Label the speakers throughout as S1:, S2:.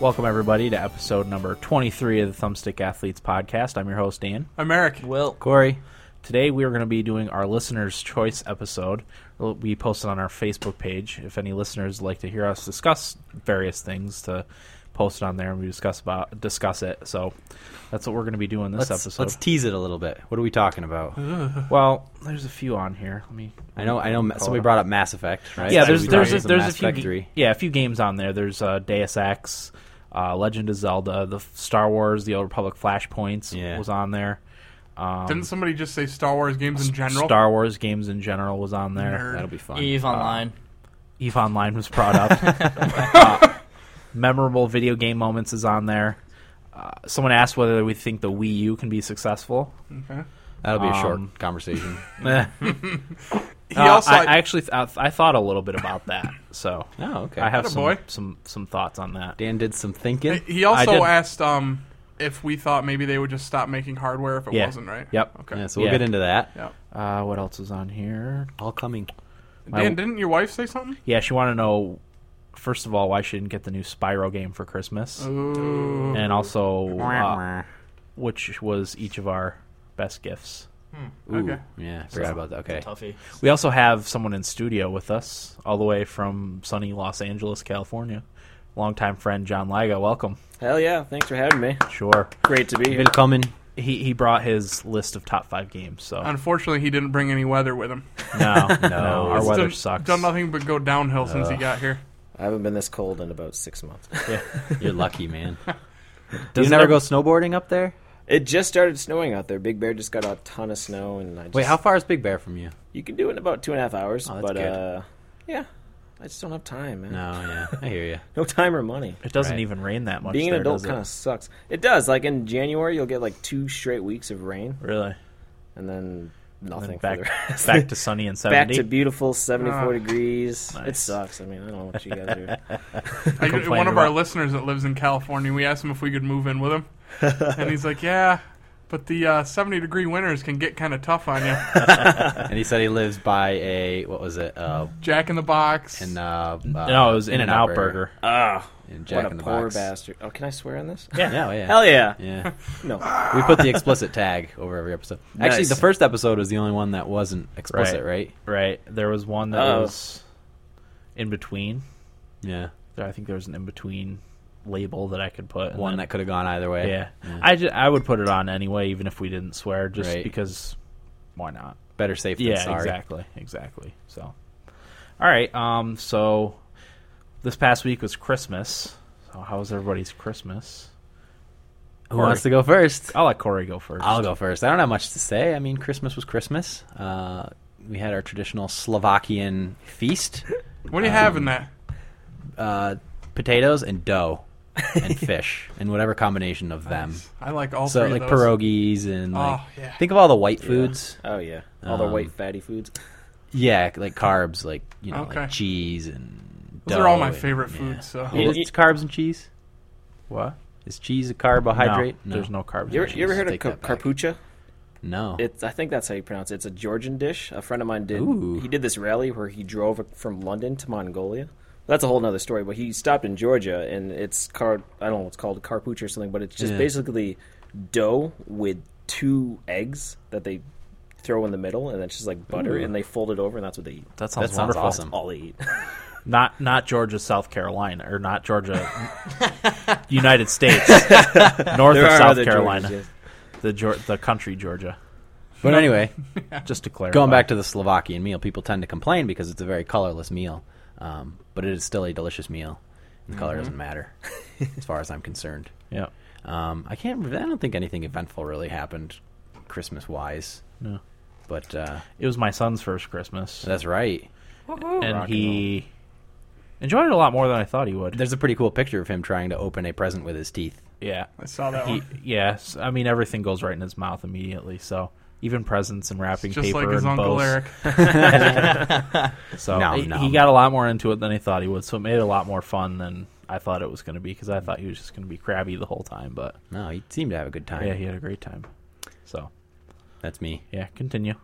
S1: Welcome, everybody, to episode number 23 of the Thumbstick Athletes podcast. I'm your host, Dan.
S2: American.
S3: Will.
S1: Corey. Today, we are going to be doing our listener's choice episode. It'll be posted on our Facebook page. If any listeners like to hear us discuss various things, to post it on there and we discuss about discuss it. So that's what we're going to be doing this
S3: Let's,
S1: episode.
S3: let's tease it a little bit. What are we talking about?
S1: well, there's a few on here. Let me.
S3: I know, I know.
S1: Hold
S3: Somebody
S1: on.
S3: brought up Mass Effect, right?
S1: yeah,
S3: So
S1: there's
S3: we
S1: there's
S3: talked
S1: a,
S3: some
S1: there's a
S3: Mass
S1: few
S3: Effect
S1: ge-
S3: three.
S1: yeah a few games on there. There's uh, Deus Ex, uh, Legend of Zelda, the Star Wars, the Old Republic Flashpoints
S3: Yeah.
S1: was on there. Um,
S2: Didn't somebody just say Star Wars games in general?
S1: Star Wars Uh, games in general was on there.
S2: Nerd.
S3: That'll be fun.
S4: Eve Online.
S1: Eve Online was brought up. Uh, memorable video game moments is on there. Uh, someone asked whether we think the Wii U can be successful.
S2: Okay.
S3: That'll be a short
S1: Um,
S3: conversation.
S1: Eh.
S2: He
S1: Uh,
S2: also,
S1: I, I actually th- I, th- I thought a little bit about that, so
S3: oh, okay.
S1: I have some,
S2: Attaboy.
S1: some some thoughts on that.
S3: Dan did some thinking.
S2: he
S1: I did-
S2: also asked um, if we thought maybe they would just stop making hardware if it
S1: Yeah.
S2: wasn't right.
S1: Yep.
S2: Okay.
S3: Yeah, so we'll
S1: Yeah.
S3: get into that.
S2: Yeah.
S1: Uh, what else is on here?
S3: All coming.
S1: My-
S2: Dan, didn't your wife say something?
S1: Yeah, she wanted to know first of all why she didn't get the new Spyro game for Christmas,
S2: Ooh.
S1: and also uh, which was each of our best gifts.
S3: Ooh,
S2: Okay.
S3: Yeah, forgot about that. Okay.
S4: Tuffy.
S1: We also have someone in studio with us, all the way from sunny Los Angeles, California. Longtime friend John Liga, welcome.
S5: Hell yeah, thanks for having me.
S1: Sure.
S5: Great to be here.
S3: Willkommen.
S1: He he brought his list of top five games, so
S2: Unfortunately, he didn't bring any weather with him.
S1: no, no, our
S2: He's
S1: weather
S2: done,
S1: sucks.
S2: Done nothing but go downhill since he got here.
S5: I haven't been this cold in about six months.
S3: You're lucky, man. Do
S1: Does
S3: you
S1: it
S3: never
S1: ever-
S3: go snowboarding up there?
S5: It just started snowing out there. Big Bear just got a ton of snow, and I just,
S3: Wait, how far is Big Bear from you?
S5: you can do it in about two and a half hours.
S3: Oh, that's
S5: but
S3: good.
S5: uh, yeah, I just don't have time, man.
S3: No, yeah, I hear you.
S5: No time or money.
S1: It doesn't
S3: Right.
S1: even rain that much.
S5: Being
S1: there,
S5: an adult
S1: does it?
S5: kind of sucks. It does. Like in January, you'll get like two straight weeks of rain,
S1: really.
S5: and then
S1: And then
S5: nothing. for the
S1: back
S5: rest.
S1: back to sunny and
S5: Back
S1: seventy.
S5: to beautiful 74 degrees. It
S1: Nice.
S5: sucks. I mean, I don't know what you guys are.
S2: I,
S1: complaining
S2: one of our
S1: about-
S2: listeners that lives in California, we asked him if we could move in with him, and he's like, "Yeah, but the uh, 70 degree winters can get kind of tough on you."
S3: And he said he lives by a what was it? Uh,
S2: Jack in the Box.
S3: in uh, uh,
S1: no, it was in and out burger.
S5: Ah,
S3: And Jack
S5: what a
S3: in the
S5: poor
S3: Box.
S5: bastard. Oh, can I swear on this?
S3: Yeah, oh, yeah, yeah.
S5: Hell yeah.
S3: Yeah.
S5: No.
S3: We put the explicit tag over every episode. Actually,
S5: Nice.
S3: the first episode was the only one that wasn't explicit, right?
S1: Right. There was one that
S5: Oh.
S1: was in between.
S3: Yeah.
S1: There, I think there was an in between label that I could put. and
S3: One
S1: then-
S3: that could have gone either way.
S1: yeah. I, ju- I would put it on anyway, even if we didn't swear, just
S3: Right.
S1: because why not?
S3: Better safe than
S1: Yeah,
S3: sorry.
S1: exactly, exactly. So, all right. Um, so this past week was Christmas. So how was everybody's Christmas?
S3: Who wants to go first?
S1: I'll let Corey go first.
S3: I'll go first. I don't have much to say. I mean, Christmas was Christmas. Uh, we had our traditional Slovakian feast,
S2: what do you have in that?
S3: uh, potatoes and dough and fish and whatever combination of them.
S2: I like all
S3: So
S2: three
S3: like
S2: of those.
S3: pierogies and like
S2: Oh, yeah.
S3: think of all the white foods.
S5: Oh yeah, all the
S3: Um,
S5: white fatty foods.
S3: Yeah, like carbs, like you know,
S2: Okay.
S3: like cheese and.
S2: Those are all my
S3: dough and-
S2: favorite
S3: yeah.
S2: foods. So
S3: Well, it's carbs and cheese.
S1: What?
S3: Is cheese a carbohydrate?
S1: No, There's no carbs.
S5: You
S1: in
S5: ever,
S1: it.
S5: you ever heard of
S3: take
S5: car-
S3: that back.
S5: carpucha?
S3: No.
S5: It's I think that's how you pronounce it. It's a Georgian dish. A friend of mine did.
S3: Ooh.
S5: He did this rally where he drove from London to Mongolia. That's a whole nother story. But he stopped in Georgia, and it's car I don't know what's called carpucha or something, but it's just
S3: Yeah.
S5: basically dough with two eggs that they throw in the middle, and it's just like butter,
S3: Ooh.
S5: and they fold it over, and that's what they eat.
S1: That sounds,
S3: That sounds
S1: wonderful.
S3: awesome.
S5: All they eat.
S1: Not not Georgia, South Carolina, or not Georgia, United States, North
S5: There
S1: of
S5: are
S1: South
S5: other Georgias,
S1: Carolina,
S5: yes.
S1: the Geor- the country Georgia.
S3: but anyway,
S1: Just to clarify,
S3: going back to the Slovakian meal, people tend to complain because it's a very colorless meal, um, but it is still a delicious meal. And the
S2: Mm-hmm.
S3: color doesn't matter, as far as I'm concerned.
S1: yeah,
S3: Um, I can't. I don't think anything eventful really happened, Christmas wise.
S1: No.
S3: But uh,
S1: it was my son's first Christmas,
S3: that's right.
S1: and he enjoyed it a lot more than I thought he would.
S3: There's a pretty cool picture of him trying to open a present with his teeth.
S1: Yeah,
S2: I saw that
S1: he,
S2: one.
S1: yes. I mean, everything goes right in his mouth immediately. So even presents and wrapping
S2: Just
S1: paper
S2: like his
S1: and
S2: uncle
S1: bows.
S2: Eric.
S1: So
S3: Nom,
S1: he,
S3: nom.
S1: he got a lot more into it than he thought he would. So it made it a lot more fun than I thought it was going to be because I thought he was just going to be crabby the whole time. But
S3: No, he seemed to have a good time.
S1: yeah, he had a great time. So
S3: That's me.
S1: yeah, continue.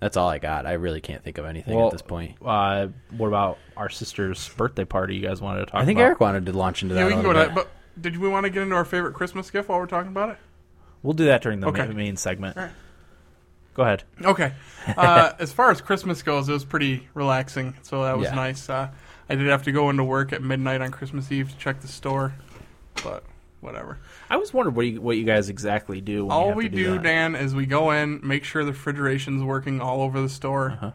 S3: That's all I got. I really can't think of anything
S1: Well,
S3: at this point.
S1: Uh, what about our sister's birthday party? You guys wanted to talk.
S3: I think
S1: about?
S3: Eric wanted to launch into that.
S2: Yeah, we
S3: a
S2: can go
S3: little
S2: to that.
S3: bit.
S2: But Did we want to get into our favorite Christmas gift while we're talking about it?
S1: We'll do that during the
S2: Okay.
S1: ma- main segment. Go ahead.
S2: Okay. Uh, as far as Christmas goes, it was pretty relaxing, so that was
S3: Yeah.
S2: nice. Uh, I did have to go into work at midnight on Christmas Eve to check the store, but whatever.
S1: I was wondering what you, what you guys exactly do. When you
S2: all
S1: have
S2: we
S1: to
S2: do,
S1: do, that.
S2: Dan, is we go in, make sure the refrigeration's working all over the store.
S1: Uh-huh.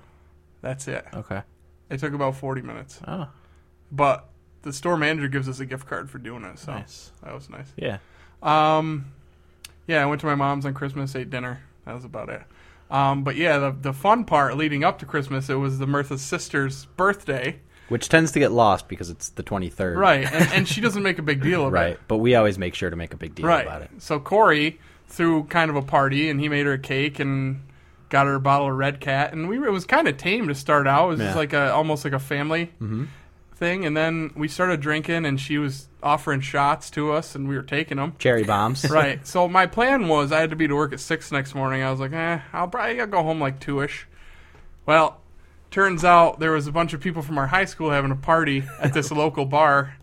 S2: That's it.
S1: Okay.
S2: It took about 40 minutes,
S1: Oh,
S2: but the store manager gives us a gift card for doing it, so
S1: nice.
S2: that was nice.
S1: Yeah.
S2: Um, yeah, I went to my mom's on Christmas, ate dinner. That was about it. Um, but yeah, the the fun part leading up to Christmas, it was the Mirtha's sister's birthday,
S3: which tends to get lost because it's the 23rd.
S2: right? And, and she doesn't make a big deal of
S3: Right.
S2: it,
S3: But we always make sure to make a big deal
S2: right?
S3: about it.
S2: So Corey threw kind of a party, and he made her a cake and got her a bottle of Red Cat, and we were- it was kind of tame to start out. It was just
S3: Yeah. Mm-hmm.
S2: like a almost like a family thing, and then we started drinking, and she was offering shots to us, and we were taking them.
S3: Cherry bombs.
S2: right. So my plan was I had to be to work at six next morning. I was like, eh, I'll probably I'll go home like two ish. Well, turns out there was a bunch of people from our high school having a party at this local bar.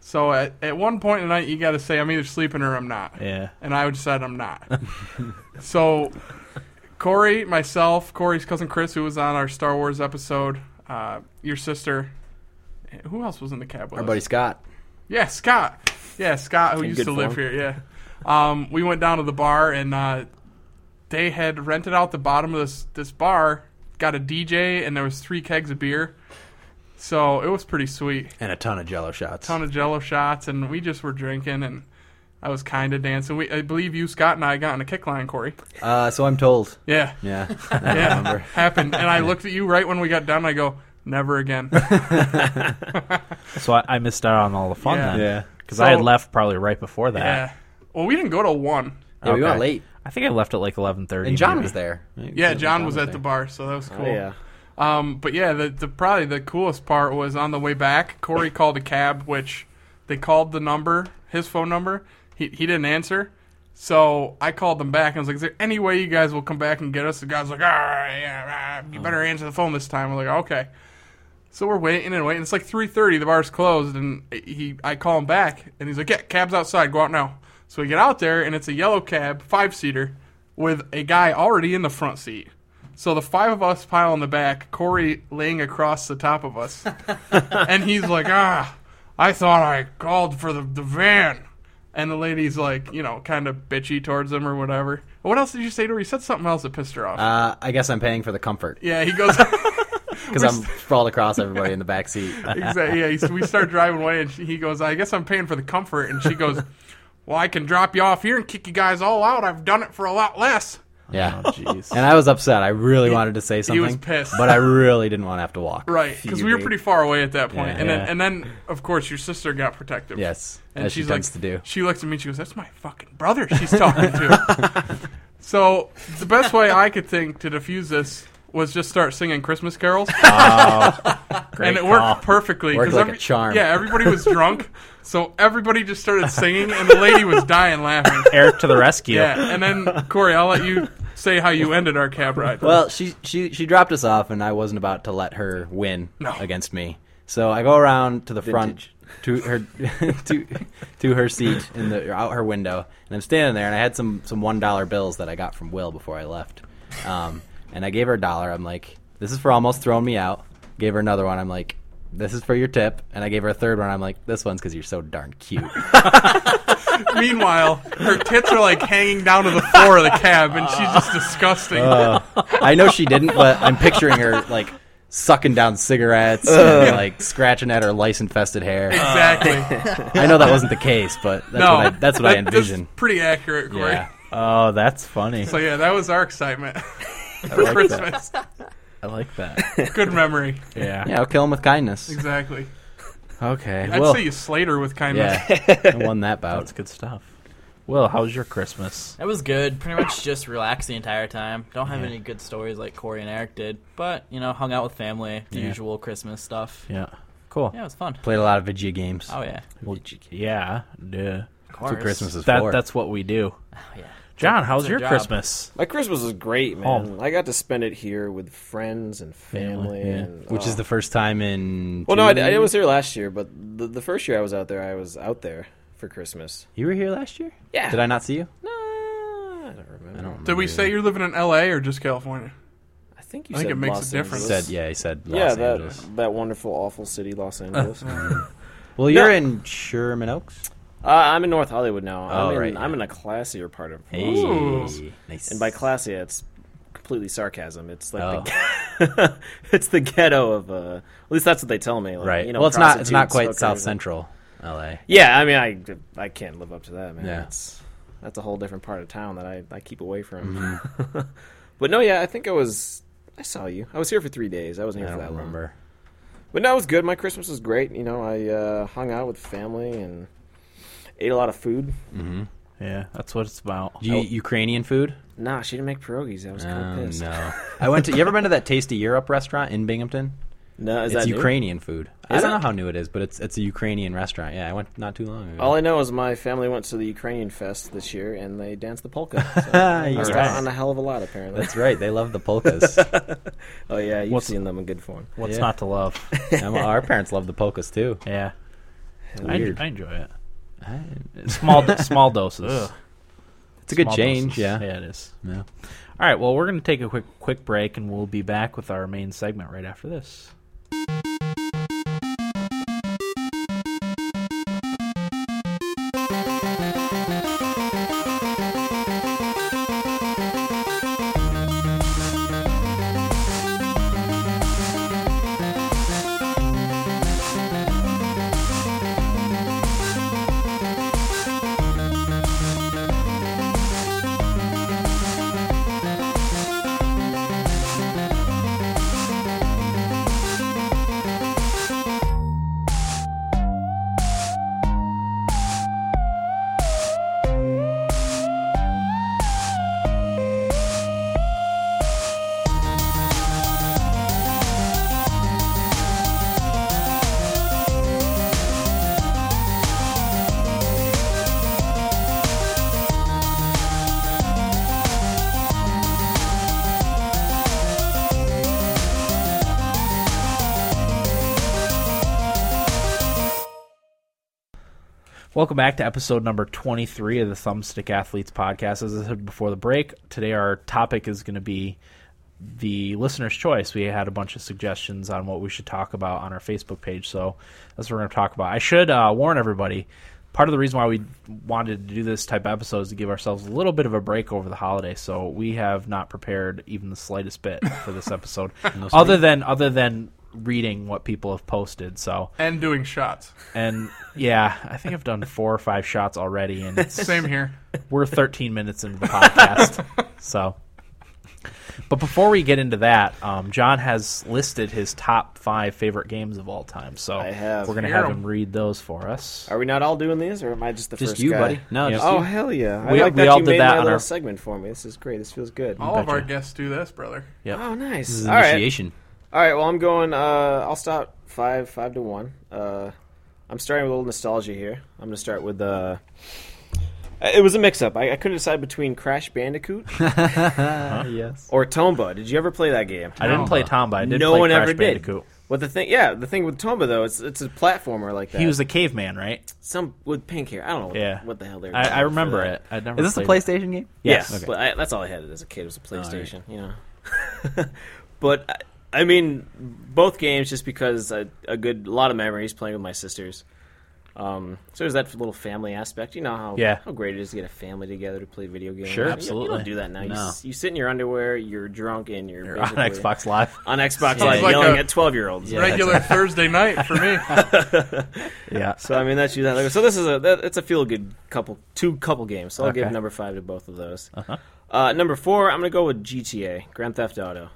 S2: So at, at one point in the night, you got to say I'm either sleeping or I'm not
S1: Yeah.
S2: and I would decide I'm not. so, Corey, myself, Corey's cousin Chris, who was on our Star Wars episode, uh, your sister, who else was in the cab with
S3: Our
S2: us?
S3: buddy Scott.
S2: Yeah, Scott. Yeah, Scott, who
S5: In
S2: used
S5: good
S2: to live
S5: form.
S2: here. Yeah, um, we went down to the bar and uh, they had rented out the bottom of this this bar. Got a DJ and there was three kegs of beer, so it was pretty sweet
S3: And a ton of jello shots.
S2: ton of jello shots and we just were drinking and I was kind of dancing. We, I believe you, Scott, and I got in a kick line, Corey.
S3: Uh, so I'm told.
S2: Yeah,
S3: Yeah.
S2: yeah, happened. And I looked at you right when we got done. I go, never again.
S1: So I, I missed out on all the fun
S2: Yeah.
S1: then.
S3: Yeah.
S1: Because I had
S2: So-
S1: left probably right before that.
S2: yeah. Well, we didn't go till one.
S3: Yeah, we
S1: Okay.
S3: went late.
S1: I think I left at like eleven thirty.
S3: And John was there.
S2: Yeah, John was at the bar, so that was cool.
S5: Oh, yeah.
S2: Um, but yeah, the, the probably the coolest part was on the way back. Corey called a cab, which they called the number, his phone number. He he didn't answer, so I called them back and I was like, "Is there any way you guys will come back and get us?" The guy's like, "All right, yeah, ah, you better answer the phone this time." We're like, "Okay." So we're waiting and waiting. It's like three thirty. The bar's closed, and he I call him back, and he's like, "Yeah, cab's outside. Go out now." So we get out there, and it's a yellow cab, five seater, with a guy already in the front seat. So the five of us pile in the back, Corey laying across the top of us, and he's like, "Ah, I thought I called for the the van." And the lady's like, you know, kind of bitchy towards him or whatever. What else did you say to her? He said something else that pissed her off.
S3: Uh, I guess I'm paying for the comfort
S2: yeah, he goes.
S3: because I'm sprawled across everybody in the back seat.
S2: Exactly. Yeah. So we start driving away, and she, he goes, "I guess I'm paying for the comfort." And she goes, "Well, I can drop you off here and kick you guys all out. I've done it for a lot less."
S3: Yeah.
S2: Oh,
S1: jeez.
S3: And I was upset. I really wanted to say something.
S2: was pissed.
S3: But I really didn't want to have to walk.
S2: Right, because we were
S5: Fugate.
S2: pretty far away at that point.
S3: Yeah.
S2: and then,
S1: Yeah.
S2: and then, of course, your sister got protective.
S3: Yes.
S2: and
S3: as she
S2: she's
S3: tends
S2: like,
S3: to do.
S2: She looks at me. and She goes, "That's my fucking brother." She's talking to. so the best way I could think to diffuse this was just start singing Christmas carols. and it worked perfectly
S3: Oh, Worked
S2: 'cause
S3: like a charm.
S2: Yeah, everybody was drunk, so everybody just started singing, and the lady was dying laughing.
S1: Eric to the rescue.
S2: Yeah, and then Corey, I'll let you say how you ended our cab ride.
S3: Well, she she she dropped us off, and I wasn't about to let her win
S2: No.
S3: against me. So I go around to the front to her to to her seat in the or out her window, and I'm standing there, and I had some some one dollar bills that I got from Will before I left, um, and I gave her a dollar. I'm like, this is for almost throwing me out. Gave her another one. I'm like. This is for your tip, and I gave her a third one. I'm like, this one's because you're so darn cute.
S2: Meanwhile, her tits are like hanging down to the floor of the cab, and she's just disgusting.
S3: I know she didn't, but I'm picturing her like sucking down cigarettes, and, like scratching at her lice-infested hair.
S2: exactly.
S3: I know that wasn't the case, but that's
S2: no,
S3: what I, that's what I
S2: that- that's
S3: envision.
S2: pretty accurate, Corey.
S3: Yeah,
S1: Oh, that's funny.
S2: So yeah, that was our excitement for
S1: like that.
S2: Christmas.
S1: I like that.
S2: Good memory.
S1: Yeah.
S3: yeah, I'll kill him with kindness.
S2: Exactly.
S1: Okay.
S2: I'd
S1: well,
S2: say you Slater with kindness.
S3: Yeah, I won that
S1: that's
S3: bout.
S1: good stuff. Will, how was your Christmas?
S4: That was good. Pretty much just relaxed the entire time. Don't have any good stories like Corey and Eric did, but you know, hung out with family, the
S1: Yeah.
S4: usual Christmas stuff.
S1: Yeah. Cool.
S4: Yeah, it was fun.
S3: Played a lot of video games.
S4: Oh yeah,
S1: Well, yeah. Yeah.
S4: of
S3: That's
S4: course.
S3: what Christmas is
S1: That
S3: for.
S1: that's what we do.
S4: Oh, yeah.
S1: John, how's
S4: It's our
S1: your
S4: job.
S1: Christmas?
S5: My Christmas was great, man. I got to spend it here with friends and family,
S3: Oh. yeah.
S5: and,
S3: which
S5: oh.
S3: is the first time in.
S5: well, no, I,
S3: two
S5: I
S3: years?
S5: was here last year, but the, the first year I was out there, I was out there for Christmas.
S3: You were here last year?
S5: Yeah.
S3: Did I not see you?
S5: No, I don't remember.
S3: I don't remember.
S2: Did we say you're living in L.A. or just California?
S5: I think you
S2: I think
S5: said
S2: it makes a
S5: Los
S3: He
S2: difference.
S5: Angeles.
S3: said yeah, he said Los
S5: yeah, that
S3: Angeles.
S5: that wonderful, awful city, Los Angeles. uh,
S3: Well, you're in Sherman Oaks.
S5: I'm in North Hollywood now.
S3: Oh,
S5: I'm in,
S3: right,
S5: I'm
S3: yeah.
S5: in a classier part of.
S2: Ooh.
S3: nice.
S5: And by classy, it's completely sarcasm. It's like
S3: Oh.
S5: the, it's the ghetto of. Uh, at least that's what they tell me. Like,
S3: right.
S5: You know,
S3: well, it's not. It's not
S5: prostitutes,
S3: quite
S5: hookers,
S3: South
S5: and-
S3: Central LA.
S5: Yeah, I mean, I I can't live up to that, man.
S3: Yeah.
S5: That's that's a whole different part of town that I, I keep away from.
S3: Mm-hmm.
S5: but no, yeah, I think I was I saw you. I was here for three days. I wasn't
S3: I
S5: here for
S3: don't
S5: that long.
S3: remember.
S5: But no, it was good. My Christmas was great. You know, I uh, hung out with family and ate a lot of food.
S1: Yeah, that's what it's about.
S3: Do you eat Ukrainian food?
S5: Nah, she didn't make pierogies. I was kind
S3: Oh,
S5: of pissed.
S3: no. I went to. You ever been to that Tasty Europe restaurant in Binghamton?
S5: No, is
S3: it's
S5: that new?
S3: Ukrainian food. I
S5: Is
S3: don't
S5: it?
S3: know how new it is, but it's it's a Ukrainian restaurant. Yeah, I went not too long ago.
S5: All I know is my family went to the Ukrainian fest this year and they danced the polka. So I missed
S3: right.
S5: out on a hell of a lot apparently.
S3: That's right. They love the polkas.
S5: oh yeah, you've
S1: What's-
S5: seen them in good form.
S1: What's
S3: Yeah.
S1: not to love?
S3: Um, our parents love the polkas too.
S1: Yeah, I,
S3: Weird.
S1: I enjoy it.
S3: I-
S1: Small small doses.
S3: it's a good
S1: Small
S3: change.
S1: doses.
S3: Yeah.
S1: yeah, it is.
S3: Yeah.
S1: All right, well, we're going to take a quick quick break, and we'll be back with our main segment right after this. Welcome back to episode number 23 of the Thumbstick Athletes podcast. As I said before the break, today our topic is going to be the listener's choice. We had a bunch of suggestions on what we should talk about on our Facebook page, so that's what we're going to talk about. I should uh, warn everybody part of the reason why we wanted to do this type of episode is to give ourselves a little bit of a break over the holiday, so we have not prepared even the slightest bit for this episode, other than other than reading what people have posted. So
S2: And doing shots.
S1: and yeah, I think I've done four or five shots already, and it's,
S2: Same here.
S1: we're 13 minutes into the podcast. so, but before we get into that, um, John has listed his top five favorite games of all time. So
S5: I have.
S1: we're gonna
S2: Hear
S1: have
S2: 'em.
S1: him read those for us.
S5: Are we not all doing these, or am I just the
S3: Just
S5: first
S3: you,
S5: guy?
S3: buddy. No,
S1: Yeah.
S3: just
S5: Oh
S3: you.
S5: hell yeah! I
S1: We-
S5: like
S1: we
S5: that
S1: all
S5: you
S1: did
S5: made
S1: that
S5: my
S1: on
S5: little
S1: our-
S5: segment for me. This is great. This feels good.
S2: All of our
S1: betcha.
S2: guests do this, brother.
S1: Yep.
S5: Oh, nice.
S3: This is
S5: all right,
S3: initiation.
S5: all right. Well, I'm going. Uh, I'll start five, five to one. Uh, I'm starting with a little nostalgia here. I'm going to start with. Uh, it was a mix-up. I, I couldn't decide between Crash Bandicoot
S3: yes.
S5: or Tomba. Did you ever play that game?
S1: I didn't play Tomba. I did
S5: no
S1: play
S5: one
S1: Crash
S5: ever did.
S1: Bandicoot.
S5: But the thing, yeah, the thing with Tomba though, it's it's a platformer like that.
S1: He was a caveman, right?
S5: some with pink hair. I don't know what,
S1: Yeah.
S5: what the hell they're.
S1: I, I remember it. I never.
S3: Is this a
S1: played it.
S3: PlayStation game?
S5: Yes,
S1: Okay.
S5: but I, that's all I had as a kid was a PlayStation. You know, but I, I mean, both games just because I, a good a lot of memories playing with my sisters. Um, so there's that little family aspect. You know how
S1: Yeah.
S5: how great it is to get a family together to play video games.
S1: Sure,
S5: You- You
S1: absolutely.
S5: don't do that now. You,
S3: No.
S5: s- you sit in your underwear, you're drunk, and you're,
S1: You're on
S5: basically-
S1: Xbox Live.
S5: on Xbox
S2: Yeah.
S5: Live
S2: Like
S5: yelling
S2: a-
S5: at twelve year olds.
S3: Yeah.
S2: Regular Thursday night for me.
S1: Yeah.
S5: So I mean that's you that so this is a that, it's a feel good couple two couple games. So I'll give
S1: Okay.
S5: number five to both of those. uh number four, I'm gonna go with GTA Grand Theft Auto.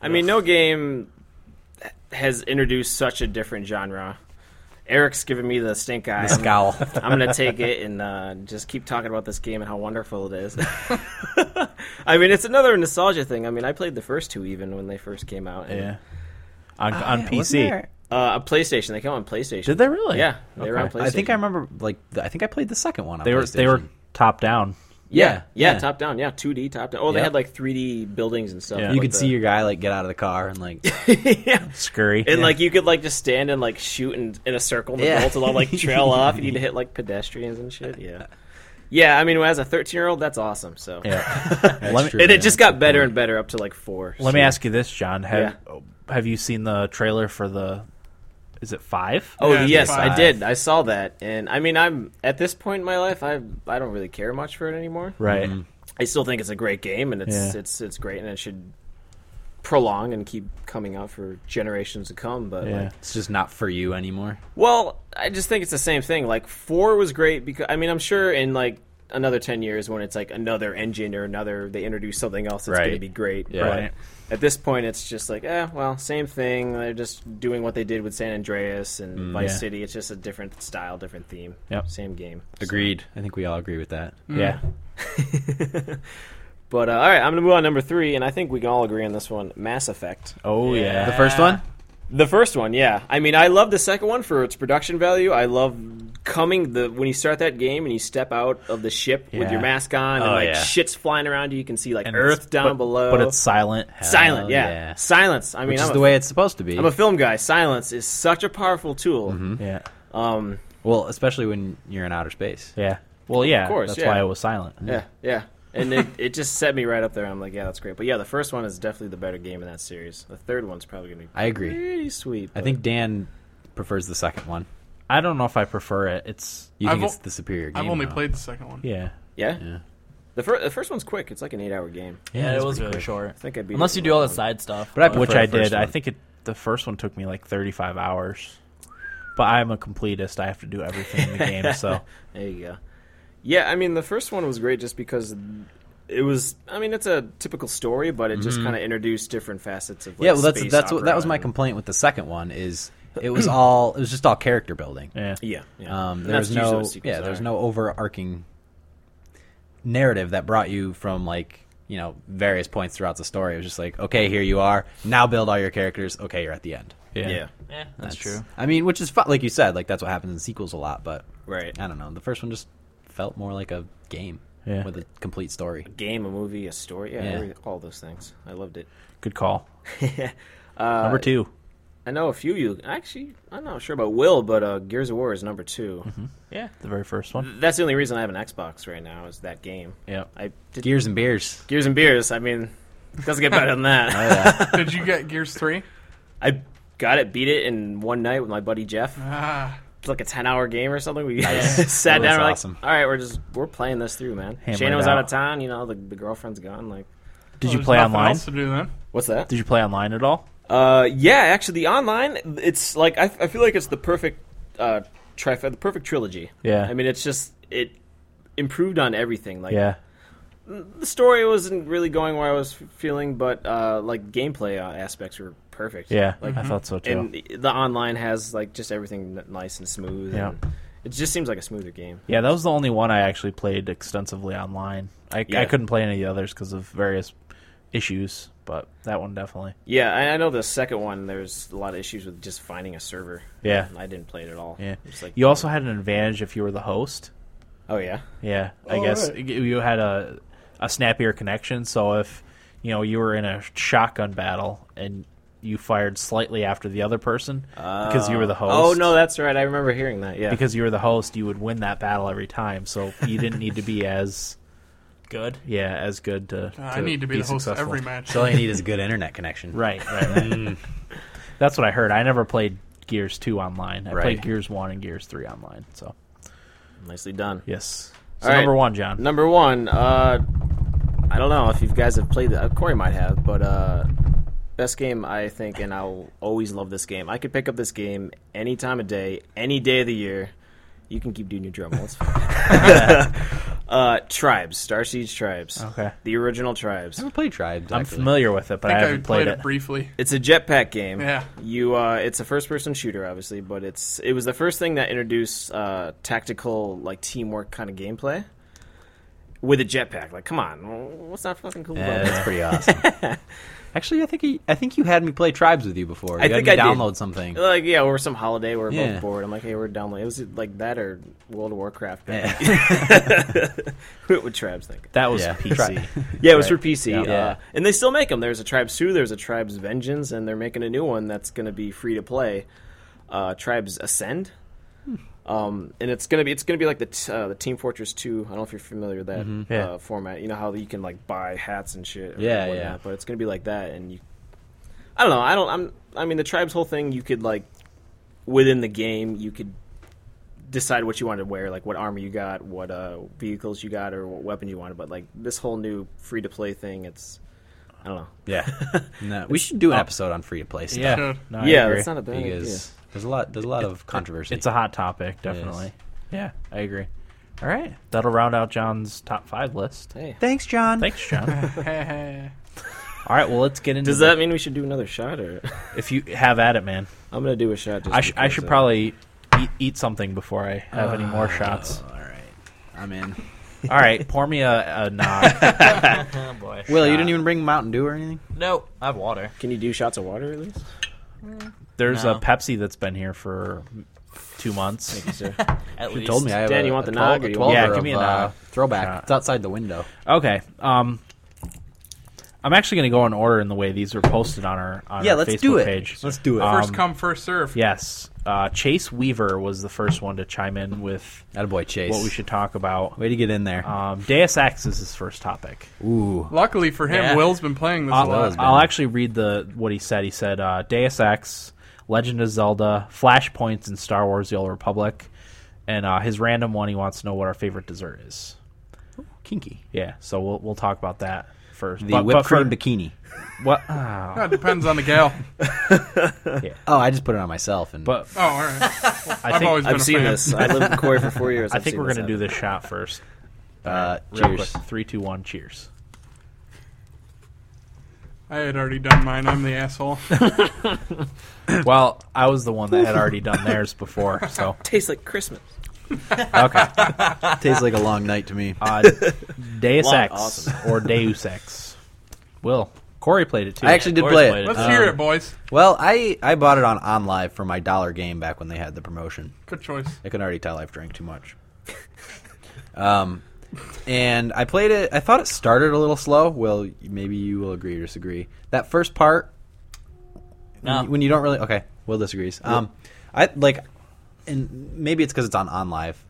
S5: I mean, no game has introduced such a different genre. Eric's giving me the stink eye. I'm-
S3: Scowl.
S5: I'm gonna take it and uh, just keep talking about this game and how wonderful it is. I mean, it's another nostalgia thing. I mean, I played the first two even when they first came out. and,
S1: Yeah. On, on PC.
S5: uh, a PlayStation. They came out on PlayStation.
S1: Did they really?
S5: Yeah, they were on
S1: Okay.
S5: PlayStation.
S3: I think I remember. Like, th- I think I played the second one. On
S1: They were they were
S3: PlayStation.
S1: top down.
S5: Yeah, yeah,
S3: yeah.
S5: top down. Yeah, 2D top down. Oh, they
S3: Yep.
S5: had like 3D buildings and stuff.
S1: Yeah.
S5: with
S3: you could
S5: the-
S3: see your guy like get out of the car and like
S5: yeah.
S1: Scurry.
S5: And like you could like just stand and like shoot in, in a circle and the
S3: Yeah.
S5: bullets will all like trail off. You need to hit like pedestrians and shit. Yeah, yeah. I mean, as a 13 year old, that's awesome. So
S1: Yeah.
S3: that's
S1: Let me-
S3: true,
S5: and
S3: yeah.
S5: it just got better and better up to like four.
S1: Let me ask you this, John. Have have you seen the trailer for the is it 5?
S5: Oh
S2: Yeah,
S5: yes,
S2: five.
S5: I did. I saw that, and I mean, I'm at this point in my life, I I don't really care much for it anymore.
S1: Right.
S5: I still think it's a great game, and it's it's it's great, and it should prolong and keep coming out for generations to come. But
S1: Yeah.
S5: like,
S3: it's just not for you anymore.
S5: well, I just think it's the same thing. Like four was great because I mean, I'm sure in like another ten years when it's like another engine or another they introduce something else that's going to
S3: Right.
S5: be great.
S3: Yeah.
S5: But
S1: Right.
S5: at this point, it's just like, eh, well, same thing. They're just doing what they did with San Andreas and Vice
S1: Yeah.
S5: City. It's just a different style, different theme.
S1: Yep.
S5: Same game.
S3: Agreed. I think we all agree with that.
S1: Yeah.
S5: mm. But uh, all right, I'm gonna move on to number three, and I think we can all agree on this one: Mass Effect.
S1: Oh yeah.
S3: The first one?
S5: The first one, yeah. I mean, I love the second one for its production value. I love coming the when you start that game and you step out of the ship with
S1: Yeah.
S5: your mask on and
S3: Oh,
S5: like
S3: yeah.
S5: shit's flying around you. You can see like
S1: And it's-
S5: Earth down
S1: but-
S5: below,
S1: But it's silent.
S5: silent. Yeah.
S3: yeah.
S5: silence. I mean,
S3: Which
S5: I'm
S3: is
S5: a,
S3: the way it's supposed to be.
S5: am a film guy. Silence is such a powerful tool.
S3: Mm-hmm.
S1: Yeah.
S5: Um,
S3: well, especially when you're in outer space.
S1: Yeah. Well, yeah.
S5: course,
S1: that's
S5: yeah.
S1: why it was silent.
S5: yeah, yeah. And it, it just set me right up there. I'm like, yeah, that's great. But yeah, the first one is definitely the better game in that series. The third one's probably gonna be
S3: I agree.
S5: pretty sweet.
S3: I
S5: but-
S3: think Dan prefers the second one.
S1: I don't know if I prefer it. It's
S3: You
S2: I've
S3: think
S2: o-
S3: it's the superior game?
S2: I've only
S3: though.
S2: played the second one.
S1: yeah.
S5: yeah.
S3: Yeah.
S5: The, fir- the first one's quick. It's like an eight-hour game.
S4: Yeah,
S3: it's
S4: it was
S3: pretty
S4: really
S3: quick.
S4: short.
S5: I think I beat.
S4: Unless
S5: it
S4: you
S5: in
S4: do all
S5: one
S4: the side stuff.
S1: But I which I
S3: the first
S1: did. I
S3: one.
S1: think it the first one took me like 35 hours. But I'm a completist. I have to do everything in the game, so
S5: There you go. Yeah, I mean, the first one was great just because it was. I mean, it's a typical story, but it just kind of introduced different facets of. Like,
S3: Mm-hmm. yeah, well, that's
S5: space
S3: that's what that
S5: opera
S3: was my
S5: and-
S3: complaint with the second one is it was all it was just all character building.
S1: yeah.
S5: Yeah, yeah.
S3: Um,
S5: And
S3: there
S5: that's
S3: was
S5: usually
S3: no
S5: what sequels
S3: yeah, there was
S5: are.
S3: no overarching narrative that brought you from like you know various points throughout the story. It was just like okay, here you are. Now build all your characters. Okay, you're at the end.
S1: Yeah.
S5: Yeah,
S4: Yeah, that's, true.
S3: I mean, which is fu- like you said, like that's what happens in sequels a lot. But
S5: right.
S3: I don't know, the first one just felt more like a game
S1: Yeah.
S3: with a complete story.
S5: Game, a movie, a story. Yeah,
S3: Yeah.
S5: every- all those things. I loved it.
S1: Good call.
S5: Uh,
S1: Number 2.
S5: I know a few. You actually, I'm not sure about Will, but uh, Gears of War is number 2
S3: Mm-hmm.
S1: Yeah, the very first one.
S5: That's the only reason I have an Xbox right now is that game.
S1: Yeah.
S5: I did
S3: Gears and beers.
S5: Gears and Beers. I mean, it doesn't get better than that.
S2: Did you get Gears Three?
S5: I got it, beat it in one night with my buddy Jeff.
S2: Ah,
S5: It's like a ten-hour game or something. We sat
S3: That
S5: down.
S3: was
S5: We're
S3: awesome.
S5: like, all right, we're just we're playing this through, man.
S1: Hammer
S5: Shana
S1: it
S5: was out. of
S1: out.
S5: town. You know, the, the girlfriend's gone. Like,
S1: Did
S2: well,
S1: you
S2: there's
S1: play
S2: nothing
S1: online?
S2: Else to do then?
S5: what's that?
S1: Did you play online at all?
S5: Uh, yeah, actually, the online. It's like I, I feel like it's the perfect uh trifecta, the perfect trilogy.
S1: Yeah.
S5: I mean, it's just it improved on everything. Like,
S1: Yeah.
S5: the story wasn't really going where I was f- feeling, but uh, like gameplay uh, aspects were perfect.
S1: Yeah.
S5: Like,
S1: I thought so too.
S5: Mm-hmm. and the- the online has like just everything n- nice and smooth.
S1: Yeah.
S5: and it just seems like a smoother game.
S1: yeah, that was the only one I actually played extensively online. I,
S5: Yeah.
S1: I couldn't play any of the others because of various issues, but that one definitely.
S5: Yeah, I, I know the second one. There's a lot of issues with just finding a server.
S1: Yeah.
S5: And I didn't play it at all.
S1: Yeah.
S5: It's like,
S1: You also had an advantage if you were the host.
S5: oh yeah,
S1: Yeah, I
S5: Oh,
S2: All
S1: guess
S2: right.
S1: y- you had a a snappier connection. So if you know you were in a shotgun battle and you fired slightly after the other person because you were the host.
S5: Oh no, that's right. I remember hearing that. Yeah,
S1: because you were the host, you would win that battle every time. So you didn't need to be as
S4: Good.
S1: yeah as good to.
S2: Uh, I
S1: to
S2: need to be, the host
S1: successful.
S2: every match.
S3: So all you need is a good internet connection.
S1: Right, right. right. That's what I heard. I never played Gears two online. I played
S3: Right.
S1: Gears one and Gears three online. So
S5: nicely done.
S1: yes. So
S5: All right.
S1: number one, John.
S5: Number one, uh, I don't know if you guys have played that. Corey might have, but uh, best game I think, and I'll always love this game. I could pick up this game any time of day, any day of the year. You can keep doing your drum rolls. uh, tribes, Star Siege Tribes.
S1: Okay.
S5: The original Tribes.
S3: I haven't played Tribes.
S1: I'm
S3: actually.
S1: familiar with it, but I,
S2: I think I,
S1: haven't
S2: played,
S1: played,
S2: it briefly.
S5: It's a jetpack game.
S2: Yeah.
S5: You uh it's a first person shooter obviously, but it's it was the first thing that introduced uh tactical like teamwork kind of gameplay with a jetpack. Like come on. What's not fucking cool
S3: Yeah,
S5: about that?
S3: that's pretty awesome. Actually, I think he, I think you had me play Tribes with you before. You
S5: I
S3: had
S5: think
S3: me
S5: I did.
S3: download something.
S5: Like yeah, over some holiday, we're
S3: Yeah.
S5: both bored. I'm like, hey, we're downloading. It was like that or World of Warcraft.
S3: Yeah.
S5: What Tribes think?
S1: That was
S3: Yeah.
S1: PC.
S5: Yeah, it was
S1: Right.
S5: for PC.
S1: Yeah.
S5: Uh,
S3: Yeah.
S5: And they still make them. There's a Tribes 2, there's a Tribes Vengeance, and they're making a new one that's going to be free to play. Uh, Tribes Ascend.
S1: Hmm.
S5: Um, and it's gonna be it's gonna be like the t- uh, the Team Fortress 2. I don't know if you're familiar with that
S1: Mm-hmm. Yeah.
S5: uh, format. You know how you can like buy hats and shit. or
S3: Yeah,
S5: whatnot,
S3: yeah.
S5: But it's gonna be like that, and you. I don't know. I don't. I'm. I mean, the Tribes whole thing. You could like within the game, you could decide what you wanted to wear, like what armor you got, what uh, vehicles you got, or what weapon you wanted. But like this whole new free to play thing, it's I don't know.
S3: yeah, no, we should do an episode on free to play stuff.
S1: Oh. yeah, no, I
S5: yeah,
S1: agree.
S5: that's not a bad idea.
S3: because there's a lot there's a lot of controversy.
S1: It's a hot topic, definitely. Yeah, I agree. All right, that'll round out John's top five list.
S5: Hey,
S3: Thanks, John.
S1: Thanks, John.
S2: Hey,
S1: All right, well, let's get into.
S5: does that mean we should do another shot, or
S1: If you have at it, man,
S5: I'm gonna do a shot? Just
S1: I, sh- I
S5: because,
S1: should
S5: uh,
S1: probably eat, eat something before I have any more shots.
S3: All right, I'm in.
S1: All right, pour me a, a nog.
S4: Oh boy.
S3: Will, you didn't even bring Mountain Dew or anything.
S4: No, I have water.
S5: Can you do shots of water at least?
S1: There's
S4: No.
S1: a Pepsi that's been here for two months.
S4: At
S3: You
S4: least.
S3: told me I have.
S5: Dan,
S3: a,
S5: you want the
S3: a 12
S5: nog or
S3: a
S5: you
S3: 12
S5: want-
S1: Yeah,
S3: of,
S1: give me a
S3: uh,
S1: nog.
S3: throwback.
S1: Shot.
S3: It's outside the window.
S1: Okay. Um, I'm actually going to go in order in the way these are posted on our on our Facebook page.
S3: Let's do it.
S2: hey.
S1: Um,
S2: First come, first serve.
S1: yes, uh, Chase Weaver was the first one to chime in with
S3: Attaboy Chase.
S1: what we should talk about.
S3: Way to get in there.
S1: Um, Deus Ex is his first topic.
S3: Ooh.
S2: Luckily for him,
S4: Yeah.
S2: Will's been playing this a
S1: I'll,
S2: lot.
S3: was, man.
S1: I'll actually read the what he said. He said uh, Deus Ex, Legend of Zelda, Flashpoints, and Star Wars: The Old Republic. And uh, his random one, he wants to know what our favorite dessert is.
S3: Kinky.
S1: Yeah, so we'll we'll talk about that first.
S3: The
S1: But-
S3: whipped
S1: but for-
S3: cream Ah, bikini.
S1: What? Oh,
S2: That Uh, depends on the gal.
S3: Oh, I just put it on myself and
S1: but
S2: Oh, all right.
S1: I
S2: I've
S1: think
S2: always been
S5: I've
S2: a
S5: seen
S2: fan.
S5: this. I lived in Corey for four years.
S1: I
S5: I've
S1: think
S5: seen
S1: we're gonna do
S5: happen.
S1: this shot first.
S3: uh,
S1: Real
S3: cheers.
S1: quick. Three, two, one. Cheers.
S2: I had already done mine. I'm the asshole.
S1: Well, I was the one that had already done theirs before, so
S5: Tastes like Christmas.
S1: okay.
S3: Tastes like a long night to me.
S1: Uh, Deus
S5: Lot
S1: Ex
S5: awesome.
S1: or Deus Ex. Will Corey played it too?
S3: I actually did
S4: Corey's
S3: play
S4: played
S3: it.
S4: it.
S2: Let's
S3: Um,
S2: hear it, boys.
S3: Well, I I bought it on OnLive for my dollar game back when they had the promotion.
S2: Good choice.
S3: I can already tell I've drank too much. um, and I played it. I thought it started a little slow. Well, maybe you will agree or disagree. That first part,
S4: No.
S3: when, you- when you don't really okay, Will disagrees. Um, I like, and maybe it's because it's on on live,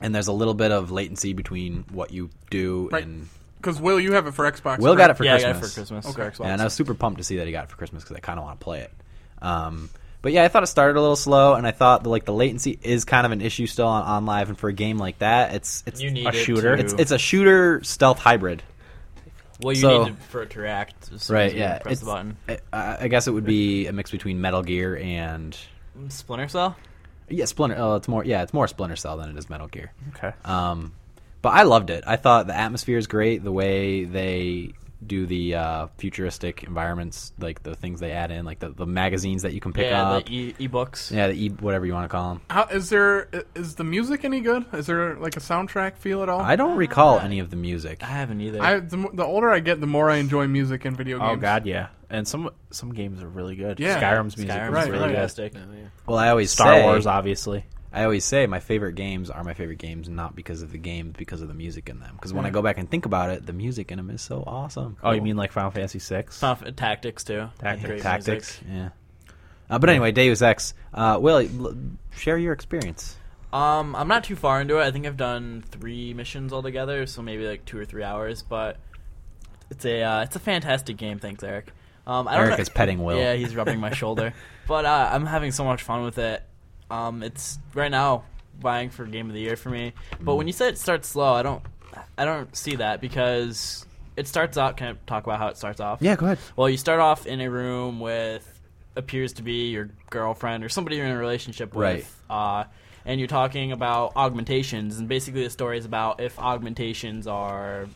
S3: and there's a little bit of latency between what you do
S2: Right.
S3: and
S2: Because Will, you have it for Xbox.
S3: Will got it for
S4: yeah,
S3: Christmas.
S4: I got it for Christmas.
S2: Okay.
S4: For Xbox.
S3: Yeah, and I was super pumped to see that he got it for Christmas because I kind of want to play it. Um, but yeah, I thought it started a little slow, and I thought the, like the latency is kind of an issue still on, on live, and for a game like that, it's it's
S4: you need
S1: a
S4: it
S1: shooter.
S4: to-
S3: it's it's a shooter stealth hybrid.
S4: well, you
S3: so-
S4: need to, for it to react. As soon
S3: Right,
S4: As you
S3: yeah, it's-
S4: Press the button.
S3: I, I I guess it would be a mix between Metal Gear and
S4: Splinter Cell.
S3: yeah, Splinter. Oh, it's more yeah, it's more Splinter Cell than it is Metal Gear.
S1: Okay.
S3: Um, but I loved it. I thought the atmosphere is great. The way they do the uh, futuristic environments, like the things they add in, like the, the magazines that you can pick
S4: yeah,
S3: up.
S4: the e- e-books.
S3: yeah, the e- whatever you want to call them.
S2: How, is there? Is the music any good? Is there like a soundtrack feel at all?
S3: I don't recall any of the music.
S4: I haven't either.
S2: I the, mo- the older I get, the more I enjoy music and video games.
S1: Oh God, yeah. And some some games are really good.
S2: Yeah.
S1: Skyrim's music
S4: Skyrim's
S1: is
S2: Right,
S1: really
S2: right.
S1: good.
S4: fantastic.
S3: Well, I always
S1: Star
S3: say,
S1: Wars, obviously.
S3: I always say my favorite games are my favorite games, not because of the games, because of the music in them. Because when I go back and think about it, the music in them is so
S1: Mm.
S3: awesome.
S1: Oh, you mean like Final Fantasy Six?
S4: Stuff- uh, Tactics too.
S1: Tactics.
S4: Great music.
S3: tactics? Yeah. Uh, but anyway, Deus Ex. Uh, Will, l- share your experience.
S4: Um, I'm not too far into it. I think I've done three missions altogether, so maybe like two or three hours. But it's a uh, it's a fantastic game. Thanks, Eric. Um, I don't
S3: Eric
S4: know-
S3: is petting Will.
S4: Yeah, he's rubbing my shoulder. But uh, I'm having so much fun with it. Um, it's right now vying for game of the year for me. But
S3: Mm.
S4: when you said it starts slow, I don't I don't see that because it starts out. Can I talk about how it starts off?
S3: Yeah, go ahead.
S4: Well, you start off in a room with appears to be your girlfriend or somebody you're in a relationship with. Uh, and you're talking about augmentations, and basically the story is about if augmentations are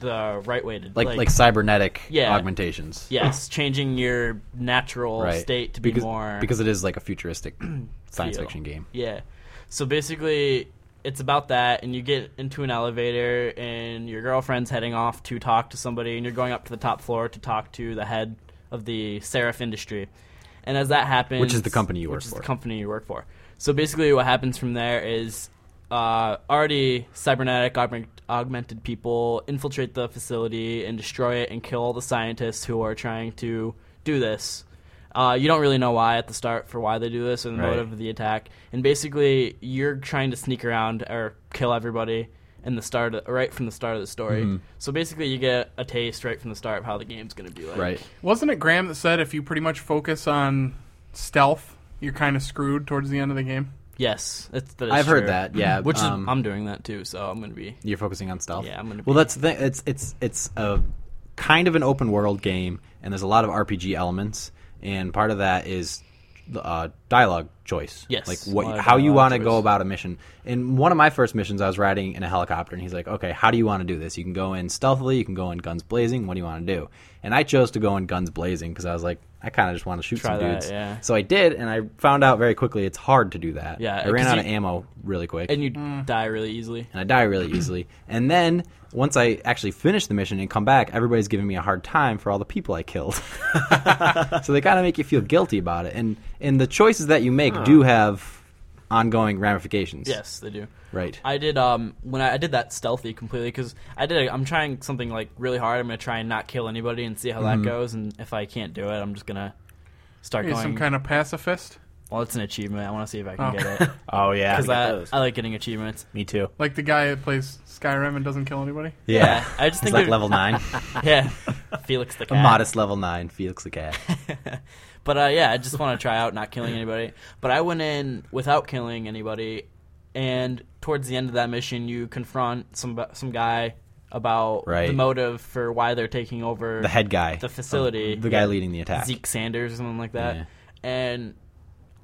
S4: the right way to
S3: Like like, cybernetic
S4: Yeah.
S3: augmentations.
S4: yes, changing your natural
S3: Right.
S4: state to be
S3: because,
S4: more
S3: because it is like a futuristic science
S4: feel.
S3: fiction game.
S4: Yeah. So basically, it's about that, and you get into an elevator, and your girlfriend's heading off to talk to somebody, and you're going up to the top floor to talk to the head of the serif industry. And as that happens,
S3: Which is the company you work
S4: which is the
S3: for.
S4: company you work for. So basically, what happens from there is uh, already cybernetic augment- augmented people infiltrate the facility and destroy it and kill all the scientists who are trying to do this. Uh, you don't really know why at the start for why they do this or the
S1: Right.
S4: motive of the attack. And basically, you're trying to sneak around or kill everybody in the start, of, right from the start of the story.
S3: Mm-hmm.
S4: So basically, you get a taste right from the start of how the game's going to be like.
S3: Right.
S2: Wasn't it Graham that said if you pretty much focus on stealth, you're kind of screwed towards the end of the game?
S4: Yes, that's, that is
S3: I've heard
S4: true.
S3: that, yeah,
S4: which
S3: um,
S4: is I'm doing that too. So I'm going to be
S3: You're focusing on stealth.
S4: Yeah, I'm gonna
S3: Well,
S4: be-
S3: that's the thing. It's it's it's a kind of an open world game, and there's a lot of RPG elements, and part of that is the, uh, dialogue choice.
S4: Yes,
S3: like
S4: a lot
S3: what
S4: of
S3: how you
S4: dialogue
S3: want to
S4: choice.
S3: go about a mission. In one of my first missions, I was riding in a helicopter, and he's like, "Okay, how do you want to do this? You can go in stealthily, you can go in guns blazing. What do you want to do?" And I chose to go in guns blazing because I was like, I kind of just want to shoot some
S4: Try that,
S3: dudes.
S4: yeah.
S3: So I did, and I found out very quickly it's hard to do that.
S4: Yeah,
S3: I ran
S4: 'cause
S3: out
S4: you-
S3: of ammo really quick
S4: and you die really easily.
S3: and I die really easily. And then once I actually finish the mission and come back, everybody's giving me a hard time for all the people I killed. so they kind of make you feel guilty about it. And and the choices that you make do have ongoing ramifications.
S4: Yes, they do.
S3: Right.
S4: I did um when I, I did that stealthy completely because I did a, I'm trying something like really hard. I'm gonna try and not kill anybody and see how
S3: Mm-hmm.
S4: that goes. And if I can't do it, I'm just gonna start
S2: Are you
S4: going.
S2: some kind of pacifist?
S4: well, it's an achievement. I want to see if I can
S2: Oh.
S4: get it
S1: Oh yeah,
S4: because
S5: get
S4: I,
S5: those.
S4: I like getting achievements.
S1: me too.
S2: Like the guy that plays Skyrim and doesn't kill anybody?
S3: Yeah.
S4: I just
S3: It's
S4: think
S3: like
S4: it-
S3: level nine,
S4: Yeah, Felix the
S3: a
S4: cat.
S3: modest level nine. Felix the cat.
S4: But uh, yeah, I just want to try out not killing anybody. But I went in without killing anybody, and towards the end of that mission, you confront some some guy about
S3: Right.
S4: the motive for why they're taking over
S3: The head guy,
S4: the facility,
S3: the guy leading the attack.
S4: Zeke Sanders or something like that.
S3: Yeah.
S4: And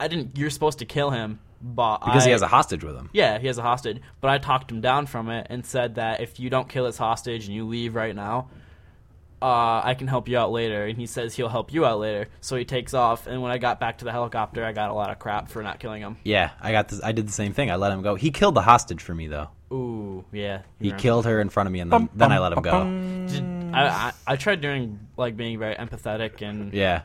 S4: I didn't. You're supposed to kill him, but
S3: because
S4: I,
S3: he has a hostage with him.
S4: yeah, he has a hostage. But I talked him down from it and said that if you don't kill his hostage and you leave right now, uh, I can help you out later. And he says he'll help you out later. So he takes off. And when I got back to the helicopter, I got a lot of crap for not killing him.
S3: Yeah, I got this. I did the same thing. I let him go. He killed the hostage for me though.
S4: Ooh, yeah.
S3: He
S4: Yeah.
S3: killed her in front of me, and then, then I let him go.
S4: Did- I, I I tried doing like being very empathetic and
S3: Yeah.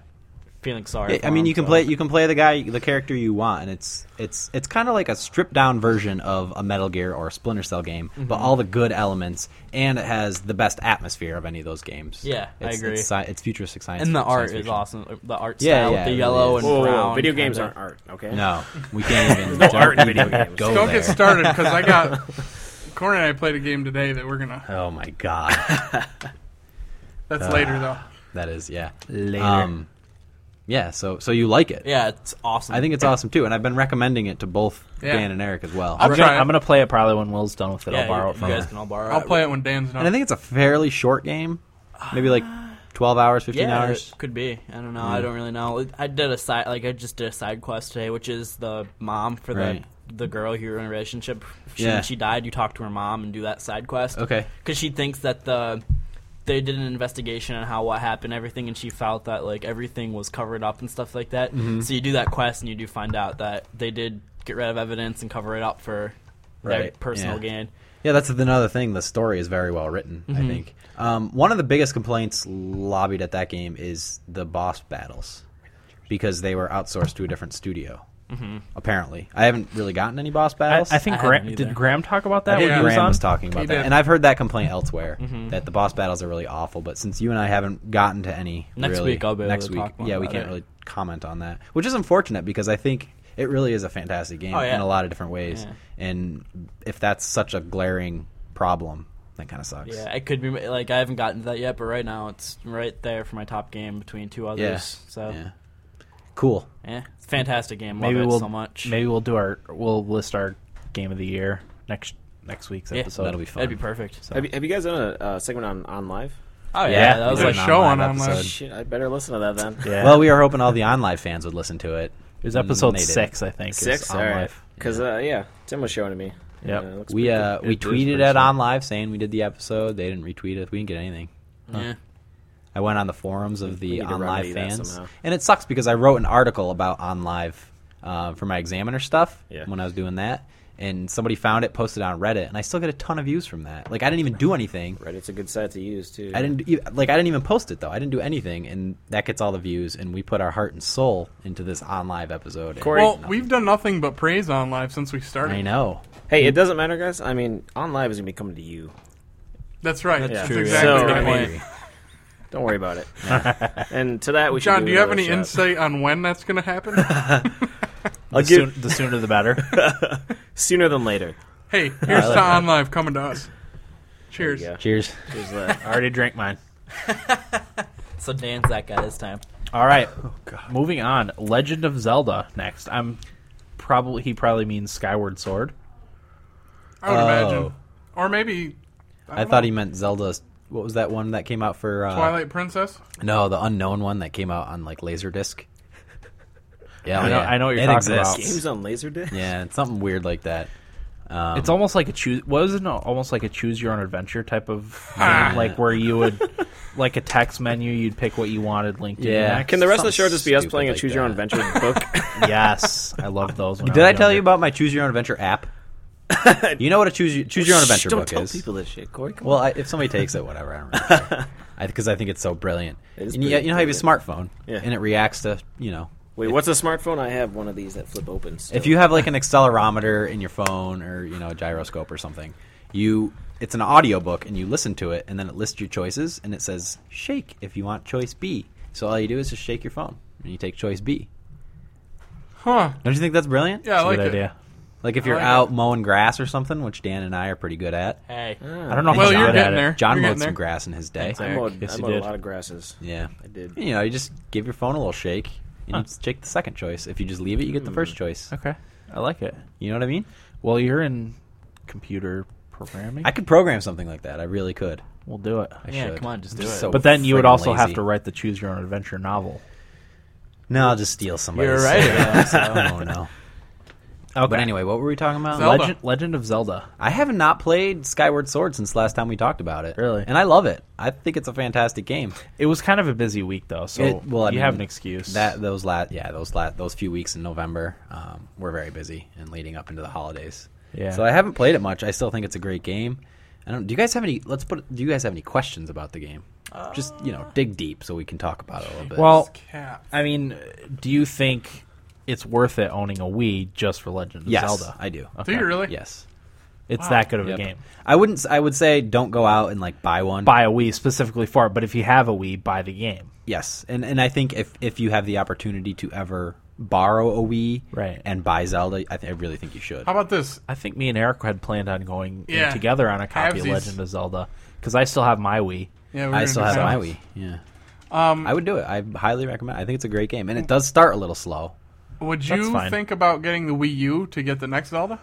S4: feeling sorry.
S3: Yeah, I
S4: for
S3: mean,
S4: him,
S3: you can
S4: so-
S3: play you can play the guy the character you want, and it's it's it's kind of like a stripped down version of a Metal Gear or a Splinter Cell game,
S4: Mhm.
S3: but all the good elements, and it has the best atmosphere of any of those games.
S4: Yeah, I
S3: it's,
S4: agree.
S3: It's, sci- it's futuristic science,
S4: And the
S3: science
S4: art is
S3: fiction.
S4: awesome. The art
S3: Yeah,
S4: style,
S3: yeah,
S4: with the
S3: it really
S4: yellow
S3: is.
S4: and
S5: Whoa, whoa,
S4: brown.
S5: whoa, video
S4: kinda.
S5: games aren't art, okay?
S3: No, we can't even. don't
S5: art in
S3: even
S5: video games.
S3: Go
S2: Don't
S3: there.
S2: get started because I got. Corey and I played a game today that we're going to.
S3: Oh my god,
S2: That's later, though.
S3: that is yeah.
S1: Later.
S3: Um, yeah. So so you like it?
S4: Yeah, it's awesome.
S3: I think it's awesome too, and I've been recommending it to both
S2: Yeah.
S3: Dan and Eric as well.
S2: I'll
S1: I'm
S2: try
S1: gonna,
S2: it.
S1: I'm gonna play it probably when Will's done with it.
S4: yeah,
S1: I'll borrow
S4: you,
S1: it from
S4: you
S1: him.
S4: guys can all borrow
S2: I'll
S4: it.
S2: play it when Dan's
S3: and I
S2: done.
S3: think it's a fairly short game, maybe like twelve hours, fifteen
S4: Uh, yeah,
S3: hours.
S4: it could be. I don't know. I don't really know. I did a side like I just did a side quest today, which is the mom for the
S3: Right.
S4: the girl you're in a relationship. She,
S3: Yeah.
S4: When she died, you talk to her mom and do that side quest.
S3: Okay.
S4: Because she thinks that the they did an investigation on how what happened, everything, and she felt that like everything was covered up and stuff like that.
S3: Mm-hmm.
S4: So you do that quest and you do find out that they did get rid of evidence and cover it up for their
S3: Right,
S4: personal
S3: yeah.
S4: gain.
S3: Yeah, that's another thing. The story is very well written. I
S1: Mm-hmm.
S3: think um, one of the biggest complaints lobbied at that game is the boss battles because they were outsourced to a different studio. Apparently, I haven't really gotten any boss
S1: Mm-hmm. I,
S3: battles.
S1: I think
S4: I
S1: Graham
S4: haven't either.
S1: did Graham talk about
S3: I
S1: that
S3: think
S1: when he was
S3: Graham
S1: on.
S3: was talking
S2: He
S3: about
S2: did.
S3: that, and I've heard that complaint elsewhere
S4: Mm-hmm.
S3: that the boss battles are really awful. But since you and I haven't gotten to any
S4: Next
S3: really-
S4: week I'll be able
S3: next
S4: to
S3: week,
S4: talk more
S3: yeah, we
S4: about
S3: can't
S4: it.
S3: really comment on that, which is unfortunate because I think it really is a fantastic game
S4: Oh, yeah.
S3: in a lot of different ways.
S4: Yeah.
S3: And if that's such a glaring problem, that kind of sucks.
S4: Yeah, it could be like I haven't gotten to that yet, but right now it's right there for my top game between two others.
S3: Yeah.
S4: So
S3: Yeah. Cool.
S4: Yeah, it's a fantastic game. Love
S1: Maybe
S4: it
S1: we'll
S4: so much.
S1: maybe we'll do our we'll list our game of the year next next week's
S4: Yeah.
S1: episode.
S3: That'll be fun.
S4: That'd be perfect.
S5: Have you, have you guys done a uh, segment on, on live?
S4: Oh yeah,
S1: Yeah,
S4: that was
S2: There's
S4: like
S2: a show on
S3: online
S2: online.
S3: episode.
S5: Shit, I better listen to that then.
S1: Yeah.
S3: Well, we are hoping all the online fans would listen to it.
S1: it was
S3: and
S1: episode
S3: they did.
S1: six, I think. is
S5: Six?
S1: on
S5: All right.
S1: live.
S5: Because, uh, yeah, Tim was showing it to me.
S1: Yep.
S5: Uh, it looks
S3: We
S5: pretty
S3: uh
S5: cool.
S3: we
S1: It was
S3: tweeted
S1: pretty
S3: at
S1: soon.
S3: on live saying we did the episode. They didn't retweet us. We didn't get anything.
S4: yeah.
S3: I went on the forums of
S5: We need
S3: the
S5: to
S3: on live
S5: remedy that
S3: fans,
S5: somehow.
S3: and it sucks because I wrote an article about on live uh, for my examiner stuff
S5: Yeah.
S3: when I was doing that, and somebody found it, posted it on Reddit, and I still get a ton of views from that. Like I didn't even do anything.
S5: Reddit's a good site to use too.
S3: I didn't e- like I didn't even post it though. I didn't do anything, and that gets all the views. And we put our heart and soul into this on live episode. and-
S5: Corey-
S2: Well, we've done nothing but praise on live since we started.
S3: I know.
S5: Hey, it doesn't matter, guys. I mean, on live is gonna be coming to you.
S2: That's right. That's,
S5: true, yeah.
S2: exactly
S5: So-
S2: right.
S5: I mean- Don't worry about it. and to that, we should
S2: John, do you have
S5: another
S2: any
S5: shot.
S2: insight on when that's going to happen?
S1: The,
S5: I'll give-
S1: soon, the sooner the better.
S5: sooner than later.
S2: hey, here's to on live coming to us. Cheers.
S5: There you go.
S3: Cheers.
S5: Here's that.
S1: I already drank mine.
S4: So Dan's that guy this time.
S1: All right.
S4: Oh,
S1: Moving on. Legend of Zelda next. I'm probably he probably means Skyward Sword.
S2: I would
S3: Oh.
S2: imagine, or maybe
S3: I, thought he meant Zelda's. What was that one that came out for? Uh,
S2: Twilight Princess.
S3: No, the unknown one that came out on like Laserdisc. Yeah, oh,
S1: I know-
S3: yeah.
S1: I know what you're
S3: It
S1: talking about.
S3: exists.
S5: Games on Laserdisc.
S3: Yeah, it's something weird like that.
S1: it's almost like a choose wasn't it almost like a choose your own adventure type of
S2: Ah.
S1: game, like where you would like a text menu you'd pick what you wanted linked to
S3: Yeah.
S1: next.
S5: Can the rest of the show
S3: Something
S5: just be us
S3: stupid
S5: playing a
S3: like
S5: choose your own
S3: that.
S5: adventure book?
S1: yes i love those when
S3: Did I
S1: was
S3: tell you
S1: younger.
S3: about my Choose Your Own Adventure app? you know what a choose your, choose your own adventure
S5: Shh, don't
S3: book
S5: tell
S3: is.
S5: people this shit, Corey. Come
S3: Well, I, if somebody takes it, whatever. I don't really care. Because I, think it's so brilliant.
S5: It is
S3: and you,
S5: pretty
S3: you know how you have a smartphone,
S5: Yeah.
S3: and it reacts to you know.
S5: Wait, what's a smartphone? I have one of these that flip open. Still.
S3: If you have like an accelerometer in your phone or you know a gyroscope or something, you it's an audiobook and you listen to it, and then it lists your choices, and it says shake if you want choice B. So all you do is just shake your phone, and you take choice B.
S2: Huh?
S3: Don't you think that's brilliant?
S2: Yeah, I
S1: It's a
S2: like
S1: good
S2: it.
S1: idea
S3: Like if you're
S2: like
S3: out mowing grass or something, which Dan and I are pretty good at.
S4: Hey,
S1: i don't know if
S2: Well,
S1: I'm
S2: you're
S1: good
S2: getting
S1: at
S2: there.
S1: it.
S3: John
S2: You're
S3: mowed
S2: getting
S3: some
S2: there.
S3: grass in his day.
S1: Thanks,
S5: Ah, I
S1: Eric.
S5: mowed,
S1: Yes,
S5: I
S1: you
S5: mowed a
S1: did.
S5: lot of grasses.
S3: Yeah,
S5: I did.
S3: you know, you just give your phone a little shake and you take the second choice. If you just leave it, you get the first choice.
S1: okay i like it
S3: You know what I mean?
S1: well you're in computer programming
S3: I could program something like that. I really could.
S1: we'll do it
S3: I
S4: Yeah,
S3: should.
S4: come on, just
S3: I'm
S4: do it.
S3: so
S1: but then you would
S3: friggin'
S1: also have
S3: lazy.
S1: to write the choose your own adventure novel
S3: No, I'll just steal somebody's.
S4: You're right.
S3: idea, so I don't know.
S1: okay
S3: But anyway, what were we talking about?
S2: Zelda.
S1: legend, legend of zelda
S3: I have not played Skyward Sword since last time we talked about it.
S1: Really?
S3: and I love it. I think it's a fantastic game.
S1: it was kind of a busy week though so
S3: It- well, I
S1: Oh, you have
S3: mean,
S1: an excuse
S3: That those last, yeah, those last, those few weeks in November um, were very busy and leading up into the holidays.
S1: Yeah.
S3: So I haven't played it much. I still think it's a great game. I don't. Do you guys have any? Let's put. Do you guys have any questions about the game? Just you know, dig deep so we can talk about it a little bit.
S1: well
S2: Cap.
S1: i mean do you think it's worth it owning a wii just for legend of
S3: yes,
S1: zelda
S3: I do.
S2: Do you really?
S3: Yes,
S1: It's
S2: Wow.
S1: that good of
S3: Yep.
S1: a game.
S3: I wouldn't. s- I would say don't go out and like buy one.
S1: Buy a Wii specifically for it, but if you have a Wii, buy the game.
S3: Yes, and and I think if if you have the opportunity to ever borrow a Wii
S1: Right.
S3: and buy Zelda, I, th- I really think you should.
S2: How about this?
S1: I think me and Eric had planned on going in
S2: Yeah.
S1: together on a copy of
S2: Halfsies.
S1: Legend of Zelda because I still have my Wii.
S2: Yeah, we're
S3: I
S2: gonna
S3: still
S2: do
S3: have
S2: that.
S3: my Wii. Yeah.
S2: Um, Mm.
S3: I would do it. I highly recommend. it. I think it's a great game, and it does start a little slow.
S2: Would
S1: That's
S2: you
S1: fine.
S2: think about getting the Wii U to get the next Zelda?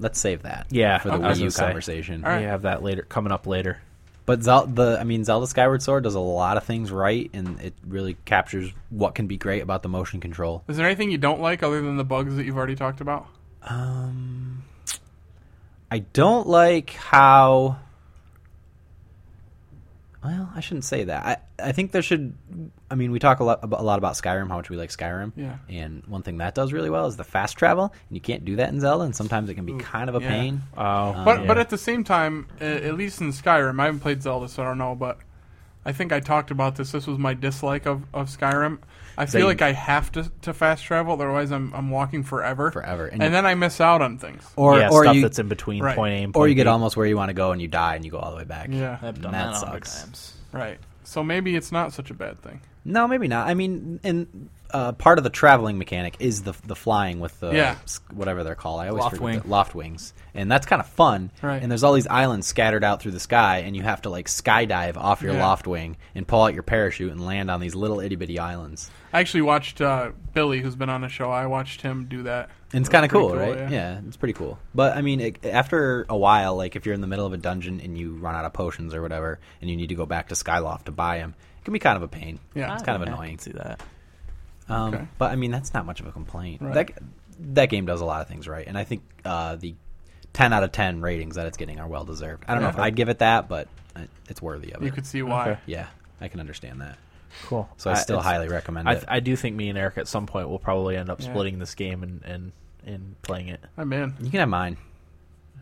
S3: Let's save that.
S1: Yeah,
S3: for the
S1: I was
S3: Wii U
S1: gonna say.
S3: conversation.
S2: All right.
S1: We have that later, coming up later.
S3: But Zel- the, I mean, Zelda Skyward Sword does a lot of things right, and it really captures what can be great about the motion control.
S2: Is there anything you don't like other than the bugs that you've already talked about?
S3: Um, I don't like how. Well, I shouldn't say that. I, I think there should. I mean, we talk a lot, a lot about Skyrim, how much we like Skyrim.
S2: Yeah.
S3: And one thing that does really well is the fast travel, and you can't do that in Zelda, and sometimes it can be kind of a
S2: yeah.
S3: pain.
S1: Oh,
S2: But but at the same time, uh, at least in Skyrim, I haven't played Zelda, so I don't know. But I think I talked about this. This was my dislike of, of Skyrim. I feel
S1: They-
S2: like I have to, to fast travel, otherwise I'm I'm walking forever,
S3: Forever. And
S2: and,
S3: you- Oh,
S2: then I miss out on things.
S3: Or
S1: yeah,
S3: or
S1: stuff
S3: you
S1: that's in between
S2: Right.
S1: point A and point
S3: or you get
S1: B.
S3: almost where you want to go and you die and you go all the way back.
S2: Yeah,
S4: I've done
S3: That
S4: that, a hundred
S3: sucks.
S4: times.
S2: right. So maybe it's not such a bad thing.
S3: No, maybe not. I mean, and uh, part of the traveling mechanic is the the flying with the
S2: Yeah.
S3: s- whatever they're called. I always
S4: Loft
S3: forget
S4: wing.
S3: the- loft wings, and that's kind of fun.
S2: Right.
S3: And there's all these islands scattered out through the sky, and you have to like skydive off your
S2: Yeah.
S3: loft wing and pull out your parachute and land on these little itty bitty islands.
S2: I actually watched uh, Billy, who's been on the show. I watched him do that.
S3: And it's kind of
S2: pretty
S3: cool,
S2: cool,
S3: right?
S2: yeah.
S3: it's pretty cool. But I mean, it, after a while, like if you're in the middle of a dungeon and you run out of potions or whatever, and you need to go back to Skyloft to buy them, it can be kind of a pain.
S2: Yeah.
S3: it's kind of
S4: Yeah, I
S3: annoying.
S4: can See that?
S3: Um,
S2: Okay.
S3: But I mean, that's not much of a complaint.
S2: Right.
S3: That that game does a lot of things right, and I think uh, the ten out of ten ratings that it's getting are well deserved. I don't know if
S2: Yeah.
S3: I'd give it that, but uh, it's worthy of
S2: You
S3: it.
S2: could see why.
S1: Okay.
S3: yeah, I can understand that.
S1: cool.
S3: So I, still
S1: it's-
S3: highly recommend
S1: I,
S3: it.
S1: I do think me and Eric at some point will probably end up
S2: Yeah.
S1: splitting this game and and, in playing it.
S2: I'm in.
S3: You can have mine.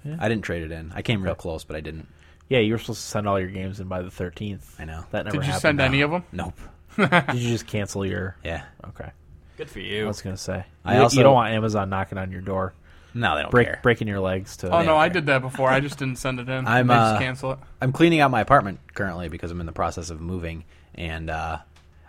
S1: Yeah.
S3: I didn't trade it in. I came real close, but I didn't.
S1: Yeah, you were supposed to send all your games in by the 13th.
S3: I know.
S1: That never
S2: Did you
S1: happened.
S2: send any of them?
S3: Uh, Nope.
S1: Did you just cancel your?
S3: Yeah.
S1: Okay,
S4: Good for
S1: I
S4: you.
S1: was gonna say.
S3: I
S1: you,
S3: also-
S1: you don't want Amazon knocking on your door,
S3: No, they don't
S1: break
S3: care.
S1: breaking your legs to.
S2: Oh no, I
S3: okay.
S2: did that before. I just didn't send it in.
S3: I'm,
S2: I just
S3: uh,
S2: cancel it.
S3: I'm cleaning out my apartment currently because I'm in the process of moving, and uh,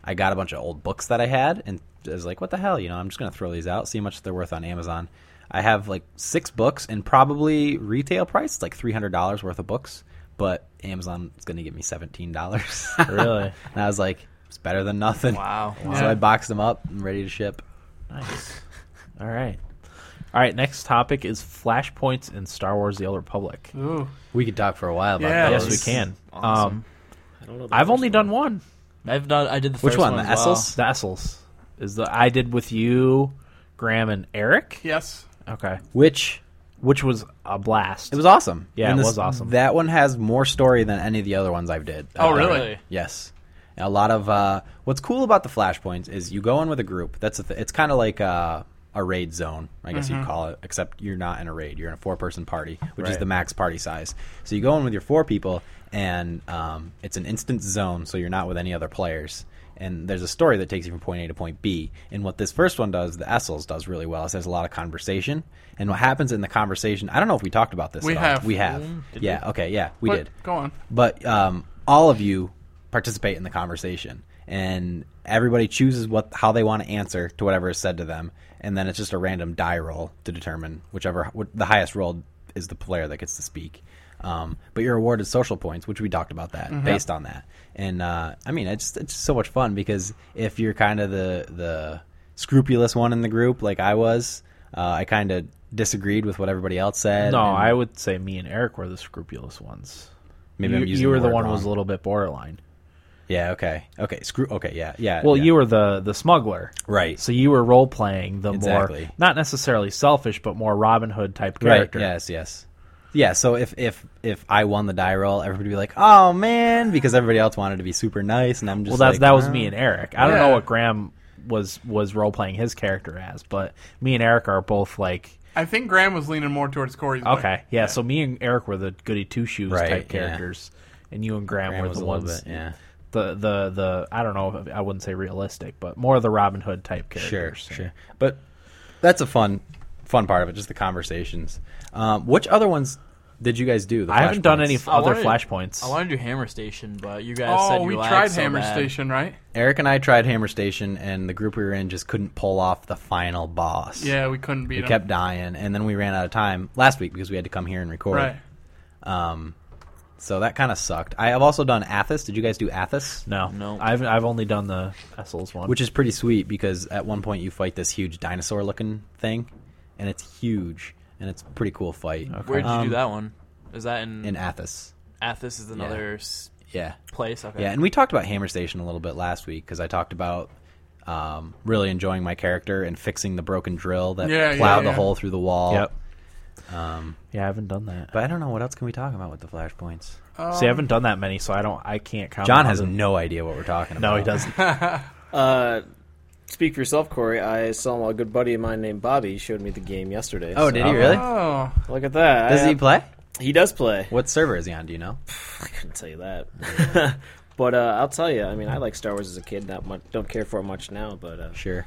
S3: I got a bunch of old books that I had, and I was like, "What the hell?" You know, I'm just gonna throw these out, see how much they're worth on Amazon. I have like six books, and probably retail price like three hundred dollars worth of books, but Amazon's gonna give me seventeen dollars.
S1: Really?
S3: and I was like, "It's better than nothing."
S4: Wow.
S3: So
S2: Yeah.
S3: I boxed them up and ready to ship.
S1: Nice. All right. All right. Next topic is flashpoints in Star Wars: The Old Republic.
S2: Ooh.
S3: We could talk for a while about
S2: Yeah.
S3: those.
S1: yes, we can.
S4: Awesome.
S1: Um,
S5: I don't know the
S1: I've
S5: first
S1: only
S5: one.
S1: done one.
S4: I've done. I did the
S3: Which
S4: first
S3: one,
S4: one
S3: the
S4: as well.
S3: Essels?
S1: The Essels is the I did with you, Graham and Eric.
S2: Yes.
S1: Okay,
S3: Which
S1: which was a blast.
S3: it was awesome.
S1: Yeah,
S3: And
S1: it was awesome.
S3: That one has more story than any of the other ones I've did.
S2: Oh,
S3: I've done.
S2: really?
S4: Really?
S3: Yes. And a lot of uh, what's cool about the flashpoints is you go in with a group. That's a th- it's kind of like uh, a raid zone, I guess
S2: Mm-hmm.
S3: you'd call it. Except you're not in a raid. You're in a four person party, which is
S1: Right.
S3: the max party size. So you go in with your four people, and um, it's an instant zone, so you're not with any other players. And there's a story that takes you from point A to point B. And what this first one does, the Essels does really well, is there's a lot of conversation. And what happens in the conversation, I don't know if we talked about this.
S2: We
S3: at all.
S2: have.
S3: We have. yeah, okay, yeah, we
S2: But-
S3: did
S2: Go on.
S3: but um, all of you participate in the conversation and everybody chooses what how they want to answer to whatever is said to them and then it's just a random die roll to determine whichever what, the highest roll is the player that gets to speak um, but you're awarded social points which we talked about
S1: Mm-hmm.
S3: that based on that and uh, i mean it's, it's just so much fun because if you're kind of the the scrupulous one in the group like i was uh, i kind of disagreed with what everybody else said
S1: no,
S3: and
S1: I would say me and Eric were the scrupulous ones.
S3: maybe
S1: you,
S3: I'm using
S1: you were the
S3: word
S1: one who
S3: wrong.
S1: was a little bit borderline.
S3: Yeah. Okay. Okay. Screw. Okay. Yeah. Yeah.
S1: Well,
S3: yeah.
S1: you were the the smuggler,
S3: Right.
S1: So you were role playing the
S3: Exactly.
S1: more not necessarily selfish, but more Robin Hood type
S3: right.
S1: character.
S3: Yes. Yes. Yeah. So if if if I won the die roll, everybody would be like, "Oh man," because everybody else wanted to be super nice, and I'm just
S1: Well, that's
S3: like,
S1: that was
S3: "Ah."
S1: me and Eric. I don't know
S2: Yeah.
S1: what Graham was was role playing his character as, but me and Eric are both like
S2: I think Graham was leaning more towards Corey's. way.
S1: okay, yeah. So me and Eric were the goody two shoes
S3: Right,
S1: type
S3: yeah.
S1: characters, and you and Graham,
S3: Graham
S1: were
S3: was
S1: the
S3: a little
S1: ones.
S3: bit, yeah.
S1: The the the I don't know. if- I wouldn't say realistic, but more of the Robin Hood type
S3: Sure.
S1: characters.
S3: Sure. But that's a fun fun part of it, just the conversations. Um, which other ones did you guys do? The
S1: I haven't done
S3: flashpoints?
S1: any
S4: I
S1: other
S4: wanted-
S1: flashpoints.
S4: I want to do Hammer Station, but you guys said
S2: Oh,
S4: you
S2: we
S4: lagged
S2: tried
S4: so
S2: Hammer
S4: bad.
S2: Station, right?
S3: Eric and I tried Hammer Station, and the group we were in just couldn't pull off the final boss.
S2: Yeah, we couldn't beat
S3: We
S2: him.
S3: kept dying, and then we ran out of time last week because we had to come here and record.
S2: right.
S3: Um, so that kind of sucked. I have also done Athos. Did you guys do Athos?
S1: no,
S4: No.
S1: I've I've only done the Essels one.
S3: Which is pretty sweet because at one point you fight this huge dinosaur looking thing, and it's huge, and it's a pretty cool fight.
S4: Where did you
S3: Um,
S4: do that one? Is that in,
S3: In Athos.
S4: Athens? Is another s
S3: Yeah.
S4: place? Okay.
S3: Yeah, and we talked about Hammer Station a little bit last week because I talked about um, really enjoying my character and fixing the broken drill that
S2: Yeah, yeah,
S3: plowed the
S2: yeah.
S3: hole through the wall.
S1: yep.
S3: Um,
S1: Yeah, I haven't done that.
S3: but I don't know what else can we talk about with the flashpoints.
S1: See, I haven't done that many, so I don't. I can't count.
S3: John
S1: on
S3: has
S1: the-
S3: no idea what we're talking about.
S1: No, he doesn't.
S5: Uh, speak for yourself, Corey. I saw a good buddy of mine named Bobby He showed me the game yesterday.
S3: Oh,
S5: so-
S3: did he
S1: Uh-huh.
S3: really?
S2: Oh,
S5: Look at that.
S3: Does
S5: I-
S3: he play?
S5: He does play.
S3: What server is he on? Do you know?
S5: I couldn't tell you that. but uh, I'll tell you. I mean, I like Star Wars as a kid. Not much. Don't care for it much now. But uh,
S3: Sure.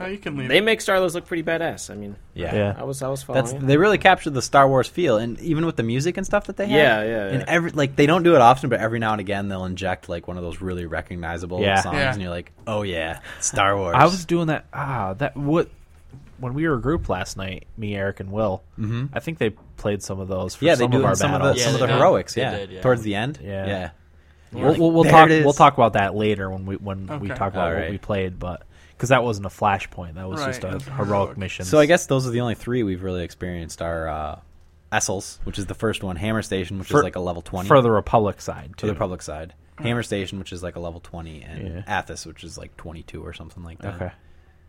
S2: oh, you can leave.
S5: they make Star Wars look pretty badass. I mean,
S3: Yeah.
S1: Oh, Yeah.
S5: I was I was
S3: That's
S5: following. it.
S3: they really captured the Star Wars feel, and even with the music and stuff that they have.
S5: Yeah, yeah,
S3: And
S5: yeah.
S3: every like they don't do it often, but every now and again they'll inject like one of those really recognizable
S1: Yeah.
S3: songs,
S2: Yeah.
S3: and you're like, oh yeah, Star Wars.
S1: I was doing that. Ah, that what when we were a group last night, me, Eric, and Will.
S3: Mhm.
S1: I think they played some of those. For
S3: yeah, they
S1: some
S3: do
S1: of
S3: it in
S1: our
S3: some of
S1: battles.
S3: the
S4: Yeah,
S3: some of
S4: they
S3: the
S4: did.
S3: heroics,
S4: They
S3: yeah,
S4: did, yeah.
S3: towards the end.
S1: Yeah.
S3: yeah.
S1: We'll, we'll, we'll
S3: There
S1: talk.
S3: it is.
S1: We'll talk about that later when we when we
S2: Okay.
S1: talk about what
S3: Alright.
S1: we played, but because that wasn't a flashpoint, that was
S2: Right,
S1: just a
S2: that's a
S1: heroic,
S2: heroic.
S1: mission.
S3: So I guess those are the only three we've really experienced are uh, Essels, which is the first one, Hammer Station, which
S1: For-
S3: is like a level twenty
S1: for the Republic side
S3: for
S1: too.
S3: the public side,
S2: Mm.
S3: Hammer Station, which is like a level twenty, and
S1: Yeah.
S3: Athos, which is like twenty two or something like that.
S1: Okay.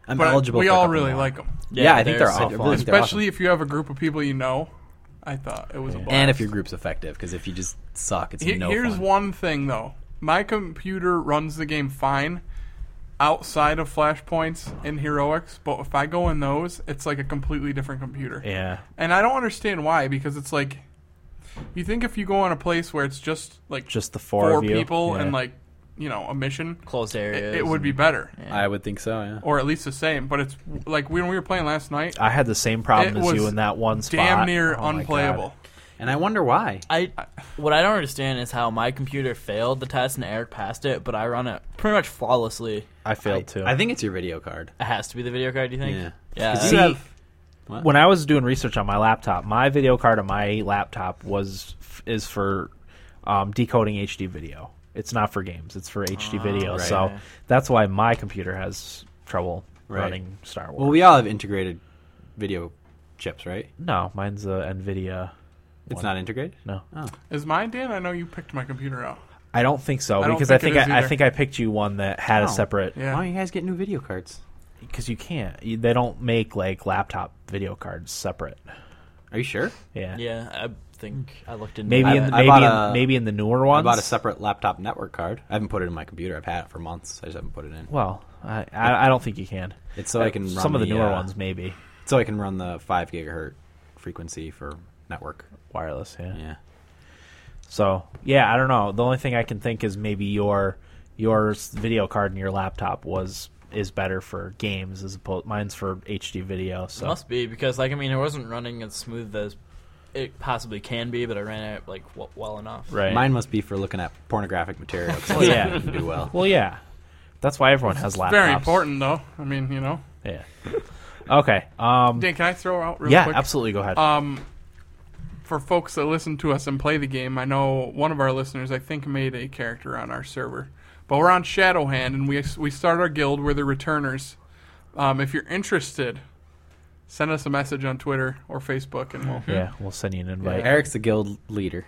S3: I'm
S2: but
S3: eligible.
S2: we
S3: for a
S2: all
S3: couple
S2: really
S3: more.
S2: like them,
S3: Yeah, I think they're
S4: so
S3: all-
S4: fun.
S3: really- they're
S2: especially if you have a group of people you know. I thought it was a blast.
S3: and if your group's effective because if you just suck it's
S2: He-
S3: no
S2: here's
S3: fun.
S2: one thing though. My computer runs the game fine, outside of flashpoints and heroics, but if I go in those, it's like a completely different computer.
S1: Yeah.
S2: And I don't understand why because it's like you think if you go on a place where it's just like
S1: Just the
S2: four,
S1: four, of you.
S2: people
S1: Yeah.
S2: and like you know a mission,
S4: Closed
S2: it,
S4: areas.
S2: it would be
S4: and-
S2: better
S3: I would think so. Yeah.
S2: or at least the same. But it's like when we were playing last night,
S1: I had the same problem
S2: It
S1: as you
S2: was
S1: in that one spot.
S2: damn near
S1: Oh my God.
S2: unplayable.
S3: And I wonder why.
S4: I what I don't understand is how my computer failed the test and Eric passed it, but I run it pretty much flawlessly.
S1: I failed too.
S3: I think it's your video card.
S4: It has to be the video card. Do you think?
S3: Yeah.
S4: Yeah.
S3: Because
S1: See,
S3: you have-
S1: when I was doing research on my laptop, my video card on my laptop was is for um, decoding HD video. It's not for games. It's for
S2: Ah,
S1: HD video.
S3: right.
S1: So that's why my computer has trouble
S3: Right.
S1: running Star Wars.
S3: Well, we all have integrated video chips, right?
S1: no, mine's a Nvidia.
S3: It's
S1: What?
S3: not integrated.
S1: No,
S3: Oh,
S2: Is mine, Dan? I know you picked my computer out.
S1: I don't think so
S2: I don't
S1: because
S2: think
S1: I
S2: it
S1: think I,
S2: is
S1: I
S2: either.
S1: think I picked you one that had
S3: Oh.
S1: a separate
S2: Yeah.
S3: why don't you guys get new video cards?
S1: because you can't. You, they don't make like laptop video cards separate.
S3: Are you sure?
S1: Yeah,
S4: yeah. I think I looked into
S1: maybe
S4: that.
S1: in the,
S3: I
S1: maybe
S3: bought
S1: in,
S3: a-
S1: maybe in the newer ones.
S3: I bought a separate laptop network card. I haven't put it in my computer. I've had it for months. I just haven't put it in.
S1: well, I, I I don't think you can.
S3: It's so I can run
S1: some of the newer
S3: uh,
S1: ones maybe
S3: So I can run the five gigahertz frequency for network.
S1: wireless.
S3: Yeah.
S1: So yeah, I don't know. The only thing I can think is maybe your your s- video card in your laptop was is better for games as opposed mine's for HD video.
S4: It
S1: So
S4: must be because like I mean it wasn't running as smooth as it possibly can be, but I ran it like w- well enough.
S1: right.
S3: Mine must be for looking at pornographic material. 'cause
S1: Well,
S3: that's
S1: yeah.
S3: what I can do well.
S1: Well, yeah, that's why everyone has laptops.
S2: Very important though. I mean, you know,
S1: Yeah. Okay. Um.
S2: Dan, can I throw out real
S1: Yeah,
S2: quick?
S1: absolutely. Go ahead.
S2: Um, for folks that listen to us and play the game, I know one of our listeners, I think, made a character on our server. But we're on Shadowhand, and we we start our guild. We're the returners. Um, if you're interested, send us a message on Twitter or Facebook, and we'll.
S1: yeah, we'll send you an invite.
S3: Eric's the guild leader.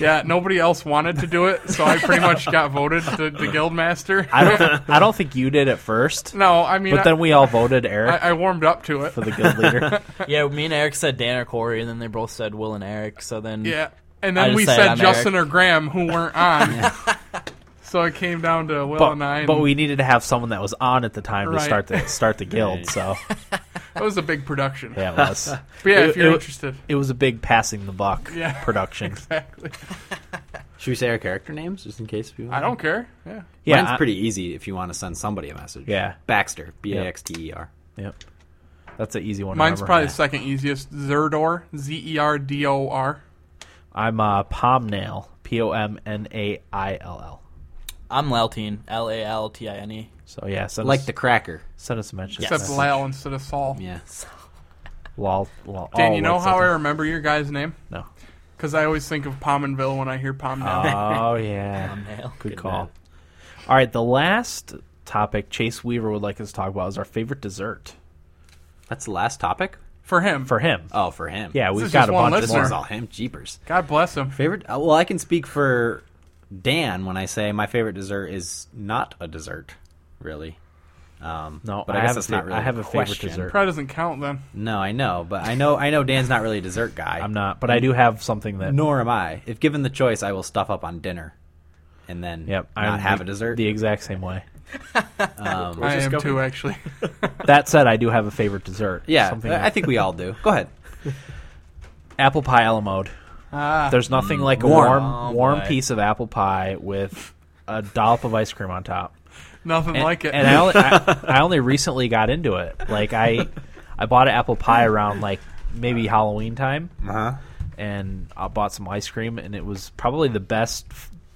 S2: Yeah, nobody else wanted to do it, so I pretty much got voted the, the guild master.
S1: I don't. Think, I don't think you did at first,
S2: no, I mean,
S1: but then we all voted Eric
S2: I, I warmed up to it.
S1: for the guild leader.
S4: Yeah, me and Eric said Dan or Corey, and then they both said Will and Eric. So then
S2: Yeah, and
S4: I
S2: then
S4: just
S2: we
S4: said
S2: said
S4: I'm
S2: Justin or Graham, who weren't on. so it came down to Will and I.
S1: but,
S2: and
S1: but we needed to have someone that was on at the time
S2: Oh, Right.
S1: to start the start the guild.
S3: Right.
S1: So
S2: That was a big production.
S1: yeah, it was.
S2: But yeah,
S1: It-
S2: if you're
S1: it-
S2: interested.
S1: It was a big passing the buck
S2: Yeah.
S1: production.
S2: Exactly.
S3: Should we say our character names just in case people?
S2: I don't care. Yeah.
S1: Yeah,
S3: Mine's
S1: I-
S3: pretty easy if you want to send somebody a message.
S1: Yeah.
S3: Baxter. B A X T E R.
S1: Yep. That's an easy one. to
S2: Mine's
S1: remember.
S2: probably the second easiest. Zerdor. Z E R D O R.
S1: I'm uh, Pomnail. P O M N A I L L.
S4: I'm Laltine, L A L T I N E.
S1: So yeah, send
S3: Like
S1: us,
S3: the cracker.
S1: send us a mention.
S4: Yes.
S2: Except Lal instead of Saul.
S3: Yeah.
S1: Lol, lol,
S2: Dan,
S1: all
S2: you know
S1: words
S2: how I
S1: like
S2: remember your guy's name?
S1: that. No.
S2: Because I always think of Pominville when I hear Pom now.
S1: Oh yeah.
S4: Thumbnail.
S1: Good call. All right, the last topic Chase Weaver would like us to talk about is our favorite dessert
S3: That's the last topic.
S2: For him.
S1: for him.
S3: Oh, for him.
S1: yeah,
S2: this
S1: we've
S2: is
S1: got
S2: just
S1: a
S2: one
S1: bunch
S3: This
S2: listener.
S1: more.
S3: one's all him. Jeepers.
S2: God bless him.
S3: Favorite? Uh, well, I can speak for Dan when I say my favorite dessert is not a dessert, really. Um,
S1: No,
S3: but
S1: I
S3: I, guess
S1: have a
S3: it's not
S1: fav-
S3: really.
S1: I have a favorite
S3: question.
S1: dessert.
S2: Probably doesn't count then.
S3: No, I know, but I know I know Dan's not really a dessert guy.
S1: I'm not, but I do have something that.
S3: Nor am I. If given the choice, I will stuff up on dinner, and then
S1: Yep,
S3: not
S1: I'm
S3: have
S1: the-
S3: a dessert.
S1: The exact same way.
S3: um,
S2: I
S5: just
S2: am
S5: go-
S2: too, actually.
S1: That said, I do have a favorite dessert.
S3: yeah,
S1: something
S3: I I think we all do. Go ahead.
S1: apple pie a la mode.
S2: Ah,
S1: There's nothing like a
S3: warm.
S1: warm,
S4: Oh,
S1: warm
S4: boy.
S1: piece of apple pie with a dollop of ice cream on top.
S2: nothing
S1: And,
S2: like it.
S1: and I only, I, I only recently got into it. Like I, I bought an apple pie around like maybe Halloween time,
S3: Uh-huh.
S1: and I bought some ice cream, and it was probably the best,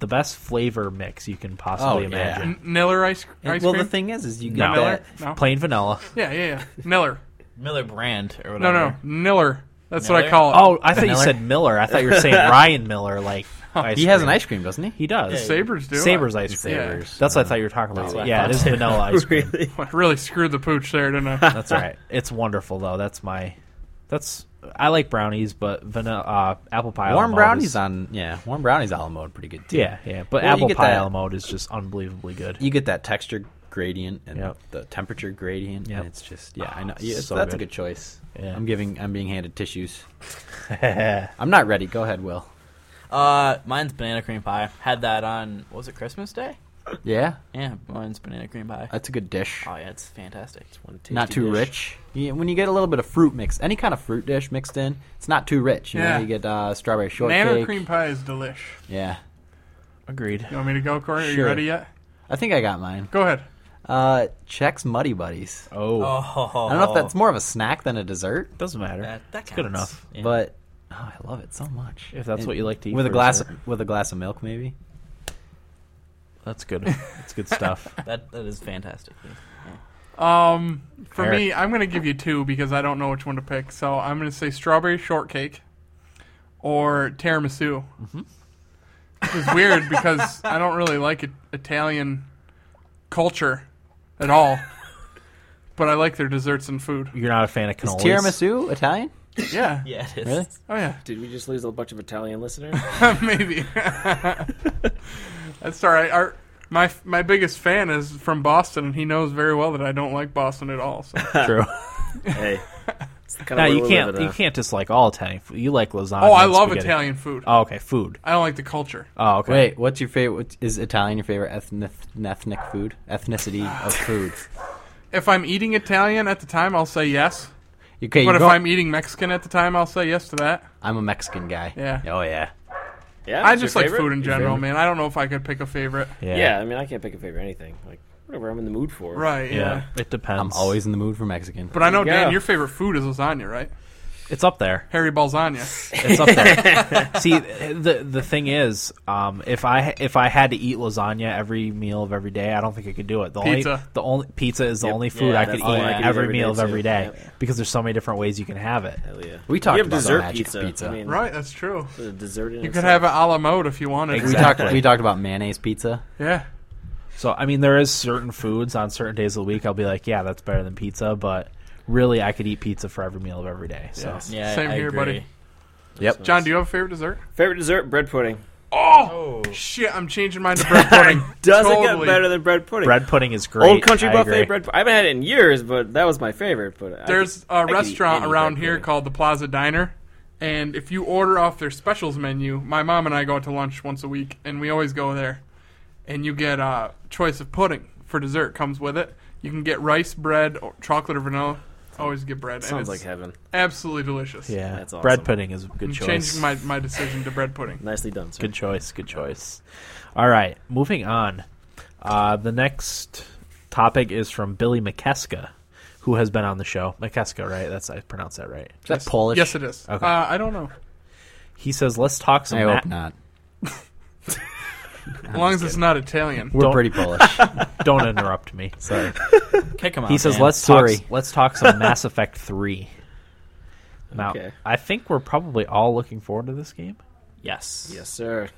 S1: the best flavor mix you can
S3: Oh,
S1: possibly
S3: yeah.
S1: imagine.
S2: N- Niller ice, ice
S3: well,
S2: cream?
S3: the thing is, is you get
S1: No.
S3: that.
S2: No?
S1: Plain vanilla.
S2: Yeah, yeah, yeah. Niller.
S4: Miller Brand or
S2: No,
S4: whatever.
S2: no. Niller. That's what I
S4: Niller?
S2: call it.
S1: Oh, I thought you
S3: Vanilla?
S1: said Miller. I thought you were saying Ryan Miller. Like ice
S3: He has
S1: cream.
S3: an ice cream, doesn't he?
S1: He does.
S2: Sabres do.
S1: Sabers ice cream.
S2: Yeah.
S1: That's what I thought you were talking about.
S4: what I
S1: yeah, it
S4: thought.
S1: is vanilla ice cream.
S5: really?
S2: I really screwed the pooch there, didn't I?
S1: That's right. It's wonderful though. That's my. That's I like brownies, but vanilla uh, apple pie. a la
S3: warm
S1: mode
S3: brownies
S1: is-
S3: on yeah, warm brownies a la mode pretty good too.
S1: Yeah, yeah, but
S3: Well, you
S1: apple
S3: get
S1: pie
S3: that-
S1: a la mode is just unbelievably good.
S3: you get that texture gradient and
S1: Yep.
S3: the temperature gradient,
S1: Yep.
S3: and it's just yeah, I know
S1: Ah,
S3: yeah, it's-
S1: so
S3: that's a
S1: good.
S3: good choice.
S1: Yeah.
S3: I'm giving, I'm being handed tissues. I'm not ready. Go ahead, Will.
S4: Uh, mine's banana cream pie. Had that on what was it Christmas Day?
S3: Yeah,
S4: Yeah, mine's banana cream pie.
S3: that's a good dish.
S4: Oh yeah, it's fantastic.
S5: One tasty
S3: Not too
S5: dish.
S3: rich. You, when you get a little bit of fruit mix, any kind of fruit dish mixed in, it's not too rich. You
S2: Yeah.
S3: know, you get uh, strawberry shortcake.
S2: Banana cream pie is delish.
S3: Yeah,
S1: Agreed.
S2: You want me to go, Corey? Are you
S3: Sure.
S2: ready yet?
S3: I think I got mine.
S2: Go ahead.
S3: Uh, Chex Muddy Buddies.
S1: Oh,
S4: Oh,
S3: I don't know if that's more of a snack than a dessert,
S1: doesn't matter.
S4: that, that
S1: it's good
S4: counts.
S1: enough.
S4: Yeah.
S3: but oh, I love it so much.
S1: If that's
S3: And
S1: what you like to eat
S3: with a
S1: for
S3: glass
S1: dessert.
S3: with a glass of milk, maybe.
S1: That's good. That's good stuff.
S4: that that is fantastic.
S2: Um, for
S1: Eric.
S2: me, I'm going to give you two because I don't know which one to pick. So I'm going to say strawberry shortcake or tiramisu. Which is weird because I don't really like it, Italian culture at all. But I like their desserts and food.
S1: You're not a fan of
S3: Is
S1: cannolis.
S3: tiramisu Italian?
S2: Yeah.
S4: Yeah, it is.
S3: Really?
S2: Oh, yeah.
S5: Did we just lose a bunch of Italian listeners?
S2: Maybe. That's all right. Our, my my biggest fan is from Boston, and he knows very well that I don't like Boston at all. So.
S1: True.
S5: hey, it's the kind
S1: no,
S5: world
S1: you
S5: we
S1: can't.
S5: live in,
S1: You
S5: uh,
S1: can't dislike all Italian. food. You like lasagna.
S2: oh, I
S1: and
S2: love
S1: spaghetti.
S2: Italian food.
S1: Oh, okay, food.
S2: I don't like the culture.
S1: Oh, okay.
S3: Wait, what's your favorite? What, is Italian your favorite ethnic, ethnic food? Ethnicity of food?
S2: If I'm eating Italian at the time, I'll say yes.
S3: Okay,
S2: But
S3: you
S2: if
S3: go-
S2: I'm eating Mexican at the time, I'll say yes to that.
S3: I'm a Mexican guy.
S2: Yeah.
S3: Oh yeah.
S5: Yeah,
S2: I
S5: it's your
S2: just like
S5: favorite?
S2: food in general, man. I don't know if I could pick a favorite.
S1: Yeah.
S5: Yeah. I mean, I can't pick a favorite anything. Like whatever I'm in the mood for.
S2: Right, yeah.
S1: Yeah. It depends.
S3: I'm always in the mood for Mexican.
S2: But I know,
S5: Yeah.
S2: Dan, your favorite food is lasagna, right?
S1: It's up there.
S2: Harry Balzania.
S1: It's up there. See, the the thing is, um, if I if I had to eat lasagna every meal of every day, I don't think I could do it. The only
S2: Pizza.
S1: the only pizza is the
S5: Yep.
S1: only food
S4: Yeah,
S1: I could eat
S5: that's all I could eat
S1: every
S5: every
S1: meal
S5: day,
S1: of every
S5: too.
S1: day
S5: Yep.
S1: because there's so many different ways you can have it.
S5: Hell yeah.
S3: We talked
S5: you have
S3: about the
S5: dessert
S3: magic
S5: pizza.
S3: pizza.
S5: I mean,
S2: right, that's true.
S5: The dessert. In
S2: You could have it a la mode if you wanted.
S3: we
S1: Exactly.
S3: talked. We talked about mayonnaise pizza.
S2: Yeah.
S1: So I mean, there is certain foods on certain days of the week. I'll be like, yeah, that's better than pizza, but really, I could eat pizza for every meal of every day. So
S2: Yes.
S4: Yeah,
S2: Same
S4: I
S2: here,
S4: agree.
S2: buddy.
S5: Yep.
S2: John, do you have a favorite dessert?
S5: favorite dessert? Bread pudding.
S2: Oh, shit! I'm changing mine to bread pudding.
S5: Doesn't
S2: Totally.
S5: get better than bread pudding.
S1: bread pudding is great.
S5: Old Country
S1: I
S5: Buffet
S1: agree.
S5: bread. pu- I haven't had it in years, but that was my favorite. But I
S2: There's
S5: could- I
S2: a
S5: could eat
S2: restaurant
S5: any
S2: around
S5: bread
S2: here
S5: pudding.
S2: called the Plaza Diner, and if you order off their specials menu, my mom and I go out to lunch once a week, and we always go there. And you get a choice of pudding for dessert comes with it. You can get rice, bread, or chocolate, or vanilla. I always get bread.
S5: Sounds
S2: and
S5: like
S2: it's
S5: heaven.
S2: absolutely delicious.
S1: Yeah,
S5: That's awesome.
S1: bread pudding is a good
S2: I'm
S1: choice.
S2: changing my, my decision to bread pudding.
S5: Nicely done, sir.
S1: Good choice. Good choice. All right, moving on. Uh, the next topic is from Billy McKeska, who has been on the show. McKeska, right? That's I pronounced that right.
S3: Is that Polish?
S2: Yes, it is.
S1: Okay.
S2: Uh, I don't know.
S1: He says, "Let's talk some."
S3: I hope
S1: ma-
S3: not.
S2: As long as it's not Italian.
S3: We're
S1: Don't-
S3: pretty Polish.
S1: Don't interrupt me.
S3: Sorry.
S4: Kick him out.
S1: He says,
S4: man.
S1: "Let's talk,
S3: Sorry.
S1: let's talk some Mass Effect 3." Now,
S5: Okay.
S1: I think we're probably all looking forward to this game.
S4: Yes.
S5: Yes, sir.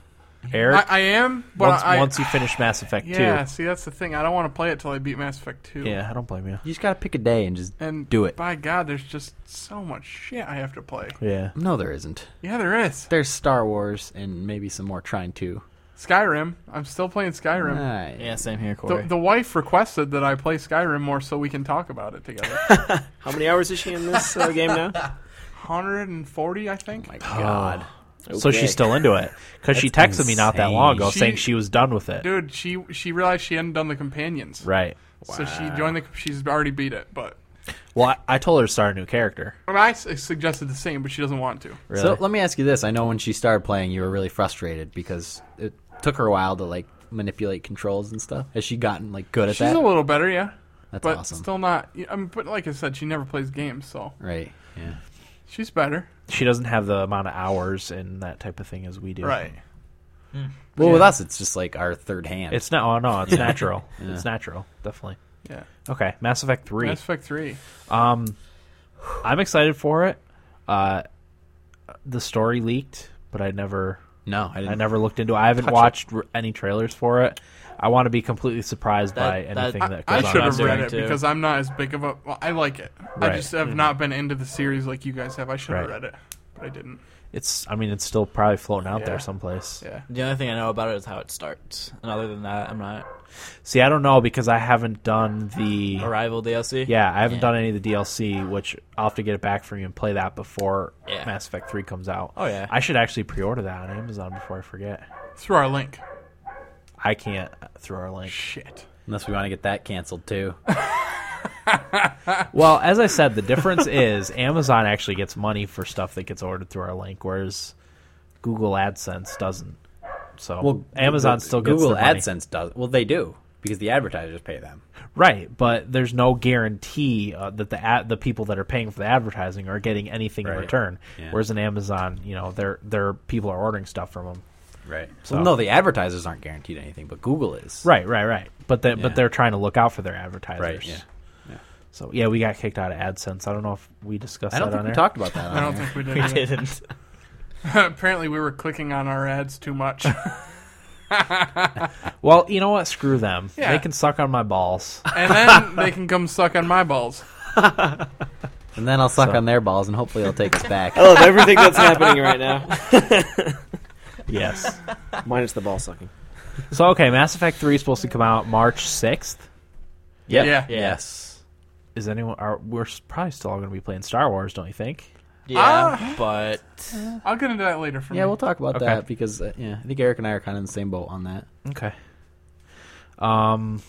S1: Eric,
S2: I, I am, but
S1: once,
S2: I
S1: once you finish Mass Effect
S2: yeah. See, that's the thing. I don't want to play it till I beat Mass Effect Two.
S1: 2. Yeah, I don't blame you.
S3: You just gotta pick a day and just
S2: and
S3: do it.
S2: By God, there's just so much shit I have to play.
S1: Yeah.
S5: Mm-hmm.
S3: No, there isn't.
S2: Yeah, there is
S3: There's Star Wars and maybe some more trying to.
S2: Skyrim. I'm still playing Skyrim.
S3: Right.
S4: Yeah, same here,
S2: The,
S4: Corey.
S2: the wife requested that I play Skyrim more so we can talk about it together.
S5: How many hours is she in this uh, game now?
S2: 140, I think.
S3: Oh
S1: God. So
S5: Okay.
S1: she's still into it cuz she texted me not that long ago
S2: insane.
S1: saying
S2: She-
S1: she was done with it.
S2: Dude, she she realized she hadn't done the companions,
S1: Right.
S2: so she joined the. She's already beat it, but
S1: Well, I, I told her to start a new character.
S2: and I s- suggested the same, but she doesn't want to.
S1: Really.
S3: So let me ask you this: I know when she started playing, you were really frustrated because it took her a while to like manipulate controls and stuff. Has she gotten like good at
S2: She's
S3: that?
S2: a little better, yeah,
S3: That's
S2: but
S3: awesome.
S2: still not. I mean, but like I said, she never plays games, so
S3: right? Yeah.
S2: she's better.
S1: she doesn't have the amount of hours and that type of thing as we do.
S2: Right.
S3: Well, with us, it's just like our third hand.
S1: It's not. Oh no, it's natural. It's natural, definitely.
S2: Yeah.
S1: Okay, Mass Effect Three.
S2: Mass Effect Three.
S1: Um, I'm excited for it. Uh, the story leaked, but I never,
S3: no, I didn't.
S1: I never looked into. it. I haven't
S3: Touch it.
S1: watched r any trailers for it. I want to be completely surprised by
S4: That- that-
S1: anything
S4: I-
S1: that,
S2: I
S1: goes
S2: should
S1: on.
S2: have read
S4: doing
S2: it
S4: too.
S2: because I'm not as big of a. Well, I like it.
S1: Right.
S2: I just have not been into the series like you guys have. I should have
S1: Right.
S2: read it, but I didn't.
S1: It's. I mean, it's still probably floating out
S2: Yeah.
S1: there someplace.
S2: Yeah.
S4: the only thing I know about it is how it starts, and other than that, I'm not
S1: See, I don't know because I haven't done the.
S4: Arrival DLC.
S1: Yeah, I haven't
S4: Yeah.
S1: done any of the DLC, which I'll have to get it back from you and play that before
S4: Yeah.
S1: Mass Effect 3 comes out.
S4: Oh, yeah.
S1: I should actually pre order that on Amazon before I forget.
S2: Through our link.
S1: I can't throw our link.
S2: Shit.
S3: Unless we want to get that canceled too.
S1: Well, as I said, the difference is Amazon actually gets money for stuff that gets ordered through our link, whereas Google AdSense doesn't. So Amazon
S3: Google-
S1: still gets
S3: Google
S1: their money.
S3: AdSense does. Well, they do because the advertisers pay them.
S1: right? But there's no guarantee uh, that the ad, the people that are paying for the advertising are getting anything
S3: Right.
S1: in return.
S3: Yeah.
S1: Whereas in Amazon, you know, their their people are ordering stuff from them.
S3: Right.
S1: So-
S3: So no, the advertisers aren't guaranteed anything, but Google is.
S1: Right, right, right. But they,
S3: Yeah.
S1: but they're trying to look out for their advertisers.
S3: Right, yeah.
S1: So yeah, we got kicked out of AdSense. I don't know if we discussed
S3: I don't
S1: that
S3: think
S1: on
S3: we
S1: air.
S3: talked about that.
S2: I
S3: on
S2: don't
S3: here.
S2: think we did.
S4: We
S2: either.
S4: didn't.
S2: Apparently, we were clicking on our ads too much.
S1: well, you know what? Screw them.
S2: Yeah.
S1: They can suck on my balls.
S2: and then they can come suck on my balls.
S3: And then I'll suck on their balls, and hopefully they'll take us back.
S5: I love everything that's happening right now,
S1: yes.
S5: minus the ball sucking.
S1: So okay, Mass Effect Three is supposed to come out March sixth.
S3: Yep.
S2: Yeah.
S3: Yes.
S1: Is anyone? Are we're s- probably still all going to be playing Star Wars? Don't you think?
S3: Ah!
S4: Yeah, but
S2: I'll get into that later for
S3: Yeah,
S2: me.
S3: we'll talk about
S1: Okay.
S3: that because uh, yeah, I think Eric and I are kind of in the same boat on that.
S1: Okay. Um,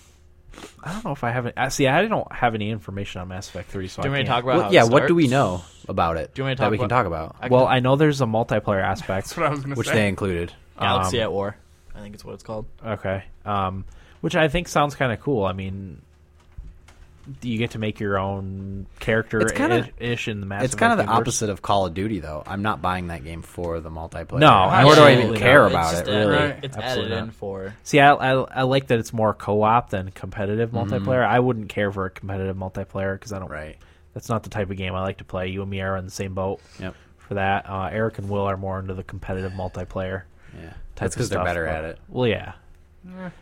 S1: I don't know if I haven't. I see. I don't have any information on Mass Effect Three, so
S4: do
S1: I
S4: you want me
S1: can't.
S4: to talk about? how
S3: Well,
S4: it
S3: yeah, what do we
S4: starts?
S3: know about it
S4: Do you want me to
S3: that
S4: talk
S3: we can
S4: about-
S3: talk about,
S4: I can-
S1: well, I know there's a multiplayer aspect.
S2: That's what I was going to
S3: which
S2: say.
S3: they included?
S4: Galaxy
S1: um,
S4: at War. I think it's what it's called.
S1: Okay. Um, which I think sounds kind of cool. I mean, you get to make your own character
S3: It's kinda-
S1: ish in the Mass
S3: It's
S1: Effect
S3: kind of the
S1: universe.
S3: opposite of Call of Duty, though. I'm not buying that game for the multiplayer.
S1: No,
S3: nor do I
S1: absolutely
S3: even
S1: not.
S3: care
S4: It's
S3: about
S4: just
S3: it.
S4: added-
S3: Really,
S2: Right.
S4: it's
S1: Absolutely
S4: added in
S1: not.
S4: for
S1: See, I, I I like that it's more co-op than competitive multiplayer. I wouldn't care for a competitive multiplayer because I don't.
S3: Mm-hmm. right?
S1: That's not the type of game I like to play. You and me are in the same boat
S3: Yep.
S1: for that. Uh, Eric and Will are more into the competitive multiplayer.
S3: Yeah,
S1: Type
S3: that's
S1: of
S3: because they're
S1: stuff,
S3: better
S1: but-
S3: at it.
S1: Well, yeah,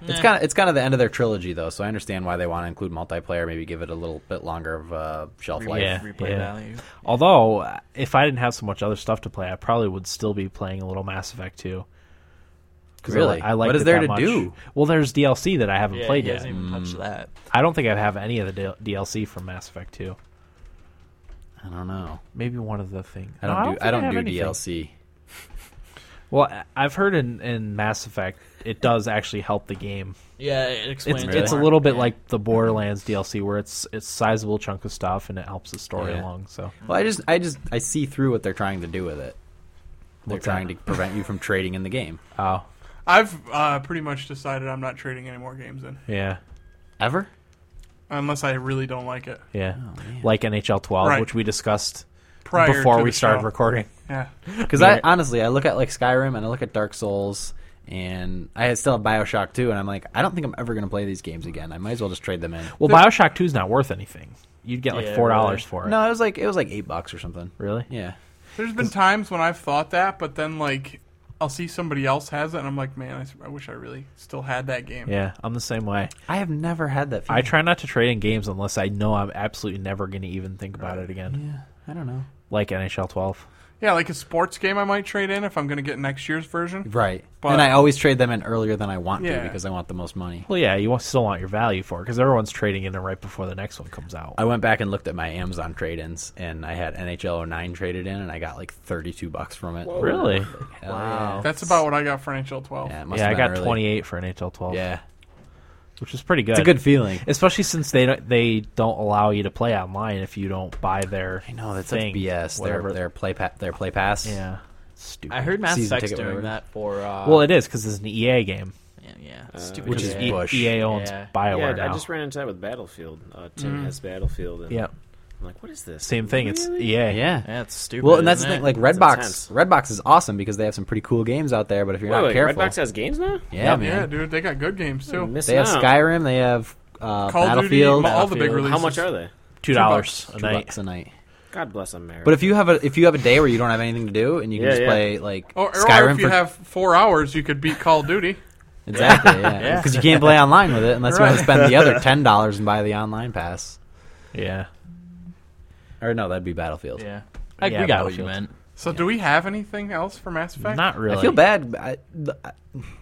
S3: It's kind of it's kind of the end of their trilogy, though, so I understand why they want to include multiplayer. Maybe give it a little bit longer of uh, shelf life.
S1: Yeah,
S4: replay
S1: yeah.
S4: value.
S1: Although, uh, if I didn't have so much other stuff to play, I probably would still be playing a little Mass Effect 2. 'Cause I
S3: Really?
S1: li- I, like
S3: What is
S1: it
S3: there
S1: that
S3: to
S1: much.
S3: do?
S1: Well, there's DLC that I haven't
S4: Yeah,
S1: played
S4: he
S1: yet.
S4: hasn't even
S3: Mm.
S4: touched that.
S1: I don't think I'd have any of the D- DLC from Mass Effect 2.
S3: I don't know.
S1: Maybe one of the things.
S3: I don't do I don't do DLC.
S1: Well, I- I've heard in, in Mass Effect it does actually help the game.
S4: Yeah, it explains.
S1: It's
S4: it
S1: it's a
S4: more.
S1: little bit
S4: Yeah.
S1: like the Borderlands DLC where it's it's sizable chunk of stuff and it helps the story
S3: Yeah.
S1: along. So
S3: Well, I just I just I see through what they're trying to do with it. They're
S1: What's that?
S3: trying to prevent you from trading in the game.
S1: oh
S2: I've uh, pretty much decided I'm not trading any more games in,
S1: yeah
S3: Ever?
S2: unless I really don't like it.
S1: yeah
S3: Oh,
S1: like NHL 12
S2: Right.
S1: which we discussed
S2: Prior
S1: before
S2: to
S1: we
S2: the
S1: started
S2: show.
S1: recording.
S2: Yeah.
S3: Because
S1: Yeah.
S3: I honestly I look at like Skyrim and I look at Dark Souls and I still have Bioshock 2 and I'm like I don't think I'm ever gonna play these games again. I might as well just trade them in.
S1: Well, Bioshock Two's not worth anything. You'd get like
S4: Yeah,
S1: four dollars
S4: really.
S1: for it.
S3: No, it was like it was like eight bucks or something.
S1: Really?
S3: Yeah.
S2: There's been times when I've thought that, but then like I'll see somebody else has it, and I'm like, man, I s- I, wish I really still had that game.
S1: Yeah, I'm the same way.
S3: I have never had that. Feeling.
S1: I try not to trade in games unless I know I'm absolutely never going to even think about it again.
S3: Yeah. I don't know.
S1: Like NHL 12.
S2: Yeah, like a sports game I might trade in if I'm going to get next year's version.
S3: Right.
S2: But-
S3: and I always trade them in earlier than I want
S2: Yeah.
S3: to because I want the most money.
S1: Well, yeah, you won't- still want your value for it because everyone's trading in it right before the next one comes out.
S3: I went back and looked at my Amazon trade-ins, and I had NHL 09 traded in, and I got like 32 bucks from it.
S1: Really?
S3: Hell
S4: Wow.
S2: That's about what I got for NHL 12.
S3: Yeah, yeah, it must
S1: Yeah, I
S3: have
S1: got
S3: been early.
S1: 28 for NHL 12.
S3: Yeah,
S1: which is pretty good.
S3: it's a good feeling.
S1: especially since they don't, they don't allow you to play online if you don't buy their.
S3: I know that's
S1: thing,
S3: like BS.
S1: whatever.
S3: Their their play pa- their play pass.
S1: yeah, stupid.
S4: I heard Mass
S3: season
S4: Effect's
S3: ticket,
S4: doing
S3: whatever.
S4: that for. Uh,
S1: Well, it is because it's an EA game,
S4: yeah, yeah, stupid.
S1: which
S4: yeah.
S1: is
S3: Bush.
S1: EA E owns
S4: Yeah.
S1: Bioware
S5: Yeah, I
S1: now.
S5: just ran into that with Battlefield. Uh, Tim
S2: Mm.
S5: has Battlefield. And
S1: yeah,
S5: I'm like, what is this?
S1: same thing. It's e-
S5: Really?
S1: EA.
S3: yeah.
S4: Yeah, it's stupid.
S3: Well, and that's the
S4: isn't
S3: thing.
S4: it?
S3: Like
S5: It's
S3: Redbox,
S5: intense.
S3: Redbox is awesome because they have some pretty cool games out there. But if you're
S5: Wait,
S3: not
S5: wait,
S3: careful,
S5: Redbox has games now.
S3: yeah,
S2: Yeah,
S3: Oh, man,
S2: dude, they got good games too.
S3: they have Skyrim, they have uh,
S2: Call of Duty,
S3: Battlefield.
S2: all the big
S3: Battlefield,
S2: releases.
S5: How much are they?
S1: two dollars a
S3: two
S1: night.
S3: bucks a night.
S5: God bless America.
S3: But if you have a if you have a day where you don't have anything to do and you can
S5: Yeah,
S3: just
S5: yeah.
S3: play like
S2: Oh, Or, or
S3: Skyrim
S2: if you
S3: for
S2: have four hours, you could beat Call of Duty.
S3: Exactly, yeah.
S4: Yeah.
S3: Because you can't play online with it unless you want
S2: Right.
S3: to spend the other ten dollars and buy the online pass.
S1: Yeah,
S3: Or no, that'd be Battlefield.
S4: yeah, I,
S1: Yeah,
S4: we got what you
S1: Battlefield.
S4: meant.
S2: So, do we have anything else for Mass Effect?
S1: not really.
S3: I feel bad. I, the, I-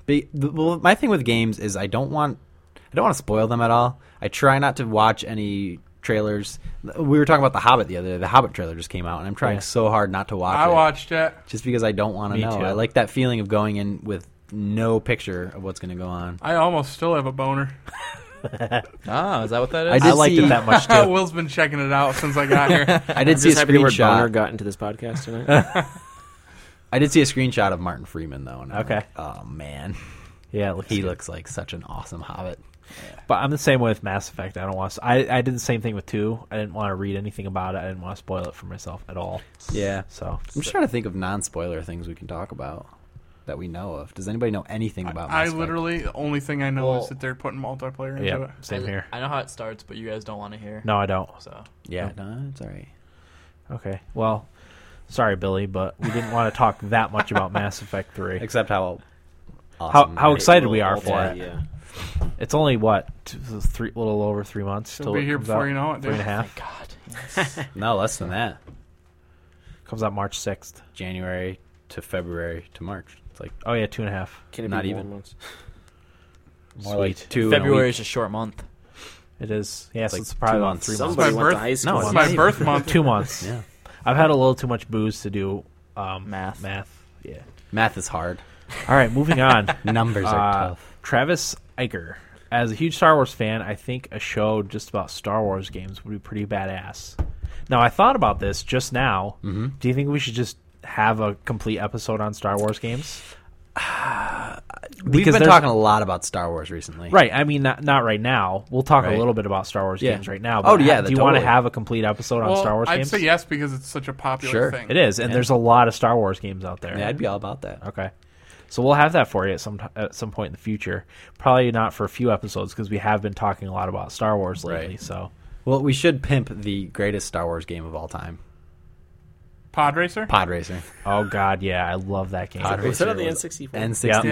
S3: be, the, well, my thing with games is I don't want I don't want to spoil them at all. I try not to watch any trailers. We were talking about the Hobbit the other day. The Hobbit trailer just came out, and I'm trying
S1: Yeah.
S3: so hard not to watch
S2: I
S3: it
S2: watched it.
S3: just because I don't want to
S1: Me
S3: know.
S1: too.
S3: I like that feeling of going in with no picture of what's going to go on.
S2: I almost still have a boner.
S6: Ah, is that what that is?
S3: I did
S1: I liked
S3: see-
S1: it that much too.
S2: Will's been checking it out since I got here.
S3: I did
S5: I'm
S3: see a
S5: just happy the word boner
S3: screenshot.
S5: got into this podcast tonight.
S3: I did see a screenshot of Martin Freeman though. And I'm
S1: Okay.
S3: like, oh man,
S1: yeah, it looks
S3: he
S1: good.
S3: looks like such an awesome Hobbit.
S1: But I'm the same way with Mass Effect. I don't want. To, I I did the same thing with two. I didn't want to read anything about it. I didn't want to spoil it for myself at all.
S3: Yeah.
S1: So
S3: I'm just trying to think of non-spoiler things we can talk about that we know of. Does anybody know anything about?
S2: I
S3: Mass Effect?
S2: literally the only thing I know
S4: Well-
S2: is that they're putting multiplayer into
S1: yeah,
S2: it.
S1: same here.
S4: I know how it starts, but you guys don't want to hear.
S1: No, I don't.
S4: So
S3: Yeah, no, it's all right.
S1: Okay. Well, sorry, Billy, but we didn't want to talk that much about Mass Effect Three.
S3: Except how
S1: awesome how
S3: it
S1: excited we
S5: Little
S1: are
S5: old
S1: for
S5: dad,
S1: it.
S5: Yeah.
S1: It's only what t- three, little over three months.
S2: It'll
S1: till
S2: be
S1: it
S2: here
S1: comes
S2: before
S1: out.
S2: you know it,
S1: Three and a
S2: dude.
S1: half
S4: God,
S3: No, less than that.
S1: comes out March sixth.
S3: January to February to March. It's like
S1: Oh yeah, two and a half.
S5: Can it
S3: Not
S5: be
S3: even.
S5: more months?
S3: more like
S1: Sweet.
S3: two. in a
S4: February
S3: week.
S4: is a short month.
S1: It is. Yes,
S3: like
S1: it's probably
S3: two
S1: about
S3: months.
S1: three months.
S5: Somebody
S2: My
S5: went to
S2: birth-
S5: high school.
S1: No,
S2: It's
S1: it's
S2: my
S3: not
S2: birth month.
S1: two months.
S3: Yeah,
S1: I've had a little too much booze to do um,
S4: Math.
S1: Math. Yeah.
S3: math is hard.
S1: All right, moving on.
S3: Numbers are
S1: Uh,
S3: tough.
S1: Travis Iker. As a huge Star Wars fan, I think a show just about Star Wars games would be pretty badass. Now, I thought about this just now. Mm-hmm. Do you think we should just have a complete episode on Star Wars games?
S3: We've been
S1: there's-
S3: talking a lot about Star Wars recently.
S1: Right. I mean, not not right now. We'll talk a
S3: Right.
S1: little bit about Star Wars
S3: Yeah.
S1: games right now.
S3: Oh,
S1: but
S3: yeah,
S1: ha-
S3: that
S1: Do you want to
S3: totally.
S1: have a complete episode on
S2: Well,
S1: Star Wars
S2: I'd
S1: games?
S2: say yes because it's such a popular
S3: Sure.
S2: thing.
S1: It is, and there's a lot of Star Wars games out there.
S3: Yeah, I'd be all about that.
S1: Okay. So we'll have that for you at some t- at some point in the future. Probably not for a few episodes because we have been talking a lot about Star Wars lately.
S3: Right.
S1: So
S3: Well, we should pimp the greatest Star Wars game of all time,
S2: Pod racer.
S3: Pod Racer.
S1: oh god, yeah, I love that game.
S3: Pod
S5: Was
S3: Racer
S5: that on the
S3: was-
S5: N64?
S3: N64,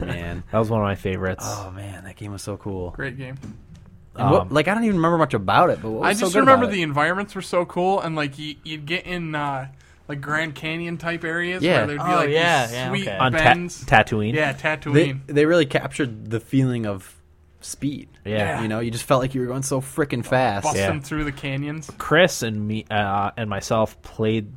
S2: Yeah.
S3: man.
S1: That was one of my favorites.
S3: Oh man, that game was so cool.
S2: Great game.
S3: And what-
S1: Um,
S3: like I don't even remember much about it, but what was
S2: I
S3: so
S2: just
S3: good
S2: remember
S3: about
S2: the
S3: it?
S2: environments were so cool, and like you, you'd get in uh, like Grand Canyon type areas
S3: Yeah.
S2: where there'd be
S4: Oh,
S2: like
S4: yeah,
S2: these
S4: yeah,
S2: sweet
S4: okay.
S1: on ta-
S2: bends.
S1: Tatooine.
S2: yeah,
S3: They,
S2: Tatooine.
S3: they really captured the feeling of speed.
S1: Yeah.
S3: you know, you just felt like you were going so freaking fast.
S2: Busting
S1: Yeah.
S2: through the canyons.
S1: Chris and me uh, and myself played.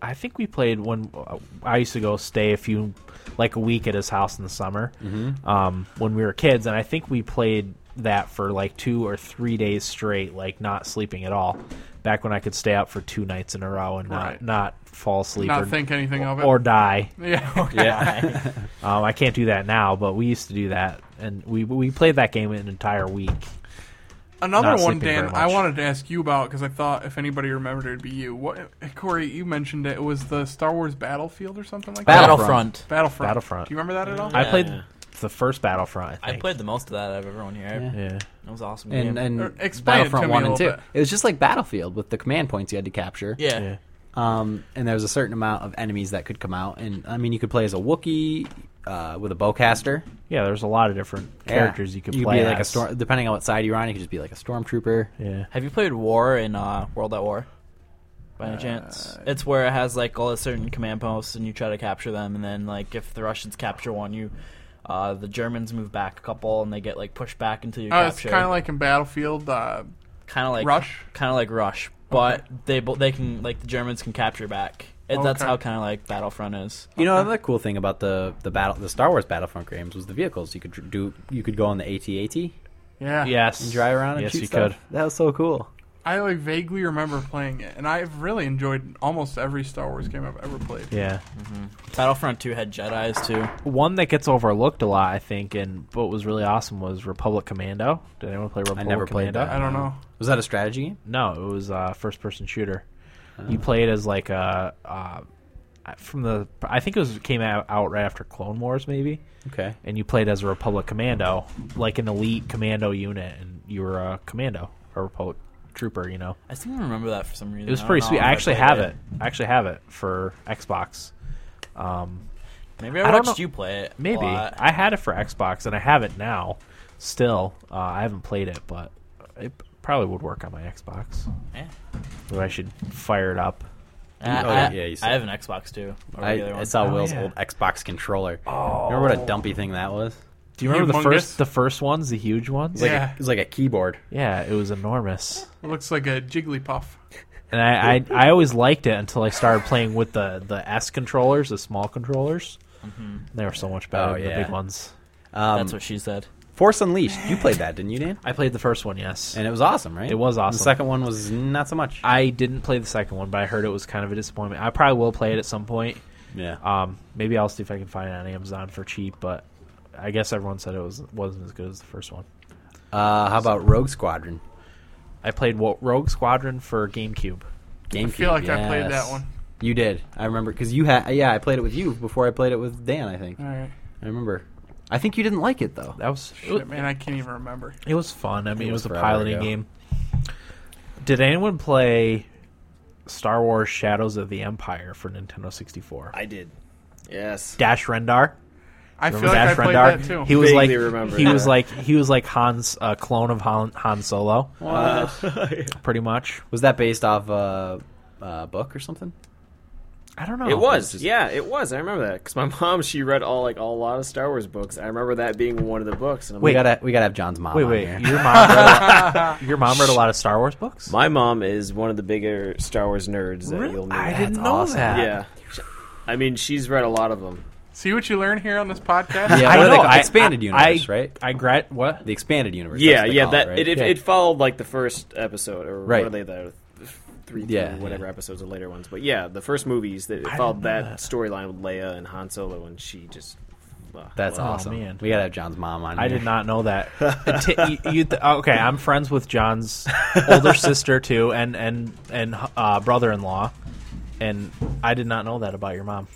S1: I think we played when uh, I used to go stay a few, like a week at his house in the summer,
S2: Mm-hmm.
S1: um, when we were kids, and I think we played that for like two or three days straight, like not sleeping at all. Back when I could stay out for two nights in a row and not
S2: Right.
S1: not fall asleep or,
S2: Not think anything of it.
S1: or die.
S2: yeah.
S3: Yeah,
S1: Um, I can't do that now, but we used to do that, and we we played that game an entire week.
S2: Another
S1: Not
S2: one,
S1: sleeping very
S2: Dan,
S1: much.
S2: I wanted to ask you about because I thought if anybody remembered, it'd be you. What, eh, Corey, you mentioned it. It was the Star Wars Battlefield or something like
S3: Battlefront.
S4: Battlefront.
S2: that? Battlefront.
S1: Battlefront.
S2: Do you remember that at all?
S1: I
S4: Yeah,
S1: played
S5: yeah.
S1: the first Battlefront. I,
S4: I
S1: think.
S4: played the most of that out of everyone here.
S1: Yeah.
S4: It was an awesome.
S3: and
S4: game.
S2: Or
S3: and
S2: explain it to
S3: Battlefront
S2: me a
S3: one and two.
S2: little bit.
S3: It was just like Battlefield with the command points you had to capture.
S4: yeah.
S1: Yeah.
S3: Um, and there was a certain amount of enemies that could come out, and I mean, you could play as a Wookiee uh, with a bowcaster.
S1: Yeah, there's a lot of different characters you could
S3: you
S1: play
S3: be like a
S1: as.
S3: storm, depending on what side you're on. You could just be like a stormtrooper.
S1: Yeah.
S4: Have you played War in uh, World at War? By any chance,
S2: Uh,
S4: it's where it has like all the certain command posts, and you try to capture them, and then like if the Russians capture one, you, uh, the Germans move back a couple, and they get like pushed back until you
S2: Oh, it's
S4: capture.
S2: kind of like in Battlefield. Uh,
S4: kind of like
S2: Rush?
S4: kind of like Rush, but they bo- they can like the Germans can capture back. And That's
S2: Okay.
S4: how kind of like Battlefront is.
S3: You know, another cool thing about the the battle, the Star Wars Battlefront games was the vehicles. You could dr- do, you could go on the AT-AT
S2: yeah.
S1: Yes.
S3: and drive around and
S1: yes,
S3: shoot
S1: you
S3: stuff.
S1: could.
S3: That was so cool.
S2: I like vaguely remember playing it, and I've really enjoyed almost every Star Wars game I've ever played.
S1: Yeah.
S4: Battlefront Two had Jedi's too.
S1: One that gets overlooked a lot, I think, and what was really awesome was Republic Commando. Did anyone play Republic
S3: never played
S1: Commando?
S3: that.
S2: I don't know.
S3: Was that a strategy game?
S1: No, it was uh, first person shooter. You played as like a uh, from the I think it was came out, out right after Clone Wars maybe,
S3: Okay.
S1: and you played as a Republic Commando, like an elite commando unit, and you were a commando, a Republic trooper. You know,
S4: I seem to remember that for some reason.
S1: it was
S4: I don't
S1: pretty
S4: know
S1: sweet.
S4: if
S1: I actually
S4: played
S1: have it. I actually have it for Xbox. Um,
S4: Maybe
S1: I
S4: I
S1: don't
S4: watched
S1: know.
S4: you play it. a
S1: Maybe
S4: lot.
S1: I had it for Xbox, and I have it now. Still, uh, I haven't played it, but it probably would work on my Xbox.
S4: Yeah.
S1: But I should fire it up.
S4: I,
S3: Oh,
S4: I-
S3: yeah, you said.
S4: I have an Xbox too. a
S3: I,
S4: regular
S3: I
S4: one.
S3: saw
S1: Oh,
S3: Will's
S1: yeah. Oh.
S3: old Xbox controller. Remember what a dumpy thing that was?
S1: Do you remember the
S2: Humongous.
S1: first the first ones, the huge ones?
S3: It was like,
S2: Yeah.
S3: it was like a keyboard.
S1: Yeah, it was enormous,
S2: It looks like a Jigglypuff.
S1: and I, I I always liked it until I started playing with the the S controllers, the small controllers. They were so much better
S3: Mm-hmm. Oh,
S1: than
S3: yeah.
S1: the big ones.
S3: Um,
S4: That's what she said.
S3: Force Unleashed. You played that, didn't you, Dan?
S1: I played the first one, yes.
S3: And it was awesome, right?
S1: It was
S3: And
S1: awesome.
S3: The second one was not so much.
S1: I didn't play the second one, but I heard it was kind of a disappointment. I probably will play it at some point.
S3: yeah.
S1: Um, maybe I'll see if I can find it on Amazon for cheap, but I guess everyone said it was wasn't as good as the first one.
S3: Uh, how about Rogue Squadron?
S1: I played Wo- Rogue Squadron for GameCube.
S3: GameCube.
S2: I feel like I played
S3: yes.
S2: that one.
S3: You did. I remember because you had. Yeah, I played it with you before I played it with Dan. I think.
S2: All right,
S3: I remember. I think you didn't like it though.
S1: That was it was,
S2: Shit, man, I can't even remember.
S1: it was fun. I mean,
S3: It
S1: it
S3: was
S1: was, a
S3: forever
S1: piloting
S3: ago.
S1: game. Did anyone play Star Wars Shadows of the Empire for Nintendo 64?
S5: I did. Yes.
S1: Dash Rendar.
S2: I feel
S1: Remember
S2: like I
S1: Dash
S2: played
S1: Rendar?
S2: that too.
S1: He was
S5: Vaguely
S1: like
S5: remember
S1: he was
S5: that.
S1: like he was like Han's uh, clone of Han, Han Solo, pretty much.
S3: Was that based off a uh, uh, book or something?
S1: I don't know.
S5: It was,
S3: just-
S5: yeah, it was. I remember that because my mom she read all like all, a lot of Star Wars books. I remember that being one of the books. And I'm
S3: We
S5: like,
S3: gotta we gotta have John's mom.
S1: Wait,
S3: on
S1: wait.
S3: here.
S1: Your mom read a lot, your mom read a lot of Star Wars books.
S5: my mom is one of the bigger Star Wars nerds that you'll meet.
S1: I didn't
S3: That's
S1: know
S3: awesome.
S1: that.
S5: yeah, I mean she's read a lot of them.
S2: See what you learn here on this podcast.
S3: Yeah,
S1: I
S3: what are they
S1: know,
S3: called?
S1: I-
S3: expanded
S1: I-
S3: universe,
S1: I-
S3: right?
S1: I grad what?
S3: The expanded universe.
S5: yeah,
S3: that's what they
S5: yeah,
S3: call
S5: that
S3: right?
S5: it, it,
S3: Yeah.
S5: followed like the first episode or
S3: Right.
S5: what are they the three,
S3: Yeah,
S5: yeah, whatever
S3: yeah.
S5: episodes of later ones. But yeah, the first movies that it followed that, storyline with Leia and Han Solo, and she just uh,
S3: That's
S1: Oh,
S3: awesome.
S1: man.
S3: We gotta have John's mom on.
S1: I
S3: here.
S1: did not know that. The ti- you- you th- oh, okay, I'm friends with John's older sister too, and and and uh, brother-in-law, and I did not know that about your mom.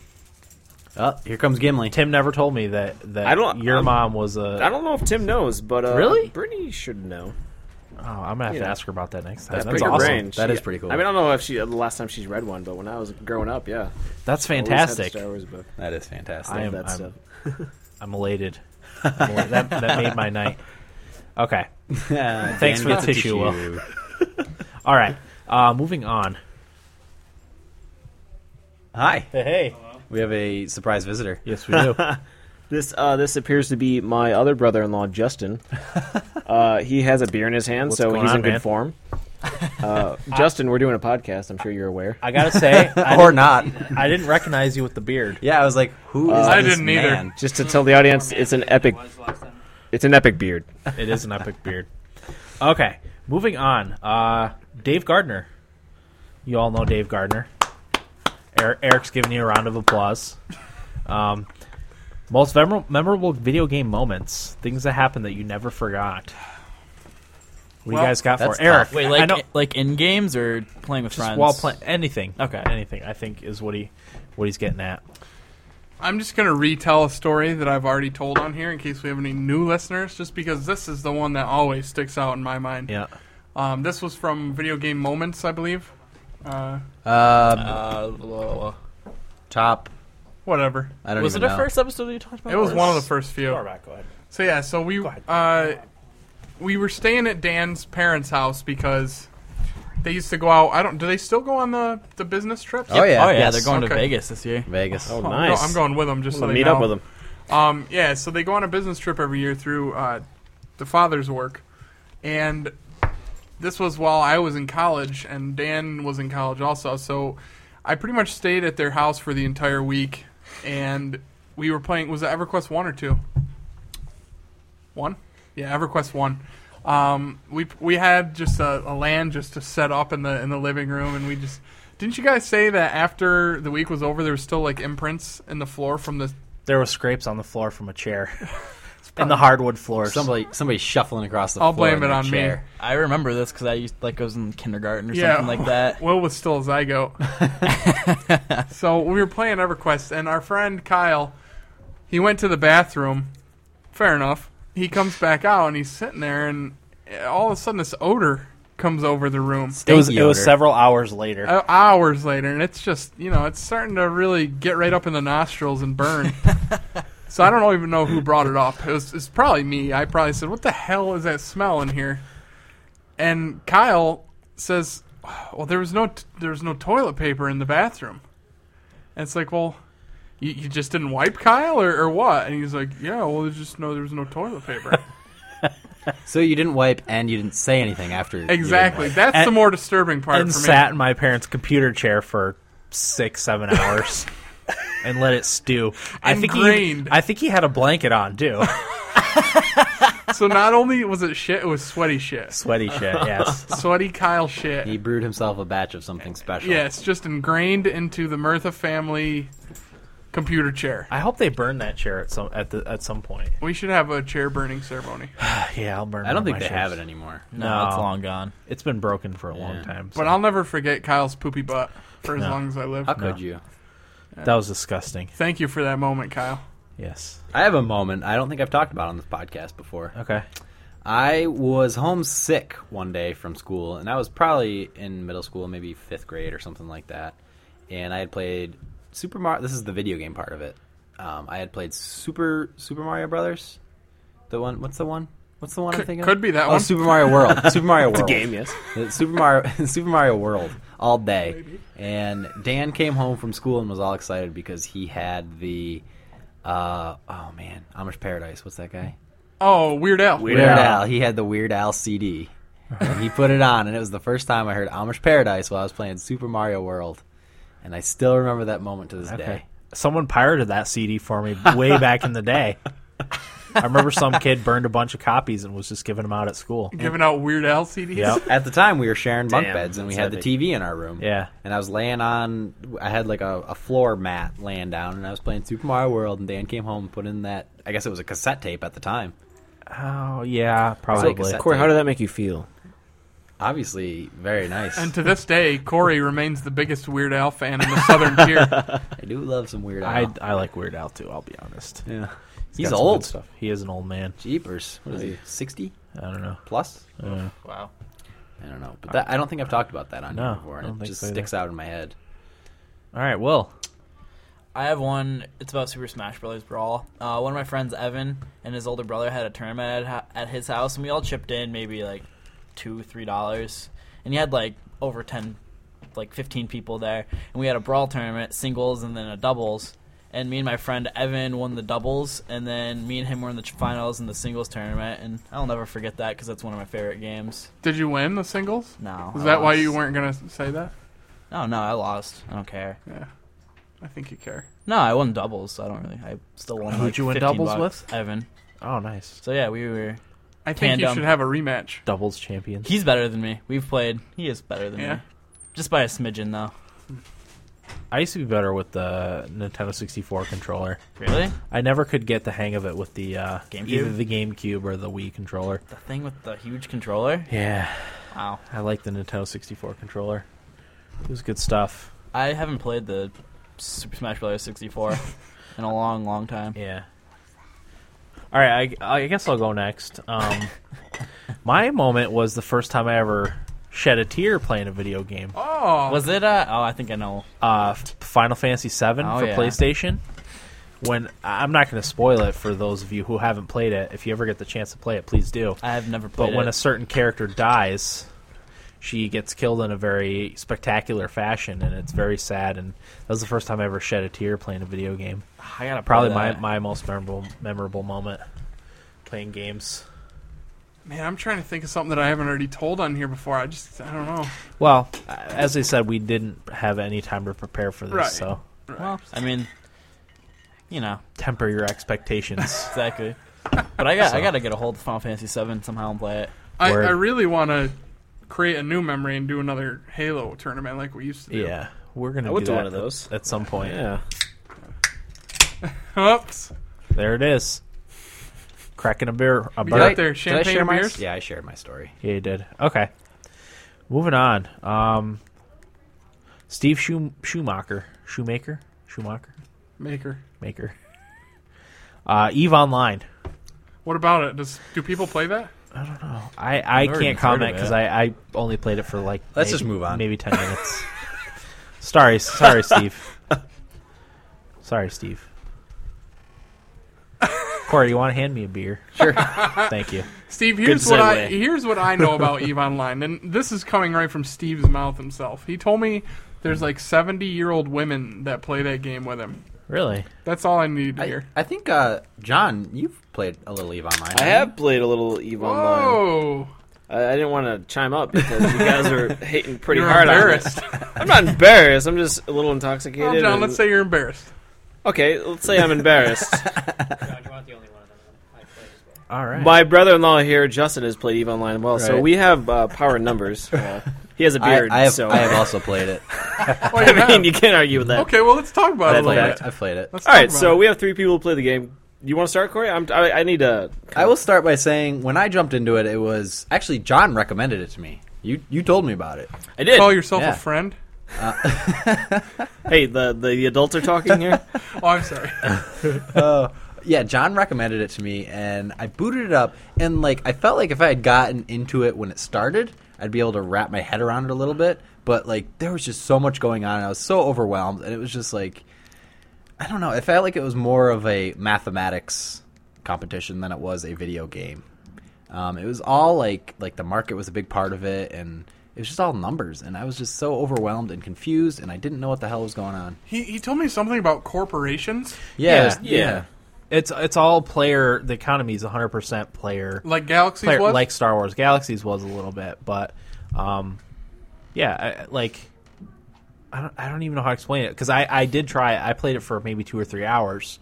S3: Oh, here comes Gimli.
S1: Tim never told me that that
S5: I don't-
S1: your
S5: I'm-
S1: mom was a.
S5: I don't know if Tim knows, but uh,
S1: Really?
S5: Brittany should know.
S1: oh, I'm gonna have
S5: you
S1: to
S5: know.
S1: ask her about that next time. That's,
S5: pretty
S1: awesome.
S5: good range.
S3: That
S5: She-
S3: is pretty cool.
S5: I mean, I don't know if she the last time she's read one, but when I was growing up, yeah,
S1: That's
S5: always had a
S1: fantastic.
S5: Star Wars book.
S3: That is fantastic.
S1: I am.
S5: that stuff.
S1: I'm, I'm elated. I'm elated. that that made my night. Okay.
S3: Thanks
S1: for the tissue, Will. All right. Uh, moving on.
S3: Hi.
S1: Hey.
S3: We have a surprise visitor.
S1: Yes, we do.
S5: This uh, this appears to be my other brother-in-law, Justin. uh, he has a beer in his hand,
S1: What's
S5: so
S1: going
S5: he's
S1: on,
S5: in good
S1: man?
S5: form. Uh, Justin, we're doing a podcast. I'm sure you're aware.
S1: I gotta say, I
S3: or
S1: didn't-
S3: not.
S1: I didn't recognize you with the beard.
S3: Yeah, I was like, who is
S2: I
S3: this
S2: didn't either.
S3: man?
S5: Just to tell the audience, it's an epic, it's an epic beard.
S1: It is an epic beard. Okay, moving on. Uh, Dave Gardner. You all know Dave Gardner. Eric, Eric's giving you a round of applause. Um, most memor- memorable video game moments, things that happened that you never forgot. What do
S2: Well,
S1: you guys got for
S3: that's
S1: Eric?
S4: Wait,
S1: I
S4: like
S1: know,
S4: like in games or playing with
S1: just
S4: friends?
S1: while playing anything.
S4: Okay.
S1: anything. I think is what he what he's getting at.
S2: I'm just gonna retell a story that I've already told on here in case we have any new listeners, just because this is the one that always sticks out in my mind.
S1: Yeah.
S2: Um, this was from Video Game Moments, I believe. Uh,
S3: Um,
S4: Uh, blah, blah, blah.
S3: top.
S2: whatever.
S3: I don't
S4: Was it
S3: even
S4: our
S3: know.
S4: first episode that you talked about?
S2: It was
S4: or
S2: one of the first few.
S1: back. Go ahead.
S2: So yeah, so we
S1: ahead.
S2: uh, we were staying at Dan's parents' house because they used to go out. I don't. Do they still go on the the business trips?
S3: Oh yeah.
S4: Oh yeah,
S3: Yes.
S4: they're going to
S2: Okay.
S4: Vegas this year.
S3: Vegas.
S5: Oh,
S2: Oh, I'm
S5: nice.
S2: go- I'm going with them just
S5: I'm
S2: so
S5: gonna
S2: they
S5: meet
S2: know.
S5: up with him.
S2: Um, yeah, so they go on a business trip every year through uh, the father's work, and this was while I was in college, and Dan was in college also. So I pretty much stayed at their house for the entire week, and we were playing. Was it EverQuest one or two? One, yeah, EverQuest one. Um, we we had just a, a land just to set up in the in the living room, and we just didn't. You guys say that after the week was over, there was still like imprints in the floor from the
S1: There were scrapes on the floor from a chair, and the hardwood floor.
S3: Somebody, somebody shuffling across the
S2: I'll
S3: floor.
S2: blame
S3: in
S2: it
S3: their
S2: on me.
S3: chair.
S4: I remember this because I used like I was in kindergarten or
S2: Yeah.
S4: something like that.
S2: Will was still a zygote. so we were playing EverQuest, and our friend Kyle, he went to the bathroom. Fair enough. He comes back out, and he's sitting there, and all of a sudden this odor comes over the room.
S1: It was
S3: Stanky
S1: it was
S3: odor.
S1: several hours later.
S2: Uh, hours later, and it's just you know it's starting to really get right up in the nostrils and burn. so I don't even know who brought it up. It was, it's probably me. I probably said, "What the hell is that smell in here?" And Kyle says, "Well, there was no t- there was no toilet paper in the bathroom." And it's like, well. You, you just didn't wipe Kyle or, or what? And he's like, yeah, well, there's just no, there was no toilet paper.
S3: So you didn't wipe and you didn't say anything after. you didn't
S2: exactly.
S3: wipe.
S2: That's the
S1: And-
S2: more disturbing part
S1: and
S2: for me.
S1: sat in my parents' computer chair for six, seven hours. and let it stew. I think he,
S2: Ingrained.
S1: I think he had a blanket on too.
S2: So not only was it shit, it was sweaty shit.
S1: Sweaty shit. Yes.
S2: Sweaty Kyle shit.
S3: He brewed himself a batch of something special.
S2: Yeah, it's just ingrained into the Mirtha family computer chair.
S1: I hope they burn that chair at some at the at some point.
S2: We should have a chair burning ceremony.
S1: Yeah, I'll burn.
S3: I don't
S1: one
S3: think
S1: of
S3: they
S1: my
S3: have it
S1: chairs.
S3: anymore.
S1: No,
S6: No, it's long gone.
S1: It's been broken for a long
S3: Yeah.
S1: time. so-
S2: But I'll never forget Kyle's poopy butt for as
S1: No.
S2: long as I live.
S3: How could you?
S1: that was disgusting.
S2: Thank you for that moment, Kyle.
S1: Yes.
S3: I have a moment I don't think I've talked about on this podcast before.
S1: Okay.
S3: I was homesick one day from school, and I was probably in middle school, maybe fifth grade or something like that. And I had played Super Mario. This is the video game part of it. Um, I had played Super Super Mario Brothers. The one. What's the one? What's the one I'm
S2: Could-
S3: thinking?
S2: could
S3: of?
S2: be that
S3: oh,
S2: one.
S3: Super Mario World. Super Mario World.
S5: Game, yes.
S3: The Super Mario, Super Mario World all day. And Dan came home from school and was all excited because he had the, uh, oh man, Amish Paradise. What's that guy?
S2: Oh, Weird Al.
S5: Weird-
S3: Weird
S5: Al.
S3: Al. He had the Weird Al CD. and he put it on, and it was the first time I heard Amish Paradise while I was playing Super Mario World. And I still remember that moment to this day.
S1: Okay. Someone pirated that CD for me way back in the day. I remember some kid burned a bunch of copies and was just giving them out at school.
S2: Giving out Weird Al CDs.
S1: Yep.
S3: At the time, we were sharing bunk
S5: Damn,
S3: beds, and we
S5: that's
S3: had
S5: epic.
S3: the TV in our room.
S1: Yeah.
S3: And I was laying on, I had like a, a floor mat laying down, and I was playing Super Mario World, and Dan came home and put in that, I guess it was a cassette tape at the time.
S1: Oh yeah, probably.
S3: cassette.
S5: Corey, how did that make you feel?
S3: Obviously, very nice.
S2: And to this day, Corey remains the biggest Weird Al fan in the Southern tier.
S3: I do love some Weird
S1: I
S3: Al.
S1: I like Weird Al too. I'll be honest.
S3: Yeah.
S1: got
S3: He's
S1: some good
S3: old.
S1: stuff. He is an old man.
S3: Jeepers. What is he, 60
S1: I don't know.
S3: plus?
S1: Uh,
S4: Wow.
S3: I don't know, but that, I don't think I've talked about that on
S1: No,
S3: here before,
S1: I
S3: and
S1: don't
S3: it
S1: think
S3: just
S1: so either.
S3: sticks out in my head.
S1: all right. Well,
S4: I have one. It's about Super Smash Brothers Brawl. Uh, one of my friends, Evan, and his older brother had a tournament at, at his house, and we all chipped in maybe like two, three dollars, and he had like over ten, like fifteen people there, and we had a brawl tournament, singles and then a doubles. And me and my friend Evan won the doubles, and then me and him were in the ch- finals in the singles tournament, and I'll never forget that because that's one of my favorite games.
S2: Did you win the singles?
S4: No,
S2: Is
S4: I
S2: that why
S4: lost.
S2: you weren't going to say that?
S4: No, no, I lost. I don't care.
S2: Yeah. I think you care.
S4: No, I won doubles. So I don't really. I still won.
S1: Who'd
S4: like,
S1: you win
S4: 15
S1: doubles
S4: bucks. Evan.
S1: oh nice.
S4: So yeah, we were.
S2: I think you
S4: Tandem.
S2: should have a rematch.
S1: Doubles champions.
S4: He's better than me. We've played. He is better than
S2: Yeah.
S4: me. Just by a smidgen, though.
S1: I used to be better with the Nintendo 64 controller.
S4: Really?
S1: I never could get the hang of it with the uh,
S4: GameCube?
S1: either the GameCube or the Wii controller.
S4: The thing with the huge controller?
S1: Yeah,
S4: Wow.
S1: I like the Nintendo 64 controller. It was good stuff.
S4: I haven't played the Super Smash Bros. 64 in a long, long time.
S1: Yeah. All right, I, I guess I'll go next. Um, my moment was the first time I ever shed a tear playing a video game.
S2: Oh.
S4: Was it? Uh, oh, I think I know.
S1: uh, F- Final Fantasy VII
S4: Oh,
S1: for
S4: yeah.
S1: PlayStation. When I- I'm not going to spoil it for those of you who haven't played it. If you ever get the chance to play it, please do.
S4: I have never played
S1: But when a
S4: it.
S1: certain character dies, she gets killed in a very spectacular fashion, and it's very sad. And that was the first time I ever shed a tear playing a video game.
S4: I gotta play
S1: Uh, Probably my,
S5: uh,
S4: that.
S1: my most memorable memorable moment playing games.
S2: Man, I'm trying to think of something that I haven't already told on here before. I just, I don't know.
S1: Well, Uh, as I said, we didn't have any time to prepare for this,
S2: Right.
S1: so
S4: Well, I mean, you know,
S1: temper your expectations.
S4: exactly. But I got
S1: So-
S4: I gotta get a hold of Final Fantasy VII somehow and play it.
S2: I,
S1: Word.
S2: I really want to create a new memory and do another Halo tournament like we used to do.
S1: yeah, we're gonna
S5: I would
S1: do
S5: do
S1: that
S5: one of those.
S1: at some point.
S5: Yeah.
S2: Oops.
S1: There it is. Cracking a beer. A
S2: We
S1: beer.
S2: got there.
S3: Did I
S2: Champagne
S3: share
S2: and
S3: my?
S2: beers?
S3: Yeah, I shared my story.
S1: Yeah, you did. Okay. Moving on. Um, Steve Schum- Schumacher. Shoemaker? Schumacher?
S2: Maker.
S1: Maker. Uh, Eve Online.
S2: What about it? Does do people play that?
S1: I, I
S4: never even
S1: can't
S4: heard of
S1: comment
S4: it.
S1: because I, I only played it for like.
S3: Let's
S1: maybe-
S3: just move on.
S1: Maybe 10 minutes. sorry, sorry, Steve. Sorry, Steve. Corey, you want to hand me a beer? Sure. Thank you.
S2: Steve, here's what I
S5: segue.
S2: here's what I know about Eve Online, and this is coming right from Steve's mouth himself. He told me there's like 70 year old women that play that game with him.
S1: Really?
S2: That's all I needed to
S3: I,
S2: hear.
S3: I think uh, John, you've played a little Eve Online.
S5: I have played a little Eve Online.
S2: Whoa!
S5: I, I didn't want to chime up because you guys are hating pretty
S2: You're
S5: hard on it.
S2: embarrassed.
S5: I'm not embarrassed. I'm just a little intoxicated.
S2: Well, John,
S5: and-
S2: let's say you're embarrassed.
S5: Okay, let's say I'm embarrassed.
S1: All right.
S5: My brother-in-law here, Justin, has played EVE Online well, so
S3: Right.
S5: we have uh, power numbers. Uh, he has a
S3: I,
S5: beard,
S3: I have,
S5: so
S3: I have also played it.
S2: Wait,
S5: I mean
S2: man.
S5: you can't argue with that.
S2: Oh, okay, well, let's talk about it
S3: I
S2: a little
S3: played
S2: bit.
S3: it. I played it.
S2: Let's
S5: All
S2: talk
S5: right,
S2: about
S5: so
S2: it.
S5: we have three people who play the game. You want to start, Corey? I'm, I, I need to.
S3: I will start by saying when I jumped into it, it was actually John recommended it to me. You you told me about it.
S5: I did.
S2: call yourself
S3: Yeah.
S2: a friend.
S5: Hey, the, the the adults are talking here.
S2: Oh, I'm sorry.
S3: Uh, yeah, John recommended it to me, and I booted it up, and like I felt like if I had gotten into it when it started, I'd be able to wrap my head around it a little bit. But like there was just so much going on, and I was so overwhelmed, and it was just like I don't know. It felt like it was more of a mathematics competition than it was a video game. Um, it was all like like the market was a big part of it, and it was just all numbers, and I was just so overwhelmed and confused, and I didn't know what the hell was going on.
S2: he, he told me something about corporations,
S1: Yeah,
S3: yeah. yeah.
S1: It's it's all player. The economy is 100 percent player,
S2: like Galaxies
S1: player
S2: was.
S1: like Star Wars Galaxies was a little bit, but um, yeah, I- I, like I don't I don't even know how to explain it because I I did try. it. I played it for maybe two or three hours,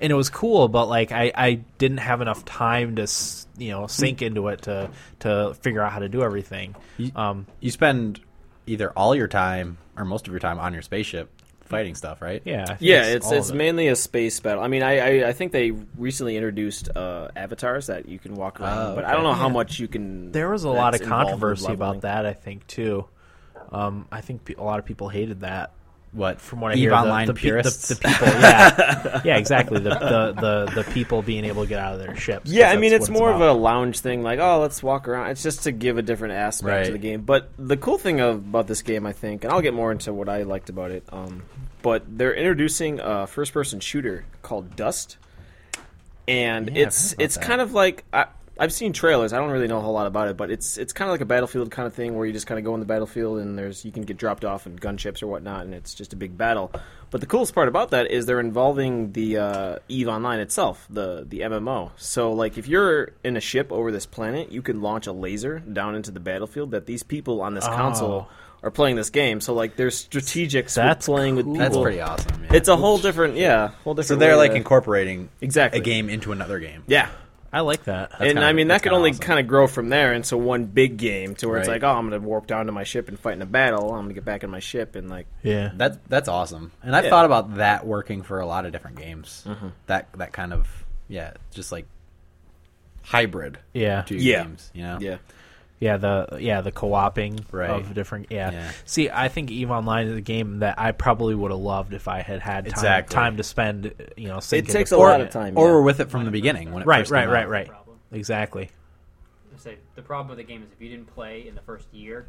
S1: and it was cool, but like I I didn't have enough time to s- you know sink into it to to figure out how to do everything.
S3: You-
S1: Um,
S3: you spend either all your time or most of your time on your spaceship fighting stuff, right?
S1: yeah, I think
S5: Yeah, it's
S1: all of
S5: it's
S1: it.
S5: mainly a space battle. I mean, I I, I think they recently introduced uh, avatars that you can walk around,
S3: Oh,
S5: but I don't know how
S1: Yeah.
S5: much you can.
S1: There was a lot
S5: that's
S1: of
S5: involved with
S1: controversy
S5: leveling.
S1: about that. I think too. Um, I think pe- a lot of people hated that.
S3: What
S1: From what I
S3: Eve
S1: hear, the-
S3: Online
S1: the, pe- the-
S3: purists?
S1: the, people, yeah, yeah, exactly. The, the the the people being able to get out of their ships.
S5: Yeah, I
S1: 'cause
S5: mean,
S1: that's
S5: it's
S1: what
S5: more
S1: about.
S5: of a lounge thing, like oh, let's walk around. It's just to give a different aspect to
S3: Right.
S5: the game. But the cool thing of, about this game, I think, and I'll get more into what I liked about it. Um, but they're introducing a first-person shooter called Dust, and it's it's kind of like I, I've seen trailers. I don't really know a whole lot about it, but it's it's kind of like a battlefield kind of thing where you just kind of go in the battlefield and there's you can get dropped off in gunships or whatnot, and it's just a big battle. But the coolest part about that is they're involving the uh, Eve Online itself, the the MMO. So like if you're in a ship over this planet, you can launch a laser down into the battlefield that these people on this console are playing this game. So like they're strategic
S1: That's
S5: playing with
S1: cool.
S5: people.
S3: That's pretty awesome. yeah.
S5: It's a whole different, yeah, whole different.
S3: so they're
S5: way
S3: like
S5: to-
S3: incorporating
S5: Exactly.
S3: a game into another game.
S5: yeah,
S1: I like that.
S3: That's
S5: and
S3: kinda-
S5: I mean
S3: that's
S5: that could
S3: kinda
S5: only
S3: awesome.
S5: kind of grow from there into one big game to where it's
S3: Right.
S5: like, oh, I'm gonna warp down to my ship and fight in a battle. I'm gonna get back in my ship and like,
S1: Yeah,
S3: That's that's awesome. And I've
S5: Yeah.
S3: thought about that working for a lot of different games.
S5: Mm-hmm.
S3: That that kind of yeah, just like hybrid
S1: yeah,
S3: two
S5: Yeah.
S3: games, you know.
S5: yeah,
S1: yeah. The yeah the co-oping
S3: Right.
S1: of different yeah.
S3: Yeah.
S1: See, I think Eve Online is a game that I probably would have loved if I had had time,
S3: Exactly.
S1: time to spend. You know,
S5: it
S1: sinking
S5: takes
S1: to
S5: a
S1: play
S5: lot
S1: it.
S5: of time.
S3: Or
S5: yeah.
S3: we're with it from the beginning when it
S1: Right,
S3: first
S1: right,
S3: came
S1: right,
S3: out.
S1: right.
S7: Problem.
S1: Exactly.
S7: I say the problem with the game is if you didn't play in the first year,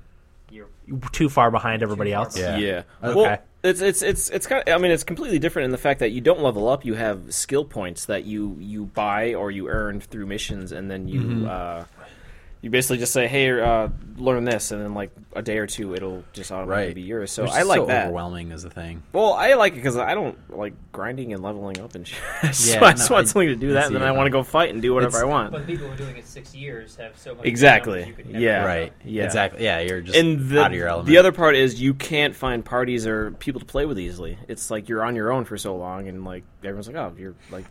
S7: you're
S1: Too far behind everybody
S7: far
S1: else.
S7: behind.
S3: Yeah.
S5: Yeah.
S1: Okay.
S5: Well, it's it's it's it's kind of, I mean it's completely different in the fact that you don't level up. You have skill points that you you buy or you earn through missions, and then you
S3: Mm-hmm.
S5: uh, you basically just say, hey, uh, learn this, and then like a day or two, it'll just automatically
S3: Right.
S5: be yours. So
S3: Which is
S5: I like
S3: so
S5: that.
S3: overwhelming is the thing.
S5: Well, I like it because I don't like grinding and leveling up and shit. so
S3: Yeah,
S5: I just
S3: no,
S5: want
S3: I-
S5: something to do
S3: I
S5: that,
S3: see
S5: and then
S3: your
S5: I want to
S3: point.
S5: go fight and do whatever
S3: It's-
S5: I want.
S7: But the people who are doing it six years have so much.
S5: Exactly.
S7: You could never
S5: Yeah.
S7: have.
S3: Right.
S5: Yeah.
S3: Exactly. Yeah, you're just
S5: and the,
S3: out of your element.
S5: the other part is you can't find parties or people to play with easily. It's like you're on your own for so long, and like everyone's like, "Oh, you're like,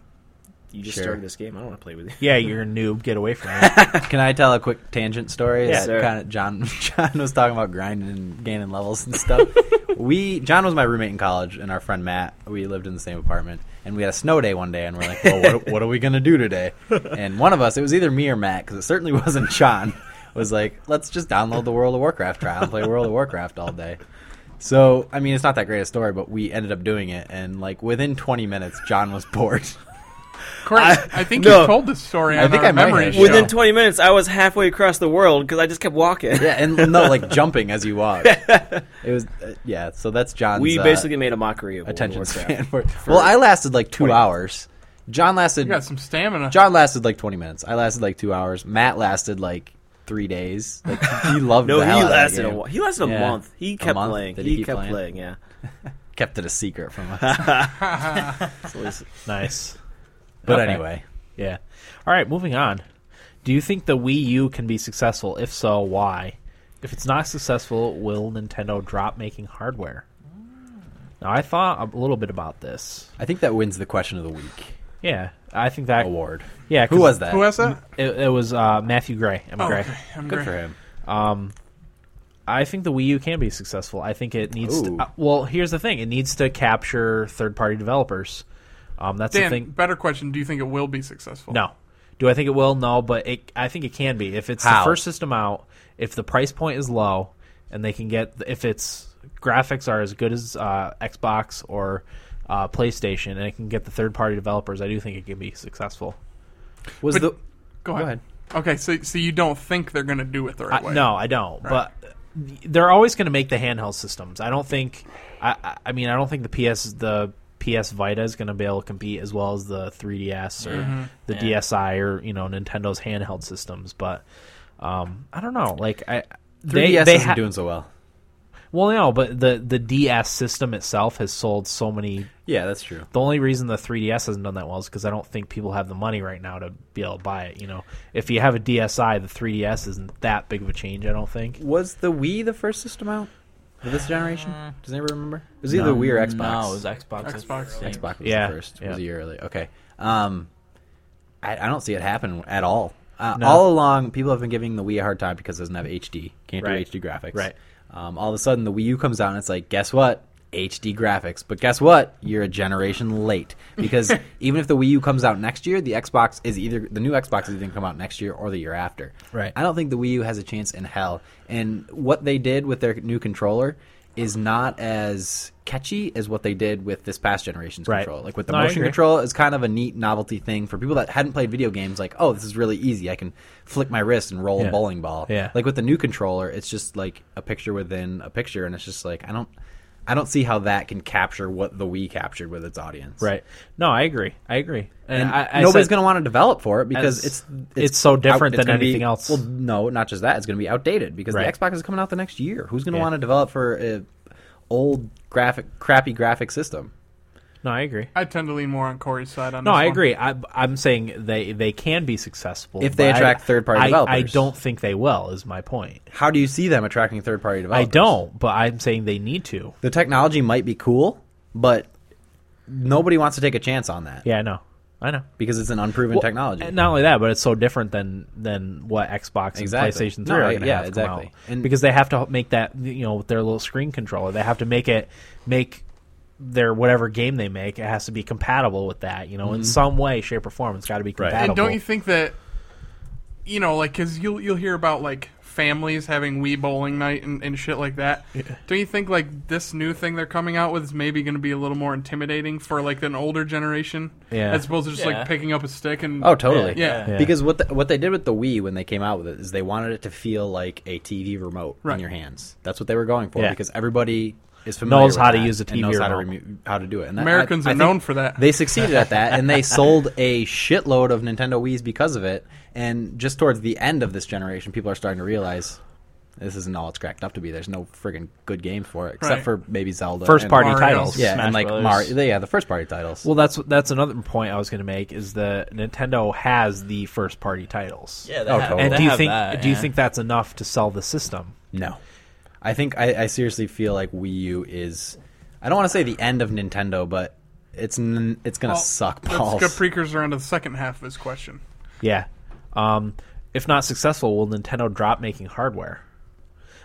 S5: you just
S3: Sure.
S5: started this game. I don't want to play with you."
S1: Yeah, you're a noob. Get away from me.
S3: Can I tell a quick tangent story?
S5: Yeah,
S3: It's
S5: sure.
S3: kinda- John John was talking about grinding and gaining levels and stuff. we John was my roommate in college, and our friend Matt. We lived in the same apartment, and we had a snow day one day, and we're like, "Well, what, what are we gonna do today?" And one of us, it was either me or Matt, because it certainly wasn't John. Was like, "Let's just download the World of Warcraft trial and play World of Warcraft all day." So, I mean, it's not that great a story, but we ended up doing it, and like within 20 minutes, John was bored.
S2: Correct. I, think
S5: no.
S2: you told this story
S3: I
S2: on
S3: think
S2: our
S3: I might
S2: memory
S3: have.
S2: show.
S5: Within 20 minutes, I was halfway across the world because I just kept walking.
S3: Yeah, and no, like jumping as you walk. It was, uh, yeah. So that's John's.
S5: we
S3: uh,
S5: basically made a mockery of World of
S3: attention
S5: Warcraft.
S3: span. For, well, I lasted like two hours. John lasted.
S2: you got some stamina.
S3: John lasted like twenty minutes. I lasted like two hours. Matt lasted like three days. Like he loved.
S5: No,
S3: the
S5: he
S3: hell out of that
S5: lasted a
S3: game.
S5: while. He lasted a
S3: Yeah.
S5: month. He kept
S3: month?
S5: playing.
S3: Did
S5: he
S3: he keep
S5: kept
S3: playing?
S5: playing. Yeah.
S3: Kept it a secret from us.
S1: nice.
S3: but
S1: Okay.
S3: anyway,
S1: Yeah. All right, moving on. Do you think the Wii U can be successful? If so, why? If it's not successful, will Nintendo drop making hardware? Now I thought a little bit about this.
S3: I think that wins the question of the week
S1: Yeah, I think that.
S3: award.
S1: Yeah, 'cause
S3: Who was that?
S2: Who has that?
S1: It, it was uh, Matthew Gray. Emma Gray.
S2: Oh, I'm
S3: Good
S2: great.
S3: for him.
S1: I think the Wii U can be successful. I think it needs.
S3: Ooh.
S1: To, uh, well, here's the thing: it needs to capture third-party developers. Um, that's the
S2: Dan,
S1: thing.
S2: better question. Do you think it will be successful?
S1: No, do I think it will? No, but it. I think it can be if it's
S3: How?
S1: the first system out. If the price point is low, and they can get if its graphics are as good as uh, Xbox or uh, PlayStation, and it can get the third-party developers, I do think it can be successful.
S3: Was
S2: But-
S3: the
S2: Go
S3: go
S2: ahead.
S3: ahead?
S2: Okay, so so you don't think they're going to do it the right
S1: I-
S2: way?
S1: no, I don't. But they're always going to make the handheld systems. I don't think. I, I- I mean, I don't think the PS the PS Vita is going to be able to compete as well as the 3DS or the
S4: Yeah.
S1: DSi or you know Nintendo's handheld systems. But um, I don't know. Like I,
S3: 3DS
S1: they they
S3: isn't
S1: ha-
S3: doing so well.
S1: well, no, but the the DS system itself has sold so many.
S3: Yeah, that's true.
S1: The only reason the 3DS hasn't done that well is because I don't think people have the money right now to be able to buy it. You know, if you have a DSi, the 3DS isn't that big of a change. I don't think.
S3: Was the Wii the first system out of this generation? Does anybody remember? It was either
S1: No.
S3: Wii or Xbox.
S4: No, it was Xbox. I
S2: Xbox.
S4: think.
S3: Xbox was
S1: Yeah,
S3: the first. It was a
S1: yeah.
S3: year early. Okay. Um, I, I don't see it happen at all. Uh,
S1: No.
S3: All along, people have been giving the Wii a hard time because it doesn't have HD. Can't
S1: Right.
S3: do HD graphics.
S1: Right.
S3: Um, all of a sudden, the Wii U comes out and it's like, guess what? HD graphics. But guess what? You're a generation late because even if the Wii U comes out next year, the Xbox is either the new Xbox is either going to come out next year or the year after.
S1: Right.
S3: I don't think the Wii U has a chance in hell. And what they did with their new controller is not as catchy as what they did with this past generation's
S1: Right.
S3: control. Like with the
S1: No, I
S3: motion
S1: agree.
S3: control is kind of a neat novelty thing for people that hadn't played video games like, "Oh, this is really easy. I can flick my wrist and roll
S1: Yeah.
S3: a bowling ball."
S1: Yeah.
S3: Like with the new controller, it's just like a picture within a picture and it's just like I don't I don't see how that can capture what the Wii captured with its audience.
S1: Right. No, I agree. I agree. And,
S3: And
S1: I, I
S3: nobody's
S1: said-
S3: going to want to develop for it because
S1: As-
S3: it's,
S1: it's so different
S3: it's
S1: than
S3: gonna be-
S1: anything else.
S3: Well, no, not just that. It's going to be outdated because
S1: Right.
S3: the Xbox is coming out the next year. Who's going to
S1: Yeah.
S3: want to develop for a old graphic, crappy graphic system?
S1: No, I agree.
S2: I tend to lean more on Corey's side on
S1: No,
S2: this
S1: I
S2: one.
S1: agree. I, I'm saying they they can be successful
S3: If they
S1: but I-
S3: attract third-party
S1: I- I
S3: developers.
S1: don't think they will. Is my point.
S3: How do you see them attracting third party
S1: I
S3: developers?
S1: don't, but I'm saying they need to.
S3: The technology might be cool, but nobody wants to take a chance on that
S1: Yeah, I know. I know.
S3: because it's an unproven
S1: Well,
S3: technology.
S1: and Not only that, but it's so different than than what Xbox
S3: Exactly.
S1: and PlayStation
S3: No,
S1: Three
S3: I-
S1: are going to
S3: yeah,
S1: have come
S3: exactly.
S1: out.
S3: And-
S1: because they have to make that you know with their little screen controller, they have to make it make their whatever game they make it has to be compatible with that. You know, in some way, shape, or form, it's got to be
S3: Mm-hmm. Right.
S1: compatible.
S2: And don't you think that you know, like, because you'll you'll hear about like families having Wii bowling night and, and shit like that. Don't you think like this new thing they're coming out with is maybe going to be a little more intimidating for like an older generation?
S1: Yeah.
S2: as opposed to just
S4: Yeah.
S2: like picking up a stick and
S3: oh, totally.
S2: yeah.
S1: Yeah.
S3: Because what the, what they did with the Wii when they came out with it is they wanted it to feel like a TV remote
S2: Right.
S3: in your hands. That's what they were going for
S1: Yeah.
S3: because everybody is familiar
S1: Knows
S3: with
S1: how to
S3: that
S1: use a
S3: and
S1: TV
S3: knows how to,
S1: remote.
S3: remo- how to do it. And that-
S2: Americans
S3: I- I
S2: are
S3: think
S2: known for that.
S3: They succeeded at that, and they sold a shitload of Nintendo Wii's because of it. And just towards the end of this generation, people are starting to realize this isn't all it's cracked up to be. There's no friggin' good game for it, except
S2: Right.
S3: for maybe Zelda,
S1: first
S3: and-
S1: party
S2: Mario.
S1: titles.
S3: yeah,
S4: Smash
S3: and like
S4: Brothers.
S3: Mario, yeah, the first party titles.
S1: Well, that's that's another point I was going to make is that Nintendo has the first party titles.
S4: Yeah, they
S3: Oh,
S4: have,
S3: totally.
S1: And
S4: they
S1: do you
S4: have
S1: think
S4: that,
S1: do you
S4: yeah.
S1: think that's enough to sell the system?
S3: No. I think I, I seriously feel like Wii U is I don't want to say the end of Nintendo, but it's n- it's gonna
S2: Well,
S3: suck
S2: That's a
S3: balls.
S2: good precursor into the second half of his question.
S1: Yeah. Um, if not successful, will Nintendo drop making hardware?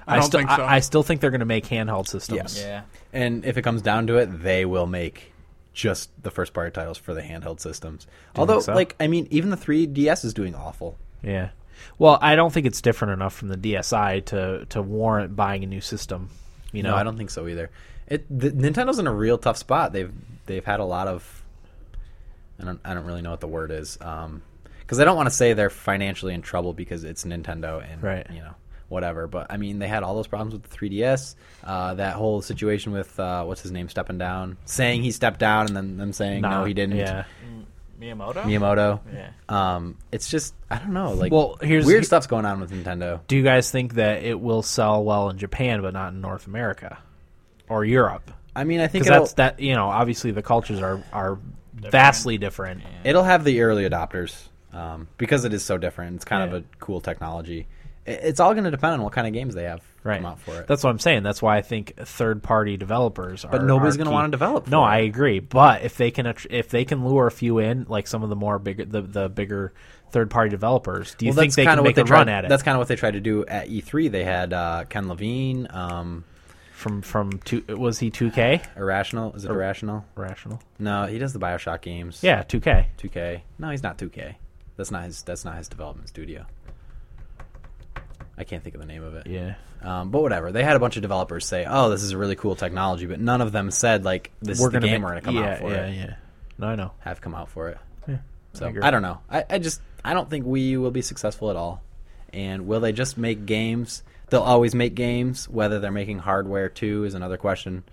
S2: I don't
S1: still
S2: think so.
S1: I, I still think they're going to make handheld systems.
S3: Yes.
S4: Yeah.
S3: and if it comes down to it, they will make just the first party titles for the handheld systems. Although,
S1: so?
S3: like I mean, even the 3DS is doing awful.
S1: Yeah. Well, I don't think it's different enough from the DSi to to warrant buying a new system. You know,
S3: No, I don't think so either. It the, Nintendo's in a real tough spot. They've they've had a lot of I don't I don't really know what the word is. Um 'cause cuz I don't want to say they're financially in trouble because it's Nintendo and
S1: Right.
S3: you know whatever, but I mean they had all those problems with the 3DS, uh, that whole situation with uh, what's his name stepping down, saying he stepped down and then them saying
S1: Nah,
S3: no he didn't.
S1: Yeah.
S4: Miyamoto?
S3: Miyamoto.
S4: Yeah.
S3: Um, it's just I don't know like
S1: Well, here's-
S3: weird stuff's going on with Nintendo.
S1: Do you guys think that it will sell well in Japan but not in North America or Europe?
S3: I mean, I think
S1: Because
S3: it'll-
S1: that's that you know obviously the cultures are are vastly different.
S3: It'll have the early adopters um, because it is so different. It's kind
S1: Yeah.
S3: of a cool technology, It- It's all going to depend on what kind of games they have
S1: right.
S3: come out for it.
S1: That's what I'm saying. That's why I think third party developers.
S3: But
S1: are,
S3: nobody's
S1: are
S3: gonna
S1: key.
S3: wanna develop
S1: No,
S3: for
S1: I
S3: it.
S1: agree. But if they can, attr- if they can lure a few in, like some of the more bigger, the, the bigger third party developers, do you
S3: Well,
S1: think
S3: that's
S1: they
S3: kinda
S1: can
S3: what
S1: make
S3: they
S1: a
S3: tried,
S1: run at it?
S3: That's kind of what they tried to do at E3. They had uh, Ken Levine, um,
S1: from from two, was he 2K?
S3: Irrational. Is it Irrational?
S1: Rational.
S3: No, he does the Bioshock games.
S1: Yeah, 2K.
S3: 2K. No, he's not 2K. That's not his. That's not his development studio. I can't think of the name of it.
S1: Yeah.
S3: Um, but whatever. They had a bunch of developers say, "Oh, this is a really cool technology," but none of them said like, "This is the
S1: gonna
S3: game
S1: make-
S3: we're going to come
S1: yeah,
S3: out for."
S1: Yeah,
S3: it.
S1: yeah. No, I know.
S3: Have come out for it.
S1: Yeah,
S3: So
S1: agree.
S3: I, don't know. I, I just I don't think Wii U will be successful at all. And will they just make games? They'll always make games. Whether they're making hardware too is another question.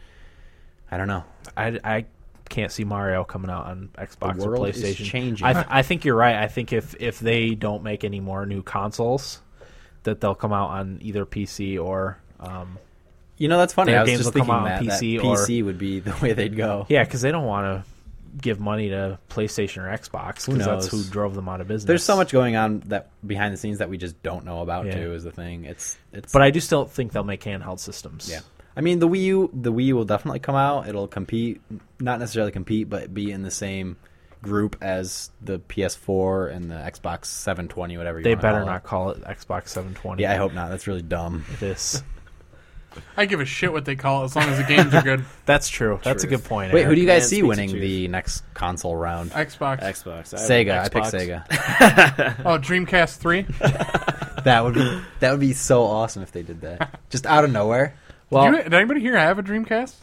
S3: I don't know.
S1: I, I can't see Mario coming out on Xbox
S3: The world
S1: or
S3: is
S1: PlayStation.
S3: changing.
S1: I, th- I think you're right. I think if if they don't make any more new consoles, that they'll come out on either PC or um,
S3: You know that's funny.
S1: Their
S3: I was
S1: games
S3: just
S1: will come
S3: thinking
S1: out
S3: that,
S1: on PC
S3: that
S1: or-
S3: PC would be the way they'd go.
S1: yeah, because they don't want to give money to PlayStation or Xbox
S3: Who
S1: because that's who
S3: knows?
S1: drove them out of business.
S3: There's so much going on that behind the scenes that we just don't know about
S1: Yeah.
S3: too is the thing. It's it's
S1: but I do still think they'll make handheld systems.
S3: Yeah. I mean the Wii U the Wii U will definitely come out. It'll compete not necessarily compete, but be in the same group as the PS4 and the Xbox 720 whatever you
S1: they
S3: wanna
S1: better
S3: call it.
S1: not call it Xbox 720.
S3: Yeah, I hope not. That's really dumb.
S1: this.
S2: I give a shit what they call it as long as the games are good.
S1: That's true. That's a
S5: Truth.
S1: good point.
S3: Wait, who do you guys
S5: Man
S3: see
S5: speaks the
S3: winning
S5: truth.
S3: the next console round?
S2: Xbox.
S5: Xbox. I have
S3: Sega. I
S5: Xbox.
S3: picked Sega.
S2: Oh, Dreamcast 3?
S3: that would be that would be so awesome if they did that. Just out of nowhere.
S1: Well,
S2: Do
S1: you,
S2: you- did anybody here have a Dreamcast?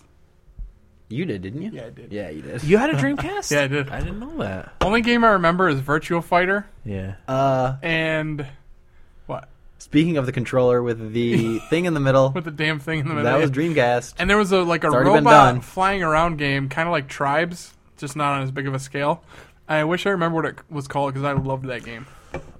S3: You did, didn't you?
S2: Yeah, I did.
S3: Yeah, you did.
S1: had a Dreamcast?
S2: Yeah, I did.
S1: I didn't know that.
S2: Only game I remember is Virtual Fighter
S1: Yeah.
S3: Uh,
S2: and what?
S3: Speaking of the controller with the thing in the middle,
S2: With the damn thing in the middle.
S3: that was
S2: Yeah.
S3: Dreamcast.
S2: And there was a like a
S3: It's already been done.
S2: robot flying around game, kind of like Tribes, just not on as big of a scale. I wish I remember what it was called because I loved that game.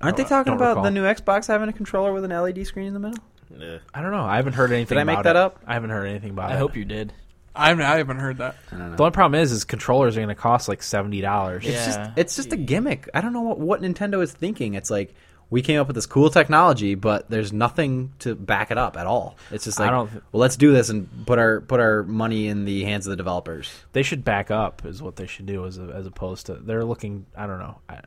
S3: Aren't they
S1: don't-
S3: talking
S1: don't
S3: about
S1: recall.
S3: the new Xbox having a controller with an LED screen in the middle?
S5: Ugh.
S1: I don't know. I haven't heard anything.
S3: Did I make
S1: about
S3: that
S1: it.
S3: up?
S1: I haven't heard anything about it.
S4: I hope you did.
S2: I haven't, I haven't heard that.
S1: The only problem is, is controllers are going to cost like seventy dollars.
S4: Yeah.
S3: It's just it's just a gimmick. I don't know what, what Nintendo is thinking. It's like we came up with this cool technology, but there's nothing to back it up at all. It's just
S1: I
S3: like,
S1: don't th-
S3: well, let's do this and put our put our money in the hands of the developers.
S1: They should back up, is what they should do, as as opposed to they're looking. I don't know. I,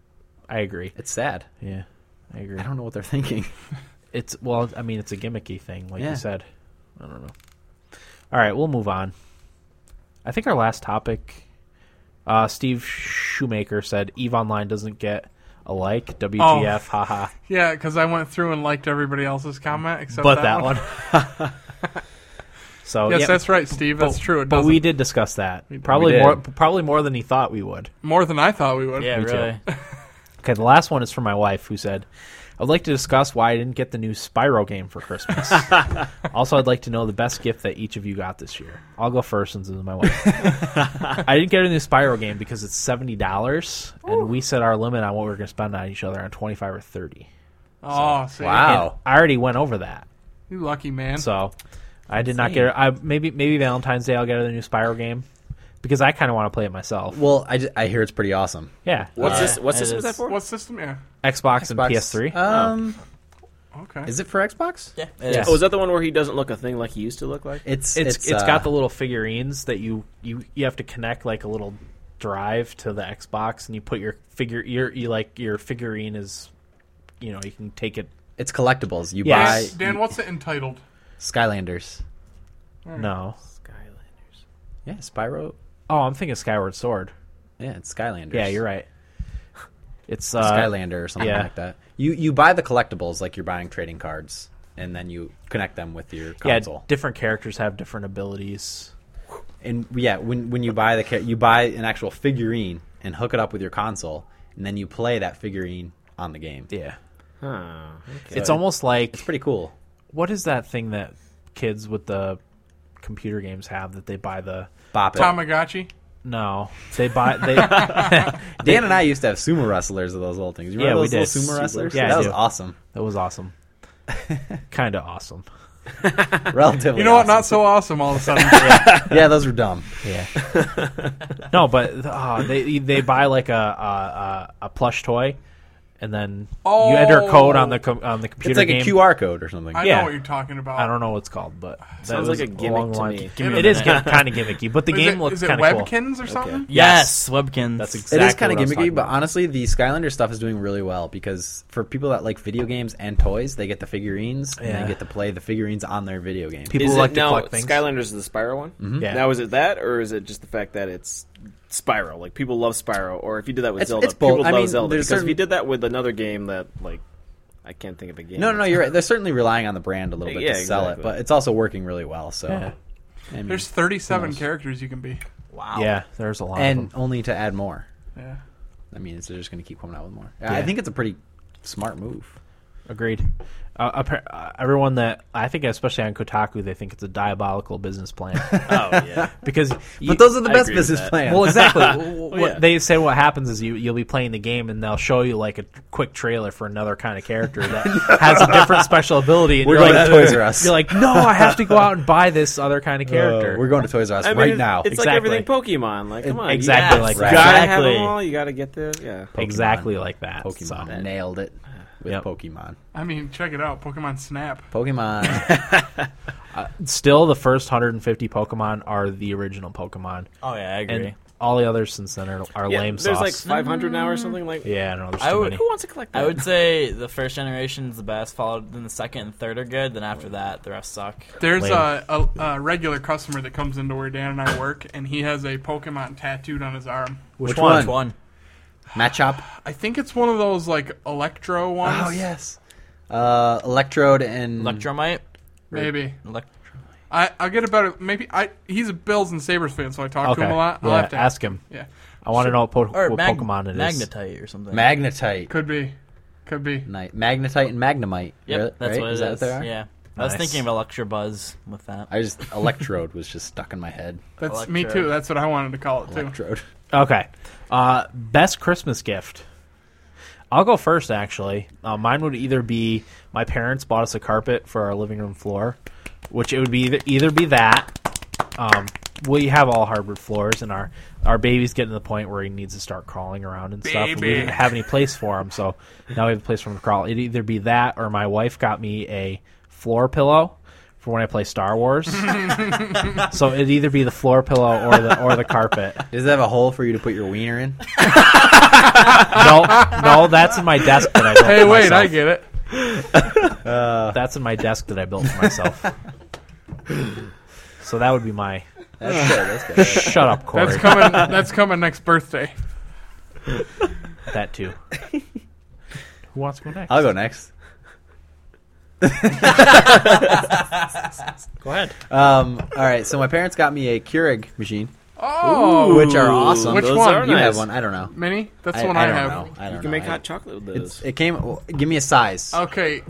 S1: I agree.
S3: It's sad.
S1: Yeah, I agree.
S3: I don't know what they're thinking.
S1: It's well, I mean, it's a gimmicky thing, like
S3: Yeah.
S1: you said. I don't know. All right, we'll move on. I think our last topic. Uh, Steve Shoemaker said Eve Online doesn't get a like. WTF?
S3: Oh.
S1: Haha.
S2: Yeah, because I went through and liked everybody else's comment except
S1: But
S2: that,
S1: that one. so
S2: Yes,
S1: yeah,
S2: that's right, Steve. That's true. It
S1: but
S2: does
S1: we did discuss that. Probably
S3: We did.
S1: more. Probably more than he thought we would.
S2: more than I thought we would.
S4: Yeah, really.
S1: Okay, the last one is from my wife, who said, "I'd like to discuss why I didn't get the new Spyro game for Christmas. also, I'd like to know the best gift that each of you got this year. I'll go first since it's my wife. I didn't get a new Spyro game because it's seventy dollars, and we set our limit on what we are going to spend on each other on twenty five or thirty.
S2: Oh, see,
S3: Wow.
S1: And I already went over that,
S2: you lucky man.
S1: so I did not get. it. I maybe maybe Valentine's Day I'll get her the new Spyro game because I kind of want to play it myself.
S3: well, I, ju- I hear it's pretty awesome.
S1: Yeah,
S5: What's
S4: Yeah,
S5: this? What's
S4: it
S5: this?
S4: is.
S5: Is that for?
S2: what system? Yeah.
S1: Xbox, and
S3: Xbox-
S1: PS3.
S3: Um,
S1: Oh.
S2: Okay.
S3: is it for Xbox?
S4: Yeah.
S1: Yeah.
S5: Oh, is that the one where he doesn't look a thing like he used to look like?
S3: It's
S1: it's
S3: it's,
S1: it's got
S3: uh,
S1: the little figurines that you you you have to connect like a little drive to the Xbox and you put your figure your you like your figurine is you know you can take it
S3: it's collectibles. You
S1: Yes.
S2: Dan,
S1: I-
S2: Dan, what's it entitled?
S3: Skylanders.
S1: no
S5: Skylanders.
S3: Yeah, Spyro.
S1: oh I'm thinking Skyward Sword
S3: Yeah, it's Skylanders.
S1: yeah you're right it's uh
S3: Skylander or something
S1: yeah.
S3: like that. You you buy the collectibles like you're buying trading cards, and then you connect them with your
S1: yeah
S3: console.
S1: different characters have different abilities
S3: and yeah, when when you buy the ca- you buy an actual figurine and hook it up with your console, and then you play that figurine on the game.
S1: yeah
S5: Huh.
S1: it's almost like
S3: It's pretty cool.
S1: what is that thing that kids with the computer games have that they buy the
S3: Bop it.
S2: Tamagotchi.
S1: no they buy they
S3: Dan and I used to have sumo wrestlers of those little things. You
S1: Yeah,
S3: remember
S1: we
S3: those little
S1: did.
S3: sumo wrestlers?
S1: Yeah, I
S3: that was
S1: do.
S3: awesome.
S1: That was awesome. kind of awesome.
S3: Relatively.
S2: You know what? Not
S3: awesome.
S2: so awesome. All of a sudden.
S3: Yeah, those were dumb.
S1: Yeah. no, but uh, they they buy like a, a a- a plush toy, and then you enter code on the com- on the computer
S3: It's like
S1: game.
S3: a QR code or something.
S2: I
S1: Yeah.
S2: know what you're talking about.
S1: I don't know what it's called, but that
S5: Sounds
S1: was
S5: like a gimmick
S1: along the
S5: to
S1: lines-
S5: me.
S1: It is kind of gimmicky, but the
S2: Is
S1: game
S2: it-
S1: looks
S2: is it
S1: kind of cool.
S2: Webkins or something?
S4: Yes, Webkins.
S1: That's
S3: It
S1: exactly
S3: is kind of
S1: what I was talking
S3: gimmicky, but
S1: about.
S3: honestly, the Skylander stuff is doing really well because for people that like video games and toys, they get the figurines and
S1: Yeah.
S3: they get to play the figurines on their video game.
S1: people
S5: is
S1: like
S5: it,
S1: to
S5: now,
S1: collect things.
S5: Skylanders is the Spyro one.
S1: Yeah.
S5: Now is it that, or is it just the fact that it's Spyro? Like people love Spyro, or if you did that with
S3: It's-
S5: Zelda,
S3: it's both.
S5: people
S3: I
S5: love
S3: mean,
S5: Zelda.
S3: there's
S5: Because if
S3: certain-
S5: you did that with another game that, like, I can't think of a game.
S3: No, no, no,
S5: that's-
S3: you're right. They're certainly relying on the brand a little bit
S5: Yeah,
S3: to sell
S5: exactly.
S3: it, but it's also working really well. So,
S1: Yeah.
S3: I mean,
S2: There's 37
S3: Who knows?
S2: characters you can be.
S4: wow.
S1: yeah, there's a lot. of
S3: and
S1: them.
S3: only to add more.
S2: Yeah.
S3: I mean, it's- they're just going to keep coming out with more.
S1: Yeah.
S3: I think it's a pretty smart move.
S1: Agreed. Uh, appar- uh, everyone that I think, especially on Kotaku, they think it's a diabolical business plan
S5: Oh yeah,
S1: because. you-
S3: But those are the
S5: I
S3: best
S5: agree with
S3: business
S5: that.
S3: plans.
S1: well, exactly. What
S5: yeah.
S1: They say what happens is you you'll be playing the game and they'll show you like a quick trailer for another kind of character that has a different special ability. And
S3: We're
S1: you're
S3: going
S1: like,
S3: to Toys R Us.
S1: You're like, no, I have to go out and buy this other kind of character.
S3: Uh, we're going to Toys R Us
S5: I mean,
S3: right
S5: it's-
S3: now.
S5: It's
S1: Exactly.
S5: like everything Pokemon. Like, come on,
S1: Exactly
S5: you
S1: like that.
S5: gotta, You gotta have
S4: Exactly.
S5: them all. You gotta get this. Yeah.
S1: exactly like that.
S3: Pokemon
S1: So-
S3: nailed it with
S1: Yep.
S3: Pokemon.
S2: I mean, check it out. Pokemon Snap.
S3: Pokemon.
S1: Still, the first 150 Pokemon are the original Pokemon,
S4: Oh yeah, I agree.
S1: and all the others since then are, are
S5: Yeah,
S1: lame
S5: there's
S1: sauce.
S5: like 500 now or something. Like,
S1: yeah, I don't know. There's
S4: I
S1: too
S4: would-
S1: many.
S5: who wants to collect that?
S4: I would say the first generation's the best, followed then the second and third are good. Then after that, the rest suck.
S2: There's
S1: Lame.
S2: a, a, a regular customer that comes into where Dan and I work, and he has a Pokemon tattooed on his arm.
S1: Which,
S3: Which
S1: one?
S3: one?
S4: Which one?
S3: Matchup.
S2: I think it's one of those like electro ones.
S3: Oh yes. Uh, Electrode and
S4: Electromite.
S2: maybe.
S4: Elect-
S2: I I'll get a better maybe. I he's a Bills and Sabres fan, so I talk
S1: Okay.
S2: to him a lot. I'll
S1: yeah,
S2: have to
S1: ask him.
S2: Yeah,
S1: I want to know what, po-
S4: or
S1: what
S4: Mag-
S1: Pokemon it is.
S4: Magnetite or something.
S3: Magnetite.
S2: could be, could be.
S3: Night. Magnetite and Magnemite.
S4: Yep,
S3: right?
S4: that's
S3: right?
S4: what
S3: is
S4: it
S3: that
S4: is.
S3: what they are?
S4: Yeah, I was
S1: Nice.
S4: thinking of Electrobuzz with that.
S3: I just Electrode was just stuck in my head.
S2: That's me
S4: Electro.
S2: too. That's what I wanted to call it too.
S3: Electrode.
S1: Okay. Uh, best Christmas gift. I'll go first, actually. Uh, mine would either be my parents bought us a carpet for our living room floor, which it would be either, either be that. Um, we have all hardwood floors, and our, our baby's getting to the point where he needs to start crawling around and stuff. And we
S2: Baby.
S1: didn't have any place for him, so now we have a place for him to crawl. It'd either be that, or my wife got me a floor pillow for when I play Star Wars. so it'd either be the floor pillow or the or the carpet.
S3: Does it have a hole for you to put your wiener in?
S1: no, no, that's in my desk that I built.
S2: Hey,
S1: for
S2: wait,
S1: myself.
S2: I get it.
S1: That's in my desk that I built for myself. so that would be my.
S3: That's good. That's good.
S1: Shut up, Corey.
S2: That's coming. that's coming next birthday.
S1: that too. Who wants to go next?
S3: I'll go next.
S1: Go ahead.
S3: Um, all right. So my parents got me a Keurig machine,
S2: Oh,
S3: which are awesome.
S2: Which
S5: those
S2: one?
S5: Are
S3: you
S5: nice.
S3: have one? I don't know.
S2: mini. That's
S3: I,
S2: the one
S3: I
S2: I,
S3: don't
S2: have.
S3: know. I don't
S5: You
S3: know.
S5: can make
S3: I-
S5: hot chocolate with
S3: It's,
S5: those.
S3: it came. well, give me a size.
S2: Okay,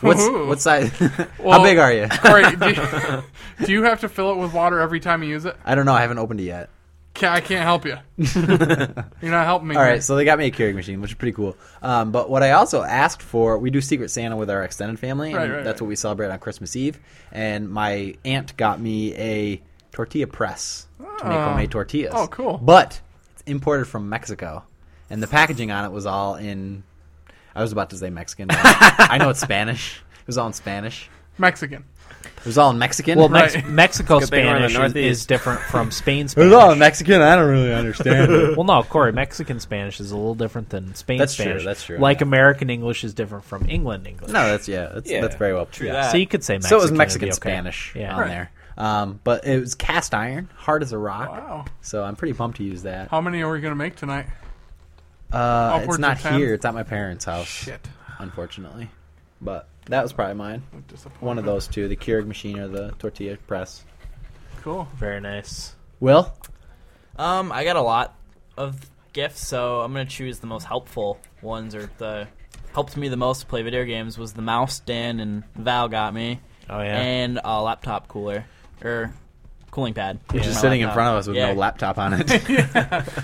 S3: What's
S2: Ooh.
S3: what size?
S2: Well-
S3: How big are you?
S2: Corey, do you, do you have to fill it with water every time you use it?
S3: I don't know. I haven't opened it yet.
S2: Ca I can't help you. You're not helping me.
S3: All
S2: here.
S3: right, so they got me a Keurig machine, which is pretty cool. Um, but what I also asked for, we do Secret Santa with our extended family, and
S2: Right, right, right.
S3: that's what we celebrate on Christmas Eve. And my aunt got me a tortilla press to make homemade tortillas.
S2: Oh, cool.
S3: But it's imported from Mexico, and the packaging on it was all in. I was about to say Mexican. but I know it's Spanish. It was all in Spanish.
S2: Mexican.
S3: It was all in Mexican.
S1: Well,
S2: Right.
S1: Mex- Mexico
S5: Good thing we're in the
S1: Spanish is,
S5: Northeast.
S1: is different from Spain
S3: it was all in
S1: Spanish.
S3: Mexican. I don't really understand it.
S1: Well, no, Corey. Mexican Spanish is a little different than Spain
S3: That's true,
S1: Spanish.
S3: that's true,
S1: Like
S3: yeah.
S1: American English is different from England English.
S3: No, that's yeah, that's,
S5: Yeah.
S3: that's very well true.
S4: that.
S1: So you could say Mexican.
S3: so it was
S1: it'd be
S3: Mexican
S1: okay.
S3: Spanish
S1: Yeah.
S3: on there. Um, but it was cast iron, hard as a rock.
S2: Wow.
S3: So I'm pretty pumped to use that.
S2: Oh. How many are we gonna make tonight?
S3: Uh,
S2: upwards
S3: it's
S2: of
S3: not
S2: 10?
S3: here. It's at my parents' house,
S2: Shit.
S3: unfortunately. But that was probably mine. One of those two: the Keurig machine or the tortilla press.
S2: Cool.
S1: Very nice.
S3: Will
S4: Um, I got a lot of gifts, so I'm gonna choose the most helpful ones or the helped me the most to play video games was the mouse Dan and Val got me
S1: Oh yeah.
S4: and a laptop cooler or cooling pad.
S3: you're
S4: for
S3: just
S4: my
S3: sitting in
S4: laptop.
S3: front of us with
S4: Yeah.
S3: no laptop on it.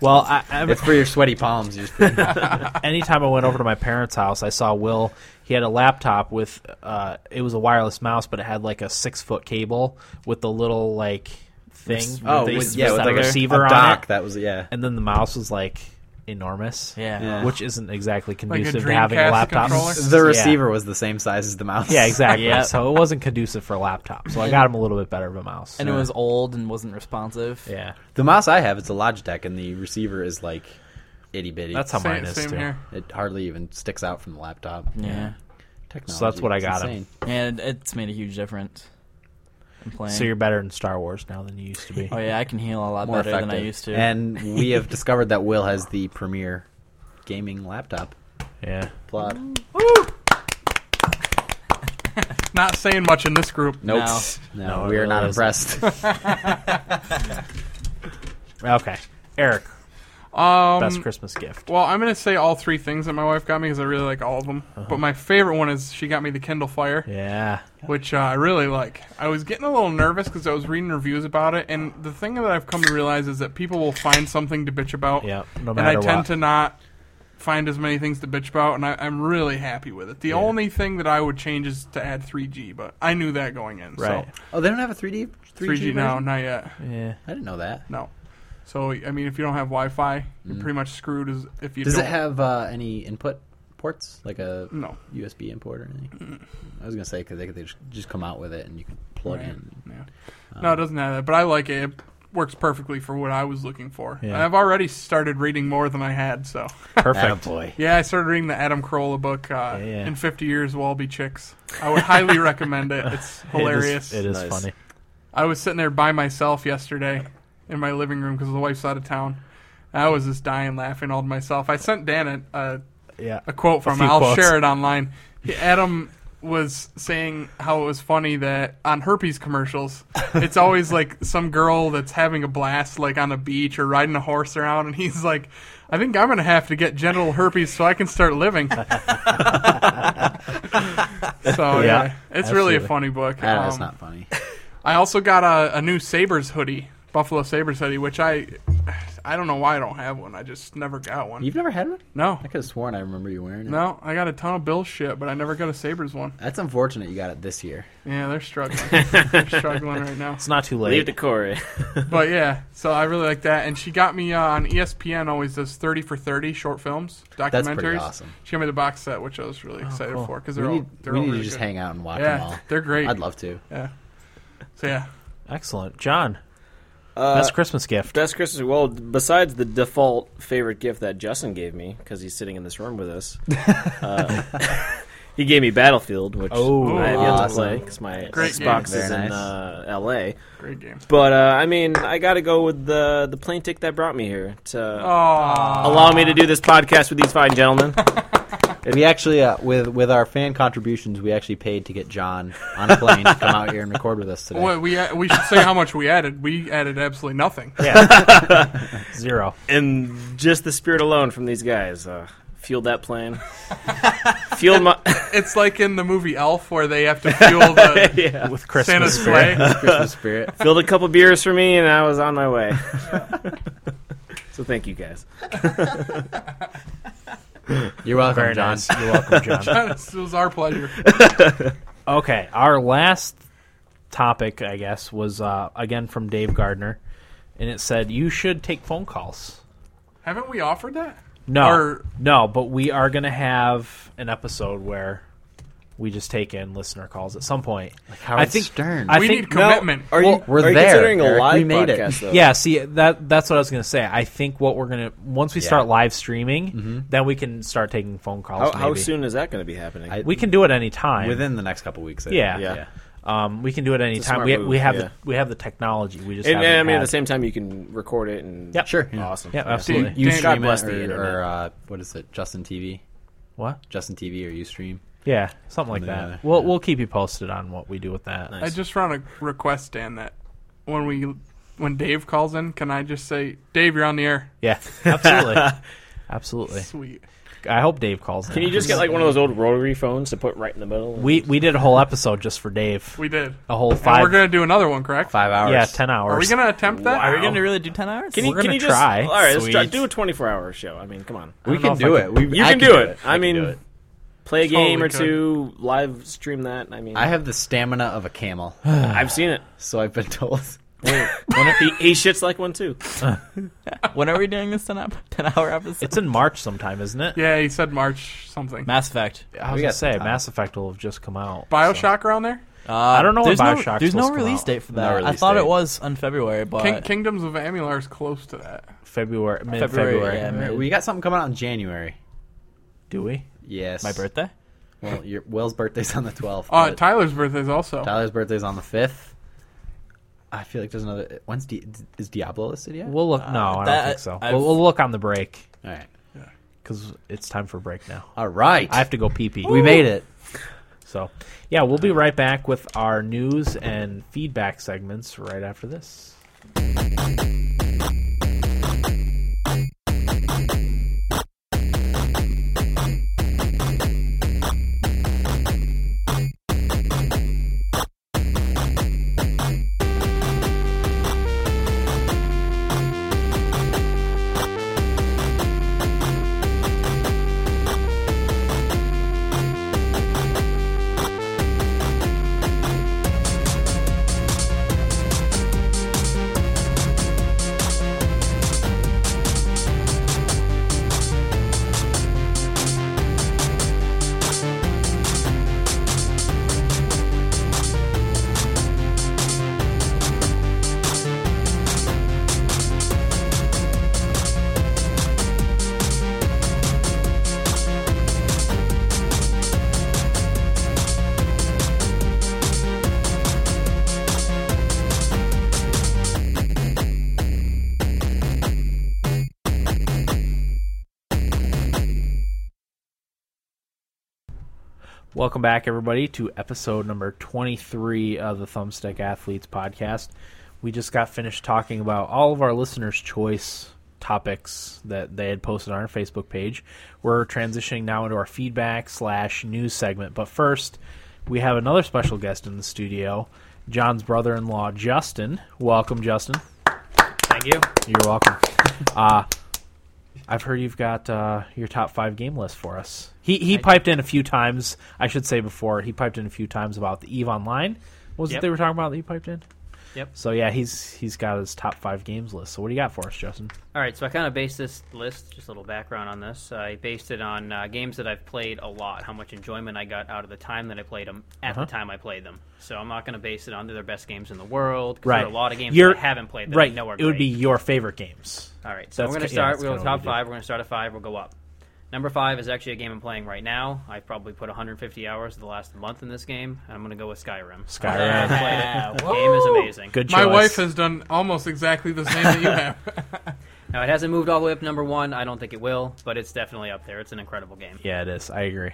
S1: well, I, I,
S3: it's for your sweaty palms. You're just putting-
S1: anytime I went over to my parents' house, I saw Will. He had a laptop with uh, it was a wireless mouse, but it had like a six foot cable with the little like thing.
S3: oh,
S1: that you
S3: with,
S1: s-
S3: yeah, with
S1: that
S3: like a
S1: receiver
S3: a
S1: on
S3: dock.
S1: it,
S3: That was yeah.
S1: and then the mouse was like enormous.
S4: Yeah.
S3: Yeah.
S1: Which isn't exactly
S2: a
S1: conducive to having a
S2: Dreamcast
S1: laptop.
S2: controller?
S3: The
S1: Yeah.
S3: receiver was the same size as the mouse.
S1: Yeah, exactly.
S4: Yep.
S1: So it wasn't conducive for a laptop. So I got him a little bit better of a mouse.
S4: And it was old and wasn't responsive.
S1: yeah,
S3: The mouse I have is a Logitech, and the receiver is like itty bitty.
S1: that's how mine
S2: Same,
S1: is
S2: same
S1: too.
S2: here.
S3: it hardly even sticks out from the laptop.
S4: Yeah.
S3: Technology.
S1: So that's what I
S3: it's
S1: got 'em.
S3: insane.
S4: And it's made a huge difference. in playing.
S1: So you're better in Star Wars now than you used to be.
S4: oh yeah, I can heal a lot
S3: More
S4: better
S3: effective.
S4: than I used to.
S3: And we have discovered that Will has the premier gaming laptop.
S1: Yeah.
S3: Applaud.
S2: Not saying much in this group.
S3: Nope.
S4: No.
S3: No,
S1: No, it
S3: we are
S1: really
S3: not
S1: isn't.
S3: impressed.
S1: Okay. Eric,
S2: Um,
S1: best Christmas gift.
S2: Well, I'm gonna say all three things that my wife got me because I really like all of them.
S3: Uh-huh.
S2: But my favorite one is she got me the Kindle Fire,
S1: Yeah.
S2: which uh, I really like. I was getting a little nervous because I was reading reviews about it, and the thing that I've come to realize is that people will find something to bitch about.
S1: Yeah. No
S2: and I
S1: matter
S2: tend
S1: what.
S2: to not find as many things to bitch about, and I, I'm really happy with it. The only thing that I would change is to add 3G, but I knew that going in.
S1: Right.
S3: oh, they don't have a 3D 3G,
S2: So 3G,
S3: version?
S2: now, not yet.
S1: yeah.
S3: I didn't know that.
S2: No. So I mean, if you don't have Wi-Fi,
S1: Mm.
S2: you're pretty much screwed. As if you
S3: Does
S2: don't.
S3: it have uh, any input ports, like a
S2: no?
S3: USB import or anything? I was gonna say because they could they just, just come out with it and you can plug
S2: Right.
S3: in.
S2: Yeah.
S1: Um,
S2: no, it doesn't have that, but I like it. It works perfectly for what I was looking for.
S1: Yeah.
S2: And I've already started reading more than I had, so.
S1: Perfect.
S3: boy.
S2: Yeah, I started reading the Adam Carolla book, uh,
S1: Yeah, yeah.
S2: In 50 Years, We'll All Be Chicks. I would highly recommend it. It's hilarious.
S1: It is,
S5: Nice.
S1: funny.
S2: I was sitting there by myself yesterday in my living room because the wife's out of town. And I was just dying laughing all to myself. I sent Dan a, a
S1: Yeah.
S2: a quote from it.
S1: few
S2: I'll
S1: quotes.
S2: share it online. He- Adam was saying how it was funny that on herpes commercials, it's always like some girl that's having a blast, like on a beach or riding a horse around, and he's like, "I think I'm gonna have to get genital herpes so I can start living." so yeah, it's really
S1: absolutely.
S2: a funny book.
S3: That is
S2: Um,
S3: Ah, not funny.
S2: I also got a, a new Sabres hoodie, Buffalo Sabres hoodie, which I I don't know why I don't have one. I just never got one.
S3: You've never had one?
S2: no.
S3: I could have sworn I remember you wearing it.
S2: No, I got a ton of Bills shit, but I never got a Sabres one.
S3: That's unfortunate. You got it this year.
S2: Yeah, they're struggling. they're struggling right now.
S1: It's not too
S5: Leave
S1: late.
S5: the Corey.
S2: But yeah, so I really like that. And she got me uh, on ESPN always does 30 for 30 short films, documentaries.
S3: That's pretty awesome. Oh,
S2: She got me the box set, which I was really excited for for because
S3: We
S2: they're all
S3: need,
S2: they're
S3: we
S2: all
S3: need
S2: really
S3: to just
S2: good.
S3: hang out and watch them
S2: Yeah,
S3: all.
S2: they're great.
S3: I'd love to.
S2: Yeah. So yeah,
S1: Excellent. John,
S5: Uh,
S1: best Christmas gift.
S5: Best Christmas. Well, besides the default favorite gift that Justin gave me, because he's sitting in this room with us, uh, he gave me Battlefield, which
S1: Oh,
S5: I have yet to
S3: awesome.
S5: play because my
S2: Great
S5: Xbox
S3: game.
S5: is
S3: Very
S5: in
S3: nice.
S5: uh, L.A.
S2: great game.
S5: But uh, I mean, I got to go with the the plane tick that brought me here to
S2: Oh,
S5: allow me to do this podcast with these fine gentlemen.
S3: We actually, uh, with with our fan contributions, we actually paid to get John on a plane to come out here and record with us today.
S2: well, we uh, we should say how much we added. We added absolutely nothing.
S1: Zero.
S5: and just the spirit alone from these guys uh, fueled that plane. fueled my
S2: It's like in the movie Elf where they have to fuel the
S5: yeah.
S1: With Christmas.
S2: Santa's sleigh.
S3: Christmas spirit.
S5: filled a couple beers for me, and I was on my way. so thank you guys.
S3: You're welcome,
S1: Very
S3: John.
S1: nice. You're welcome, John.
S2: it was our pleasure.
S1: Okay, our last topic, I guess, was uh, again from Dave Gardner, and it said you should take phone calls.
S2: Haven't we offered that?
S1: No,
S2: Or-
S1: no, but we are going to have an episode where we just take in listener calls at some point.
S3: Howard
S1: I think
S3: Stern.
S1: I
S2: we
S1: think
S2: need commitment.
S5: Are
S3: Well, we're
S5: are you
S3: there,
S5: considering
S3: Eric.
S5: a live
S3: We made it.
S5: podcast, though?
S1: Yeah, see that that's what I was going to say. I think what we're going to once we start live streaming,
S3: Mm-hmm.
S1: then we can start taking phone
S5: How,
S1: calls.
S5: how
S1: maybe.
S5: soon is that going to be happening?
S3: I-
S1: We can do it any time.
S3: within the next couple weeks. I think.
S1: yeah.
S5: Yeah.
S1: Um, we can do it any
S5: It's a
S1: time.
S5: smart
S1: We,
S5: move,
S1: we have
S5: yeah.
S1: the, we have the technology. We just
S5: and,
S1: haven't
S5: and I mean, at
S1: had-
S5: the same time, you can record it and
S1: Yep.
S3: Sure. Yeah.
S5: awesome.
S1: Yeah,
S3: You,
S1: absolutely.
S3: you
S2: Dan-
S3: stream
S5: God bless the
S3: it, or,
S5: internet.
S3: or uh, what is it? Justin TV,
S1: What?
S3: Justin TV, or Ustream.
S1: Yeah, something like
S3: Something
S1: that.
S3: like that,
S1: We'll
S3: yeah.
S1: we'll keep you posted on what we do with that.
S5: Nice.
S2: I just want to request Dan that when we when Dave calls in, can I just say, Dave, you're on the air?
S1: Yeah, absolutely, absolutely.
S2: Sweet.
S1: I hope Dave calls.
S5: Can you just get like one of those old rotary phones to put right in the middle?
S1: we we did a whole episode just for Dave,
S2: We did.
S1: a whole
S2: And we're
S1: five,
S2: gonna do another one, correct?
S3: Five hours.
S1: yeah, ten hours.
S2: Are we gonna attempt that?
S4: Are we going to really do 10 hours?
S5: can you,
S1: we're
S5: can
S1: gonna
S5: you
S1: try.
S5: Just, all right, let's try.
S1: Sweet.
S5: Do a 24-hour show. I mean, come on.
S3: We
S1: don't know
S3: can
S1: if
S3: do
S1: I
S3: it. We,
S5: You
S3: I
S5: can do
S3: do
S5: it. I mean,
S3: do it.
S5: play a
S2: Totally
S5: game or
S2: could.
S5: two, live stream that. I mean,
S3: I have the stamina of a camel,
S5: I've seen it.
S3: so I've been told.
S4: when, are,
S5: He, he shits like one too.
S4: when are we doing this 10, ep- 10 hour episode?
S1: It's in March sometime, isn't it?
S2: Yeah, he said March something.
S4: Mass Effect.
S1: I was gonna
S3: We got some
S1: say
S3: time.
S1: Mass Effect will have just come out. so.
S2: Bioshock around there.
S4: Uh,
S1: I don't know when
S4: there's no,
S1: Bioshock's
S4: There's no
S1: supposed to come
S4: release
S1: out.
S4: date for
S3: No
S4: that. I
S3: release
S4: thought it
S3: date.
S4: was on February, but
S2: King, Kingdoms of Amular is close to that.
S1: February, mid
S4: February,
S1: February.
S4: yeah,
S3: All right,
S4: mid-
S3: we got something coming out in January.
S1: Do we?
S3: Yes,
S4: my birthday.
S3: Well, your, Will's birthday's on the twelfth.
S2: Uh, Tyler's birthday is also.
S3: Tyler's birthday's on the fifth. I feel like there's another. When's Di- is Diablo listed yet?
S1: We'll look. No, I
S4: that-
S1: don't think so.
S4: I've-
S1: We'll, we'll look on the break
S3: all right,
S1: because it's time for break now.
S3: all right.
S1: I have to go pee pee.
S3: we made it.
S1: So, yeah, we'll be right back with our news and feedback segments right after this. Welcome back, everybody, to episode number 23 of the Thumbstick Athletes podcast. We just got finished talking about all of our listeners' choice topics that they had posted on our Facebook page. We're transitioning now into our feedback slash news segment. But first, we have another special guest in the studio, John's brother in law, Justin. Welcome, Justin.
S7: Thank you.
S1: You're welcome. Uh, I've heard you've got uh, your top five game list for us. He he piped in a few times. I should say before he piped in a few times about the Eve Online. What was it
S7: Yep.
S1: they were talking about that you piped in?
S7: Yep.
S1: So yeah, he's he's got his top five games list. So what do you got for us, Justin?
S7: All right, so I kind of based this list, just a little background on this. I based it on uh, games that I've played a lot, how much enjoyment I got out of the time that I played them at
S1: Uh-huh.
S7: the time I played them. So I'm not going to base it on they're the best games in the world. 'cause
S1: Right.
S7: There are a lot of games
S1: Your-
S7: that I haven't played that
S1: right.
S7: I know are
S1: it would be
S7: great.
S1: your favorite games.
S7: All right, so
S1: That's
S7: we're
S1: ki-
S7: going
S1: yeah,
S7: to start.
S1: that's
S7: we'll
S1: kinda what
S7: top
S1: we do.
S7: five. We're going to start at five. We'll go up. Number five is actually a game I'm playing right now. I've probably put 150 hours of the last month in this game. and I'm going to go with Skyrim.
S1: Skyrim.
S7: I played it. game is amazing.
S1: Good choice.
S2: My wife has done almost exactly the same that you have.
S7: Now it hasn't moved all the way up to number one. I don't think it will, but it's definitely up there. It's an incredible game.
S1: Yeah, it is. I agree.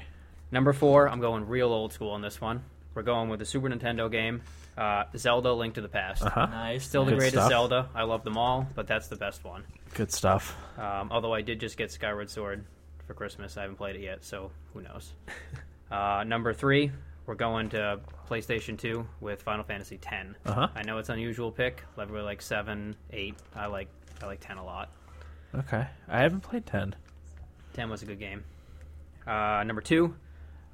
S7: Number four, I'm going real old school on this one. We're going with the Super Nintendo game, uh, Zelda: Link to the Past.
S1: Uh-huh.
S4: Nice.
S7: Still the
S1: Good
S7: greatest
S1: stuff.
S7: Zelda. I love them all, but that's the best one.
S1: Good stuff.
S7: Um, although I did just get Skyward Sword for Christmas. I haven't played it yet, so who knows. uh, number three, we're going to PlayStation 2 with Final Fantasy X.
S1: Uh-huh.
S7: I know it's an unusual pick. Everybody like 7, 8. I like, I like 10 a lot.
S1: Okay. I haven't played ten.
S7: 10 was a good game. Uh, number two,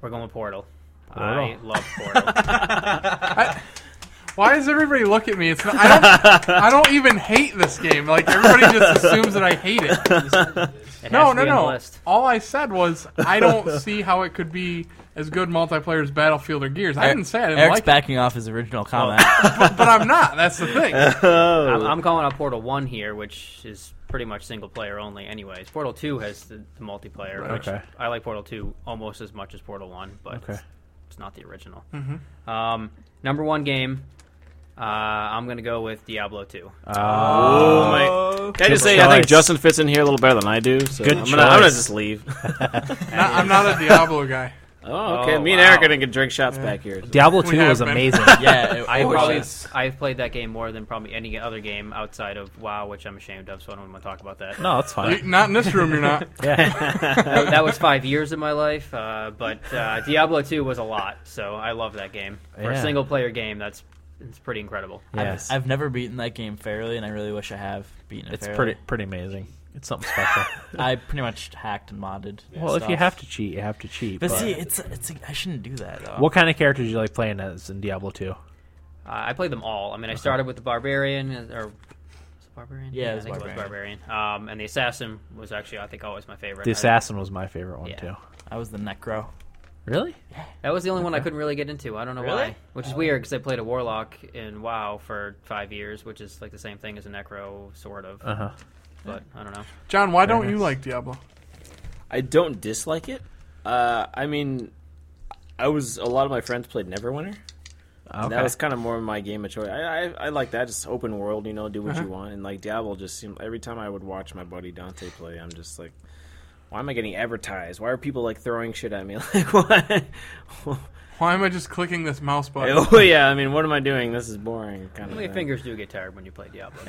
S7: we're going with Portal. I
S1: Portal.
S7: love Portal.
S2: Why does everybody look at me? It's not, I don't. I don't even hate this game. Like everybody just assumes that I hate it.
S7: It
S2: No,
S7: has
S2: no,
S7: to be on the
S2: no.
S7: list.
S2: All I said was I don't see how it could be as good multiplayer as Battlefield or Gears. I didn't say I didn't
S4: Eric's
S2: like
S4: backing off his original comment.
S2: it, but, but I'm not. That's the thing.
S1: Oh.
S7: I'm, I'm calling out Portal 1 here, which is pretty much single player only, anyways. Portal 2 has the, the multiplayer, which
S1: Okay.
S7: I like Portal 2 almost as much as Portal 1, but
S1: Okay.
S7: it's, it's not the original. Um, number one game, uh, I'm going to go with Diablo 2.
S1: Uh,
S5: Oh my! Can I just
S1: Good
S5: say I think
S1: choice.
S5: Justin fits in here a little better than I do. So
S1: Good
S5: I'm gonna, I'm gonna
S1: choice.
S5: just leave.
S2: Not- I'm not a Diablo guy.
S5: Oh, okay.
S7: Oh,
S5: Me and Eric
S7: wow.
S5: are gonna get drink shots back here.
S1: Diablo
S2: We
S1: two
S2: have
S1: was
S2: been.
S1: amazing.
S4: yeah, it,
S7: I
S4: oh,
S7: probably
S4: yes.
S7: I've played that game more than probably any other game outside of WoW, which I'm ashamed of, so I don't want to talk about that.
S1: no, that's
S2: You-
S1: fine.
S2: not in this room. You're not.
S1: yeah.
S7: that, that was five years of my life, uh, but uh, Diablo 2 was a lot, so I love that game. For
S1: Yeah.
S7: a single player game, that's it's pretty incredible.
S1: Yes.
S4: I've never beaten that game fairly, and I really wish I have beaten it.
S1: it's
S4: fairly.
S1: pretty pretty amazing. It's something special.
S4: I pretty much hacked and modded.
S1: Well, if you
S4: stuff.
S1: have to cheat, you have to cheat.
S4: But,
S1: but-
S4: see, it's it's I shouldn't do that though.
S1: What kind of characters do you like playing as in Diablo 2?
S7: Uh, I played them all. I mean, I started with the barbarian, uh, or was it barbarian?
S4: Yeah, it
S7: I
S4: was
S7: think it was barbarian. Um, and the assassin was actually, I think, always my favorite.
S1: The
S7: I-
S1: assassin was my favorite one
S7: Yeah.
S1: too.
S4: I was the necro.
S1: Really?
S7: That was the only one I couldn't really get into. I don't know
S4: Really?
S7: why. Which is weird because I played a warlock in WoW for five years, which is like the same thing as a necro, sort of.
S1: Uh huh.
S7: But I don't know.
S2: John, why don't
S1: Very
S2: you
S1: nice.
S2: like Diablo?
S5: I don't dislike it. Uh, I mean, I was a lot of my friends played Neverwinter. And
S1: Okay.
S5: That was kind of more my game of choice. I, I, I like that. Just open world, you know, do what you want. And like Diablo, just seemed every time I would watch my buddy Dante play, I'm just like, why am I getting advertised? Why are people like throwing shit at me? Like what?
S2: Why am I just clicking this mouse button?
S5: oh yeah, I mean, what am I doing? This is boring. Kind
S7: How
S5: of
S7: many
S5: thing.
S7: fingers do get tired when you play Diablo?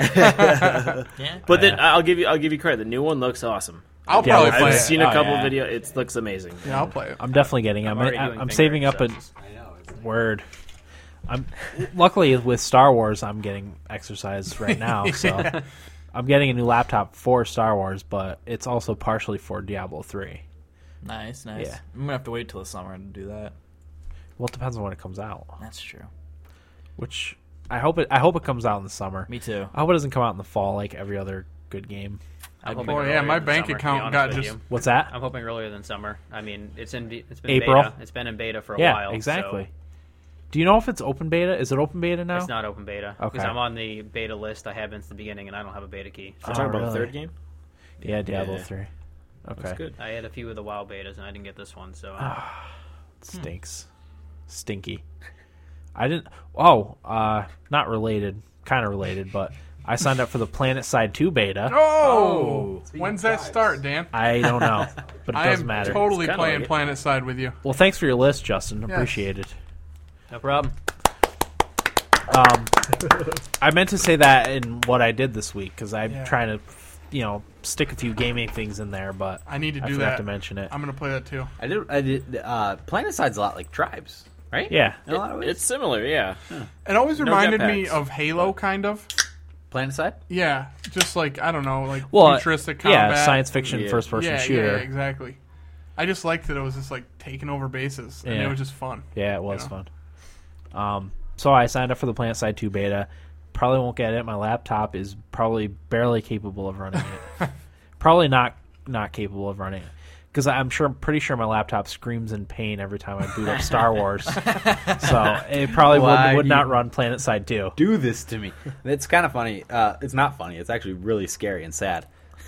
S5: But then I'll give you I'll give you credit. The new one looks awesome.
S2: I'll
S1: Yeah,
S2: probably
S1: I
S2: play
S5: I've
S2: it.
S5: seen
S1: Oh,
S5: a couple
S1: yeah.
S5: video. It looks amazing.
S2: yeah, I'll play it.
S1: I'm definitely getting. I'm.
S7: already
S1: I'm,
S7: doing
S1: I'm
S7: finger
S1: saving up a
S7: exercises.
S1: word. I'm luckily with Star Wars. I'm getting exercise right now, so I'm getting a new laptop for Star Wars, but it's also partially for Diablo three.
S4: Nice, nice.
S1: Yeah.
S4: I'm gonna have to wait till the summer to do that.
S1: Well, it depends on when it comes out.
S4: That's true.
S1: Which I hope it. I hope it comes out in the summer.
S4: Me too.
S1: I hope it doesn't come out in the fall like every other good game.
S7: I'm hoping
S2: Boy, yeah,
S7: earlier
S2: my
S7: than
S2: bank
S7: summer, to be
S2: account
S7: honest
S2: got
S7: with
S2: just-
S7: you.
S1: What's that?
S7: I'm hoping earlier than summer. I mean, it's in it's been
S1: April.
S7: Beta. It's been in beta for a
S1: yeah,
S7: while. so
S1: exactly. Do you know if it's open beta? Is it open beta now?
S7: It's not open beta because
S1: Okay.
S7: I'm on the beta list. I have been since the beginning, and I don't have a beta key.
S5: We're
S1: Oh,
S5: talking about
S1: really?
S5: the third game.
S1: Yeah, Diablo
S5: Yeah.
S1: three. Okay,
S5: That's good.
S7: I had a few of the WoW betas, and I didn't get this one. So uh,
S1: Ah.
S7: Hmm.
S1: stinks, stinky. I didn't. Oh, uh, not related. Kind of related, but I signed up for the Planet Side Two beta.
S2: Oh, when's that start, Dan?
S1: I don't know, but it
S2: I
S1: doesn't
S2: am
S1: matter.
S2: totally
S5: It's kinda
S2: playing
S5: like it.
S2: Planet Side with you.
S1: Well, thanks for your list, Justin.
S2: Yes.
S1: Appreciate it.
S7: no problem.
S1: Um, I meant to say that in what I did this week because I'm
S2: Yeah.
S1: trying to, you know, stick a few gaming things in there, but
S2: I need to
S1: I
S2: do
S1: forgot
S2: that.
S1: to mention it.
S2: I'm gonna play that too.
S3: I did. I did. Uh, Planeticide's a lot like tribes, right?
S1: yeah,
S3: In a lot of ways.
S5: It's similar, yeah.
S2: It always reminded me
S5: jetpacks.
S2: of Halo, kind of.
S3: Planeticide.
S2: Yeah, just like I don't know, like
S1: well, uh,
S2: futuristic combat.
S1: yeah, science fiction
S5: Yeah.
S1: first person
S2: yeah,
S1: shooter.
S2: Yeah, exactly. I just liked that it was just like taking over bases, and
S1: Yeah.
S2: it was just fun.
S1: Yeah, it was
S2: You know?
S1: fun. Um, so I signed up for the Planet Side 2 beta. Probably won't get it. My laptop is probably barely capable of running it. probably not not capable of running it because I'm sure I'm pretty sure my laptop screams in pain every time I boot up Star Wars. so it probably
S3: Why
S1: would, would
S3: do
S1: not
S3: you-
S1: run Planet Side 2.
S3: do this to me. It's kind of funny. Uh, it's not funny. It's actually really scary and sad.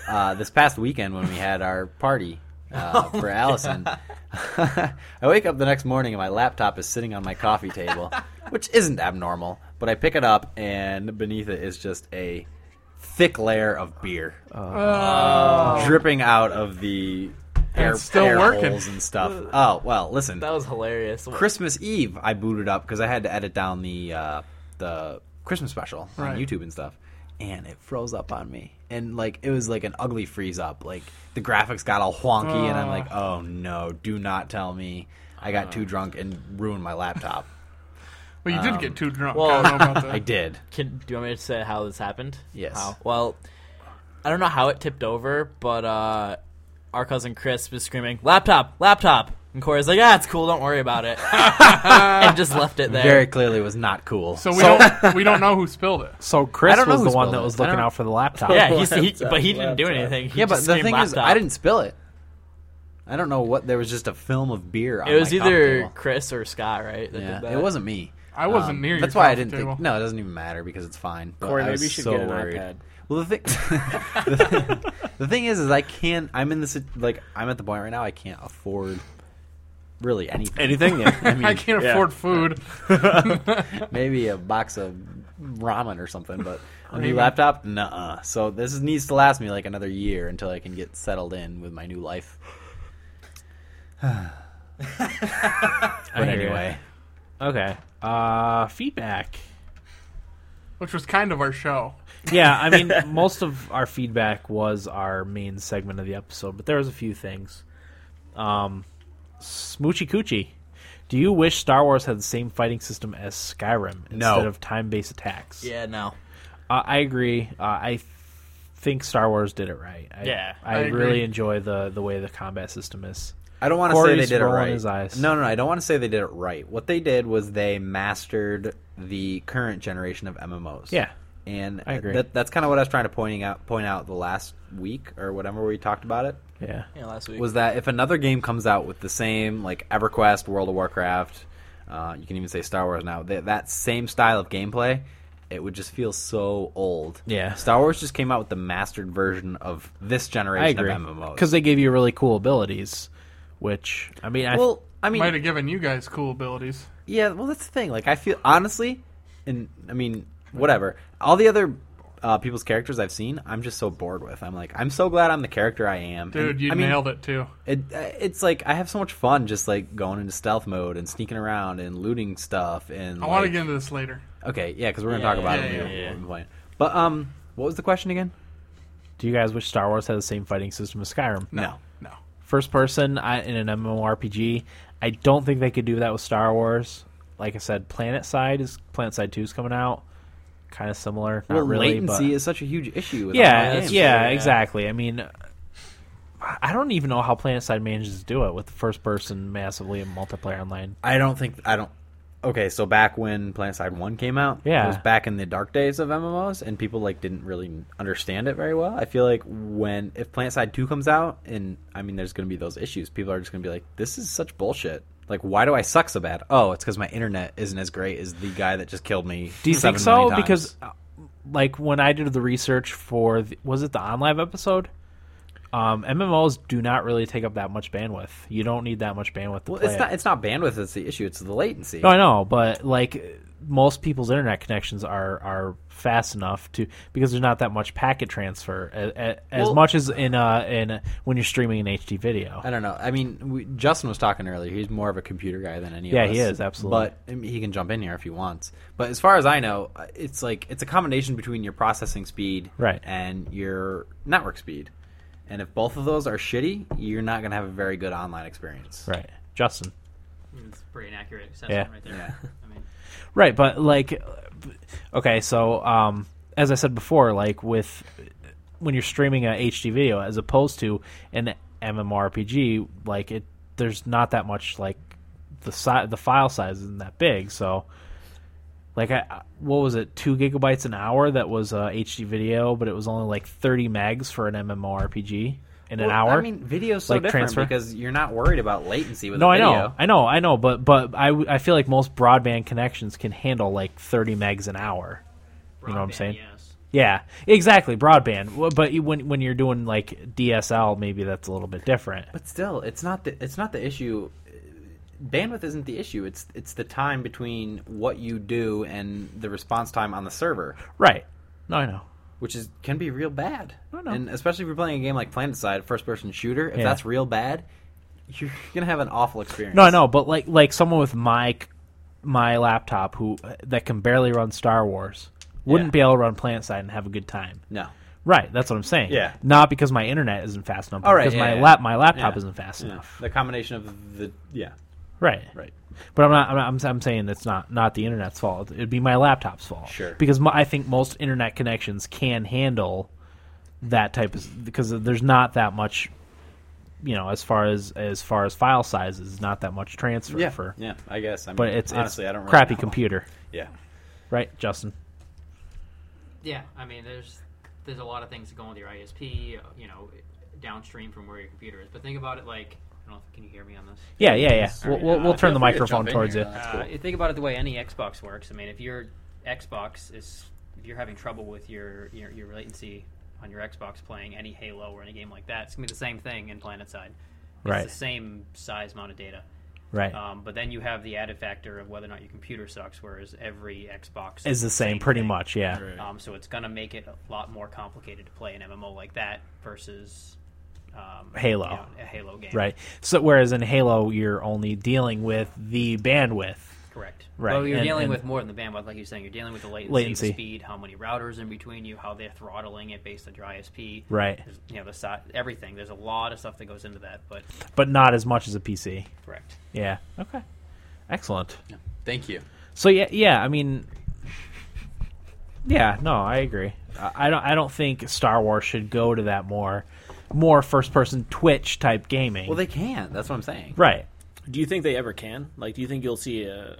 S3: Uh, this past weekend when we had our party uh,
S2: Oh,
S3: for Allison, I wake up the next morning and my laptop is sitting on my coffee table, which isn't abnormal. But I pick it up and beneath it is just a thick layer of beer
S2: Uh,
S3: Uh, dripping out of the air,
S2: Oh. it's still
S3: air
S2: working.
S3: holes and stuff. Oh well, listen.
S4: That was hilarious.
S3: Christmas Eve, I booted up because I had to edit down the uh, the Christmas special
S2: Right.
S3: on YouTube and stuff, and it froze up on me, and like it was like an ugly freeze up. Like the graphics got all wonky, and I'm like, oh no, do not tell me I got too drunk and ruined my laptop.
S2: Well, you did get
S3: um,
S2: too drunk.
S4: well,
S2: I don't know about that.
S3: I did.
S4: Can, do you want me to say how this happened?
S3: Yes.
S4: How? Well, I don't know how it tipped over, but uh, our cousin Chris was screaming, "Laptop, laptop!" And Corey's like, "Ah, it's cool. Don't worry about it," and just left it there.
S3: Very clearly, was not cool.
S2: so we don't we don't know who spilled it.
S1: So Chris
S3: I don't know
S1: was the
S3: who
S1: one
S3: spilled
S1: that
S3: it.
S1: was
S3: I
S1: looking
S3: don't-
S1: out for the Oh, laptop.
S4: yeah, he, he,
S5: Laptop,
S4: but he didn't do
S5: laptop.
S4: anything. He
S3: yeah, but
S4: just
S3: the
S4: screamed,
S3: thing is,
S4: "Laptop."
S3: I didn't spill it. I don't know what there was just a film of beer. On
S4: It was
S3: my coffee
S4: either
S3: table.
S4: Chris or Scott, right? that did
S3: Yeah,
S4: that?
S3: it wasn't me.
S2: I
S1: Um,
S2: wasn't near your
S3: Um, That's why I
S2: coffee
S3: didn't
S2: table.
S3: think. No, it doesn't even matter because it's fine. But
S5: Corey,
S3: I
S5: maybe
S3: was
S5: you should
S3: so
S5: get an
S3: worried.
S5: iPad.
S3: Well, the thing, the, thing is, is I can't. I'm in this like I'm at the point right now. I can't afford really anything.
S1: Anything? Yeah.
S3: I mean,
S2: I can't
S5: yeah.
S2: afford food.
S3: maybe a box of ramen or something, but a
S2: Maybe.
S3: new laptop, nuh-uh. So this is- needs to last me like another year until I can get settled in with my new life. but
S1: hear ya.
S3: anyway,
S1: okay. Uh, feedback.
S2: which was kind of our show.
S1: yeah, I mean, most of our feedback was our main segment of the episode, but there was a few things. Um, Smoochy Coochie, do you wish Star Wars had the same fighting system as Skyrim instead
S3: No.
S1: of time-based attacks?
S4: Yeah, no.
S1: uh, I agree. Uh, I th- think Star Wars did it right. I,
S4: Yeah,
S1: I,
S2: I agree.
S1: really enjoy the the way the combat system is.
S3: I don't want to say
S1: Corey's
S3: they did it
S1: rolling
S3: right.
S1: his eyes.
S3: No, no, no, I don't want to say they did it right. What they did was they mastered the current generation of MMOs.
S1: Yeah.
S3: and
S1: I agree.
S3: That, that's kind of what I was trying to pointing out point out the last week or whatever we talked about it
S1: Yeah.
S4: Yeah, last week.
S3: was that if another game comes out with the same like EverQuest, World of Warcraft, uh, you can even say Star Wars now, that, that same style of gameplay, it would just feel so old.
S1: Yeah.
S3: Star Wars just came out with the mastered version of this
S1: I
S3: generation
S1: agree.
S3: of MMOs.
S1: Because they gave you really cool abilities, which, I mean, I,
S3: well, I mean,
S2: Might have given you guys cool abilities.
S3: Yeah, well, that's the thing. Like, I feel honestly, and I mean, whatever. All the other uh, people's characters I've seen, I'm just so bored with. I'm like, I'm so glad I'm the character I am.
S2: Dude,
S3: And,
S2: you
S3: I mean,
S2: nailed it too.
S3: it. uh, It's like I have so much fun just like going into stealth mode and sneaking around and looting stuff. And
S2: I want to
S3: like-
S2: get into this later.
S3: okay, yeah, because we're gonna talk about
S2: yeah,
S3: it. when
S2: yeah,
S3: we-
S4: yeah.
S3: when we play it. But um, what was the question again?
S1: do you guys wish Star Wars had the same fighting system as Skyrim?
S3: no.
S2: No.
S1: First person I, in an MMORPG, I don't think they could do that with Star Wars. Like I said, Planet Side is Planet Side Two is coming out, kind of similar. Not
S3: Well,
S1: really, but-
S3: latency is such a huge issue. With
S1: yeah,
S3: online
S1: yeah,
S3: games.
S4: true, yeah.
S1: exactly. I mean, I don't even know how PlanetSide manages to do it with the first person massively in multiplayer online.
S3: I don't think I don't. Okay, so back when PlanetSide One came out,
S1: Yeah.
S3: it was back in the dark days of MMOs, and people like didn't really understand it very well. I feel like when if PlanetSide Two comes out, and I mean, there's going to be those issues. People are just going to be like, "This is such bullshit." Like, why do I suck so bad? Oh, it's because my internet isn't as great as the guy that just killed me.
S1: Do you
S3: seven
S1: think
S3: million
S1: so?
S3: times."
S1: Because, uh, like, when I did the research for the, was it the OnLive episode? Um, MMOs do not really take up that much bandwidth. You don't need that much bandwidth to
S3: well,
S1: play.
S3: it's
S1: it.
S3: not it's not bandwidth that's the issue; it's the latency.
S1: No, I know, but like most people's internet connections are are fast enough to because there's not that much packet transfer as, as
S3: Well-
S1: much as in uh in when you're streaming an HD video.
S3: I don't know. I mean, we, Justin was talking earlier. He's more of a computer guy than any
S1: Yeah,
S3: of us.
S1: he is, absolutely.
S3: But I mean, he can jump in here if he wants. But as far as I know, uh, it's like it's a combination between your processing speed
S1: Right.
S3: and your network speed. And if both of those are shitty, you're not going to have a very good online experience.
S1: Right, Justin.
S7: It's pretty inaccurate
S1: Yeah.
S7: assessment right there. I mean,
S1: Right, but like, okay, so um, as I said before, like with when you're streaming a HD video as opposed to an MMORPG, like it, there's not that much like the si- the file size isn't that big, so. Like I, I- what was it? Two gigabytes an hour. That was uh, HD video, but it was only like thirty megs for an MMORPG in an
S3: Well,
S1: hour.
S3: I mean, video's so
S1: Like
S3: different
S1: transfer?
S3: because you're not worried about latency with
S1: No,
S3: a
S1: I
S3: video.
S1: know, I know, I know, but but I, w- I feel like most broadband connections can handle like 30 megs an hour. You know what I'm
S7: broadband,
S1: saying?
S7: Yes.
S1: Yeah, exactly, broadband. W- But you- when when you're doing like DSL, maybe that's a little bit different.
S3: But still, it's not the it's not the issue. Bandwidth isn't the issue. It's it's the time between what you do and the response time on the server.
S1: Right? No, I know.
S3: which is can be real bad.
S1: I know.
S3: And especially if you're playing a game like PlanetSide, first person shooter, if
S1: Yeah.
S3: that's real bad, you're gonna have an awful experience.
S1: No, I know. But like like someone with my c- my laptop who that can barely run Star Wars wouldn't
S3: Yeah.
S1: be able to run PlanetSide and have a good time.
S3: No.
S1: Right, that's what I'm saying.
S3: Yeah.
S1: Not because my internet isn't fast enough, but
S3: All right,
S1: because
S3: yeah,
S1: my
S3: yeah.
S1: lap my laptop
S3: Yeah.
S1: isn't fast enough.
S3: The combination of the yeah.
S1: Right.
S3: Right.
S1: But I'm not. I'm, not, I'm, I'm saying it's not not the internet's fault. It'd be my laptop's fault.
S3: Sure.
S1: Because my, I think most internet connections can handle that type of because there's not that much, you know, as far as as far as file sizes, not that much transfer.
S3: Yeah.
S1: For,
S3: yeah, I guess. I mean,
S1: But it's
S3: honestly
S1: it's
S3: I don't really
S1: crappy
S3: know.
S1: computer,
S3: Yeah.
S1: right, Justin?
S7: Yeah, I mean, there's there's a lot of things that go on with your ISP, you know, downstream from where your computer is. But think about it like, I don't know if can you hear me on this.
S1: Yeah, yeah, yeah. We'll,
S7: right,
S1: we'll,
S7: uh,
S6: feel
S1: we'll turn the
S6: free to
S1: microphone
S6: jump in
S1: towards
S6: here.
S1: you.
S7: Uh, you think about it the way any Xbox works. I mean, if your Xbox is if you're having trouble with your your, your latency on your Xbox playing any Halo or any game like that, it's gonna be the same thing in PlanetSide. It's
S1: Right.
S7: the same size amount of data.
S1: Right.
S7: Um, but then you have the added factor of whether or not your computer sucks, whereas every Xbox
S1: Is the same, pretty
S7: thing.
S1: much. Yeah.
S7: Um, so it's gonna make it a lot more complicated to play an MMO like that versus um,
S1: Halo.
S7: you know, a Halo game.
S1: Right. So whereas in Halo, you're only dealing with the bandwidth.
S7: Correct.
S1: Right,
S7: Well, you're
S1: and-
S7: dealing
S1: and-
S7: with more than the bandwidth, like you're saying. You're dealing with the latency,
S1: Latency.
S7: the speed, how many routers in between you, how they're throttling it based on your ISP.
S1: Right.
S7: There's, you know the si- everything. There's a lot of stuff that goes into that, but
S1: but not as much as a PC.
S7: correct.
S1: Yeah. Okay. Excellent.
S6: Thank you.
S1: So yeah, yeah. I mean, yeah. No, I agree. I I don't. I don't think Star Wars should go to that more more first person Twitch type gaming.
S3: Well, they can't. That's what I'm saying.
S1: right.
S5: Do you think they ever can? Like, do you think you'll see a?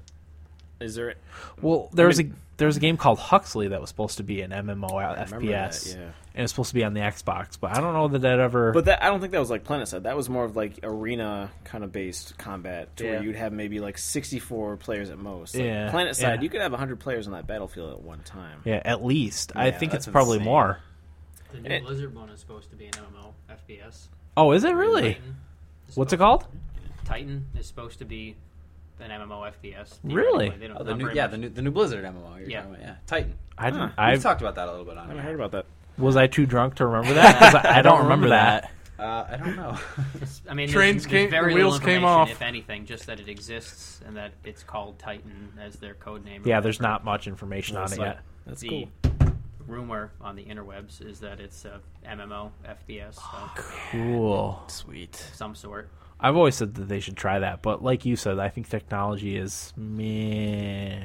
S5: Is there?
S1: Well, there was
S5: mean-
S1: a there was a game called Huxley that was supposed to be an MMO out-
S5: remember that,
S1: FPS,
S5: yeah.
S1: and it was supposed to be on the Xbox, but I don't know that that ever.
S5: But that I don't think that was like Planetside. That was more of like arena kind of based combat, to
S3: Yeah.
S5: where you'd have maybe like sixty four players at most. Like,
S1: Yeah,
S5: Planetside,
S1: yeah.
S5: you could have hundred players on that battlefield at one time.
S1: yeah, at least I
S5: Yeah,
S1: think it's
S5: that's
S1: probably
S5: insane.
S1: more.
S7: The new
S5: It-
S7: Blizzard one is supposed to be an MMO FPS.
S1: Oh, is it really?
S7: Titan is
S1: What's it
S7: supposed-
S1: called?
S7: Titan is supposed to be an MMO FPS.
S1: Really?
S7: They don't,
S3: Oh, the
S7: not
S3: new,
S7: very
S3: yeah,
S7: much-
S3: the new, the new Blizzard MMO. You're
S7: Yeah.
S3: talking about, yeah. Titan.
S1: I didn't.
S5: Huh.
S1: I
S3: We've talked about that a little bit on.
S5: I haven't
S3: here.
S5: heard about that.
S1: was I too drunk to remember that? 'Cause I, I don't remember that.
S3: Uh, I don't know.
S7: It's- I mean, there's-
S2: Trains
S7: there's
S2: came-
S7: very
S2: the wheels
S7: little
S2: came
S7: information,
S2: off.
S7: If anything, just that it exists and that it's called Titan as their code name. or
S1: Yeah, there's
S7: whatever.
S1: not much information on it
S5: Website.
S1: yet.
S5: That's
S7: the
S5: cool.
S7: rumor on the interwebs is that it's a MMO FPS of
S1: Cool.
S3: Sweet.
S7: some sort.
S1: I've always said that they should try that, but like you said, I think technology is meh.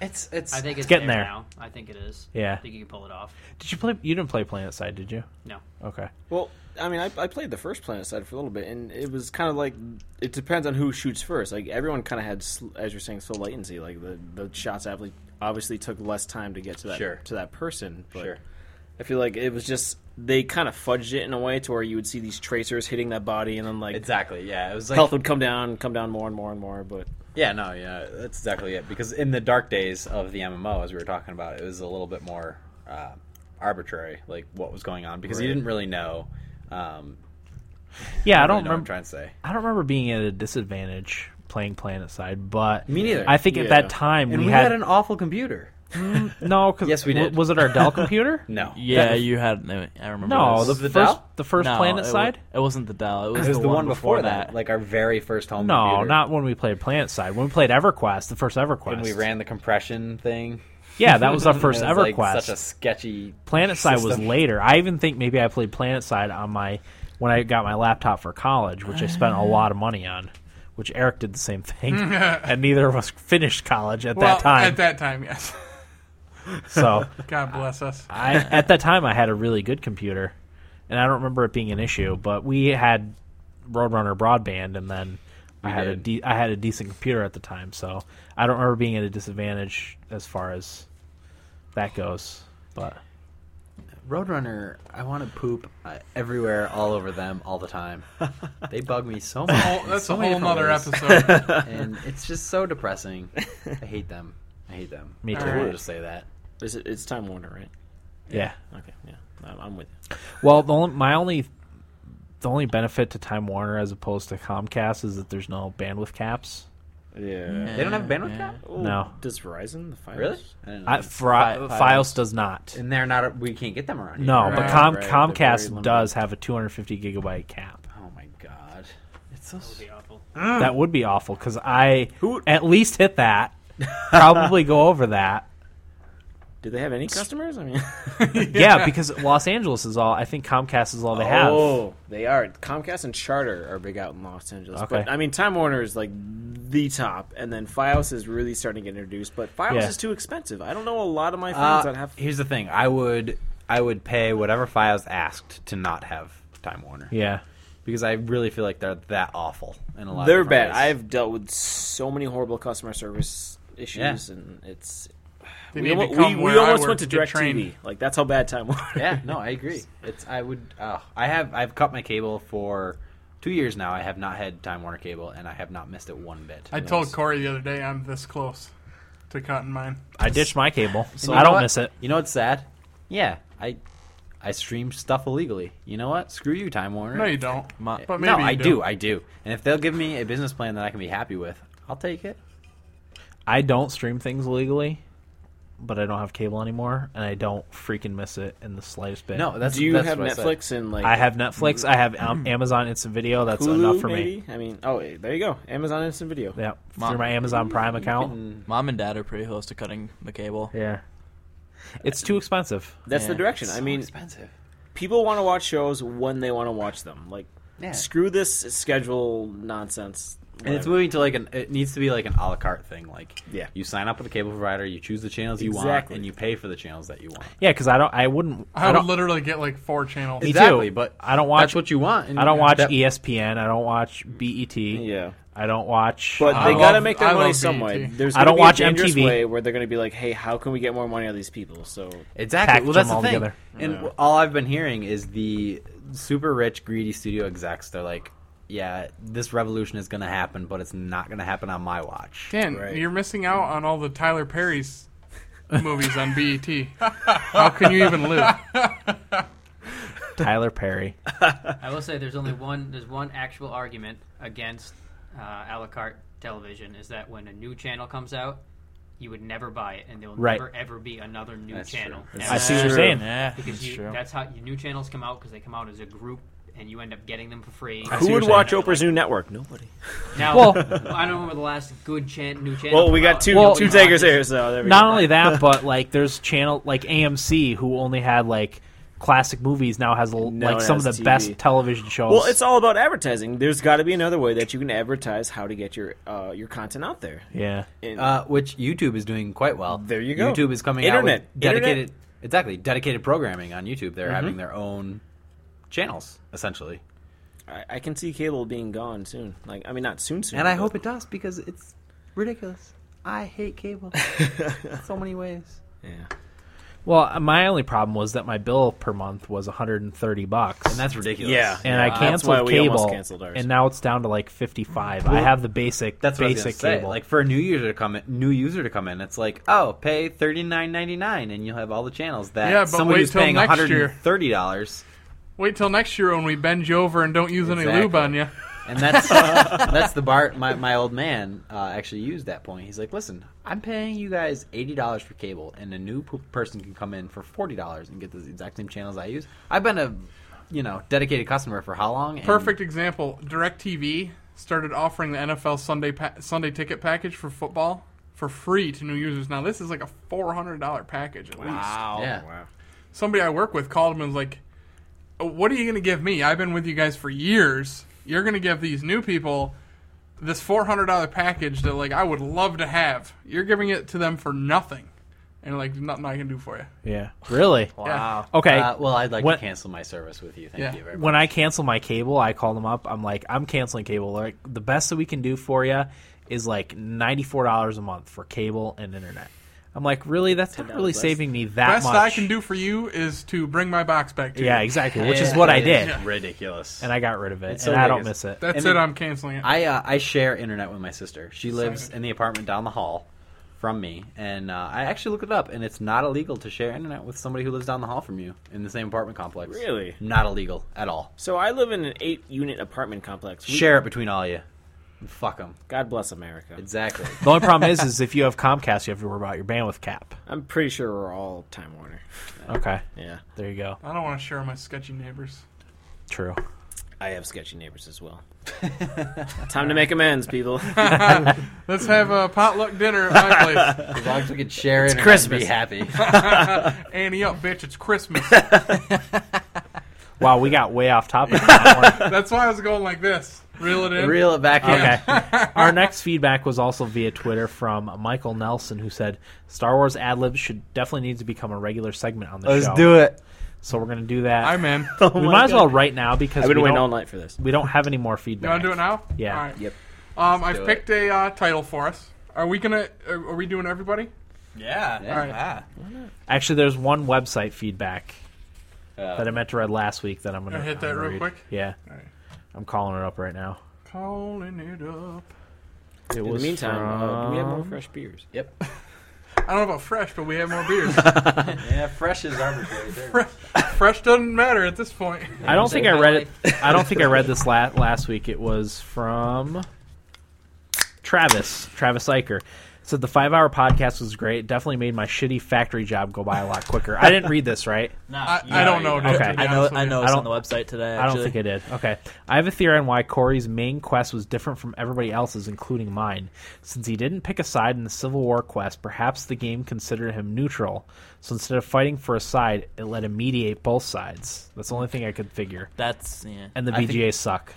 S3: It's it's.
S7: I think it's,
S1: getting there.
S7: now. I think it is.
S1: Yeah.
S7: I think you can pull it off.
S1: Did you play? You didn't play Planet Side, did you?
S7: No,
S1: Okay.
S5: Well, I mean, I, I played the first Planetside for a little bit, and it was kind of like it depends on who shoots first. Like everyone kind of had, sl- as you're saying, slow latency. Like the the shots obviously obviously took less time to get to that
S3: Sure.
S5: to that person. But
S3: Sure.
S5: I feel like it was just they kind of fudged it in a way to where you would see these tracers hitting that body, and then like
S3: Exactly. Yeah. It was like
S5: health would come down, come down more and more and more. But
S3: Yeah, no, yeah, that's exactly it. Because in the dark days of the MMO, as we were talking about, it was a little bit more uh, arbitrary, like what was going on, because you
S5: Right.
S3: didn't really know. Um,
S1: Yeah, I don't
S3: really know what I'm
S1: remember.
S3: trying to say.
S1: I don't remember being at a disadvantage playing Planet Side, but
S3: Me neither.
S1: I think at
S5: Yeah.
S1: that time
S3: and
S1: we,
S3: we
S1: had,
S3: had an awful computer.
S1: no. 'cause
S3: Yes, we
S1: w-
S3: did.
S1: Was it our Dell computer?
S3: No,
S4: Yeah, you had. I remember.
S1: no,
S4: this.
S1: the,
S3: Was it the
S1: first
S3: Dell?
S1: the first
S4: No,
S1: Planet
S4: it wa-
S1: Side.
S4: It wasn't the Dell. It was,
S3: it was
S4: the, one before, that.
S3: like our very first home.
S1: no,
S3: computer.
S1: not when we played Planet Side. When we played EverQuest, the first EverQuest.
S3: when we ran the compression thing.
S1: Yeah, that was our first
S3: It was, like,
S1: EverQuest.
S3: such a sketchy.
S1: Planet Side was
S3: system.
S1: later. I even think maybe I played Planet Side on my when I got my laptop for college, which I spent a lot of money on. Which Eric did the same thing, and neither of us finished college at
S2: well,
S1: that time.
S2: At that time, yes.
S1: so
S2: God bless us.
S1: I at that time I had a really good computer, and I don't remember it being an issue. But we had Roadrunner broadband, and then I had a
S3: did.
S1: de- I had a decent computer at the time, so I don't remember being at a disadvantage as far as that goes. But
S3: Roadrunner, I want to poop uh, everywhere, all over them, all the time. They bug me so much.
S2: Oh,
S3: in
S2: that's
S3: so
S2: a
S3: many
S2: whole
S3: different
S2: nother
S3: ways.
S2: episode.
S3: and it's just so depressing. I hate them. I hate them.
S1: Me
S3: I
S1: too.
S3: wanted to say that.
S5: it's, it's Time Warner, right?
S1: yeah.
S5: Okay, yeah, I'm, I'm with you.
S1: Well, the only, my only the only benefit to Time Warner as opposed to Comcast is that there's no bandwidth caps.
S5: Yeah.
S3: They don't have a bandwidth cap.
S1: No.
S5: Does Verizon the five?
S3: Really? I didn't know.
S1: I, Fri-
S4: Fi-
S1: Fios does not.
S3: and they're not. We can't get them around.
S1: No,
S3: here.
S1: but
S2: Right,
S1: Com-
S5: right, they're very
S1: Comcast
S5: limited.
S1: does have a 250 gigabyte cap.
S3: Oh my god. It's so.
S7: that would be awful.
S1: That would be awful because I at least hit that, probably go over that.
S5: Do they have any customers? I mean,
S1: Yeah. because Los Angeles is all. I think Comcast is all they have.
S5: Oh, they are. Comcast and Charter are big out in Los Angeles.
S1: Okay.
S5: But I mean, Time Warner is like the top, and then FiOS is really starting to get introduced. But FiOS
S1: Yeah.
S5: is too expensive. I don't know a lot of my friends
S3: Uh,
S5: that have.
S3: here's the thing. I would. I would pay whatever Fios asked to not have Time Warner
S1: Yeah,
S3: because I really feel like they're that awful in a lot. of
S5: They're
S3: different
S5: bad.
S3: ways.
S5: I've dealt with so many horrible customer service issues,
S3: Yeah.
S5: and it's
S2: They
S5: we,
S2: need to
S5: almo-
S2: come
S5: we, we
S2: where I
S5: almost
S2: work
S5: went to
S2: get trained.
S5: DirecTV. Like that's how bad Time Warner.
S3: yeah, no, I agree. It's I would uh, I have I've cut my cable for two years now. I have not had Time Warner cable, and I have not missed it one bit.
S2: I told Corey the other day I'm this close to cutting mine.
S1: I ditched my cable, so
S3: And you
S1: I
S3: know
S1: don't
S3: what?
S1: miss it.
S3: You know what's sad? Yeah, I I stream stuff illegally. You know what? Screw you, Time Warner.
S2: No, you don't.
S4: My-
S2: but maybe
S3: No,
S2: you
S3: I
S2: do.
S3: do. I do. And if they'll give me a business plan that I can be happy with, I'll take it.
S1: I don't stream things legally, but I don't have cable anymore, and I don't freaking miss it in the slightest bit.
S3: No, that's
S5: Do you
S3: that's
S5: have
S3: what I said.
S5: Netflix and like
S1: I have Netflix. I have um, Amazon Instant Video. That's
S5: Hulu?
S1: enough for
S5: maybe?
S1: me.
S5: I mean, oh, there you go. Amazon Instant Video.
S1: Yeah,
S4: Mom-
S1: through my Amazon Prime account.
S4: Mom and dad are pretty close to cutting the cable.
S1: Yeah, it's too expensive.
S5: That's the
S4: Yeah.
S5: direction. I mean,
S3: expensive.
S5: people want to watch shows when they want to watch them. Like
S3: Yeah.
S5: Screw this schedule nonsense.
S3: And it's
S5: Whatever.
S3: moving to like an. It needs to be like an a la carte thing. Like
S5: Yeah.
S3: you sign up with a cable provider, you choose the channels you want,
S5: Exactly.
S3: and you pay for the channels that you want.
S1: Yeah, because I don't. I wouldn't.
S2: I
S1: I
S2: would
S1: don't.
S2: literally get like four channels.
S1: Me
S3: exactly,
S1: too.
S3: but
S1: I don't watch.
S3: that's what you want. and
S1: I don't
S3: you-
S1: watch E
S3: that-
S1: ESPN. I don't watch BET.
S5: yeah.
S1: I don't watch.
S5: But
S1: uh,
S5: they
S2: I
S5: gotta
S2: love-
S5: make their
S2: I
S5: money
S2: love
S5: some way.
S2: BET.
S5: There's
S1: I
S5: gonna
S1: don't
S5: be
S1: watch
S5: a dangerous
S1: MTV.
S5: way where they're gonna be like, hey, how can we get more money out of these people? So
S3: Exactly. Well,
S1: package them
S3: that's the
S1: all
S3: thing.
S1: together.
S3: And all I've been hearing is the super rich, greedy studio execs. They're like, "Yeah, this revolution is going to happen, but it's not going to happen on my watch."
S2: Dan,
S5: Right.
S2: you're missing out on all the Tyler Perry's movies on BET. How can you even live?
S1: Tyler Perry.
S7: I will say there's only one there's one actual argument against uh, a la carte television is that when a new channel comes out, you would never buy it, and there will
S1: Right.
S7: never ever be another new
S3: That's
S7: channel.
S3: true.
S1: I
S7: ever.
S1: see what you're saying.
S8: Yeah,
S7: because
S8: that's
S7: you,
S8: true.
S7: that's how your new channels come out because they come out as a group. And you end up getting them for free.
S5: who would watch Oprah's new network? Nobody.
S7: Now,
S1: Well-
S7: I don't remember the last good chan- new channel.
S5: Well, we got two
S1: Well-
S5: two takers here, so there we
S1: Not
S5: go.
S1: only that, but like there's channel like AMC who only had like classic movies now has l-
S5: Now
S1: like
S5: it
S1: some of the
S5: has
S1: best
S5: TV.
S1: television shows.
S5: Well, it's all about advertising. There's got to be another way that you can advertise how to get your uh, your content out there.
S1: yeah.
S5: And-
S3: Uh, which YouTube is doing quite well.
S5: There you go.
S3: YouTube is coming out
S5: Internet. Mm-hmm.
S3: with dedicated, exactly dedicated programming on YouTube. They're having their own channels essentially,
S5: I, I can see cable being gone soon. Like, I mean, not soon, soon.
S3: and I
S5: but-
S3: hope it does because it's ridiculous. I hate cable in so many ways.
S5: Yeah.
S1: Well, uh, my only problem was that my bill per month was 130 bucks.
S3: And that's ridiculous.
S5: Yeah.
S1: and I
S5: That's why
S1: canceled
S5: we almost
S1: cable,
S5: canceled ours.
S1: and now it's down to like fifty five. I have the basic.
S3: That's what
S1: basic
S3: I was gonna say.
S1: cable.
S3: Like for a new user to come in, new user to come in, it's like, oh, pay thirty nine ninety nine, and you'll have all the channels that
S2: Yeah, but
S3: somebody
S2: wait
S3: who's
S2: till
S3: paying one
S2: next
S3: hundred
S2: year.
S3: and thirty dollars,
S2: Wait till next year when we bend you over and don't use any
S3: Exactly.
S2: lube on you.
S3: and that's that's the bar. My my old man uh, actually used that point. He's like, listen, I'm paying you guys eighty dollars for cable, and a new p- person can come in for forty dollars and get the exact same channels I use. I've been a you know dedicated customer for how long? And
S2: Perfect example. DirecTV started offering the NFL Sunday pa- Sunday ticket package for football for free to new users. Now this is like a four hundred dollar package at least.
S9: Wow.
S3: Yeah.
S2: Somebody I work with called him and was like, "Oh, "What are you going to give me? I've been with you guys for years. You're going to give these new people this four hundred dollar package that like I would love to have. You're giving it to them for nothing, and like nothing I can do for you."
S1: yeah, really.
S2: Wow.
S1: Okay.
S3: Uh, well, I'd like
S1: What-
S3: to cancel my service with you. Thank
S2: Yeah.
S3: you very much.
S1: when I cancel my cable, I call them up. I'm like, I'm canceling cable. Like the best that we can do for you is like ninety four dollars a month for cable and internet. I'm like, really? That's not really
S5: less.
S1: saving me that
S2: Best
S1: much.
S2: I can do for you is to bring my box back to you.
S1: Yeah, exactly. Which is what I did,
S3: Ridiculous.
S1: and I got rid of it,
S3: It's
S1: and
S3: so
S1: I don't miss
S3: ridiculous.
S1: it.
S2: That's
S3: And
S2: it.
S3: then-
S2: I'm canceling it.
S3: I uh, I share internet with my sister. She lives in the apartment down the hall from me, and uh, I actually looked it up, and it's not illegal to share internet with somebody who lives down the hall from you in the same apartment complex.
S5: Really?
S3: Not illegal at all.
S5: So I live in an eight-unit apartment complex. We-
S3: Share it between all of you. Fuck them.
S5: God bless America.
S3: Exactly.
S1: The only problem is, is if you have Comcast, you have to worry about your bandwidth cap.
S5: I'm pretty sure we're all Time Warner.
S1: Okay,
S5: Yeah.
S1: there you go.
S2: I don't want to share my sketchy neighbors.
S1: True.
S5: I have sketchy neighbors as well. Time to make amends, people.
S2: Let's have a potluck dinner at my place.
S3: as long as we can share it,
S5: Christmas.
S3: be happy.
S2: Annie up, bitch. It's Christmas.
S1: Wow, we got way off topic. on that one.
S2: That's why I was going like this. Reel it in.
S3: Reel it back in.
S1: Okay. Our next feedback was also via Twitter from Michael Nelson, who said Star Wars ad libs should definitely need to become a regular segment on the show.
S3: it.
S1: So we're gonna do that.
S2: I'm in.
S1: we might as well right now because
S5: Oh I've
S1: we
S5: been waiting all
S1: don't,
S5: night for this.
S1: we don't have any more
S2: You
S1: feedback.
S2: want to do it now?
S1: Yeah.
S2: All right.
S5: Yep.
S2: Um,
S3: do
S2: I've
S3: it.
S2: picked a uh, title for us. Are we gonna? Are, are we doing everybody?
S9: Yeah.
S2: All right.
S9: Ah.
S1: Actually, there's one website feedback
S3: Uh,
S1: that I meant to read last week that I'm gonna
S2: Gonna hit
S1: I'm
S2: that
S1: gonna
S2: real
S1: read.
S2: quick?
S1: Yeah,
S2: Alright.
S1: I'm calling it up right now.
S2: Calling it up.
S1: It
S5: In the
S1: was
S5: meantime, uh, do we have more
S1: from-
S5: fresh beers?
S3: Yep.
S2: I don't know about fresh, but we have more beers.
S3: Yeah, fresh is arbitrary.
S2: Fresh- fresh doesn't matter at this point.
S1: I don't think I read it. I don't think I read this la- last week. It was from Travis, Travis Eicher. Said the five hour podcast was great. Definitely made my shitty factory job go by a lot quicker. I didn't read this, right?
S2: I, I don't know. dude,
S1: Okay.
S2: to be
S4: I know.
S2: honest with
S4: I
S2: you.
S4: know. It's
S1: I
S4: on the website today.
S1: I don't
S4: actually.
S1: think I did. Okay. I have a theory on why Corey's main quest was different from everybody else's, including mine. Since he didn't pick a side in the Civil War quest, perhaps the game considered him neutral. So instead of fighting for a side, it let him mediate both sides. That's the only thing I could figure.
S4: That's yeah.
S1: And the
S3: I think-
S1: BGA suck.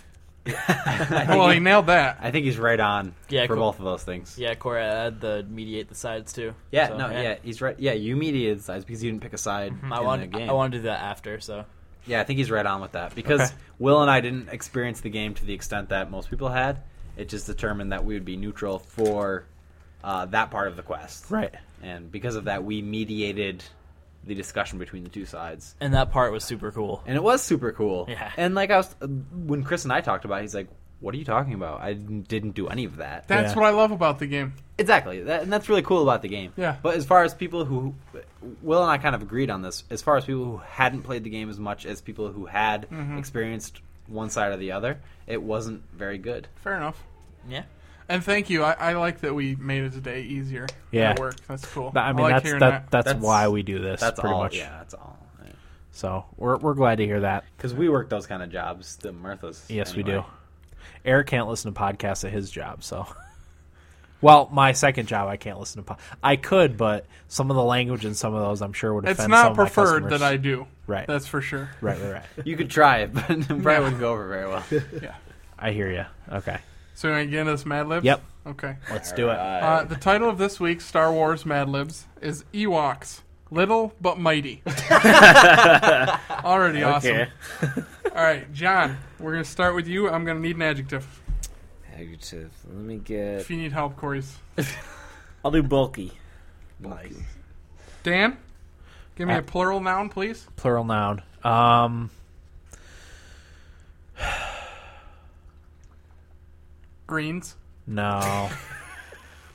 S2: Well, he nailed that.
S3: I think he's right on
S4: Yeah,
S3: for
S4: cool.
S3: both of those things.
S4: Yeah, Corey, I had the mediate the sides too.
S3: Yeah,
S4: So, Mm-hmm.
S3: no, yeah. he's right. Yeah, you mediated sides because you didn't pick a side
S4: I
S3: in
S4: want.
S3: the game.
S4: I want to do that after. So
S3: Yeah, I think he's right on with that because
S1: Okay.
S3: Will and I didn't experience the game to the extent that most people had. It just determined that we would be neutral for uh, that part of the quest,
S1: Right.
S3: and because of that, we mediated the discussion between the two sides,
S4: and that part was super cool.
S3: and it was super cool.
S4: Yeah.
S3: And like I was, when Chris and I talked about, it, he's like, "What are you talking about? I didn't do any of that."
S2: That's
S1: Yeah.
S2: what I love about the game.
S3: Exactly, that, and that's really cool about the game.
S2: Yeah.
S3: But as far as people who, Will and I kind of agreed on this. As far as people who hadn't played the game as much as people who had
S1: Mm-hmm.
S3: experienced one side or the other, it wasn't very good.
S2: Fair enough.
S4: Yeah.
S2: And thank you. I, I like that we made it today easier.
S1: Yeah.
S2: At work. That's cool.
S1: But, I mean,
S2: like
S1: that's,
S2: hearing
S1: that,
S2: that.
S1: that's
S3: That's-
S1: why we do this,
S3: That's
S1: pretty
S3: all.
S1: much.
S3: Yeah, that's all.
S1: So we're, we're glad to hear that.
S3: Because we work those kind of jobs, the Mirthas.
S1: Yes, we do.
S3: anyway.
S1: Eric can't listen to podcasts at his job, so. Well, my second job, I can't listen to. Po- I could, but some of the language in some of those, I'm sure, would offend.
S2: It's
S1: some
S2: not
S1: of my
S2: preferred
S1: customers.
S2: that I do.
S1: Right.
S2: That's for sure.
S1: Right, right, right.
S3: You could try it, but it probably wouldn't go over very well.
S1: I hear you. Okay,
S2: So you want to get into this Mad Libs?
S1: Yep.
S2: Okay.
S1: let's do it.
S2: Uh, the title of this week's Star Wars Mad Libs is Ewoks, Little but Mighty. Already awesome.
S5: Okay.
S2: All right, John, we're going to start with you. I'm going to need an adjective.
S5: Adjective. Let me get.
S2: If you need help, Corey's.
S5: I'll do bulky.
S2: Dan, give me
S1: Uh,
S2: a plural noun, please.
S1: Plural noun. Um,
S2: Greens.
S1: no,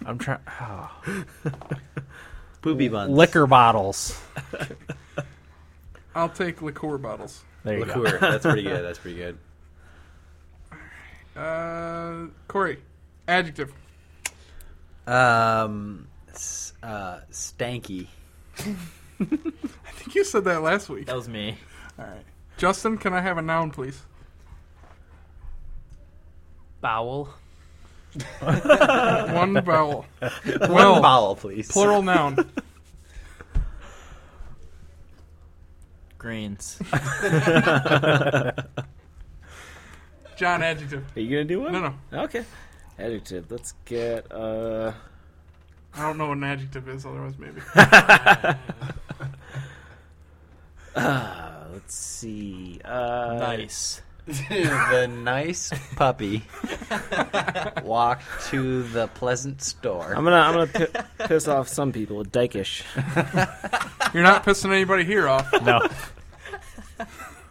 S1: I'm trying.
S3: Poopy buns.
S1: Liquor bottles.
S2: I'll take liqueur bottles.
S1: There you go.
S3: Liqueur. that's pretty good. That's pretty good.
S2: Uh, Corey, adjective.
S3: Um, s- uh, stanky.
S2: I think you said that last week.
S4: That was me.
S2: All right. Justin, can I have a noun, please?
S7: Bowel.
S2: One vowel.
S3: One
S2: Well,
S3: vowel, please.
S2: plural noun.
S4: Greens.
S2: John, adjective.
S5: Are you gonna do one?
S2: No, no.
S5: Okay. Adjective. Let's get. Uh,
S2: I don't know what an adjective is, otherwise, maybe.
S5: Ah, uh let's see. Uh,
S4: nice.
S3: the nice puppy walked to the pleasant
S5: I'm
S3: store.
S5: gonna I'm gonna pi- piss off some people with dykish.
S2: You're not pissing anybody here off.
S1: No,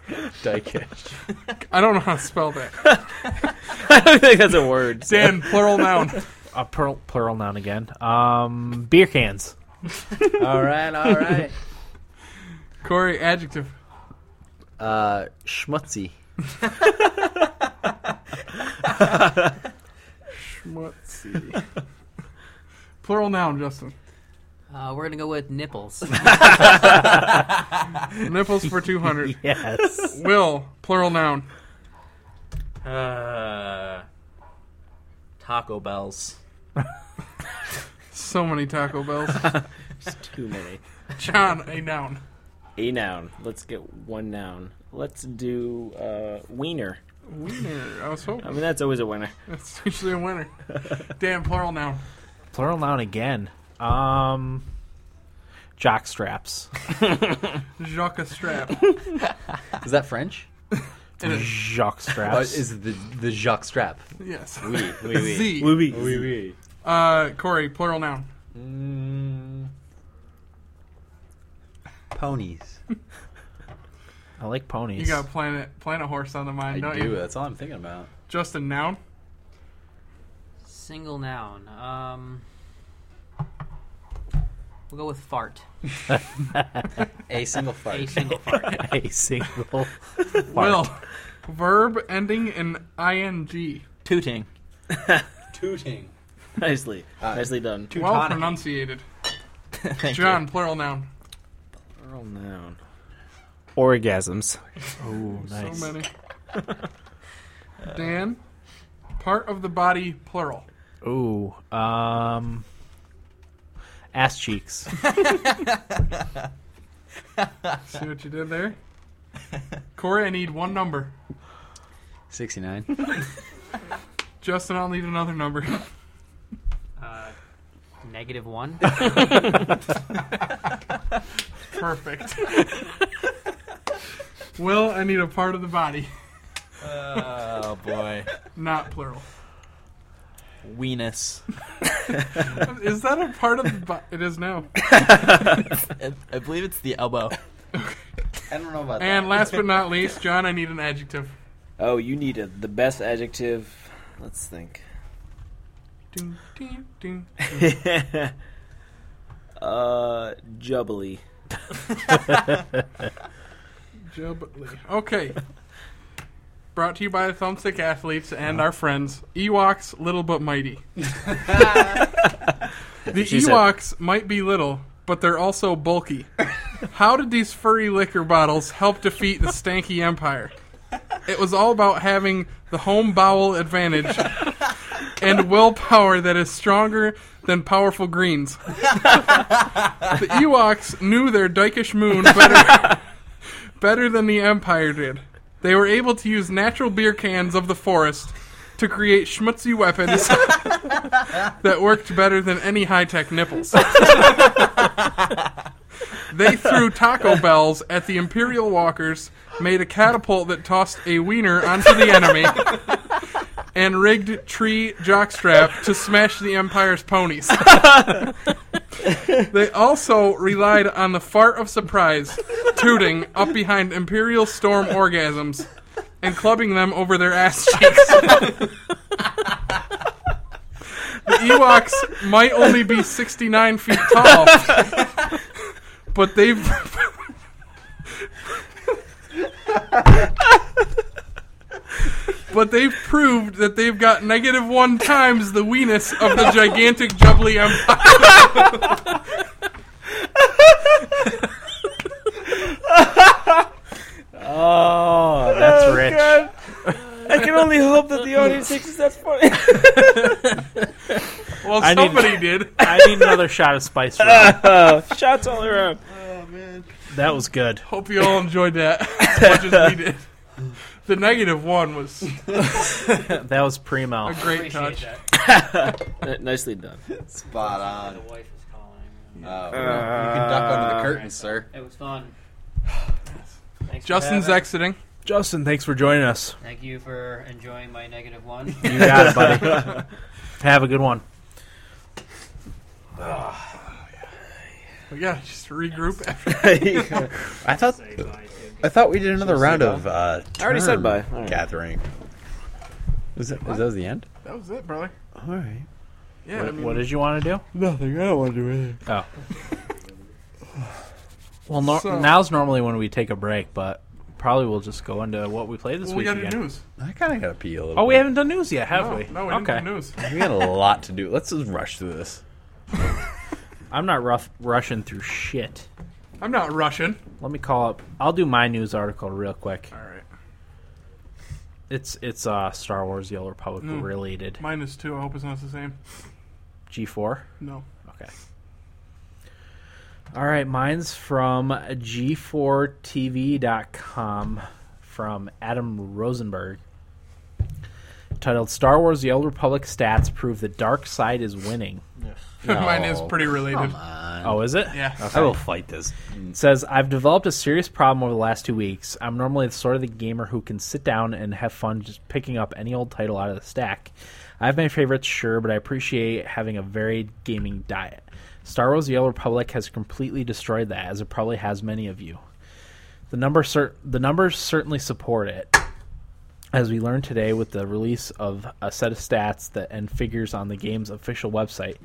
S3: Dykish.
S2: I don't know how to spell that.
S5: I don't think that's a word.
S2: Dan, plural noun.
S1: a plural, plural noun again. Um, beer cans.
S3: all right, all right.
S2: Corey, adjective.
S3: Uh, schmutzy.
S2: Schmutzy. Plural noun, Justin.
S7: Uh, we're gonna go with nipples.
S2: Nipples for 200.
S1: Yes.
S2: Will, plural noun.
S4: Uh, Taco Bells.
S2: So many Taco Bells.
S5: Too many.
S2: John, a noun.
S5: A noun. Let's get one noun. Let's do uh, wiener.
S2: Wiener. I was
S5: I
S2: hoping.
S5: mean, that's always a winner.
S2: That's usually a winner. Dan, plural noun.
S1: Plural noun again. Um, jock straps.
S2: Jacques Strap.
S3: Is that French?
S1: Jock
S3: Or
S1: straps.
S3: is it the the Jacques strap?
S2: Yes.
S3: Oui, oui, oui.
S2: Z.
S5: Louis.
S2: Uh, Corey, plural noun.
S3: Mm, ponies.
S1: I like ponies.
S2: You got planet planet horse on the mind,
S3: I
S2: don't
S3: do.
S2: you?
S3: That's all I'm thinking about.
S2: Justin, noun.
S7: Single noun. Um, we'll go with fart.
S3: A single
S7: A
S3: fart.
S7: single fart.
S1: a single.
S2: Will. Verb ending in ing.
S4: Tooting.
S3: Tooting. Ah.
S5: nicely, nicely done.
S2: Well pronunciated.
S5: Thank
S2: John, plural noun.
S5: you. Plural noun. Orgasms.
S1: Oh, nice.
S2: So many. Dan, part of the body, plural.
S1: Ooh, um, ass cheeks.
S2: See what you did there? Corey, I need one number.
S6: 69.
S2: Justin, I'll need another number.
S7: Uh, negative one.
S2: Perfect. Will, I need a part of the body,
S10: Oh boy,
S2: not plural.
S10: weenus.
S2: Is that a part of the body? It is now.
S10: I, I believe it's the elbow.
S6: I don't know about that.
S2: And last but not least, John, I need an adjective.
S5: Oh, you need a, the best adjective. Let's think.
S2: Ding, ding, ding.
S5: uh, jubbly.
S2: Jubbly. Okay. Brought to you by the Thumbstick Athletes and our friends, Ewoks, Little But Mighty. the
S5: she said.
S2: Ewoks might be little, but they're also bulky. How did these furry liquor bottles help defeat the stanky empire? It was all about having the home bowel advantage and willpower that is stronger than powerful greens. the Ewoks knew their dykish moon better, better than the Empire did. They were able to use natural beer cans of the forest to create schmutzy weapons that worked better than any high tech nipples. they threw Taco Bells at the Imperial Walkers, made a catapult that tossed a wiener onto the enemy, and rigged tree jockstrap to smash the Empire's ponies. they also relied on the fart of surprise, tooting up behind Imperial Storm orgasms and clubbing them over their ass cheeks. the Ewoks might only be 69 feet tall, but they've. But they've proved that they've got negative one times the weenus of the gigantic Jubbly Empire.
S3: Oh, that's rich.
S5: I can only hope that the audience thinks that's funny.
S2: Well,
S1: I need-
S2: somebody did.
S1: I need another shot of spice. Rum.
S5: Shots all around.
S2: Oh,
S1: That was good.
S2: Hope you all enjoyed that as much as we did. The negative one was
S1: That was primo.
S2: a great
S7: Oh, Appreciate
S2: touch.
S7: that.
S5: N- nicely done.
S6: Spot
S7: The
S6: on.
S7: wife is calling.
S6: Oh, you can duck under the curtain, sir.
S7: It was fun. Thanks for
S2: Justin's
S7: having-
S2: exiting.
S1: Justin, thanks for joining us.
S7: Thank you for enjoying my negative one.
S1: You got it, buddy. Have a good one.
S2: But yeah, just regroup. After.
S6: I thought
S7: Say bye to-
S6: I thought we did another round of. Uh,
S5: I already said
S6: term
S5: bye. All right.
S6: Gathering. Is that, is that the end?
S2: That was it, brother.
S6: All right.
S2: Yeah. I
S1: What,
S2: mean,
S1: what did you want to do?
S6: Nothing. I don't want to do anything.
S1: Oh. Well, nor
S2: So-
S1: now's normally when we take a break, but probably we'll just go into what we played this
S2: well, we
S1: week
S2: got
S1: again.
S2: to do news.
S6: I kind of got to pee a little.
S1: Oh, we
S6: bit.
S1: haven't done news yet, have
S2: No,
S1: we?
S2: no, we
S1: okay.
S2: didn't do news.
S6: we had a lot to do. Let's just rush through this.
S1: I'm not rough, rushing through shit.
S2: I'm not Russian.
S1: Let me call up. I'll do my news article real quick.
S2: All right.
S1: It's it's uh Star Wars: Yellow Republic
S2: Mm.
S1: related.
S2: Mine is two. I hope it's not the same.
S1: G4.
S2: No.
S1: Okay. All right, mine's from g4tv.com from Adam Rosenberg. Titled Star Wars The Old Republic Stats Prove the Dark Side is Winning.
S2: Mine is pretty related.
S1: Oh, is it?
S2: Yeah.
S6: I will fight this.
S1: It says, I've developed a serious problem over the last two weeks. I'm normally the sort of the gamer who can sit down and have fun just picking up any old title out of the stack. I have my favorites, sure, but I appreciate having a varied gaming diet. Star Wars The Old Republic has completely destroyed that, as it probably has many of you. The numbers, cer- the numbers certainly support it. as we learned today with the release of a set of stats that and figures on the game's official website.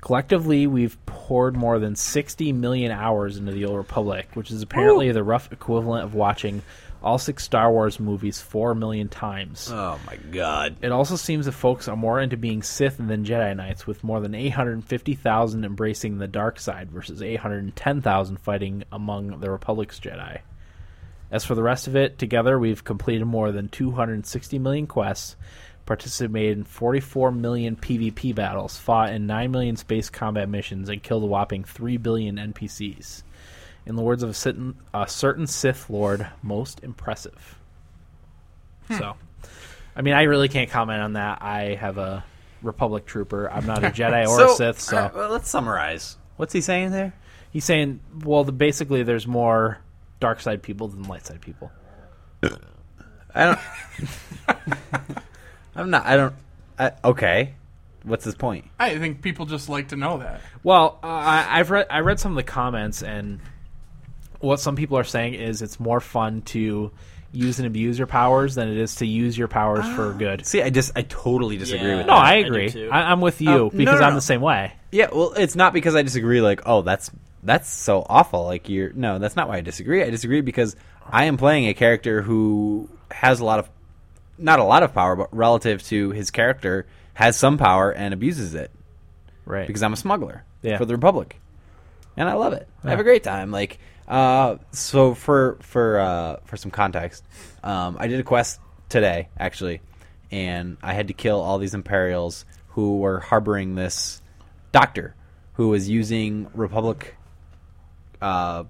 S1: Collectively, we've poured more than 60 million hours into the Old Republic, which is apparently the rough equivalent of watching all six Star Wars movies 4 million times.
S3: Oh my god.
S1: It also seems that folks are more into being Sith than Jedi Knights, with more than 850,000 embracing the dark side versus 810,000 fighting among the Republic's Jedi. As for the rest of it, together we've completed more than 260 million quests, participated in 44 million PvP battles, fought in 9 million space combat missions, and killed a whopping 3 billion NPCs. In the words of a certain, a certain Sith Lord, most impressive.
S3: Hmm.
S1: So, I mean, I really can't comment on that. I have a Republic trooper. I'm not a Jedi or a Sith, so.
S3: Alright, well, let's summarize. uh, What's he saying there?
S1: He's saying, well, the, basically, there's more dark side people than light side people.
S3: I don't. I'm not. I don't. I, okay. What's his point?
S2: I think people just like to know that.
S1: Well, uh, I, I've read I read some of the comments, and what some people are saying is it's more fun to use and abuse your powers than it is to use your powers
S3: Ah.
S1: for good.
S3: See, I just. I totally disagree
S4: Yeah.
S3: with
S1: No,
S3: that.
S1: I
S4: do
S1: agree.
S4: too.
S1: I, I'm with you
S3: Uh, no,
S1: because
S3: no,
S1: I'm
S3: no.
S1: the same way.
S3: Yeah, well, it's not because I disagree. Like, oh, that's that's so awful. Like, you're no, that's not why I disagree. I disagree because I am playing a character who has a lot of, not a lot of power, but relative to his character, has some power and abuses it
S1: Right.
S3: because I'm a smuggler
S1: Yeah.
S3: for the Republic, and I love it. I have a great time. Like, uh, so for for uh, for some context, um, I did a quest today actually, and I had to kill all these Imperials who were harboring this doctor who was using Republic uh,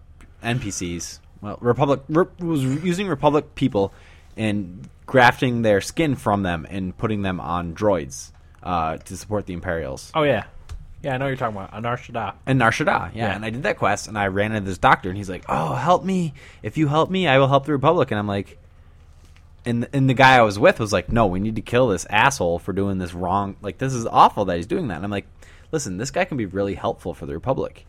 S3: NPCs. Well, Republic re- was using Republic people and grafting their skin from them and putting them on droids uh, to support the Imperials
S1: oh yeah, yeah. I know what you're talking about Anar Shaddaa.
S3: and Nar Shaddaa, yeah.
S1: Yeah.
S3: And I did that quest, and I ran into this doctor, and he's like, "Oh, help me! If you help me, I will help the Republic." And I'm like, and and the guy I was with was like, "No, we need to kill this asshole for doing this wrong. Like, this is awful that he's doing that." And I'm like, "Listen, this guy can be really helpful for the Republic."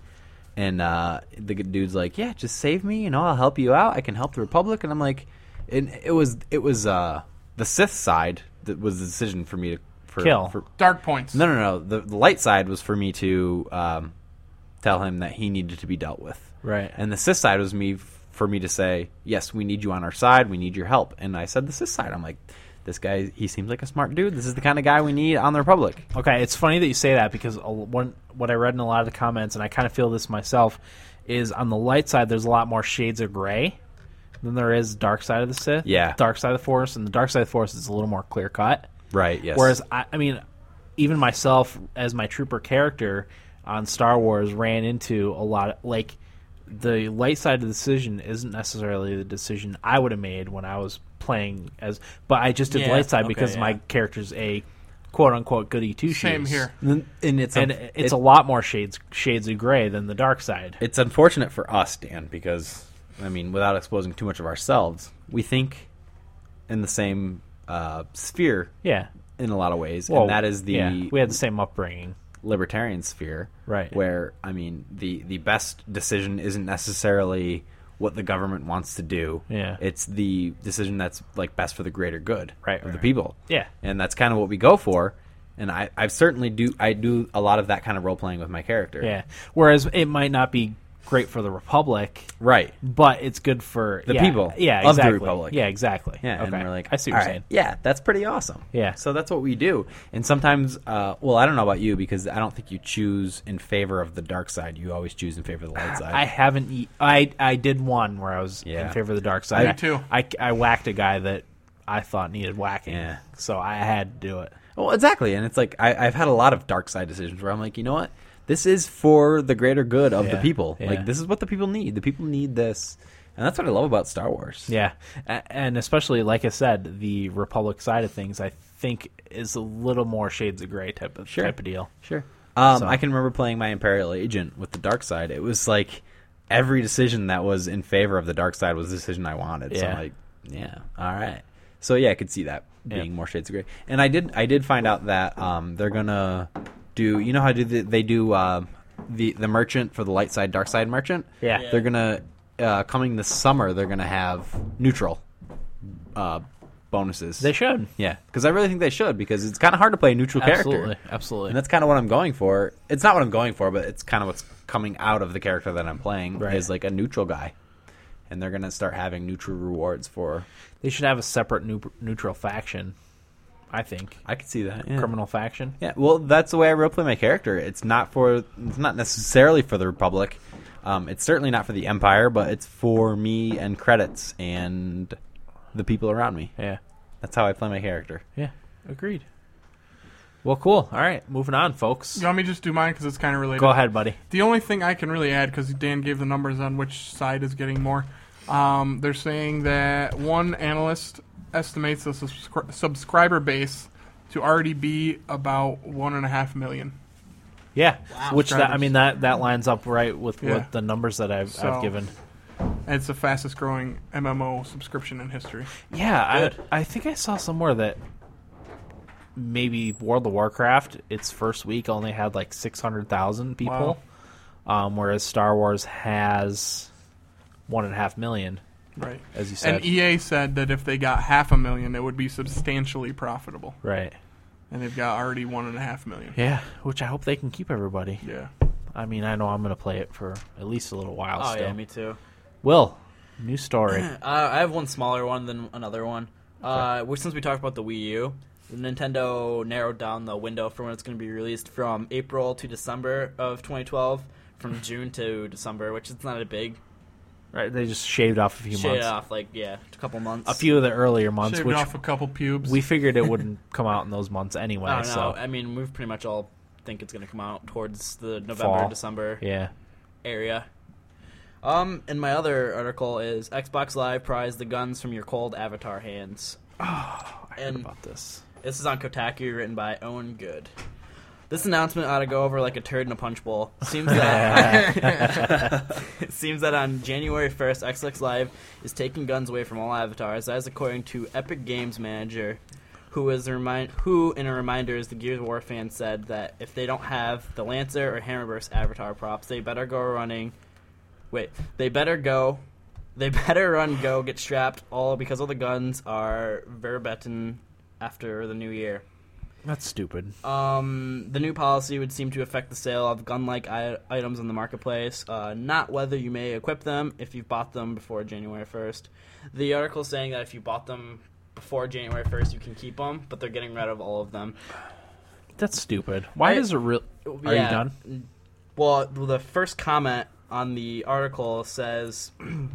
S3: And uh, the good dude's like, "Yeah, just save me. You know, I'll help you out. I can help the Republic." And I'm like, and it was it was uh, the Sith side that was the decision for me to for,
S1: Kill.
S3: for
S2: Dark points.
S3: no, no, no. The, the light side was for me to um, tell him that he needed to be dealt with.
S1: Right.
S3: And the cis side was me for me to say, yes, we need you on our side. We need your help. And I said the cis side. I'm like, this guy, he seems like a smart dude. This is the kind of guy we need on the Republic.
S1: Okay, it's funny that you say that because a- one what I read in a lot of the comments, and I kind of feel this myself, is on the light side there's a lot more shades of gray than there is dark side of the Sith.
S3: Yeah.
S1: dark side of the Force, and the dark side of the Force is a little more clear cut.
S3: Right. Yes.
S1: Whereas I, I mean, even myself as my trooper character on Star Wars ran into a lot of like the light side of the decision isn't necessarily the decision I would have made when I was playing as, but I just did
S4: Yeah,
S1: light side
S4: okay,
S1: because
S4: yeah.
S1: my character's a quote unquote goody two shoes.
S2: Same here.
S3: and it's
S1: And
S3: un-
S1: it's
S3: it-
S1: a lot more shades shades of gray than the dark side.
S3: it's unfortunate for us, Dan, because I mean, without exposing too much of ourselves, we think in the same uh, sphere
S1: yeah,
S3: in a lot of ways,
S1: Well,
S3: and that is the
S1: yeah, we had the same upbringing.
S3: libertarian sphere,
S1: Right.
S3: Where I mean, the the best decision isn't necessarily what the government wants to do.
S1: Yeah.
S3: it's the decision that's like best for the greater good,
S1: Right, right,
S3: of the
S1: right.
S3: people.
S1: Yeah.
S3: and that's kind of what we go for. And I I certainly do I do a lot of that kind of role playing with my character.
S1: Yeah, whereas it might not be great for the Republic.
S3: right.
S1: but it's good for
S3: The
S1: yeah,
S3: people
S1: Yeah,
S3: of the
S1: exactly.
S3: Republic.
S1: Yeah, exactly.
S3: Yeah,
S1: okay.
S3: and we're like,
S1: I see what
S3: "All
S1: you're
S3: right,
S1: saying.
S3: Yeah, that's pretty awesome.
S1: Yeah.
S3: so that's what we do. And sometimes, uh, well, I don't know about you because I don't think you choose in favor of the dark side. You always choose in favor of the light side.
S1: I haven't. E- I I did one where I was in
S3: Yeah.
S1: favor of the dark side.
S2: Me too.
S1: I, I whacked a guy that I thought needed whacking.
S3: Yeah.
S1: So I had to do it.
S3: Well, exactly, and it's like I, I've had a lot of dark side decisions where I'm like, you know what, this is for the greater good of the
S1: Yeah,
S3: people.
S1: yeah.
S3: Like this is what the people need. The people need this, and that's what I love about Star Wars.
S1: Yeah, A- and especially like I said, the Republic side of things, I think, is a little more shades of gray type of
S3: Sure.
S1: type of deal.
S3: sure. Um,
S1: So-
S3: I can remember playing my Imperial Agent with the dark side. It was like every decision that was in favor of the dark side was the decision I wanted. So
S1: Yeah.
S3: I'm like, yeah, all right. So yeah, I could see that
S1: Yeah.
S3: being more shades of gray. And I did, I did find out that um, they're gonna do. You know how do they, they do um the the merchant for the light side, dark side merchant?
S1: Yeah. Yeah.
S3: They're gonna uh, coming this summer. They're gonna have neutral uh, bonuses.
S1: They should.
S3: yeah, because I really think they should because it's kind of hard to play a neutral
S1: Absolutely.
S3: character,
S1: Absolutely.
S3: and that's kind of what I'm going for. It's not what I'm going for, but it's kind of what's coming out of the character that I'm playing
S1: Right.
S3: is like a neutral guy, and they're gonna start having neutral rewards for.
S1: They should have a separate new, neutral faction, I think.
S3: I could see that yeah.
S1: Criminal faction.
S3: Yeah, well, that's the way I roleplay my character. It's not for, it's not necessarily for the Republic. Um, it's certainly not for the Empire, but it's for me and credits and the people around me.
S1: Yeah.
S3: That's how I play my character.
S1: Yeah. Agreed. Well, cool. All right. Moving on, folks.
S2: You want me to just do mine because it's kind of related.
S1: Go ahead, buddy.
S2: The only thing I can really add, because Dan gave the numbers on which side is getting more, um, they're saying that one analyst estimates the subscri- subscriber base to already be about one and a half million.
S1: Yeah. Which, that, I
S2: Subscribers.
S1: mean, that, that lines up right with
S2: Yeah.
S1: what the numbers that I've,
S2: So-
S1: I've given.
S2: And it's the fastest growing MMO subscription in history.
S1: Yeah, I, I think I saw somewhere that maybe World of Warcraft, its first week, only had like 600,000 people, um, whereas Star Wars has one and a half million,
S2: Right.
S1: as you said.
S2: And EA said that if they got half a million, it would be substantially profitable.
S1: right.
S2: And they've got already one and a half million.
S1: Yeah, which I hope they can keep everybody.
S2: Yeah.
S1: I mean, I know I'm going to play it for at least a little while
S4: Oh
S1: still.
S4: yeah, me too.
S1: Will, new story.
S4: Uh, I have one smaller one than another one. Uh, which, since we talked about the Wii U, Nintendo narrowed down the window for when it's going to be released from April to December of 2012, from June to December, which is not a big
S1: right, they just shaved off a few
S4: shit
S1: months.
S4: off. Like, yeah, a couple months.
S1: A few of the earlier months,
S2: Shaved
S1: which
S2: off a couple pubes.
S1: we figured it wouldn't come out in those months anyway.
S4: I don't
S1: so
S4: know. Oh, I mean, we pretty much all think it's going to come out towards the November
S1: Fall.
S4: December
S1: yeah,
S4: area. Um, and my other article is Xbox Live prize the guns from your cold avatar hands.
S1: I heard
S4: And-
S1: about this.
S4: This is on Kotaku, written by Owen Good. This announcement ought to go over like a turd in a punch bowl. Seems that it seems that on January first, Xbox Live is taking guns away from all avatars. That is according to Epic Games manager, who is a remind who in a reminder is the Gears of War fan said that if they don't have the Lancer or Hammerburst avatar props, they better go running. Wait, they better go. They better run, go, get strapped, all because all the guns are verbetten after the new year.
S1: That's stupid.
S4: Um, the new policy would seem to affect the sale of gun-like I- items on the marketplace, uh, not whether you may equip them if you've bought them before January 1st. The article saying that if you bought them before January 1st, you can keep them, but they're getting rid of all of them.
S1: That's stupid. Why
S4: I-
S1: does it real? Are you done?
S4: Well, the first comment on the article says.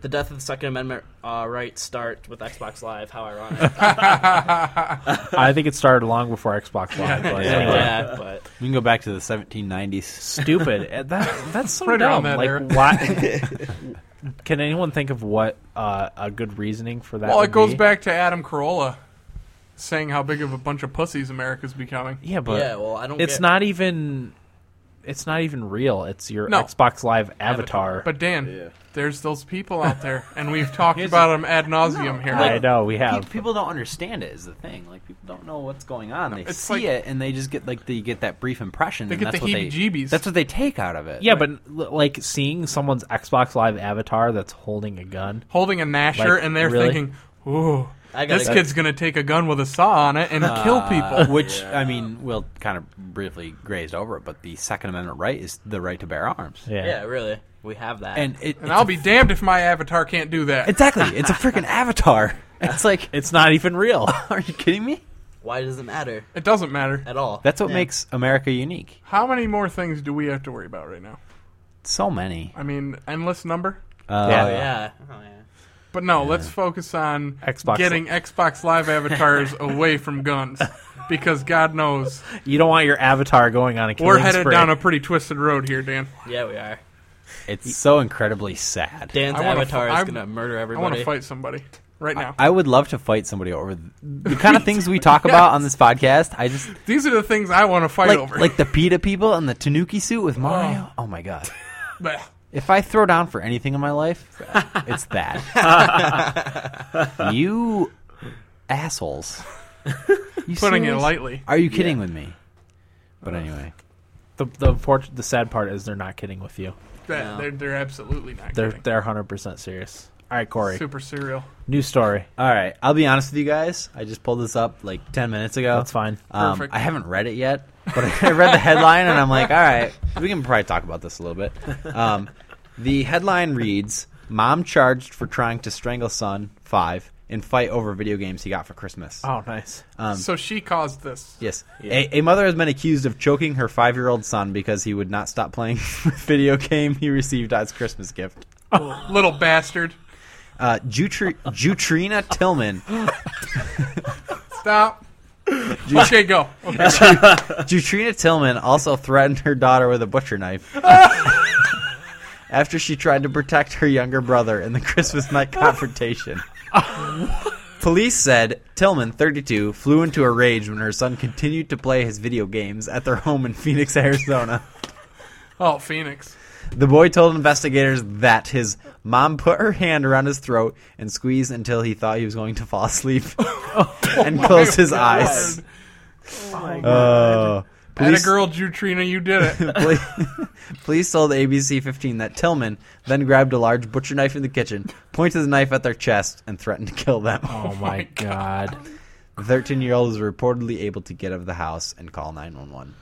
S4: The death of the Second Amendment uh, rights start with Xbox Live. How ironic!
S1: I think it started long before Xbox Live. But anyway,
S4: yeah, but
S3: We can go back to the 1790s.
S1: stupid. Uh, That that's so
S2: Right
S1: dumb.
S2: around that
S1: like
S2: era.
S1: why? Can anyone think of what uh, a good reasoning for that?
S2: well,
S1: would
S2: it goes
S1: be?
S2: back to Adam Carolla saying how big of a bunch of pussies America's becoming.
S1: Yeah, but
S4: yeah. Well, I don't.
S1: it's
S4: get-
S1: not even. It's not even real. It's your
S2: No.
S1: Xbox Live avatar.
S2: But Dan, there's those people out there, and we've talked about them ad nauseum here.
S1: I know we have.
S3: Pe- people don't understand it is the thing. Like people don't know what's going on. They
S2: It's
S3: see
S2: like-
S3: it and they just get like they get that brief impression.
S2: They
S3: and
S2: get
S3: that's
S2: the
S3: what they,
S2: heebie-jeebies.
S3: That's what they take out of it.
S1: yeah, but l- like seeing someone's Xbox Live avatar that's holding a gun.
S2: Holding a Nasher,
S1: Like,
S2: and they're
S1: really?
S2: thinking, ooh,
S4: I gotta
S2: this
S4: go-
S2: kid's going to take a gun with a saw on it and kill
S1: Ah.
S2: people.
S3: Which I mean, Will kind of briefly grazed over it, but the Second Amendment right is the right to bear arms.
S1: Yeah.
S4: Yeah, really. We have that.
S3: And it
S2: And I'll be damned if my avatar can't do that.
S3: exactly. It's a freaking avatar. It's like,
S1: It's not even real.
S3: are you kidding me?
S4: Why does it matter
S2: It doesn't matter.
S4: at all?
S3: That's what
S4: Yeah.
S3: makes America unique.
S2: How many more things do we have to worry about right now?
S3: So many.
S2: I mean, endless number?
S3: Uh,
S1: Yeah.
S4: Oh yeah. Oh yeah.
S2: But no, let's focus on
S1: Xbox-
S2: getting Xbox Live avatars away from guns. Because God knows,
S1: You don't want your avatar going on a killing
S2: we're headed
S1: spree.
S2: down a pretty twisted road here, Dan.
S4: Yeah, we are.
S3: It's so incredibly sad.
S4: Dan's
S2: I wanna
S4: avatar
S2: fi-
S4: is
S2: I-
S4: gonna murder
S2: I want
S4: everybody.
S2: to fight somebody right now.
S3: I would love to fight somebody over th- the kind of things we talk about on this podcast. I just
S2: These are the things I want to fight
S3: like
S2: over.
S3: like the PETA people and the Tanuki suit with Mario. Oh, my god!
S2: Blech.
S3: If I throw down for anything in my life, it's that. you assholes! You
S2: putting it
S3: serious?
S2: lightly.
S3: Are you kidding with me? But anyway,
S1: The the, fort- the sad part is they're not kidding with you.
S2: That, they're, they're absolutely not
S1: They're
S2: kidding.
S1: they're hundred percent serious. All right, Corey.
S2: Super cereal.
S1: New story.
S3: All right, I'll be honest with you guys. I just pulled this up like ten minutes ago.
S1: That's fine.
S3: Um,
S2: Perfect.
S3: I haven't read it yet, but I read the headline and I'm like, all right, we can probably talk about this a little bit. Um, the headline reads Mom charged for trying to strangle son, five, and fight over video games he got for Christmas.
S1: Oh, nice.
S3: Um,
S2: So she caused this.
S3: Yes. A, a mother has been accused of choking her five year old son because he would not stop playing the video game he received as Christmas gift.
S2: Little bastard.
S3: Uh, Jutri- Jutrina Tillman.
S2: Stop. Okay, go. Okay.
S3: Jutrina Tillman also threatened her daughter with a butcher knife. After she tried to protect her younger brother in the Christmas night confrontation. Police said Tillman, 32, flew into a rage when her son continued to play his video games at their home in Phoenix, Arizona.
S2: Oh, Phoenix.
S3: The boy told investigators that his mom put her hand around his throat and squeezed until he thought he was going to fall asleep and closed his eyes.
S2: God.
S3: Uh,
S2: Atta
S3: police,
S2: girl, Jutrina, you did it.
S3: poli- police told ABC 15 that Tillman then grabbed a large butcher knife in the kitchen, pointed the knife at their chest, and threatened to kill them.
S1: Oh my god.
S3: The 13 year old was reportedly able to get out of the house and call 911.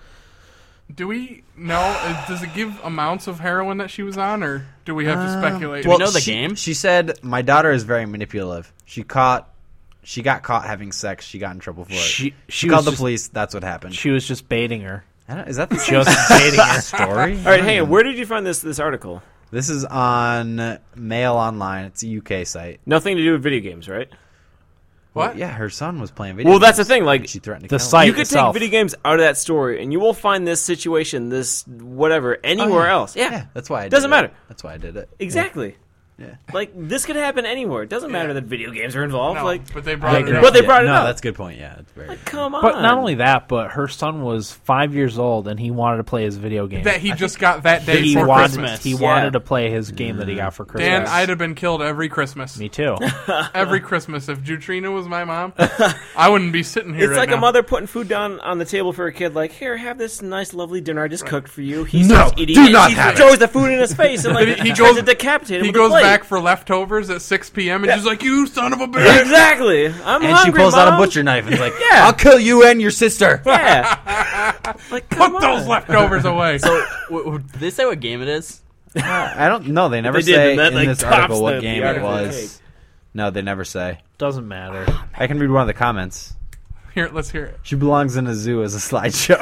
S2: Do we know? uh, Does it give amounts of heroin that she was on, or do we have to speculate?
S3: Uh, Well,
S7: know the
S3: she-
S7: game?
S3: She said, "My daughter is very manipulative. She caught, she got caught having sex. She got in trouble for it.
S1: She-
S3: She,
S1: she
S3: called
S1: was
S3: the
S1: just-
S3: police. That's what happened.
S1: She was just baiting her.
S3: I don't, is that the same
S1: Just dating her.
S3: story?
S5: All right, hang on. Where did you find this this article?
S3: This is on Mail Online. It's a UK site.
S5: Nothing to do with video games, right?
S2: what?
S3: Yeah, her son was playing video.
S5: Well, that's the
S3: games,
S5: thing. Like,
S3: and She threatened
S1: The
S3: to kill him.
S1: site
S5: you could
S1: itself.
S5: take video games out of that story, and you will find this situation, this whatever, anywhere else. Oh, Yeah,
S3: Yeah, that's why I did
S5: Doesn't
S3: it.
S5: matter.
S3: That's why I did it.
S5: exactly.
S3: Yeah.
S5: Like this could happen anywhere. It doesn't matter that video games are involved.
S2: No,
S5: Like,
S2: but they brought it
S5: But
S2: up.
S5: they brought it
S3: no,
S5: up.
S3: that's a good point. Yeah, it's very.
S5: come on.
S1: But not only that, but her son was five years old and he wanted to play his video game.
S2: that he just got that day
S1: he
S2: for
S1: wanted,
S2: Christmas.
S1: He
S5: Yeah.
S1: wanted to play his game that he got for Christmas.
S2: Dan, I'd have been killed every Christmas.
S1: Me too.
S2: Every Christmas, if Jutrina was my mom, I wouldn't be sitting here.
S5: It's
S2: right
S5: like
S2: now.
S5: a mother putting food down on the table for a kid. Like, here, have this nice, lovely dinner I just cooked for you. He
S1: No,
S5: starts eating.
S1: do
S5: it.
S1: not
S5: he
S1: have
S5: throws the food in his face and like
S2: He- he
S5: tries
S2: goes-
S5: to decapitate him.
S2: He
S5: with a
S2: goes
S5: plate.
S2: back for leftovers at 6 p.m. and she's like, "You son of a bitch!"
S5: Exactly. I'm
S3: And she
S5: hungry,
S3: pulls out a
S5: Mom.
S3: butcher knife and is like,
S5: Yeah.
S3: "I'll kill you and your sister."
S5: Yeah. like, come
S2: Put those
S5: on.
S2: leftovers away.
S7: W- w- did they say what game it is?
S3: I don't. No, they never
S5: They did,
S3: say
S5: and that,
S3: in
S5: like,
S3: this
S5: tops
S3: article
S5: the-
S3: what game
S5: the
S3: it
S5: article.
S3: was. No, they never say.
S1: Doesn't matter.
S3: I can read one of the comments.
S2: Here, let's hear it.
S3: She belongs in a zoo as a slideshow.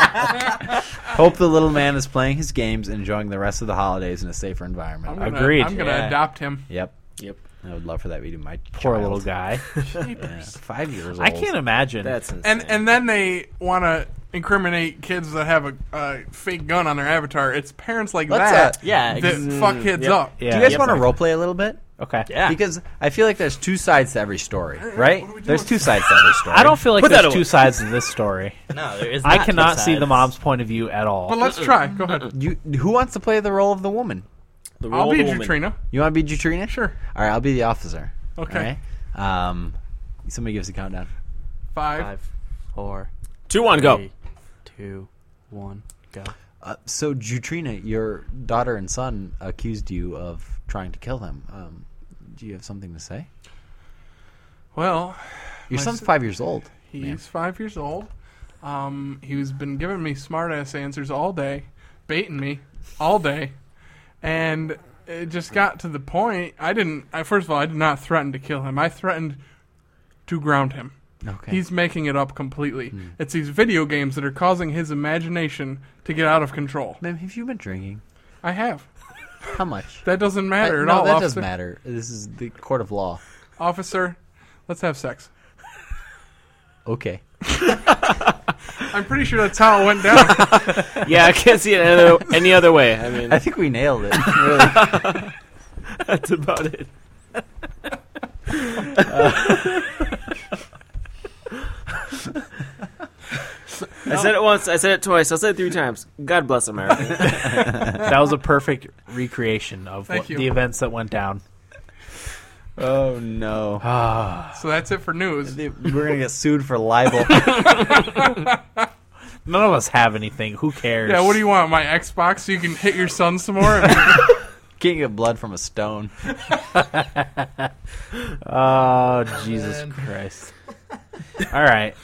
S3: Hope the little man is playing his games, and enjoying the rest of the holidays in a safer
S2: I'm
S3: environment.
S2: gonna,
S1: Agreed.
S2: I'm gonna
S5: Yeah.
S2: adopt him.
S3: Yep.
S5: Yep.
S3: I would love for that to be my
S1: Poor
S3: child.
S1: little guy.
S3: Yeah. Five years old.
S1: I can't imagine.
S5: That's insane.
S2: And and then they want to incriminate kids that have a uh, fake gun on their avatar. It's parents like
S3: Let's,
S2: that
S3: uh,
S7: Yeah,
S2: that
S7: ex-
S2: fuck kids
S5: Yep.
S2: up.
S1: yeah.
S3: Do you guys
S1: Yep.
S3: want to roleplay a little bit?
S1: Okay.
S7: yeah.
S3: Because I feel like there's two sides to every story, right?
S2: what are we
S3: There's
S2: doing?
S3: two sides to every story.
S1: I don't feel like
S5: Put that
S1: there's
S5: away.
S1: two sides to this story.
S7: No, there is.
S1: I
S7: not
S1: cannot
S7: two
S1: see the
S7: sides.
S1: mom's point of view at all.
S2: But let's try. Go ahead.
S3: You, who wants to play the role of the woman?
S5: the
S2: I'll be
S5: role of a woman.
S2: Jutrina.
S3: You want to be Jutrina?
S2: Sure.
S3: All right, I'll be the officer.
S2: Okay.
S3: All right? Um, somebody gives a countdown.
S2: Five.
S4: Five, four,
S5: Two, one, go.
S4: three, two, one, go.
S3: Uh, so, Jutrina, your daughter and son accused you of trying to kill them. Um, do you have something to say?
S2: Well,
S3: Your
S2: My
S3: son's
S2: son-
S3: five years old.
S2: he's
S3: man.
S2: five years old. Um, he's been giving me smart ass answers all day, baiting me all day, and it just got to the point. I didn't. I, first of all, I did not threaten to kill him. I threatened to ground him.
S3: Okay.
S2: He's making it up completely.
S3: Hmm.
S2: It's these video games that are causing his imagination to get out of control.
S3: Ma'am, have you been drinking?
S2: I have.
S3: How much?
S2: That doesn't matter
S3: I-
S2: at
S3: no,
S2: all.
S3: that
S2: officer.
S3: doesn't matter. This is the court of law.
S2: Officer, let's have sex.
S3: Okay.
S2: I'm pretty sure that's how it went down.
S5: Yeah, I can't see it any other, any other way. I mean,
S3: I think we nailed it. Really.
S5: that's about it. I said it once. I said it twice. I said it three times. God bless America.
S1: that was a perfect recreation of
S2: Thank
S1: what,
S2: you.
S1: the events that went down.
S3: oh, no.
S2: so that's it for news.
S3: We're going to get sued for libel.
S1: None of us have anything. Who cares?
S2: Yeah, what do you want? My Xbox so you can hit your son some more? I mean,
S6: Can't get blood from a stone.
S1: Oh Jesus Christ! All right,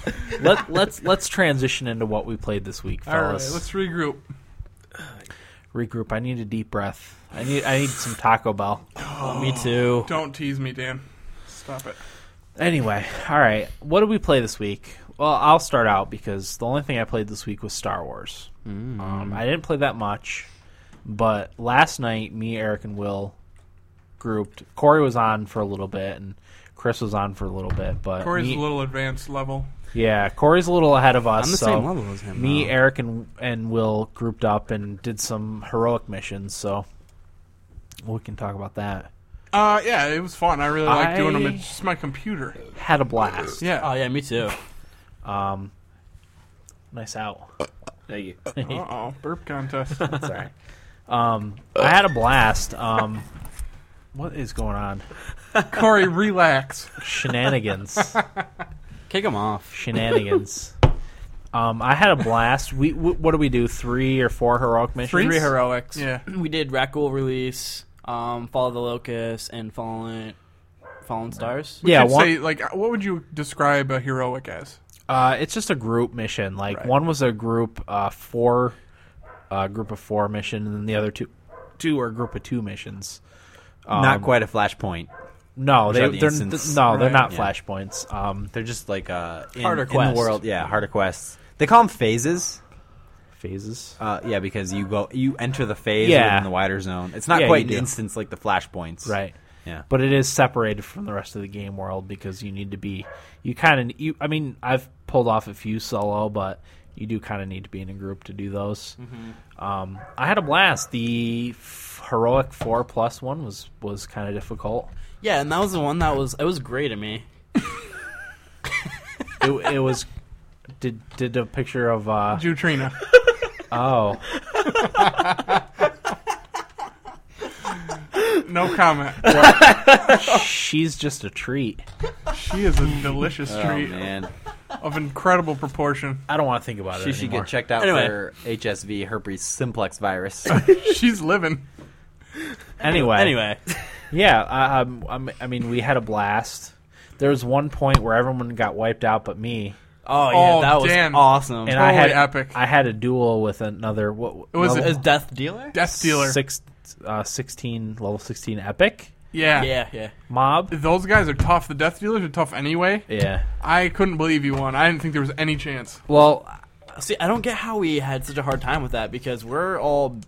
S1: let let's let's transition into what we played this week,
S2: All right,
S1: fellas.
S2: let's regroup.
S1: regroup. I need a deep breath. I need I need some Taco Bell.
S4: Me too.
S2: Don't tease me, Dan. Stop it.
S1: Anyway, all right. What did we play this week? Well, I'll start out because the only thing I played this week was Star Wars.
S10: Mm.
S1: Um, I didn't play that much, but last night, me, Eric, and Will grouped. Corey was on for a little bit, and Chris was on for a little bit. But
S2: Corey's
S1: me-
S2: a little advanced level.
S1: yeah, Corey's a little ahead of us.
S10: I'm the
S1: so
S10: same level Oh. as him.
S1: Me,
S10: though.
S1: Eric, and and Will grouped up and did some heroic missions. So we can talk about that.
S2: Uh, yeah, it was fun. I really like doing them.
S1: I-
S2: It's just my computer.
S1: Had a blast.
S2: Yeah.
S4: Oh yeah, me too.
S1: Um, nice out.
S5: Thank you.
S2: Uh oh, burp contest.
S1: Sorry. Um, I had a blast. Um, what is going on?
S2: Corey, relax.
S1: Shenanigans.
S10: Kick him off.
S1: Shenanigans. Um, I had a blast. We w- what do we do? Three or four heroic missions?
S2: Three?
S4: Three heroics.
S2: Yeah.
S4: We did Rackle release, um, Follow the Locust, and Fallen, Fallen Stars.
S2: You
S1: Yeah,
S2: could
S1: one,
S2: say like, uh, what would you describe a heroic as?
S1: Uh, it's just a group mission. Like
S2: Right.
S1: one was a group uh, four, uh, group of four mission, and then the other two, two are group of two missions.
S6: Not quite a flashpoint.
S1: No,
S6: Which
S1: they
S6: are the
S1: they're th-
S6: instance-
S1: no, they're
S2: Right.
S1: not
S6: Yeah.
S1: flashpoints. Um,
S6: They're just like uh, in,
S4: Harder
S6: in
S4: quests.
S6: the world. Yeah, harder quests. They call them phases.
S1: phases.
S6: Uh, yeah, because you go, you enter the phase
S1: Yeah.
S6: within the wider zone. It's not
S1: Yeah, you
S6: quite an
S1: do.
S6: instance like the flashpoints.
S1: Right.
S6: Yeah.
S1: But it is separated from the rest of the game world because you need to be. You kind of. You. I mean, I've pulled off a few solo, but you do kind of need to be in a group to do those.
S6: Mm-hmm.
S1: Um, I had a blast. The f- heroic four plus one was was kind of difficult.
S4: Yeah, and that was the one that was it was great to me.
S1: It, it was. Did did a picture of uh
S2: Jutrina.
S1: oh
S2: No comment.
S6: Oh.
S1: she's just a treat.
S2: She is a delicious treat
S6: man.
S2: of incredible proportion.
S1: I don't want to think about
S6: She
S1: it
S6: should
S1: anymore.
S6: get checked out
S4: Anyway.
S6: for HSV, herpes simplex virus.
S2: She's living.
S1: anyway,
S4: Anyway,
S1: yeah. I, um, I'm- I mean, we had a blast. There was one point where everyone got wiped out, but me.
S4: oh yeah,
S2: Oh,
S4: that was
S2: Dan.
S4: awesome.
S1: and
S4: It
S1: I had
S2: Totally epic.
S1: I had a duel with another. What
S2: It was
S1: level-
S4: was Death Dealer.
S2: Death dealer.
S1: Six, uh, 16 level sixteen epic
S2: Yeah.
S4: Yeah, yeah.
S1: mob.
S2: Those guys are tough. The death dealers are tough anyway.
S1: Yeah.
S2: I couldn't believe you won. I didn't think there was any chance.
S1: Well,
S4: See, I don't get how we had such a hard time with that because we're all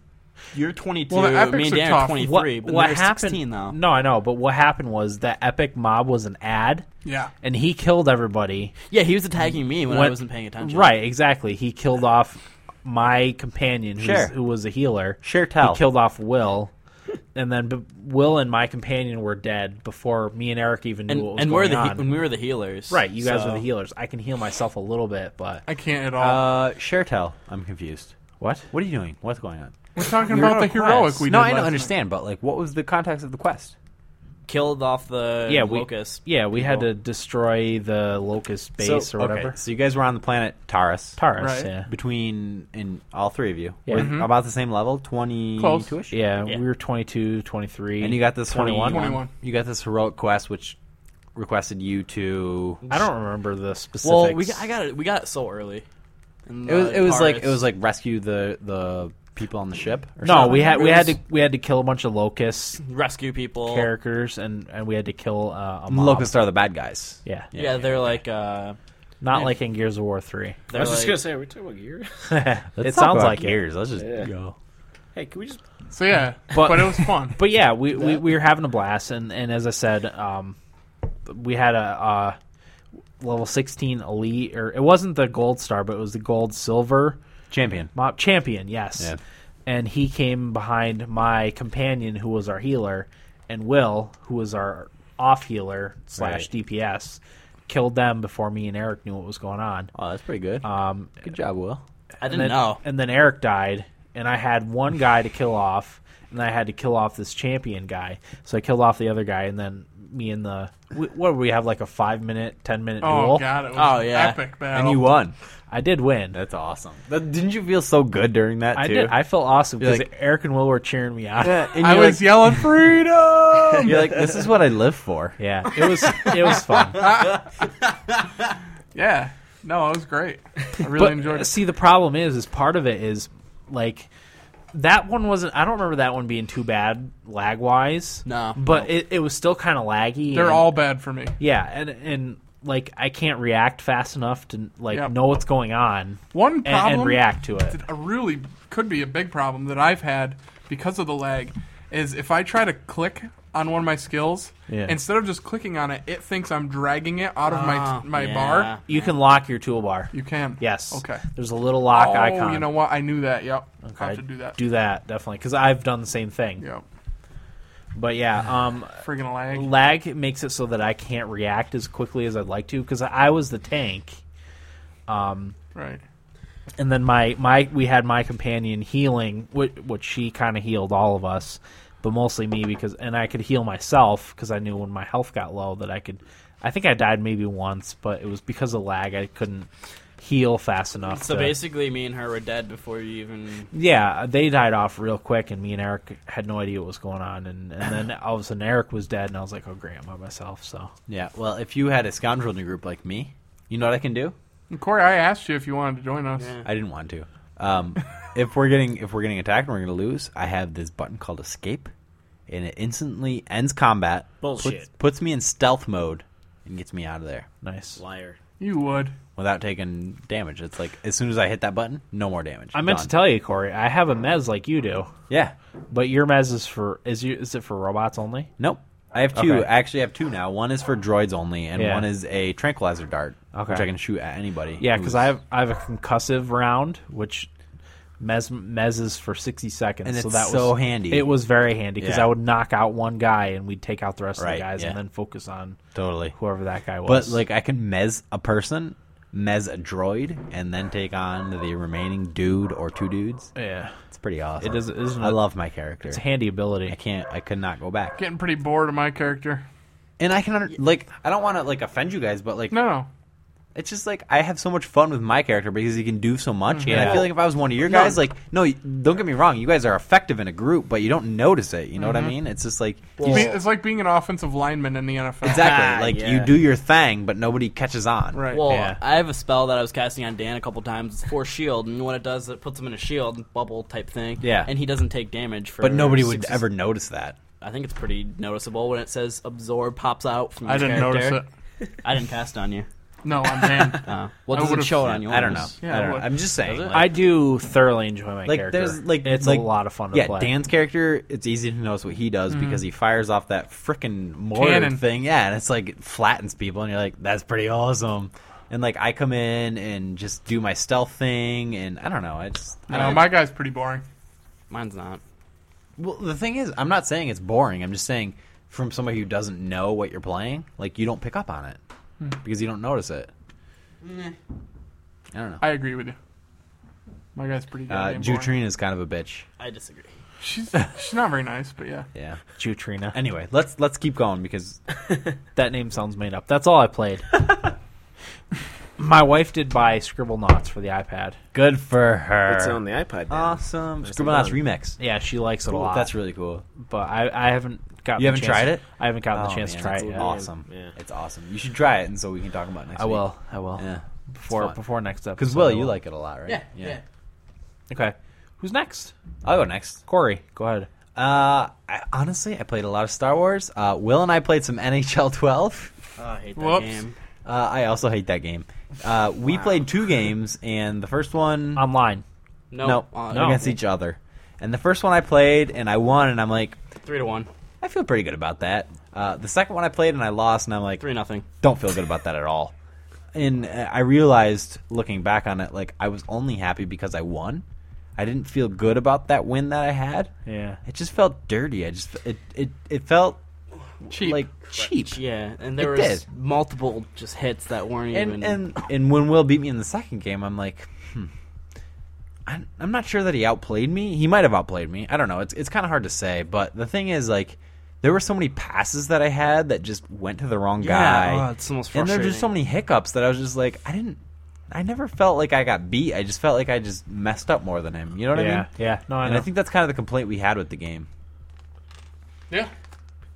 S4: you're 22,
S2: Well, the
S4: me
S2: epics
S4: and
S2: are
S4: Dan
S2: tough.
S4: are 23,
S1: what
S4: but
S1: what
S4: they're
S1: happened?
S4: 16 now.
S1: No, I know, but what happened was that epic mob was an ad,
S2: Yeah.
S1: and he killed everybody.
S4: Yeah, he was attacking me when I
S1: What-
S4: wasn't paying attention.
S1: Right, exactly. He killed off my companion, who's,
S6: Sure.
S1: who was a healer.
S6: Sure tell.
S1: He killed off Will, and then b- Will and my companion were dead before me and Eric even knew
S4: And,
S1: what was
S4: and we're
S1: going
S4: the he-
S1: on.
S4: and we were the healers.
S1: right, you guys
S4: so-
S1: are the healers. I can heal myself a little bit, but
S2: I can't at all.
S6: uh, Shertel, I'm confused.
S1: what?
S6: What are you doing? What's going on?
S2: We're talking about the heroic we
S6: no, I
S2: did last
S6: don't
S2: night.
S6: understand, but like, what was the context of the quest?
S4: Killed off the
S1: Yeah, we
S4: locust.
S1: yeah we had to destroy the locust base or whatever.
S6: so you guys were on the planet Taurus.
S1: Taurus,
S2: Right.
S1: yeah.
S6: between in all three of you,
S1: Yeah.
S6: Were
S1: Mhm.
S6: about the same level, twenty
S2: Close.
S6: two ish.
S1: yeah,
S4: Yeah.
S1: we were 22, 23.
S6: And you got this
S1: 21?
S2: 21.
S6: You got this heroic quest, which requested you to.
S1: I don't remember the specifics.
S4: Well, we got- I got it. We got it so early. And,
S6: It was
S4: uh,
S6: it was like
S4: Taurus-
S6: it was like rescue the the people on the ship. Or
S1: no,
S6: something.
S1: we had we had
S2: It
S1: to we had to kill a bunch of locust
S4: rescue people.
S1: characters and and we had to kill uh, a mob.
S6: locusts are the bad guys.
S1: Yeah.
S4: Yeah, they're like uh,
S1: Not like in Gears of War 3.
S5: I
S4: they're
S5: was just
S4: like-
S5: gonna say, are we talking about gear?
S1: it
S6: Let's talk
S1: sounds
S6: about
S1: like it.
S6: gears. Let's just
S5: Yeah.
S6: go.
S5: Hey, can we just?
S2: So yeah,
S1: But-
S2: but, it was fun.
S1: But yeah, we, we, we were having a blast. And, and as I said, um, we had a uh, level 16 elite, or it wasn't the gold star, but it was the gold silver
S6: Champion.
S1: mob champion, yes.
S6: Yeah.
S1: And he came behind my companion, who was our healer, and Will, who was our off healer slash DPS, killed them before me and Eric knew what was going on.
S3: Uh.
S6: Oh, that's pretty good.
S1: Um,
S6: good job, Will.
S4: I didn't
S1: and then,
S4: know.
S1: And then Eric died, and I had one guy to kill off, and I had to kill off this champion guy. So I killed off the other guy, and then me and the we, what did we have like a five minute, ten minute
S2: Oh
S1: duel.
S2: god, it was
S3: Oh
S2: an
S3: yeah,
S2: epic
S3: and
S2: battle.
S3: you won.
S1: I did win.
S3: That's awesome. That, didn't you feel so good during that
S1: I
S3: too?
S1: did. I felt awesome
S3: You're
S1: because Eric and Will were cheering me out.
S3: yeah, and
S2: I
S3: you're
S2: was yelling freedom.
S3: like, you're like, this is what I live for.
S1: Yeah, it was it was fun.
S2: yeah, no, it was great. I really
S1: But,
S2: enjoyed it.
S1: See, the problem is, is part of it is like that one wasn't. I don't remember that one being too bad lag wise.
S4: No.
S1: but it, it was still kind of laggy.
S2: They're
S1: and-
S2: all bad for me.
S1: yeah, and and like I can't react fast enough to like
S2: Yep.
S1: know what's going on
S2: One
S1: and, and
S2: problem
S1: react to it.
S2: that a really could be a big problem that I've had because of the lag is if I try to click on one of my skills,
S1: Yeah.
S2: instead of just clicking on it, it thinks I'm dragging it out of my
S4: Ah,
S2: my
S4: yeah.
S2: bar.
S1: You can lock your toolbar.
S2: You can.
S1: Yes.
S2: Okay.
S1: There's a little lock
S2: oh,
S1: icon.
S2: you know what? I knew that. Yep. I
S1: I
S2: have to do that.
S1: Do that definitely because I've done the same thing.
S2: Yep.
S1: But yeah, um,
S2: Friggin' lag.
S1: lag makes it so that I can't react as quickly as I'd like to because I was the tank. Um,
S2: Right.
S1: and then my my we had my companion healing which, which she kind of healed all of us but mostly me because and i could heal myself because i knew when my health got low that i could i think i died maybe once but it was because of lag i couldn't heal fast enough
S4: So
S1: to-
S4: basically, me and her were dead before you even.
S1: yeah they died off real quick and me and eric had no idea what was going on and, and then all of a sudden eric was dead and i was like oh great i'm by myself so
S3: Yeah. Well, if you had a scoundrel in your group like me, you know what I can do?
S2: And Corey, I asked you if you wanted to join us.
S3: I didn't want to. Um, if we're getting if we're getting attacked and we're going to lose, I have this button called escape, and it instantly ends combat.
S5: Bullshit.
S3: Puts, puts me in stealth mode and gets me out of there
S1: nice
S5: Liar.
S2: You would.
S3: without taking damage. It's like as soon as I hit that button, no more damage.
S1: i meant to
S3: Done.
S1: tell you corey i have a mez like you do
S3: Yeah.
S1: but your mez is for is you is it for robots only
S3: Nope. I have two.
S1: Okay.
S3: I actually have two now. One is for droids only, and
S1: Yeah.
S3: one is a tranquilizer dart,
S1: Okay.
S3: which I can shoot at anybody.
S1: Yeah, because
S3: who's-
S1: I have I have a concussive round, which mez mezzes for sixty seconds.
S3: And
S1: so
S3: it's
S1: that
S3: so
S1: was
S3: handy.
S1: It was very handy because
S3: Yeah.
S1: I would knock out one guy and we'd take out the rest of
S3: Right,
S1: the guys
S3: yeah.
S1: and then focus on
S3: totally.
S1: whoever that guy was.
S3: But like I can mez a person, mez a droid, and then take on the remaining dude or two dudes.
S1: yeah,
S3: It's pretty awesome.
S1: It is- it is-
S3: I love my character.
S1: it's a handy ability.
S3: I can't. I could not go back.
S2: Getting pretty bored of my character.
S3: And I can under, like. I don't want to like offend you guys, but like,
S2: No, no.
S3: it's just like I have so much fun with my character because he can do so much. And I
S1: Yeah.
S3: feel like if I was one of your guys, like, no, y- don't get me wrong. You guys are effective in a group, but you don't notice it. You know what I mean? It's just like you
S2: It's be-
S3: just-
S2: It's like being an offensive lineman in the NFL.
S3: exactly like
S5: yeah.
S3: you do your thing, but nobody catches on.
S2: Right.
S4: Well,
S1: Yeah.
S4: I have a spell that I was casting on Dan a couple times. It's for shield, and what it does, it puts him in a shield bubble type thing.
S3: Yeah.
S4: and he doesn't take damage for.
S3: But nobody would
S4: six-
S3: ever notice that.
S4: I think it's pretty noticeable when it says absorb pops out from.
S2: I
S4: your
S2: didn't
S4: character.
S2: notice it.
S4: I didn't cast on you.
S2: No, I'm Dan.
S4: Uh, well,
S2: I
S4: it doesn't
S2: would've-
S4: show it on you.
S3: I don't know.
S4: almost.
S2: Yeah,
S3: I don't know.
S2: look.
S3: I'm just saying. like-
S1: I do thoroughly enjoy my
S3: like
S1: character.
S3: there's like
S1: it's
S3: like-
S1: a lot of fun to
S3: yeah,
S1: play.
S3: Dan's character, it's easy to notice what he does because he fires off that frickin' mortar
S2: Mm-hmm. Cannon.
S3: thing. Yeah, and it's like it flattens people, and you're like, that's pretty awesome. And like I come in and just do my stealth thing, and I don't know. It's I
S2: no,
S3: don't,
S2: my guy's pretty boring.
S4: Mine's not.
S3: well, the thing is, I'm not saying it's boring. I'm just saying from somebody who doesn't know what you're playing, like you don't pick up on it
S2: Hmm.
S3: because you don't notice it. I don't know.
S2: I agree with you. My guy's pretty
S3: Uh,
S2: goddamn boring.
S3: Jutrine is kind of a bitch.
S4: I disagree.
S2: She's she's not very nice, but yeah.
S3: Yeah.
S1: Jutrina. And
S3: Anyway, let's let's keep going because
S1: that name sounds made up. That's all I played. my wife did buy Scribble Knots for the iPad.
S3: good for her.
S5: It's on the iPod. Now.
S3: Awesome.
S5: Nice
S3: Scribblenauts
S5: and
S3: remix.
S1: Yeah, she likes it a lot.
S3: That's really cool.
S1: but I, I haven't got.
S3: You haven't tried it?
S1: I haven't gotten the
S3: Oh,
S1: chance
S3: man,
S1: to try
S3: that's
S1: it. Yet.
S3: Awesome.
S5: Yeah.
S3: It's awesome. You should try it, and so we can talk about it next.
S1: I
S3: week.
S1: will. I will.
S3: Yeah.
S1: Before
S3: fun.
S1: before next episode.
S3: Because Will,
S1: I
S3: you
S1: will.
S3: like it a lot, right?
S1: Okay. Who's next?
S3: I'll go next.
S1: Corey. Go ahead.
S3: Uh, I, honestly, I played a lot of Star Wars. Uh, Will and I played some NHL 12.
S4: Oh, I hate that
S2: Whoops.
S4: game.
S3: Uh, I also hate that game. Uh, we played two games, and the first one
S1: Online.
S4: No, uh,
S1: Um, no.
S3: against each other. And the first one I played, and I won, and I'm like,
S4: three to one,
S3: I feel pretty good about that. Uh, the second one I played, and I lost, and I'm like,
S4: three nothing.
S3: don't feel good about that at all. And uh, I realized looking back on it, like I was only happy because I won. I didn't feel good about that win that I had.
S1: Yeah.
S3: It just felt dirty. I just it it, it felt
S2: Cheap.
S3: like cheap.
S4: Yeah, and there
S3: It
S4: was
S3: did.
S4: multiple just hits that weren't
S3: And
S4: even.
S3: and and when Will beat me in the second game, I'm like, hmm, I, I'm not sure that he outplayed me. He might have outplayed me. I don't know. It's it's kind of hard to say. But the thing is, like, there were so many passes that I had that just went to the wrong guy.
S1: oh, it's the most
S3: and there were just so
S1: frustrating.
S3: many hiccups that I was just like, I didn't. I never felt like I got beat. I just felt like I just messed up more than him. You know what I
S1: yeah,
S3: mean?
S1: yeah. No, I
S3: And
S1: know.
S3: I think that's kind of the complaint we had with the game,
S2: Yeah,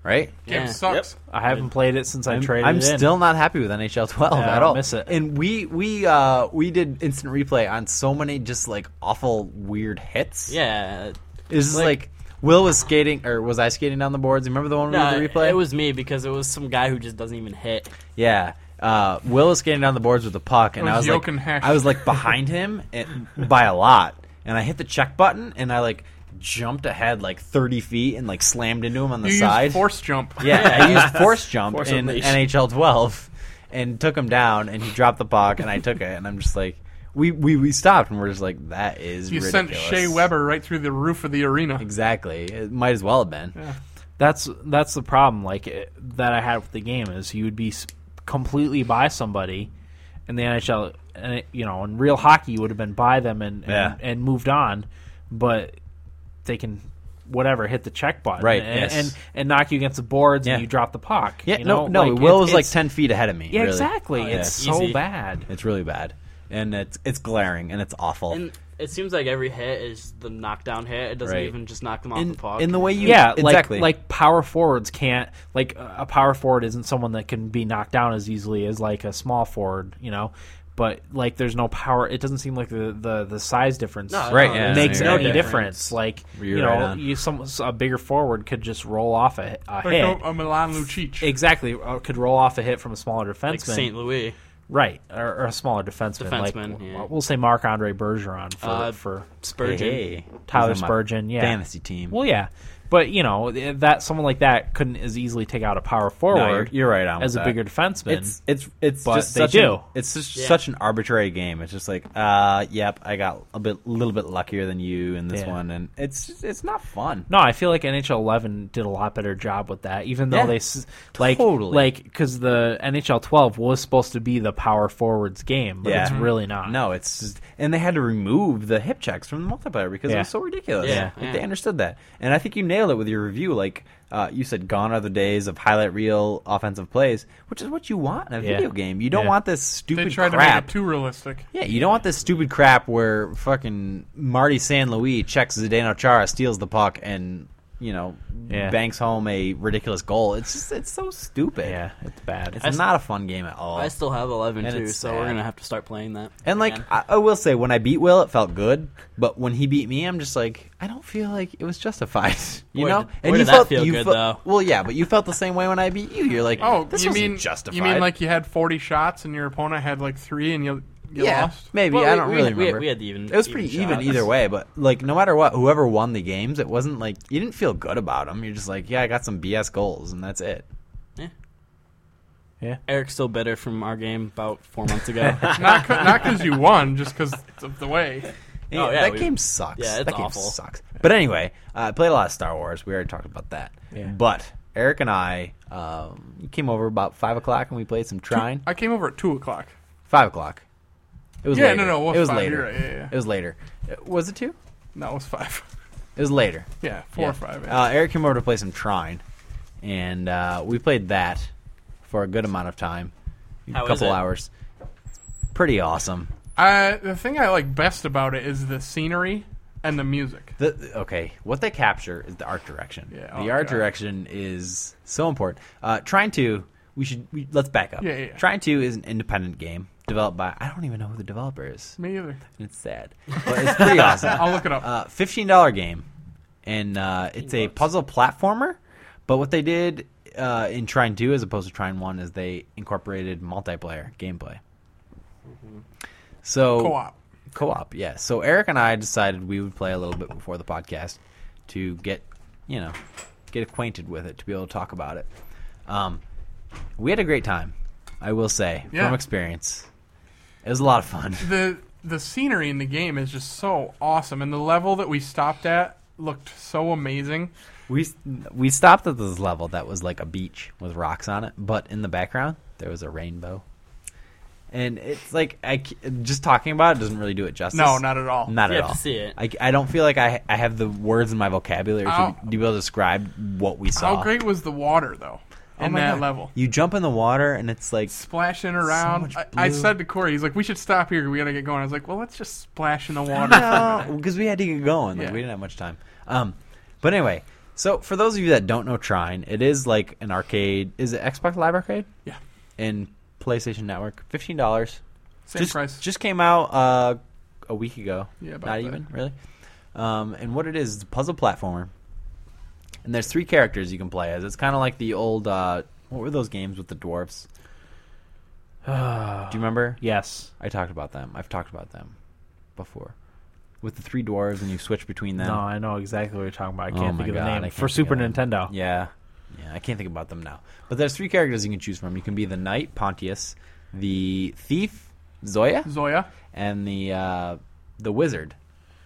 S3: right?
S2: game
S4: Yeah.
S2: sucks.
S1: I haven't played it since I
S3: I'm,
S1: traded.
S3: I'm
S1: it in.
S3: still not happy with NHL 12
S1: Yeah,
S3: at
S1: I
S3: all.
S1: miss it.
S3: And we we uh we did instant replay on so many just like awful weird hits.
S4: Yeah.
S3: It's just like, Will was skating or was I skating down the boards? Remember the one we
S4: No,
S3: did the replay?
S4: it was me because it was some guy who just doesn't even hit.
S3: yeah. Uh, Will was skating down the boards with the puck, and
S2: It
S3: I
S2: was
S3: was like,
S2: Jochen Hecht.
S3: I was like behind him and, by a lot, and I hit the check button, and I like jumped ahead like thirty feet and like slammed into him on the
S2: You
S3: side.
S2: use force jump.
S3: Yeah, I used force jump
S5: Force
S3: in
S5: unleash.
S3: NHL 12 and took him down, and he dropped the puck, and I took it, and I'm just like, we we, we stopped, and we're just like, that is
S2: You
S3: ridiculous.
S2: sent Shea Weber right through the roof of the arena.
S3: Exactly. It might as well have been.
S1: that's that's the problem like it, that I had with the game is you would be s- completely by somebody in the NHL and it, you know in real hockey you would have been by them and and,
S3: Yeah.
S1: and moved on but they can whatever hit the check button
S3: Right,
S1: and
S3: yes.
S1: and, and knock you against the boards
S3: Yeah.
S1: and you drop the puck
S3: Yeah,
S1: you
S3: no,
S1: know?
S3: no.
S1: Like,
S3: Will
S1: it-
S3: was like
S1: it's-
S3: 10 feet ahead of me.
S1: yeah
S3: really. Oh,
S1: exactly
S4: yeah.
S1: it's so
S4: Easy.
S1: bad
S3: It's really bad. And it's it's glaring and it's awful.
S4: And it seems like every hit is the knockdown hit. It doesn't
S3: Right.
S4: even just knock them off
S3: in,
S4: the puck.
S3: in the way you
S1: yeah
S3: exactly
S1: like like power forwards can't like a power forward isn't someone that can be knocked down as easily as like a small forward you know but like there's no power it doesn't seem like the the, the size difference
S4: No,
S3: right
S4: uh,
S3: yeah,
S1: makes
S3: you're
S1: any
S3: right.
S1: difference.
S4: difference.
S1: like you
S3: You're
S1: know
S3: right on.
S1: you some a bigger forward could just roll off a, a
S2: Like oh,
S1: hit
S2: a, a Milan Lucic.
S1: exactly uh, could roll off a hit from a smaller defenseman
S4: like St. Louis.
S1: right or, or a smaller defenseman, like
S4: Defenseman,
S1: w-
S4: yeah.
S1: we'll say Marc Andre Bergeron for
S4: Uh,
S1: for
S4: Spurgeon.
S3: Hey,
S1: Tyler
S3: he's on my
S1: Spurgeon, yeah.
S3: fantasy team.
S1: Well, yeah, but you know th- that someone like that couldn't as easily take out a power forward.
S3: No, you're, you're right on
S1: as a
S3: with that.
S1: bigger defenseman.
S3: It's it's it's
S1: But
S3: just
S1: they
S3: such
S1: do.
S3: An, it's just
S4: Yeah.
S3: such an arbitrary game. It's just like, uh, yep, I got a bit, little bit luckier than you in this
S1: Yeah.
S3: one, and it's just, it's not fun.
S1: no, I feel like NHL 11 did a lot better job with that, even though
S3: Yeah,
S1: they s- like
S3: totally.
S1: like because the NHL 12 was supposed to be the power forwards game, but
S3: Yeah.
S1: it's really not.
S3: No, it's just, and they had to remove the hip checks from the multiplayer because it
S1: Yeah.
S3: was so ridiculous.
S4: Yeah,
S3: Like,
S4: yeah.
S3: they understood that, and I think you nailed it with your review. Like uh, you said, gone are the days of highlight reel offensive plays, which is what you want in a
S1: Yeah.
S3: video game. You don't
S1: Yeah.
S3: want this
S2: They
S3: stupid
S2: tried to make
S3: crap.
S2: it too realistic.
S3: Yeah, you don't want this stupid crap where fucking Marty San Luis checks Zdeno Chara, steals the puck, and you know
S1: Yeah.
S3: banks home a ridiculous goal. It's just it's so stupid.
S1: yeah, it's bad.
S3: It's not a fun game at all.
S4: I still have 11
S3: And
S4: too,
S3: it's
S4: so
S3: sad.
S4: we're going to have to start playing that.
S3: and like
S4: again.
S3: I, I will say, when I beat Will, it felt good. But when he beat me, I'm just like, I don't feel like it was justified. You
S4: Boy,
S3: know?
S4: did- boy, did that feel
S3: you
S4: good,
S3: felt-
S4: though.
S3: Well, yeah, but you felt the same way when I beat you. You're like,
S2: Oh,
S3: this
S2: you
S3: wasn't
S2: mean
S3: justified.
S2: You mean like you had 40 shots and your opponent had like three and you, you
S3: yeah,
S2: lost?
S3: maybe
S4: Well,
S3: I
S4: we-
S3: don't
S4: we-
S3: really
S4: we-
S3: remember.
S4: we had the even-
S3: It was
S4: even
S3: pretty even
S4: shots.
S3: either way, but like no matter what, whoever won the games, it wasn't like you didn't feel good about them. You're just like, yeah, I got some BS goals, and that's
S4: Oh,
S3: it.
S4: Eric's still bitter from our game about four months ago.
S2: Not c- not because you won, just because of the way.
S3: Yeah,
S4: yeah,
S3: that
S4: we-
S3: game sucks.
S4: yeah, it's
S3: that game
S4: awful.
S3: sucks. But anyway, uh, I played a lot of Star Wars. We already talked about that. But Eric and I um, came over about five o'clock, and we played some Trine.
S2: I came over at two o'clock.
S3: Five o'clock. It was
S2: Yeah,
S3: later.
S2: no, no, it was
S3: it was
S2: five.
S3: later.
S2: You're right, yeah, yeah.
S3: It was later. Uh, Was it two?
S2: No, it was five.
S3: It was later.
S2: Yeah, four
S3: Yeah.
S2: or five. yeah.
S3: Uh, Eric came over to play some Trine, and uh, we played that for a good amount of time, a
S4: How is
S3: couple
S4: it?
S3: hours. Pretty awesome.
S2: I, the thing I like best about it is the scenery and the music.
S3: The, okay, what they capture is the art direction.
S2: Yeah,
S3: the
S2: oh,
S3: art
S2: God.
S3: direction is so important. Uh, Trine Two, we should we, let's back up.
S2: Yeah, yeah, yeah.
S3: Trine Two is an independent game developed by I don't even know who the developer is.
S2: Me either.
S3: It's sad, but it's pretty awesome.
S2: I'll look it up.
S3: uh, fifteen dollar game, and uh, it's a puzzle platformer. But what they did uh, in Trine Two, as opposed to Trine One, is they incorporated multiplayer gameplay. So
S2: Co-op.
S3: co-op, yeah. So Eric and I decided we would play a little bit before the podcast to get, you know, get acquainted with it to be able to talk about it. Um, we had a great time, I will say,
S2: Yeah.
S3: from experience. It was a lot of fun.
S2: the the scenery in the game is just so awesome, and the level that we stopped at looked so amazing.
S3: We we stopped at this level that was like a beach with rocks on it, but in the background there was a rainbow, and it's like I c- just talking about it doesn't really do it justice.
S2: No, not at all.
S3: Not
S4: You
S3: at
S4: have
S3: all.
S4: to see it.
S3: I, I don't feel like I I have the words in my vocabulary to
S2: How-
S3: be able to describe what we saw.
S2: Oh. How great was the water though?
S3: Oh
S2: On
S3: my
S2: that
S3: God.
S2: level,
S3: You jump in the water and it's like
S2: splashing around.
S3: much
S2: I, I
S3: blue.
S2: said to Corey, he's like, "We should stop here. We gotta get going." I was like, "Well, let's just splash in the water."
S3: no, because we had to get going. Like
S2: Yeah.
S3: we didn't have much time. Um, but anyway, so for those of you that don't know Trine, it is like an arcade. Is it Xbox Live Arcade?
S2: Yeah.
S3: In PlayStation Network, fifteen dollars.
S2: Same
S3: just,
S2: price.
S3: Just came out uh, a week ago.
S2: Yeah, about
S3: not
S2: that.
S3: even really. Um, and what it is is a puzzle platformer, and there's three characters you can play as. It's kind of like the old uh, what were those games with the dwarfs? Do
S2: Uh,
S3: you remember?
S1: Yes.
S3: I talked about them. I've talked about them before with the three dwarves, and you switch between them.
S1: No, I know exactly what you're talking about. I
S3: Oh
S1: can't
S3: my
S1: think of the
S3: God, I
S1: name
S3: can't
S1: for
S3: think
S1: Super
S3: of them.
S1: Nintendo.
S3: Yeah, yeah. I can't think about them now. But there's three characters you can choose from. You can be the knight Pontius, the thief Zoya,
S2: Zoya.
S3: and the uh, the wizard.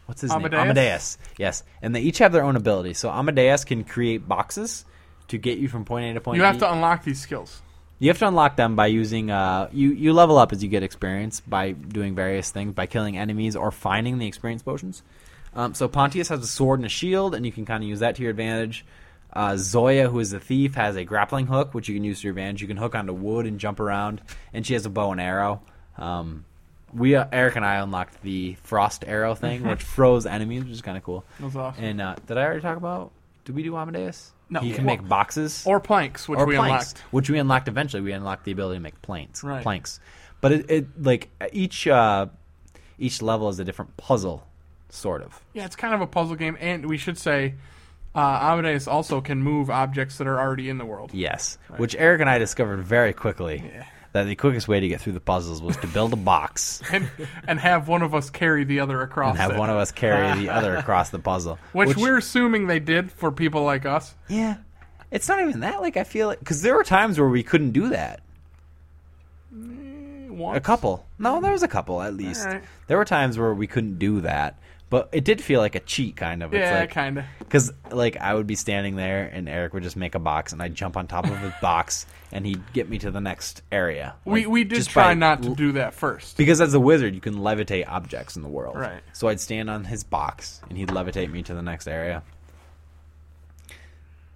S3: What's his name?
S2: Amadeus?
S3: Amadeus. Yes, and they each have their own ability. So Amadeus can create boxes to get you from point A to point.
S2: You have
S3: B.
S2: to unlock these skills.
S3: You have to unlock them by using uh, you you level up as you get experience by doing various things by killing enemies or finding the experience potions. Um, so Pontius has a sword and a shield, and you can kind of use that to your advantage. Uh, Zoya, who is a thief, has a grappling hook, which you can use to your advantage. You can hook onto wood and jump around, and she has a bow and arrow. Um, we uh, Eric and I unlocked the frost arrow thing, which froze enemies, which is kind of cool.
S2: That was awesome.
S3: And uh, did I already talk about? Did we do Amadeus?
S2: No.
S3: He can
S2: Well-
S3: make boxes
S2: Or planks, which
S3: or
S2: we
S3: planks,
S2: unlocked.
S3: which we unlocked eventually. We unlocked the ability to make planks,
S2: Right.
S3: planks. But it, it like each uh, each level is a different puzzle, sort of.
S2: Yeah, it's kind of a puzzle game, and we should say uh, Amadeus also can move objects that are already in the world.
S3: Yes, which Eric and I discovered very quickly that the quickest way to get through the puzzles was to build a box
S2: And, and have one of us carry the other across.
S3: and have
S2: it.
S3: one of us carry the other across the puzzle.
S2: which, we're assuming they did for people like us.
S3: yeah, it's not even that. Like I feel like because there were times where we couldn't do that.
S2: Once.
S3: A couple. No, there was a couple at least.
S2: Alright.
S3: There were times where we couldn't do that, but it did feel like a cheat kind of.
S2: Yeah,
S3: it's like,
S2: kind of.
S3: Because like I would be standing there, and Eric would just make a box, and I'd jump on top of his box, and he'd get me to the next area.
S2: We
S3: Like,
S2: we did
S3: just
S2: try
S3: by-
S2: not to do that first.
S3: because as a wizard, you can levitate objects in the world.
S2: Right.
S3: So I'd stand on his box, and he'd levitate me to the next area.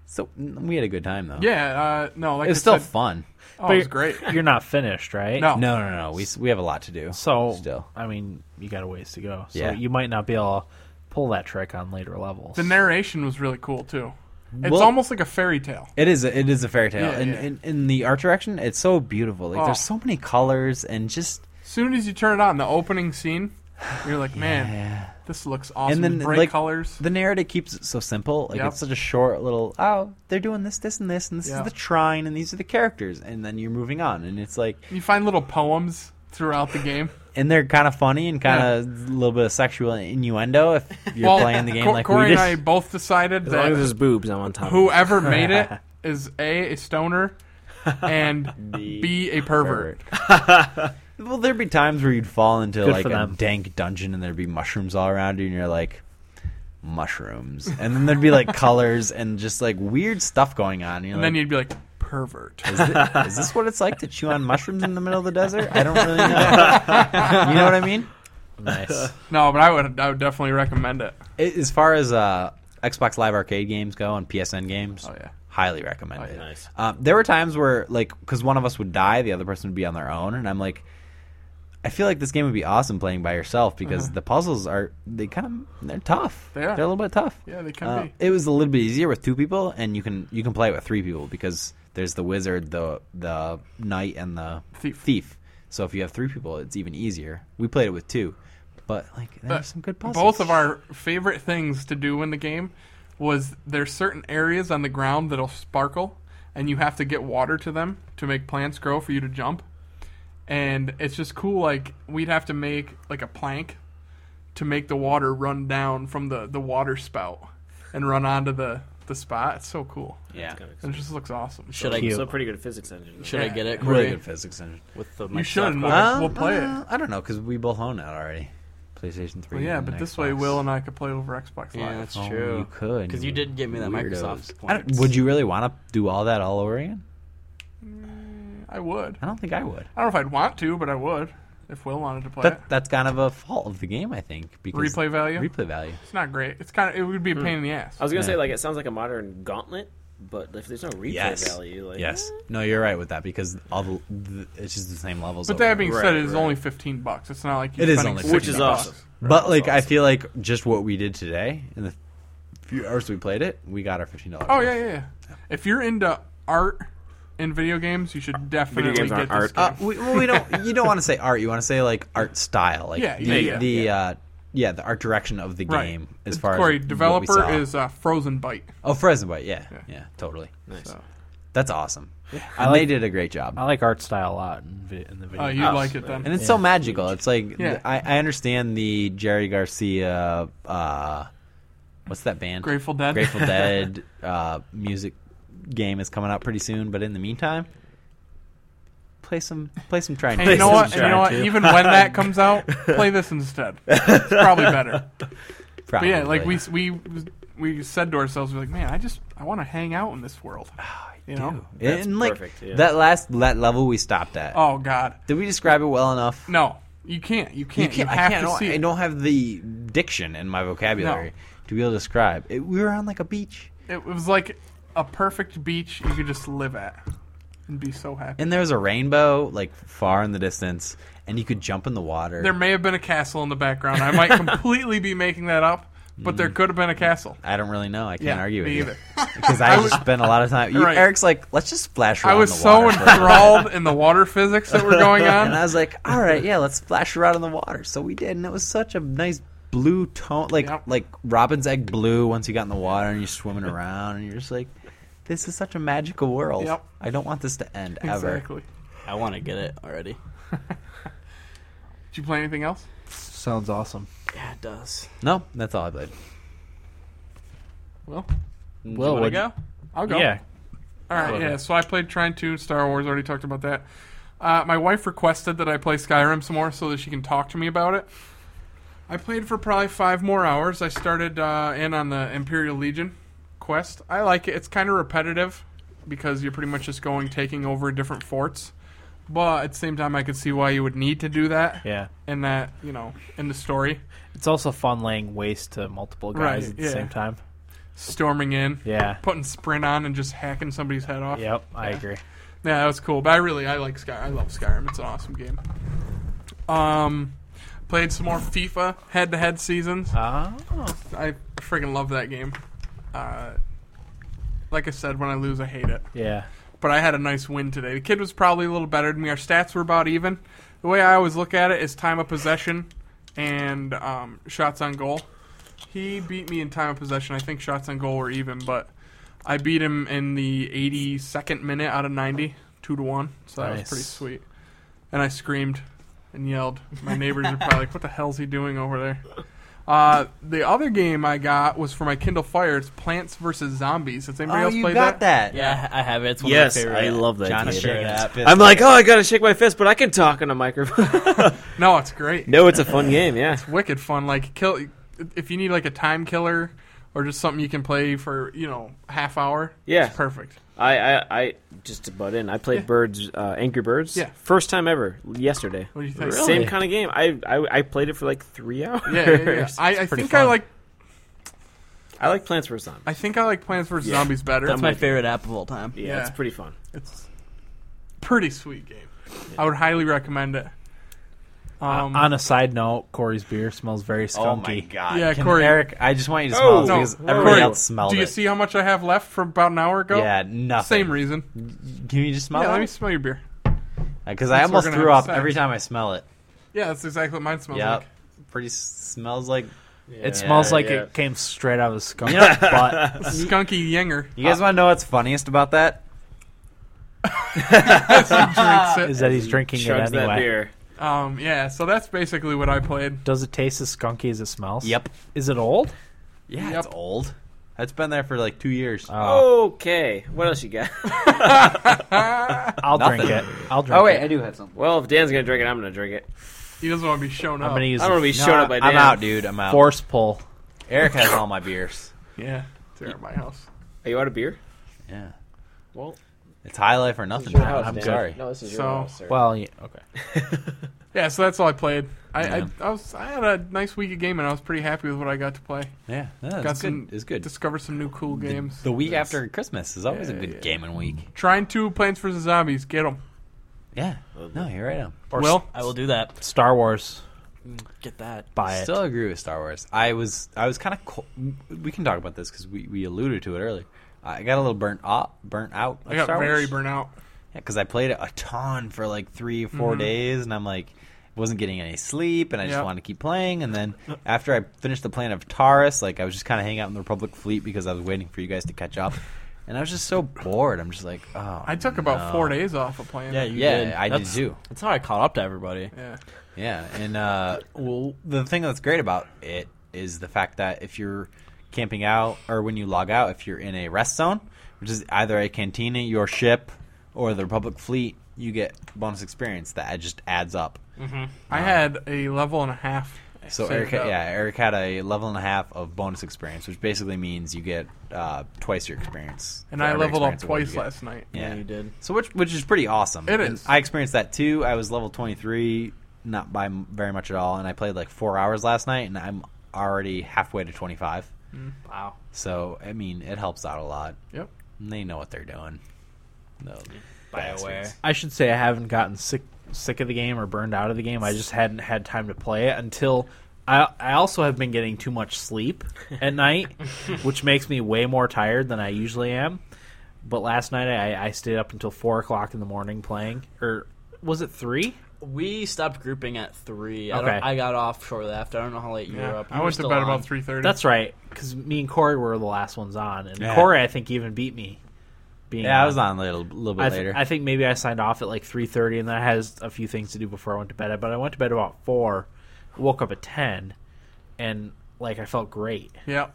S3: So n- we had a good time though.
S2: Yeah, uh, no, like
S3: it was
S2: I
S3: still
S2: said,
S3: fun.
S2: oh, it was great.
S1: You're not finished, right?
S2: No.
S3: No, no, no. We s- we have a lot to do.
S1: So
S3: Still.
S1: I mean, you got a ways to go. So
S3: Yeah.
S1: you might not be able to pull that trick on later levels.
S2: The narration was really cool too. It's
S3: Well-
S2: almost like a fairy tale.
S3: It is. A, it is a fairy tale,
S2: Yeah,
S3: and
S2: yeah.
S3: In, in the art direction, it's so beautiful. Like
S2: Oh.
S3: there's so many colors, and just
S2: soon as you turn it on, the opening scene, you're like, man, this looks awesome.
S3: and then
S2: bright
S3: like
S2: colors.
S3: the narrative keeps it so simple. Like
S2: Yep.
S3: it's such a short little. Oh, they're doing this, this, and this, and this
S2: Yeah.
S3: is the shrine, and these are the characters, and then you're moving on, and it's like,
S2: You find little poems throughout the game.
S3: and they're kind of funny and kind of a little bit of sexual innuendo if you're playing the game
S2: Co-
S3: like
S2: Corey
S3: we did.
S2: and I both decided
S5: As long as
S2: that
S5: there's boobs, I'm on top. of it.
S2: whoever made it is a a stoner and b a pervert.
S3: Well, there'd be times where you'd fall into
S1: Good
S3: like
S1: for
S3: a
S1: them.
S3: dank dungeon and there'd be mushrooms all around you, and you're like, mushrooms. And then there'd be like colors and just like weird stuff going on. And, you're
S2: And
S3: like,
S2: then you'd be like, pervert.
S3: is, thi- is this what it's like to chew on mushrooms in the middle of the desert? I don't really know. you know what I mean?
S1: nice.
S2: No, but I would I would definitely recommend it.
S3: I- as far as uh, Xbox Live Arcade games go and PSN games,
S2: Oh yeah.
S3: highly recommend it.
S5: Nice.
S3: Um, there were times where, like, because one of us would die, the other person would be on their own, and I'm like, I feel like this game would be awesome playing by yourself because the puzzles are they kind of they're tough.
S2: Uh-huh. They are.
S3: They're a little bit tough.
S2: Yeah, they can
S3: Uh,
S2: be.
S3: It was a little bit easier with two people, and you can you can play it with three people because there's the wizard, the the knight, and the
S2: Thief.
S3: So if you have three people, it's even easier. We played it with two, but like
S2: But
S3: there's some good puzzles.
S2: Both of our favorite things to do in the game was there's certain areas on the ground that'll sparkle, and you have to get water to them to make plants grow for you to jump. And it's just cool. Like we'd have to make like a plank to make the water run down from the the water spout and run onto the the spot. It's so cool.
S3: yeah,
S2: It just looks awesome.
S4: Should I
S1: Cute.
S5: So pretty good physics engine.
S4: should I get it
S3: really
S4: Corey,
S3: good physics engine.
S4: with the
S2: you
S4: Microsoft
S2: should. and We'll,
S4: card?
S2: we'll play it.
S3: uh, I don't know because we both own that already. PlayStation Three.
S2: Well, yeah,
S3: and
S2: but this way,
S3: Xbox.
S2: Will and I could play over Xbox Live.
S4: Yeah, that's
S3: Oh,
S4: true.
S3: You could
S4: 'Cause you did give me that Microsoft
S3: I don't-
S4: points.
S3: would you really want to do all that all over again?
S2: I would.
S3: I don't think I would.
S2: I don't know if I'd want to, but I would if Will wanted to play it.
S3: That, that's kind of a fault of the game, I think. Because
S2: Replay value?
S3: Replay value.
S2: It's not great. It's kind of it would be a pain in the ass.
S5: I was gonna
S3: Yeah.
S5: say like it sounds like a modern gauntlet, but if there's no replay
S3: Yes.
S5: value, like
S3: Yes. No, you're right with that because all the, the it's just the same levels.
S2: but
S3: over
S2: that
S3: and
S2: being
S5: Right,
S2: said, it's
S5: right.
S2: only fifteen bucks. It's not like
S3: It is
S2: spending
S3: only
S2: 60
S5: which is
S2: bucks.
S5: awesome.
S3: But like, I
S5: awesome.
S3: feel like just what we did today in the few hours we played it, we got our fifteen dollars.
S2: Oh yeah, yeah, yeah. If you're into art and video games, you should definitely
S5: games
S2: get
S5: aren't
S2: this
S5: art.
S2: game.
S3: Uh, we, well, we don't. You don't want to say art. You want to say like art style, like
S2: Yeah,
S3: the
S2: yeah, yeah.
S3: the uh, yeah the art direction of the
S2: Right.
S3: game as far
S2: Corey,
S3: as what we
S2: developer
S3: saw.
S2: is uh, Frozen Bite.
S3: oh Frozen Bite, yeah,
S2: Yeah.
S3: yeah, totally.
S5: Nice.
S2: So.
S3: That's awesome.
S1: I
S3: and they
S1: like,
S3: did a great job.
S1: I like art style a lot in, vi- in the video.
S2: Oh, you'd
S5: Us.
S2: like it then.
S3: And it's so magical. It's like
S2: Yeah.
S3: I, I understand the Jerry Garcia, uh, what's that band?
S2: Grateful Dead.
S3: Grateful Dead uh, music game is coming out pretty soon. But in the meantime, play some play some try and
S2: And you
S3: Trace.
S2: know what?
S5: Some
S2: And you know what?
S5: try to.
S2: Even when that comes out, play this instead. It's probably better. But
S3: Probably.
S2: yeah, like we we we said to ourselves, we're like, man, I just I want to hang out in this world.
S3: Ah,
S2: You know?
S5: That's
S3: and like
S5: perfect, yeah.
S3: that last that level we stopped at.
S2: Oh God,
S3: Did we describe it well enough?
S2: no, you can't. You can't. You,
S3: I
S2: have
S3: can't. I
S2: to
S3: don't-
S2: see.
S3: I
S2: it.
S3: don't have the diction in my vocabulary to be able to describe. It, we were on like a beach.
S2: It was like a perfect beach you could just live at and be so happy.
S3: and there was a rainbow like far in the distance and you could jump in the water
S2: there may have been a castle in the background. I might completely be making that up, but
S3: Mm.
S2: there could have been a castle.
S3: i don't really know i can't
S2: Yeah,
S3: argue with
S2: me
S3: you
S2: either.
S3: because i, just spent a lot of time you,
S2: Right.
S3: eric's like let's just splash around
S2: I was
S3: in the
S2: so
S3: water for a little
S2: enthralled in the water physics that were going
S3: bit." and i
S2: on.
S3: was like all right yeah let's splash around in the water so we did and it was such a nice blue tone like
S2: Yep.
S3: like robin's egg blue once you got in the water and you're swimming around and you're just like this is such a magical world
S2: Yep.
S3: i don't want this to end ever
S2: Exactly.
S4: I want to get it already.
S2: Did you play anything else?
S1: Sounds awesome.
S4: Yeah, it does.
S3: no that's all i played
S2: Well,
S1: Will,
S2: wanna
S1: would
S2: go? I'll go.
S1: Yeah,
S2: All right. Yeah. So I played Trine 2, Star Wars. Already talked about that. Uh, my wife requested that I play Skyrim some more so that she can talk to me about it. I played for probably five more hours. I started uh, in on the Imperial Legion quest. I like it. It's kind of repetitive because you're pretty much just going taking over different forts. But at the same time, I could see why you would need to do that.
S1: yeah.
S2: In that, you know, in the story,
S1: It's also fun laying waste to multiple guys
S2: Right,
S1: at the
S2: yeah.
S1: same time.
S2: storming in,
S1: Yeah.
S2: putting sprint on, and just hacking somebody's head off.
S1: Yep, I agree.
S2: Yeah, that was cool. But I really I like Sky. I love Skyrim. It's an awesome game. Um, played some more FIFA head to head seasons.
S1: Oh,
S2: I freaking love that game. Uh, like I said, when I lose, I hate it.
S1: yeah.
S2: But I had a nice win today. The kid was probably a little better than me. Our stats were about even. The way I always look at it is time of possession and um, shots on goal. He beat me in time of possession. I think shots on goal were even, but I beat him in the 82nd minute out of 90, two to one. So that was
S1: Nice.
S2: pretty sweet. And I screamed and yelled. My neighbors are probably like, "What the hell's he doing over there?" Uh, the other game I got was for my Kindle Fire. It's Plants vs Zombies. Has anybody
S3: oh
S2: else
S3: you
S2: played
S3: got that,
S4: Yeah, I have it. It's one
S5: Yes,
S4: of my favorite.
S5: I love that.
S3: John
S5: game.
S3: is shaking his fist.
S5: I'm like, oh, I gotta shake my fist, but I can talk on a microphone.
S2: No, it's great.
S5: no, it's a fun game. Yeah,
S2: wicked fun. Like kill if you need like a time killer or just something you can play for you know half hour.
S5: Yeah.
S2: it's perfect.
S5: I, I, I just to butt in. I played Birds, uh, Angry Birds.
S2: Yeah.
S5: first time ever yesterday.
S2: What do you think?
S5: Same kind of game. I, I I played it for like three hours.
S2: Yeah, yeah, yeah. I, I think I like
S5: I like Plants vs Zombies.
S2: I think I like Plants vs
S5: Yeah.
S2: Zombies better.
S4: That's my favorite app of all time.
S5: Yeah,
S2: yeah.
S5: it's pretty fun.
S2: It's pretty sweet game. I would highly recommend it.
S3: Uh,
S2: Um,
S1: On a side note, Corey's beer smells very skunky.
S3: Oh my god!
S2: Yeah,
S3: Can
S2: Corey-
S3: Eric, I just want you to smell
S5: Oh,
S3: it
S2: no,
S3: because
S5: Corey,
S3: everybody else smelled
S2: do you
S3: it.
S2: see how much I have left from about an hour ago?
S3: yeah, nothing.
S2: Same reason.
S3: Can you just smell
S2: Yeah, let me
S3: it?
S2: smell your beer.
S3: Because
S2: That's
S3: I
S2: what
S3: almost
S2: we're gonna
S3: threw
S2: have
S3: up
S2: to say.
S3: every time I smell it.
S2: Yeah, that's exactly what mine smells
S3: Yep.
S2: like.
S3: Pretty s- smells like.
S1: It smells like
S5: yeah.
S1: it came straight out of the skunk butt.
S2: Skunky Yinger.
S3: You guys want to know what's funniest about that?
S2: drinks
S1: Is that he's drinking it
S5: Chugs that
S1: anyway?
S5: beer.
S2: it. Um, yeah, so that's basically what I played.
S1: Does it taste as skunky as it smells?
S3: Yep.
S1: Is it old?
S3: Yeah,
S2: Yep. Uh,
S3: it's old. It's been there for like two years.
S1: Oh,
S5: Okay, what else you got?
S1: I'll drink
S3: nothing.
S1: it. I'll drink
S3: oh wait,
S1: it.
S3: I do have something.
S5: well, if Dan's gonna drink it, I'm gonna drink it.
S2: He doesn't want to be shown up.
S1: I'm gonna use
S5: I don't want to be showed up by Dan.
S3: I'm out, dude. I'm out.
S1: force pull.
S3: Eric has all my beers.
S2: Yeah, they're at my house.
S5: Are you out of beer?
S3: Yeah.
S5: Well,
S3: It's high life or nothing.
S5: your
S3: Time.
S5: house,
S3: I'm
S5: Dan.
S3: sorry.
S5: No, this is your
S2: So-
S5: house. Sir.
S1: Well, yeah, okay.
S2: Yeah, so that's all I played. I,
S3: Yeah.
S2: I, I was I had a nice week of gaming. I was pretty happy with what I got to play.
S3: Yeah, no,
S2: got
S3: it's
S2: some
S3: good. It's good.
S2: Discovered some new cool games.
S3: The week after Christmas is always
S2: Yeah,
S3: a good
S2: yeah.
S3: gaming week.
S2: Trying two Plants vs Zombies. Get them.
S3: Yeah. No, you're right. On.
S1: Or
S2: Will
S4: I will do that.
S1: Star Wars,
S4: Get that.
S1: buy it.
S3: Still agree with Star Wars. I was I was kind of co- we can talk about this because we, we alluded to it earlier. I got a little burnt out, burnt out.
S2: I got
S3: Star
S2: very
S3: Wars.
S2: burnt out.
S3: because I played it a ton for like three or 4 days, and I'm like, wasn't getting any sleep, and I just
S2: Yep.
S3: wanted to keep playing. And then after I finished the plan of Taurus, like I was just kind of hanging out in the Republic fleet because I was waiting for you guys to catch up, and I was just so bored. I'm just like, oh,
S2: I took about
S3: no.
S2: four days off of playing.
S4: Yeah,
S2: it.
S4: you
S3: Yeah,
S4: did.
S3: I did
S4: That's-
S3: too.
S4: That's how I caught up to everybody.
S2: yeah.
S3: Yeah, and uh, well, the thing that's great about it is the fact that if you're camping out or when you log out, if you're in a rest zone, which is either a cantina, your ship, or the Republic fleet, you get bonus experience that just adds up.
S2: I had a level and a half.
S3: So
S2: saved
S3: Eric,
S2: up.
S3: yeah, Eric had a level and a half of bonus experience, which basically means you get uh, twice your experience.
S2: and
S3: for
S2: I
S3: every
S2: leveled up
S3: experience award
S2: twice
S3: you get.
S2: last night.
S3: Yeah.
S4: you did.
S3: So which which is pretty awesome.
S2: It
S3: And
S2: is.
S3: I experienced that too. I was level 23, not by m- very much at all, and I played like four hours last night, and I'm already halfway to 25.
S2: Mm.
S7: Wow.
S3: So I mean, it helps out a lot.
S2: Yep.
S3: And they know what they're doing. No,
S4: Bioware.
S1: I should say I haven't gotten sick sick of the game or burned out of the game. I just hadn't had time to play it until I I also have been getting too much sleep at night, which makes me way more tired than I usually am. But last night I, I stayed up until four o'clock in the morning playing, or was it three?
S4: We stopped grouping at three. I,
S1: Okay.
S4: don't, I got off shortly after. I don't know how late you were
S2: Yeah.
S4: up. You
S2: I
S4: were
S2: went to
S4: still
S2: bed
S4: on.
S2: about three thirty.
S1: That's right, because me and Corey were the last ones on, and
S3: Yeah.
S1: Corey I think even beat me. Being
S3: Yeah, I was on a little, little bit
S1: I, th-
S3: later.
S1: I think maybe I signed off at like three thirty, and then I had a few things to do before I went to bed. But I went to bed about four, woke up at ten, and like I felt great.
S2: Yep.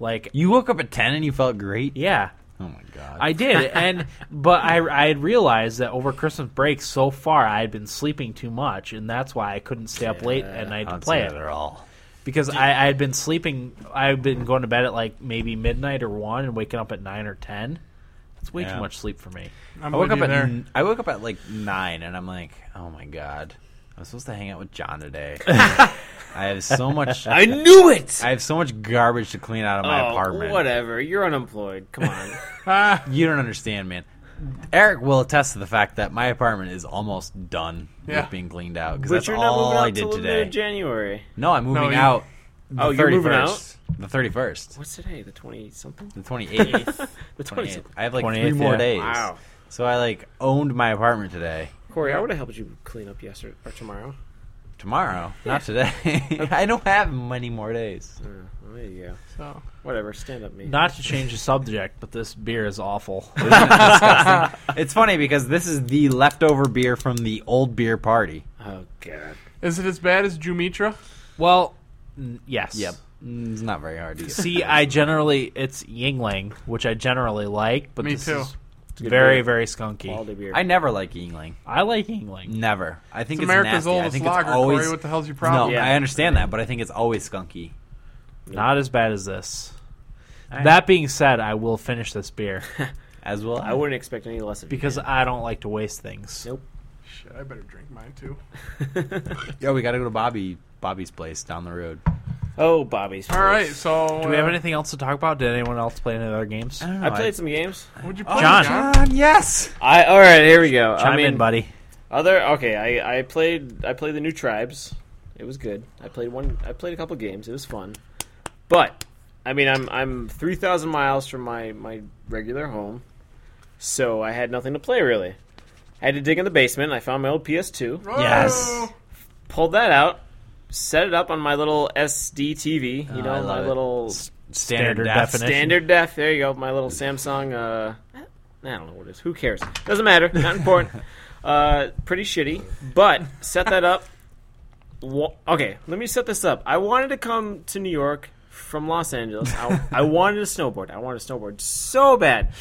S1: Like
S3: you woke up at 10 and you felt great.
S1: yeah,
S3: Oh my god.
S1: I did. and but I I had realized that over Christmas break so far I had been sleeping too much, and that's why I couldn't stay up late at night to
S3: Not
S1: play
S3: sad
S1: it
S3: at all.
S1: because I, I had been sleeping. I've been going to bed at like maybe midnight or one, and waking up at nine or ten. That's way
S3: Yeah.
S1: too much sleep for me.
S2: I'm
S3: I woke
S2: with
S3: up
S2: you
S3: at
S2: there.
S3: n- I woke up at like nine, and I'm like, oh my god, I'm supposed to hang out with John today. I have so much. I
S5: knew it.
S3: have so much garbage to clean out of my
S5: oh,
S3: apartment.
S5: whatever. You're unemployed. Come on.
S2: Ah,
S3: You don't understand, man. Eric will attest to the fact that my apartment is almost done
S2: Yeah.
S3: with being cleaned out because
S5: but
S3: that's
S5: you're not
S3: all
S5: moving out
S3: I did
S5: till
S3: today.
S5: mid January.
S3: no, I'm moving
S2: you-
S3: out. The
S5: Oh, you're moving
S3: 31st. The thirty first,
S5: What's today? The twenty something.
S3: the twenty eighth, twenty
S5: The twenty
S3: eighth.
S5: something.
S3: I have like
S1: 28th,
S3: three more
S1: yeah.
S3: days.
S5: Wow.
S3: So I like owned my apartment today.
S5: Corey, I would have helped you clean up yesterday or tomorrow.
S3: Tomorrow, not today. I don't have many more days.
S5: Uh, well, there you go.
S2: so
S5: Whatever. Stand up, me.
S1: Not to change the subject, but this beer is awful.
S3: It's funny because this is the leftover beer from the old beer party.
S5: oh God.
S2: is it as bad as Jumitra?
S1: Well, n- yes.
S3: Mm, It's not very hard to get.
S1: See, I generally it's Yingling, which I generally like, but
S2: Me
S1: this
S2: too.
S1: is
S5: good
S1: very
S5: beer.
S1: very skunky.
S5: Quality beer.
S3: I never like Yingling.
S1: I like Yingling.
S3: Never. I think
S2: It's
S3: it's,
S2: America's
S3: nasty. I
S2: oldest
S3: think
S2: lager,
S3: it's always.
S2: Corey. What the hell's your
S3: no,
S2: problem?
S5: Yeah.
S3: I understand that, but I think it's always skunky.
S1: Not as bad as this. That being said, I will finish this beer
S3: As well,
S5: I wouldn't expect any less of you.
S1: because I don't like to waste things.
S5: Nope.
S2: Shit, I better drink mine too.
S3: Yo, we got to go to Bobby Bobby's place down the road.
S5: Oh, Bobby's.
S2: All right, so
S1: Do we have
S2: uh,
S1: anything else to talk about? Did anyone else play any other games?
S3: don't
S5: I played some games.
S2: What'd you
S3: Oh,
S2: play,
S1: John.
S2: John?
S3: yes.
S5: I all right. Here we go.
S1: Chime
S5: I mean,
S1: in, buddy.
S5: Other okay, I, I played I played the new tribes. It was good. I played one. I played a couple games. It was fun. But I mean, I'm I'm three thousand miles from my my regular home, so I had nothing to play really. I had to dig in the basement. I found my old PS2,
S2: Oh,
S3: Yes.
S5: pulled that out, set it up on my little SD TV.
S3: Oh,
S5: You know,
S3: I
S5: my
S3: love it.
S5: little
S1: Standard
S3: def.
S1: definition.
S5: standard def. There you go. My little Samsung. Uh, I don't know what it is. Who cares? Doesn't matter. Not important. uh, pretty shitty. But set that up. Wa- okay, let me set this up. I wanted to come to New York from Los Angeles. I, I wanted to snowboard. I wanted to snowboard so bad.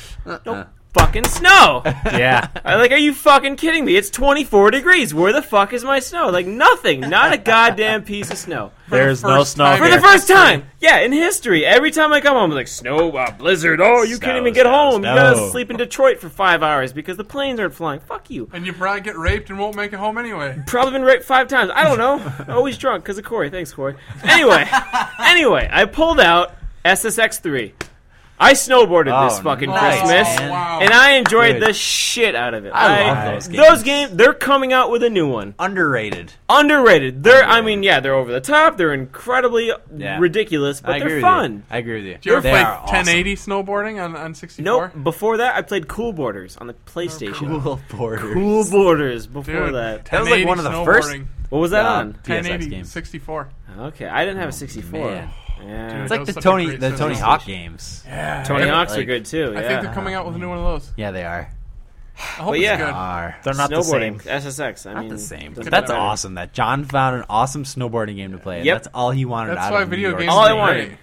S5: No fucking snow.
S1: yeah.
S5: I'm like, are you fucking kidding me? It's 24 degrees. Where the fuck is my snow? Like nothing. Not a goddamn piece of snow.
S1: There's no
S2: first
S1: snow
S2: time-
S5: For
S1: here.
S5: the first time, yeah, in history, every time I come home, I'm like snow, uh, blizzard. Oh, you can't Snow, even get snow, home. You
S1: snow.
S5: gotta sleep in Detroit for five hours because the planes aren't flying. Fuck you.
S2: And you probably get raped and won't make it home anyway.
S5: Probably been raped five times. I don't know. Always drunk because of Corey. Thanks, Corey. Anyway, anyway, I pulled out SSX3. I snowboarded this
S3: Oh,
S5: fucking
S3: nice,
S5: Christmas,
S3: man.
S2: wow.
S5: and I enjoyed
S3: Dude.
S5: the shit out of it.
S3: I love those games.
S5: Those games, they're coming out with a new one.
S3: Underrated.
S5: Underrated. They're, I mean, yeah, they're over the top. They're incredibly
S3: Yeah.
S5: ridiculous, but
S3: I agree
S5: they're
S3: with
S5: fun.
S3: You. I agree with you.
S2: Did you ever
S3: They
S2: play
S3: are awesome.
S2: 1080 snowboarding on, on 64?
S5: Nope. Before that, I played Cool Borders on the PlayStation.
S3: Cool border.
S5: Cool Borders. Before
S2: Dude,
S5: that,
S3: That was like one of the first-
S2: snowboarding,
S5: what was that
S3: Yeah.
S5: on?
S3: PSX
S2: 1080
S3: game.
S2: 64.
S5: Okay, I didn't have a 64.
S3: man.
S5: Yeah.
S2: Dude,
S3: It's
S2: that
S3: like
S2: was
S3: the
S2: such a
S3: Tony,
S2: great
S3: the Tony
S2: system.
S3: Hawk games.
S2: Yeah.
S5: Tony
S2: I
S5: Hawks are
S3: like-
S5: good too. Yeah.
S2: think they're coming out with a new one of those.
S3: Yeah, they are.
S2: I hope
S5: But
S2: it's
S5: yeah.
S2: good.
S3: Are
S1: They're not the
S5: snowboarding
S1: same.
S5: SSX. I
S3: not
S5: mean,
S3: the same.
S5: doesn't
S3: That's
S5: matter.
S3: awesome. That John found an awesome snowboarding game to play. and
S5: Yep.
S3: That's all he wanted.
S2: That's
S3: out
S2: why
S3: of New
S2: video
S3: York.
S2: games
S5: All I
S2: are
S5: wanted.
S2: great.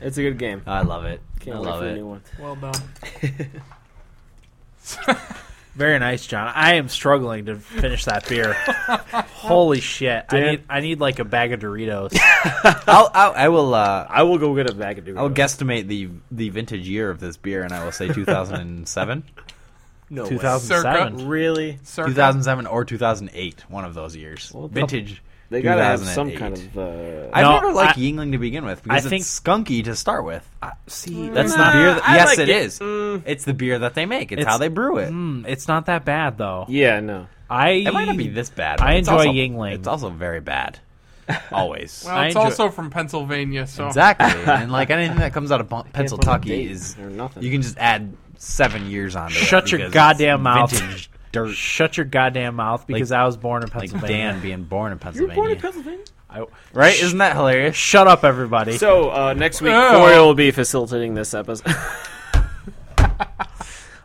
S5: It's a good game.
S3: I love it.
S5: Can't
S3: I
S5: wait
S3: love
S5: for a
S3: it.
S5: new one.
S2: Well done.
S1: Very nice, John. I am struggling to finish that beer. Holy shit! I need I need like a bag of Doritos.
S3: I'll, I'll, I will. Uh,
S5: I will go get a bag of Doritos.
S3: I'll guesstimate the the vintage year of this beer, and I will say 2007,
S5: No way.
S1: 2007.
S5: Really?
S2: Circa.
S3: 2007 or 2008. One of those years.
S5: Well, they'll-
S3: vintage.
S5: They gotta have some
S3: 2008.
S5: kind of. Uh,
S3: I've
S1: No,
S3: never liked
S1: I-
S3: Yingling to begin with because
S1: think-
S3: it's skunky to start with.
S2: Mm.
S1: See,
S3: That's
S5: Nah,
S3: the beer. That,
S5: I
S3: yes,
S5: like
S3: it
S5: it. Mm.
S3: is. It's the beer that they make. It's,
S1: It's-
S3: how they brew it.
S1: mm, it's not that bad though.
S5: yeah, no.
S1: I
S3: It might not be this bad. but
S1: I
S3: it's
S1: enjoy
S3: also-
S1: Yingling.
S3: It's also very bad. Always.
S2: Well,
S1: I
S2: it's
S1: enjoy-
S2: also from Pennsylvania, so
S3: exactly. and like anything that comes out of Pennsylvania
S5: date
S3: is
S5: or nothing.
S3: You can just add seven years onto it.
S1: Shut your
S3: because it's
S1: goddamn mouth.
S3: Vintage dirt.
S1: Shut your goddamn mouth because I was born in
S3: Like
S1: Pennsylvania.
S3: Dan being born in
S5: You were
S3: Pennsylvania.
S5: born in Pennsylvania.
S3: right? Isn't that hilarious?
S1: Shut up, everybody.
S5: So uh, next week,
S2: Oh.
S5: Corey will be facilitating this episode.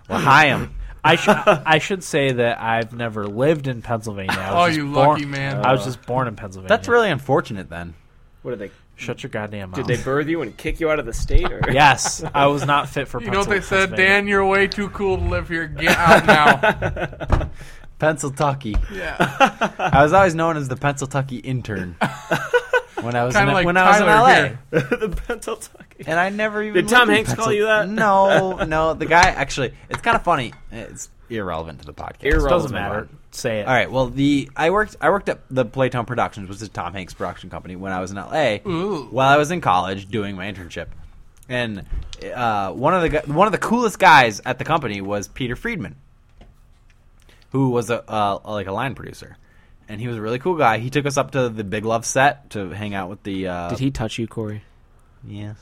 S3: Lahayim.
S1: I should I should say that I've never lived in Pennsylvania. I
S2: Oh,
S1: was
S2: you
S1: just born-
S2: lucky man.
S1: I was just born in Pennsylvania.
S3: That's really unfortunate then.
S5: what are they?
S1: shut your goddamn mouth.
S5: Did they birth you and kick you out of the state? Or?
S1: Yes, I was not fit for.
S2: you know what they
S1: Pennsylvania.
S2: said, Dan? You're way too cool to live here. Get out now.
S3: Pennsylvania.
S2: yeah,
S3: I was always known as the Pennsylvania intern. When I was in,
S2: kind of like
S3: when I was in
S2: Tyler
S3: LA,
S2: here.
S5: the Pennsylvania.
S3: and I never even
S5: Did Tom
S3: lived in
S5: Hanks call
S3: Pennsyl-
S5: you that?
S3: No, no. The guy actually, it's kind of funny. It's irrelevant to the podcast.
S5: Irrelevant.
S1: Doesn't matter. Say it.
S3: All right. Well, the I worked I worked at the Playtone Productions, which is Tom Hanks' production company, when I was in LA.
S2: Ooh.
S3: While I was in college doing my internship, and uh, one of the gu- one of the coolest guys at the company was Peter Friedman, who was a uh, like a line producer, and he was a really cool guy. He took us up to the Big Love set to hang out with the. Uh,
S5: Did he touch you, Corey?
S3: Yes.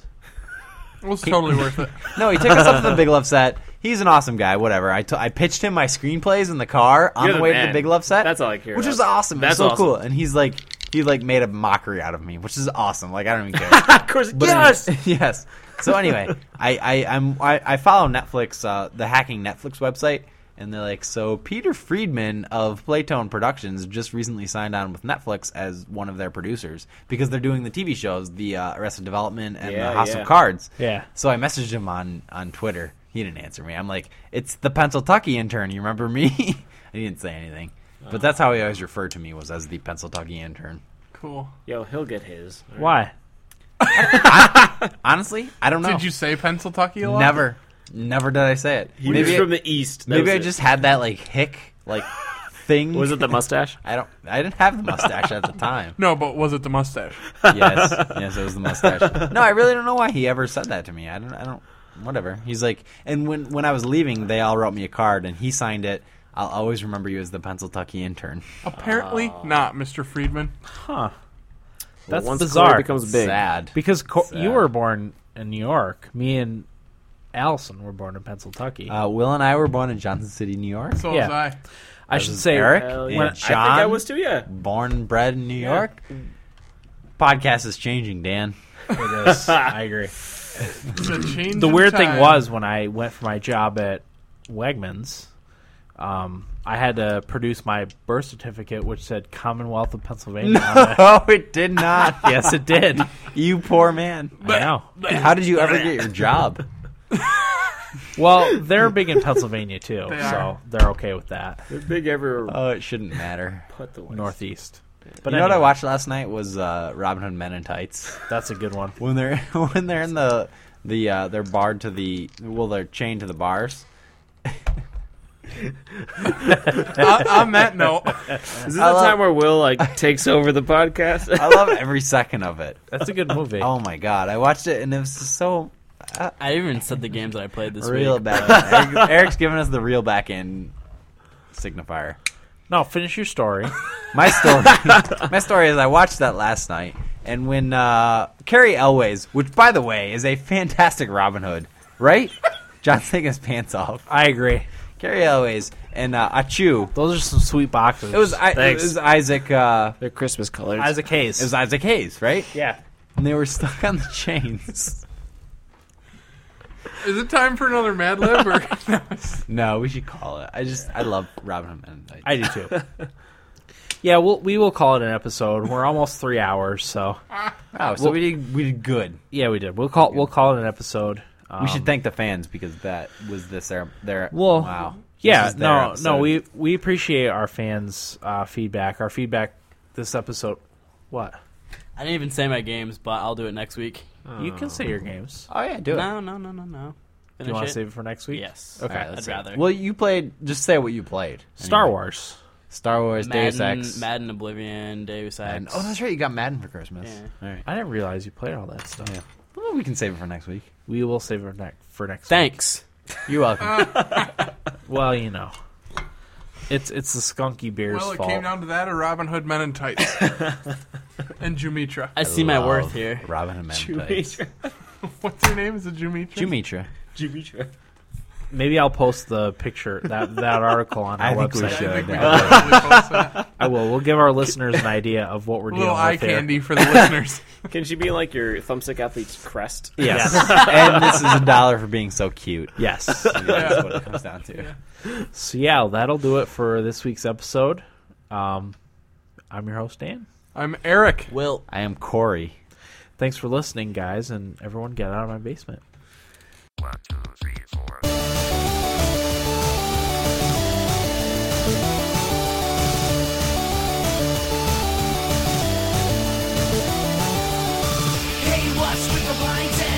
S2: it was totally worth it.
S3: No, he took us up to the Big Love set. He's an awesome guy. Whatever. I, t- I pitched him my screenplays in the car on
S5: You're
S3: the,
S5: the
S3: way to
S5: man.
S3: the Big Love set.
S5: That's all I care
S3: Which
S5: about.
S3: was awesome. That's
S5: That's
S3: so
S5: awesome.
S3: cool. And he's like, he like made a mockery out of me, which is awesome. Like I don't even care.
S5: Of course,
S3: But
S5: yes.
S3: anyway- yes. So anyway, I I I'm, I, I follow Netflix, uh, the hacking Netflix website, and they're like, so Peter Friedman of Playtone Productions just recently signed on with Netflix as one of their producers because they're doing the TV shows, the uh, Arrested Development and
S5: Yeah,
S3: the House
S5: yeah.
S3: of Cards.
S1: Yeah.
S3: So I messaged him on on Twitter. He didn't answer me. I'm like, it's the Pennsylvania intern. You remember me? I didn't say anything. But that's how he always referred to me was as the Pennsylvania intern.
S2: Cool.
S5: Yo, he'll get his. All right.
S1: Why?
S3: Honestly, I don't know.
S2: Did you say Pennsylvania? a lot?
S3: Never, never did I say it.
S5: He was from the east. That
S3: maybe
S5: was
S3: I
S5: it.
S3: just had that like hick like thing.
S5: was it the mustache?
S3: I don't. I didn't have the mustache at the time.
S2: No, but was it the mustache?
S3: yes, yes, it was the mustache. No, I really don't know why he ever said that to me. I don't. I don't. Whatever. He's like, and when when I was leaving, they all wrote me a card, and he signed it. I'll always remember you as the Pennsylvania intern.
S2: Apparently not, Mr. Friedman.
S1: Huh? That's
S5: Once
S1: bizarre.
S5: Corey becomes big.
S3: Sad.
S1: because Co- you
S3: Sad.
S1: were born in New York. Me and Allison were born in Pennsylvania.
S3: Uh, Will and I were born in Johnson City, New York.
S2: So
S1: Yeah.
S2: was I.
S1: I should say,
S3: Eric
S5: Hell
S3: and
S5: yeah.
S1: when-
S5: I think I
S3: John,
S5: was too. Yeah.
S3: born and bred in New York. Podcast is changing, Dan.
S1: It is. I agree.
S2: The,
S1: The weird thing was when I went for my job at Wegmans, um, I had to produce my birth certificate, which said Commonwealth of Pennsylvania. on it.
S3: Oh, it did not.
S1: yes, it did.
S3: You poor man.
S1: I know.
S3: How did you ever get your job?
S1: Well, they're big in Pennsylvania too,
S2: They
S1: so
S2: are.
S1: they're okay with that.
S5: They're big everywhere.
S3: Oh, it shouldn't matter.
S5: but the West.
S1: Northeast.
S3: But
S1: But
S3: you know what I
S1: anyway,
S3: watched last night was uh, Robin Hood Men in Tights.
S1: That's a good one.
S3: when they're when they're in the the uh, they're barred to the well they're chained to the bars.
S2: on, on that note,
S5: Is this
S3: I
S5: the
S3: love-
S5: time where Will like takes over the podcast?
S3: I love every second of it.
S1: That's a good movie.
S3: Oh my god, I watched it and it was so
S4: I even said the games that I played this
S3: real
S4: week.
S3: bad. Eric, Eric's giving us the real back end signifier.
S1: No, finish your story.
S3: My story, my story is I watched that last night, and when uh, Carrie Elways, which by the way is a fantastic Robin Hood, right? John's taking his pants off.
S1: I agree.
S3: Carrie Elways and uh, Achu.
S1: Those are some sweet boxes.
S3: It was I, it was Isaac. Uh,
S5: They're Christmas colors.
S1: Isaac Hayes.
S3: it was Isaac Hayes, right?
S1: yeah.
S3: And they were stuck on the chains.
S2: is it time for another Mad Lib? Or no,
S3: no, we should call it. I just I love Robin Hood. Men. Like,
S1: I do too. yeah, we'll, we will call it an episode. We're almost three hours, so
S3: oh, so we did we did good.
S1: yeah, we did. We'll call we'll call it an episode. Um,
S3: we should thank the fans because that was this their their
S1: Well,
S3: wow. This
S1: Yeah,
S3: is their
S1: no, no,
S3: episode.
S1: we we appreciate our fans' uh, feedback. Our feedback this episode. What
S4: I didn't even say my games, but I'll do it next week.
S1: you can say your games.
S3: Oh yeah, do it.
S4: No, no, no, no, no.
S1: Do you want
S4: Finish
S1: to
S4: it?
S1: save it for next week?
S4: Yes.
S1: Okay.
S4: I'd rather.
S3: Well, you played. Just say what you played.
S1: Star
S3: Anyway.
S1: Wars.
S3: Star Wars, Deus
S4: Madden,
S3: Ex.
S4: Madden, Oblivion, Deus Ex.
S3: And, oh, that's right. You got Madden for Christmas.
S4: Yeah.
S3: All right.
S1: I didn't realize you played all that stuff.
S3: Yeah. Well, we can save it for next week.
S1: We will save it next for next.
S4: Thanks.
S3: You're welcome.
S1: Week. Well, you know, it's it's the skunky beer's
S2: well, it
S1: fault.
S2: came down to that or Robin Hood Men in Tights and Jumitra.
S4: I see my
S3: Love
S4: worth here.
S3: Robin and Madden. plays.
S5: Jumitra.
S2: What's her name? Is it Jumitra?
S3: Jumitra.
S5: Jumitra.
S1: Maybe I'll post the picture that that article on our
S3: I think we
S1: website.
S2: I think we
S3: should.
S2: should probably post that.
S1: I will. We'll give our listeners an idea of what we're
S2: A
S1: dealing
S2: little
S1: with
S2: eye
S1: here.
S2: candy for the listeners.
S5: Can she be like your thumbstick athlete's crest?
S1: Yes.
S3: and this is a dollar for being so cute.
S1: yes.
S3: That's what it comes down to.
S1: So yeah, that'll do it for this week's episode. Um, I'm your host Dan.
S2: I'm Eric.
S4: Will.
S3: I am Corey.
S1: Thanks for listening, guys, and everyone get out of my basement.
S11: Hey, what's with the blinds